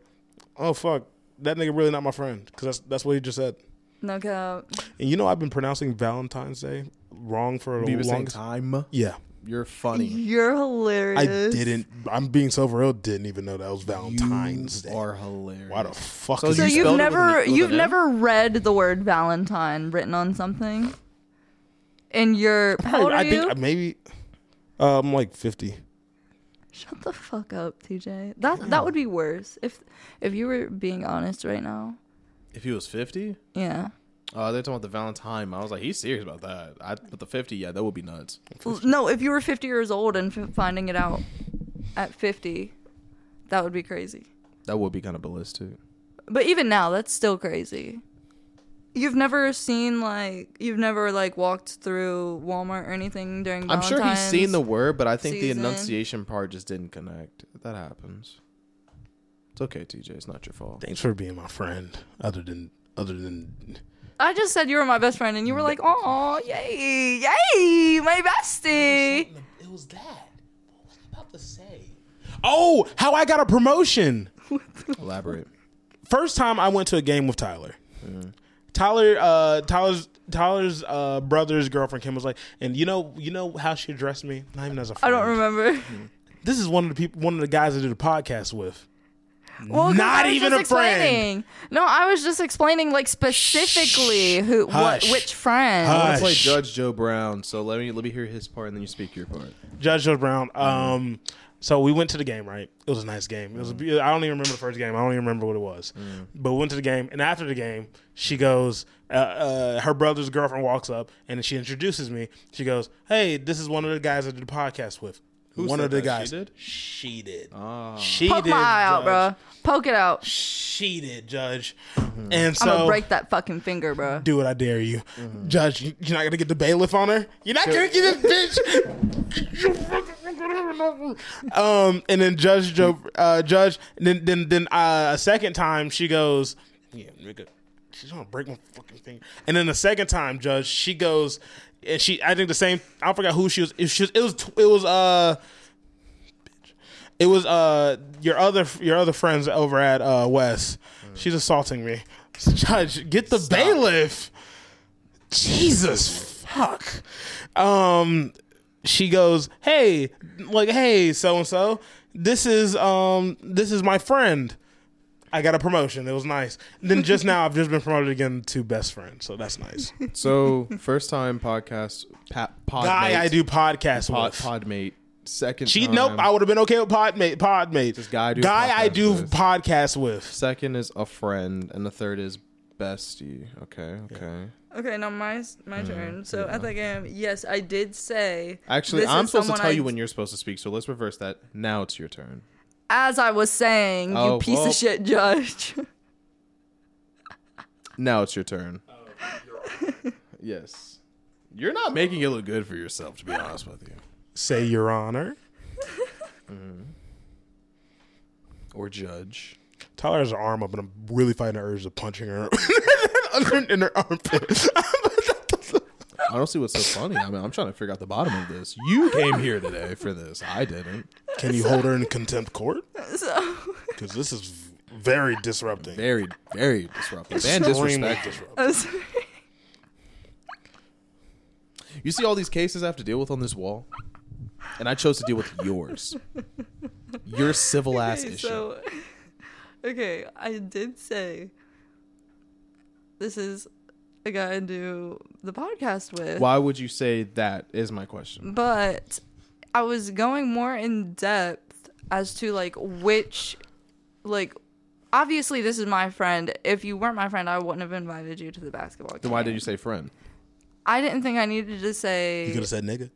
Speaker 7: oh fuck, that nigga really not my friend because that's that's what he just said.
Speaker 6: no cap
Speaker 7: And you know I've been pronouncing Valentine's Day wrong for the
Speaker 2: You've been saying
Speaker 7: longest.
Speaker 2: time.
Speaker 7: Yeah,
Speaker 2: You're funny.
Speaker 6: you're
Speaker 7: I
Speaker 6: hilarious
Speaker 7: didn't. I'm being so real. Didn't even know that was Valentine's
Speaker 2: You
Speaker 7: Day.
Speaker 2: are hilarious.
Speaker 7: Why the fuck?
Speaker 2: So
Speaker 7: is
Speaker 6: so
Speaker 2: You
Speaker 7: you
Speaker 6: you've
Speaker 2: spelled it with
Speaker 6: never
Speaker 2: an- with
Speaker 6: you've
Speaker 2: an M?
Speaker 6: never read the word Valentine written on something. In your how old are
Speaker 7: I
Speaker 6: you?
Speaker 7: think I maybe uh, I'm like 50.
Speaker 6: Shut the fuck up, TJ. That that would be worse if if you were being honest right now.
Speaker 2: If he was fifty,
Speaker 6: Yeah.
Speaker 2: uh, they're talking about the Valentine. I was like, he's serious about that. I, but the fifty, yeah, that would be nuts.
Speaker 6: L- No, if you were 50 years old and f- finding it out at 50, that would be crazy.
Speaker 2: That would be kind of ballistic.
Speaker 6: But even now, that's still crazy. You've never seen like you've never like walked through Walmart or anything during.
Speaker 2: I'm sure he's seen
Speaker 6: Valentine's?
Speaker 2: the word, but I think
Speaker 6: season.
Speaker 2: the enunciation part just didn't connect. That happens. It's okay, TJ. It's not your fault.
Speaker 7: Thanks for being my friend. Other than other than
Speaker 6: I just said you were my best friend, and you
Speaker 2: Mm.
Speaker 6: were like, "Oh, yay, yay, my bestie."
Speaker 7: It was that. What was I about to say? Oh, how I got a promotion.
Speaker 2: Elaborate.
Speaker 7: First time I went to a game with Tyler. Tyler, uh, Tyler's Tyler's uh, brother's girlfriend Kim was like, and you know, you know how she addressed me, not even as a
Speaker 6: I
Speaker 7: friend.
Speaker 6: don't remember.
Speaker 7: This is one of the people, one of the guys I did a podcast with.
Speaker 6: Well, 'cause
Speaker 7: Not
Speaker 6: I was
Speaker 7: even
Speaker 6: just
Speaker 7: a friend.
Speaker 6: explaining. No, I was just explaining like specifically who, what,
Speaker 7: Hush.
Speaker 6: which friend.
Speaker 2: I
Speaker 7: Hush.
Speaker 2: play Judge Joe Brown, so let me let me hear his part and then you speak your part.
Speaker 7: Judge Joe Brown. Um, so we went to the game, right? It was a nice game. It was. A, be- I don't even remember the first game. I don't even remember what it was.
Speaker 2: Mm.
Speaker 7: But we went to the game, and after the game, she goes. Uh, uh, her brother's girlfriend walks up, and she introduces me. She goes, "Hey, this is one of the guys I did the podcast with. one
Speaker 2: said
Speaker 7: of
Speaker 2: that?
Speaker 7: the
Speaker 2: She
Speaker 7: guys.
Speaker 2: did? Oh.
Speaker 7: She did.
Speaker 2: Uh,
Speaker 7: She
Speaker 6: Poke
Speaker 7: did.
Speaker 6: my eye
Speaker 7: Judge.
Speaker 6: out, bro. Poke it out.
Speaker 7: She did, Judge.
Speaker 2: Mm-hmm.
Speaker 7: And
Speaker 6: I'm gonna
Speaker 7: so
Speaker 6: break that fucking finger, bro.
Speaker 7: do it, I dare you. Judge, you- you're not gonna get the bailiff on her. You're not gonna get this bitch. *laughs* um, and then Judge Joe, uh, Judge, then then then uh, a second time she goes, yeah, nigga, she's gonna break my fucking finger. And then the second time, Judge, she goes, and she, I think the same. I forgot who she was. It was, it was, it was uh. It was uh your other your other friends over at uh West.
Speaker 2: Mm.
Speaker 7: She's assaulting me. Judge, get the bailiff. Jesus fuck. Um she goes, "Hey, like hey, so and so, this is um this is my friend. I got a promotion. It was nice. Then just now I've just been promoted again to best friend. So that's nice.
Speaker 2: So first time podcast pa- pod
Speaker 7: Guy I do podcast
Speaker 2: pod,
Speaker 7: with.
Speaker 2: podmate. Second
Speaker 7: She
Speaker 2: time,
Speaker 7: nope, I would have been okay with podmate podmate.
Speaker 2: Just guy I do
Speaker 7: guy I
Speaker 2: podcast
Speaker 7: do
Speaker 2: with.
Speaker 7: podcast with.
Speaker 2: second is a friend and the third is bestie. Okay, okay.
Speaker 6: Okay, now my my
Speaker 2: Mm,
Speaker 6: turn. So at the game, yes, I did say.
Speaker 2: Actually,
Speaker 6: this
Speaker 2: I'm
Speaker 6: is
Speaker 2: supposed to
Speaker 6: someone
Speaker 2: tell
Speaker 6: I-
Speaker 2: you when you're supposed to speak, so let's reverse that. Now it's your turn.
Speaker 6: As I was saying,
Speaker 2: Oh,
Speaker 6: you piece
Speaker 2: well.
Speaker 6: of shit *laughs* judge.
Speaker 2: Now it's your turn. *laughs* yes. You're not making it look good for yourself, to be honest with you.
Speaker 7: Say your honor.
Speaker 2: Or judge.
Speaker 7: Tyler has her arm up, and I'm really fighting the urge to punching her under *laughs* in her armpit.
Speaker 2: I don't see what's so funny. I mean, I'm trying to figure out the bottom of this. You came here today for this. I didn't.
Speaker 7: Can you hold her in contempt court?
Speaker 6: So
Speaker 7: Because this is very disrupting.
Speaker 2: Very, very disruptive and disrespectful.
Speaker 7: disruptive.
Speaker 6: I'm sorry.
Speaker 2: You see all these cases I have to deal with on this wall, and I chose to deal with yours. Your
Speaker 6: *laughs*
Speaker 2: civil ass
Speaker 6: Okay,
Speaker 2: issue.
Speaker 6: so, *laughs* okay, I did say this is a guy I do the podcast with,
Speaker 2: Why would you say that? Is my question.
Speaker 6: but I was going more in depth as to like which, like, obviously this is my friend. If you weren't my friend, I wouldn't have invited you to the basketball.
Speaker 2: Then
Speaker 6: Game.
Speaker 2: why did you say friend?
Speaker 6: I didn't think I needed to say.
Speaker 7: You could have said nigga.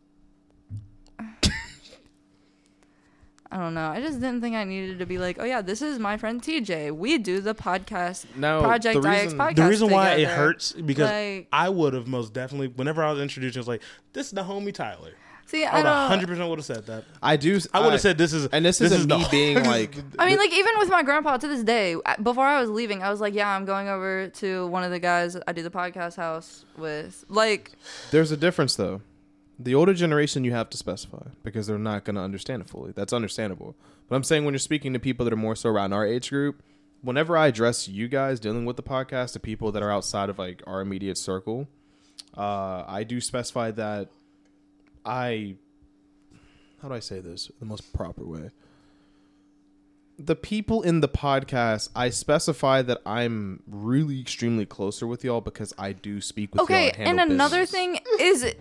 Speaker 6: I don't know. I just didn't think I needed to be like, oh yeah, this is my friend TJ. We do the podcast
Speaker 2: No,
Speaker 6: project
Speaker 2: the
Speaker 6: IX
Speaker 2: reason-
Speaker 6: podcast.
Speaker 7: The reason why it
Speaker 6: together.
Speaker 7: hurts because
Speaker 6: Like-
Speaker 7: I would have most definitely, whenever I was introduced, I was like, "This is the homie Tyler."
Speaker 6: See, I
Speaker 7: I would
Speaker 6: don't.
Speaker 7: 100 percent would have said that.
Speaker 2: I do.
Speaker 7: I would have said this is
Speaker 2: and this, isn't
Speaker 7: the
Speaker 2: me
Speaker 7: ho-
Speaker 2: being like.
Speaker 7: *laughs*
Speaker 6: I mean, like even with my grandpa to this day, I- before I was leaving, I was like, "Yeah, I'm going over to one of the guys I do the podcast house with." Like,
Speaker 2: There's a difference though. The older generation you have to specify because they're not going to understand it fully. That's understandable. But I'm saying when you're speaking to people that are more so around our age group, whenever I address you guys dealing with the podcast, the people that are outside of like our immediate circle, uh, I do specify that I how do I say this the most proper way? The people in the podcast, I specify that I'm really extremely closer with y'all because I do speak with y'all.
Speaker 6: okay, and
Speaker 2: handle
Speaker 6: another
Speaker 2: business.
Speaker 6: thing is,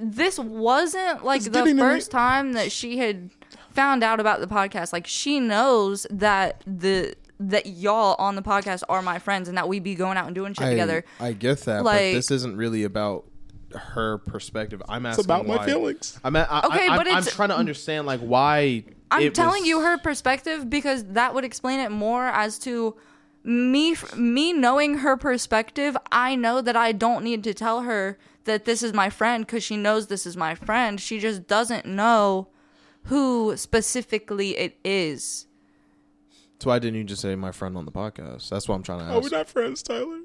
Speaker 6: this wasn't like the
Speaker 7: getting to me.
Speaker 6: first time that she had found out about the podcast. Like, she knows that the that y'all on the podcast are my friends and that we be going out and doing shit together.
Speaker 2: I get that, but
Speaker 6: Like-
Speaker 2: this isn't really about her perspective. I'm asking
Speaker 7: about my
Speaker 2: why-
Speaker 7: feelings.
Speaker 2: I'm a- I,
Speaker 6: Okay,
Speaker 2: am
Speaker 6: but
Speaker 2: I'm
Speaker 6: it's-
Speaker 2: trying to understand like why.
Speaker 6: I'm
Speaker 2: it
Speaker 6: telling
Speaker 2: was-
Speaker 6: you her perspective because that would explain it more as to me me knowing her perspective. I know that I don't need to tell her that this is my friend because she knows this is my friend. She just doesn't know who specifically it is.
Speaker 10: Oh,
Speaker 2: So why didn't you just say my friend on the podcast? That's what I'm trying to
Speaker 7: Are we
Speaker 2: ask.
Speaker 7: not friends, Tyler?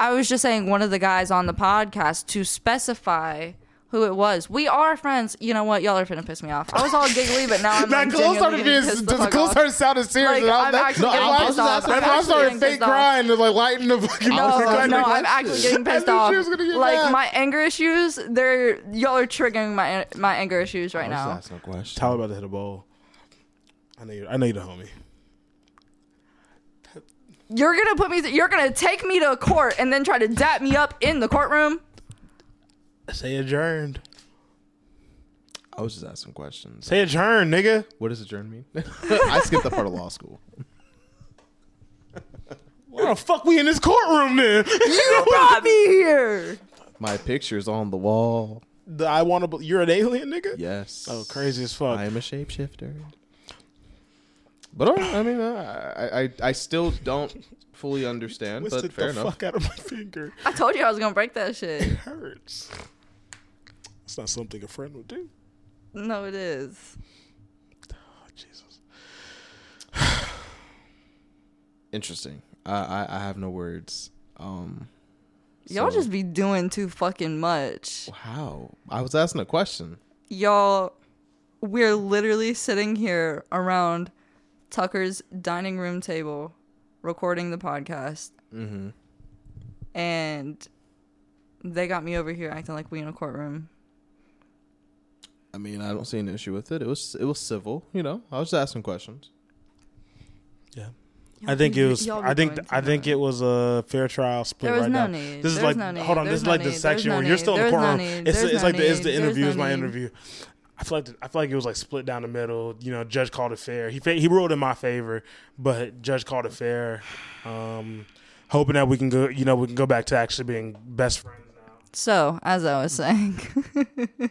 Speaker 6: I was just saying one of the guys on the podcast to specify who it was. We are friends. You know what? Y'all are finna piss me off. I was all giggly, but now I'm
Speaker 10: Now,
Speaker 6: like,
Speaker 10: Cole
Speaker 6: genuinely
Speaker 10: started being,
Speaker 6: getting pissed the
Speaker 10: Cole
Speaker 6: fuck off.
Speaker 10: started sounding serious.
Speaker 6: Like,
Speaker 10: and I
Speaker 6: I'm
Speaker 10: was like,
Speaker 6: actually
Speaker 10: no,
Speaker 6: getting
Speaker 10: I,
Speaker 6: pissed off. I'm
Speaker 10: I
Speaker 6: actually
Speaker 10: started
Speaker 6: getting
Speaker 10: fake
Speaker 6: pissed off.
Speaker 10: crying and like lighting the fucking.
Speaker 6: No, no, I'm actually getting
Speaker 10: I
Speaker 6: pissed
Speaker 10: knew
Speaker 6: off.
Speaker 10: she was gonna get
Speaker 6: Like
Speaker 10: mad.
Speaker 6: my anger issues, they're y'all are triggering my my anger issues
Speaker 10: Oh,
Speaker 6: right now.
Speaker 2: That's no question.
Speaker 7: Tyler about to hit a ball. I know you. I know you, the homie.
Speaker 6: You're gonna put me. Th- you're gonna take me to a court and then try to dap me up in the courtroom.
Speaker 7: Say adjourned.
Speaker 2: I was just asking questions.
Speaker 7: Say adjourned, nigga.
Speaker 2: What does adjourn mean?
Speaker 10: *laughs*
Speaker 2: I skipped that part of law school.
Speaker 7: Why the fuck we in this courtroom then?
Speaker 6: You brought me here.
Speaker 2: My picture's on the wall.
Speaker 7: *laughs* The I want to. You're an alien, nigga.
Speaker 2: Yes.
Speaker 7: Oh, crazy as
Speaker 2: I
Speaker 7: fuck.
Speaker 2: am a shapeshifter. But all right, I mean, I, I I still don't fully understand,
Speaker 7: Twisted
Speaker 2: but fair
Speaker 7: the
Speaker 2: enough.
Speaker 7: fuck out of my *laughs* finger.
Speaker 6: I told you I was gonna break that shit.
Speaker 7: Hurts. It's not something a friend would do.
Speaker 6: No, it is.
Speaker 7: Oh, Jesus.
Speaker 2: Interesting. I, I I have no words. Um,
Speaker 6: Y'all
Speaker 2: So-
Speaker 6: just be doing too fucking much.
Speaker 2: how? I was asking a question.
Speaker 6: Y'all, we're literally sitting here around Tucker's dining room table recording the podcast. Mm-hmm. And they got me over here acting like we in a courtroom.
Speaker 2: I mean, I don't see an issue with it. It was it was civil, you know. I was just asking questions.
Speaker 7: Yeah.
Speaker 6: Y'all
Speaker 7: I think
Speaker 6: be-
Speaker 7: it was.
Speaker 6: y'all be
Speaker 7: I think.
Speaker 6: doing too
Speaker 7: I think
Speaker 6: much.
Speaker 7: it was a fair trial split
Speaker 6: There was
Speaker 7: right
Speaker 6: no
Speaker 7: now.
Speaker 6: need.
Speaker 7: This is
Speaker 6: There's
Speaker 7: like.
Speaker 6: no need.
Speaker 7: Hold on. this
Speaker 6: There's
Speaker 7: is
Speaker 6: no
Speaker 7: like the
Speaker 6: need.
Speaker 7: section
Speaker 6: There's
Speaker 7: where
Speaker 6: no
Speaker 7: you're still in the
Speaker 6: need. There's no
Speaker 7: courtroom.
Speaker 6: need.
Speaker 7: it's
Speaker 6: There's
Speaker 7: it's
Speaker 6: no
Speaker 7: like the, it's the
Speaker 6: need.
Speaker 7: interview.
Speaker 6: There's
Speaker 7: It's
Speaker 6: no
Speaker 7: my
Speaker 6: need.
Speaker 7: interview. I feel like the, I feel like it was like split down the middle. You know, judge called it fair. He fa- he ruled in my favor, but judge called it fair. Um, hoping that we can go. You know, we can go back to actually being best friends now.
Speaker 6: So, as I was saying, *laughs* oh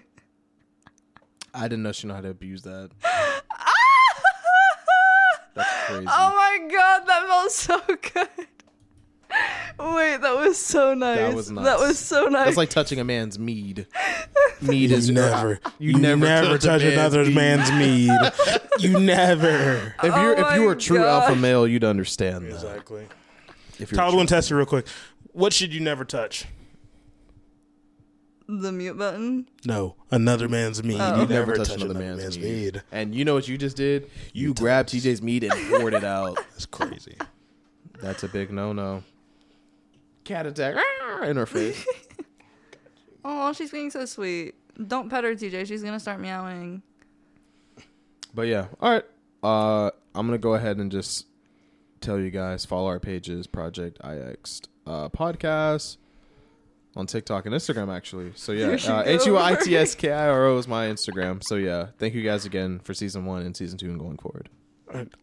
Speaker 2: I didn't know she knew how to abuse
Speaker 7: *laughs*
Speaker 2: that. That's crazy.
Speaker 6: oh my god, that felt so good. Wait, that was so nice. That was,
Speaker 2: was nice.
Speaker 6: so nice.
Speaker 2: That's like touching a man's
Speaker 7: *laughs*
Speaker 2: mead. Mead is
Speaker 7: You never, you,
Speaker 2: never
Speaker 7: never,
Speaker 2: touch a
Speaker 7: touch,
Speaker 2: man's
Speaker 7: another
Speaker 2: meat.
Speaker 7: man's mead. *laughs* you never.
Speaker 2: If you're
Speaker 6: Oh
Speaker 2: if you
Speaker 6: my
Speaker 2: were a true
Speaker 6: God.
Speaker 2: alpha male, you'd understand that.
Speaker 7: Exactly.
Speaker 2: If you're a
Speaker 7: Tyler,
Speaker 2: true-
Speaker 7: want to test you real quick. What should you never touch?
Speaker 6: the mute button.
Speaker 7: No, another man's mead.
Speaker 6: Oh.
Speaker 7: You
Speaker 6: You
Speaker 7: never, touch, another, man's, mead.
Speaker 2: And you know what you just did? You, grabbed TJ's meat and poured it out. *laughs*
Speaker 7: That's *laughs* crazy.
Speaker 2: That's a big no no. Cat attack "Arr!" in her face.
Speaker 6: Oh, she's being so sweet. Don't pet her, TJ. She's gonna start meowing. *laughs*
Speaker 2: But yeah, all right. Uh, I'm gonna go ahead and just tell you guys follow our pages, Project IX uh, podcast on TikTok and Instagram actually. So yeah, uh, H U I T S K I R O is my Instagram. So yeah, thank you guys again for season one and season two and going forward.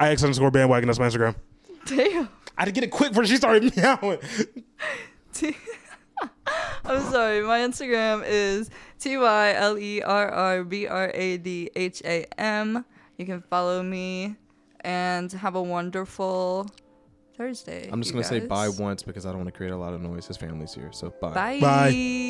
Speaker 7: IX underscore bandwagon. That's my Instagram.
Speaker 6: Damn.
Speaker 7: I had to get it quick before she started *laughs* meowing.
Speaker 6: *laughs* I'm sorry. My Instagram is T Y L E R R B R A D H A M. You can follow me and have a wonderful Thursday.
Speaker 2: I'm just
Speaker 6: you
Speaker 2: gonna say
Speaker 6: guys.
Speaker 2: bye once because I don't want to create a lot of noise. His family's here, so
Speaker 6: Bye.
Speaker 7: Bye.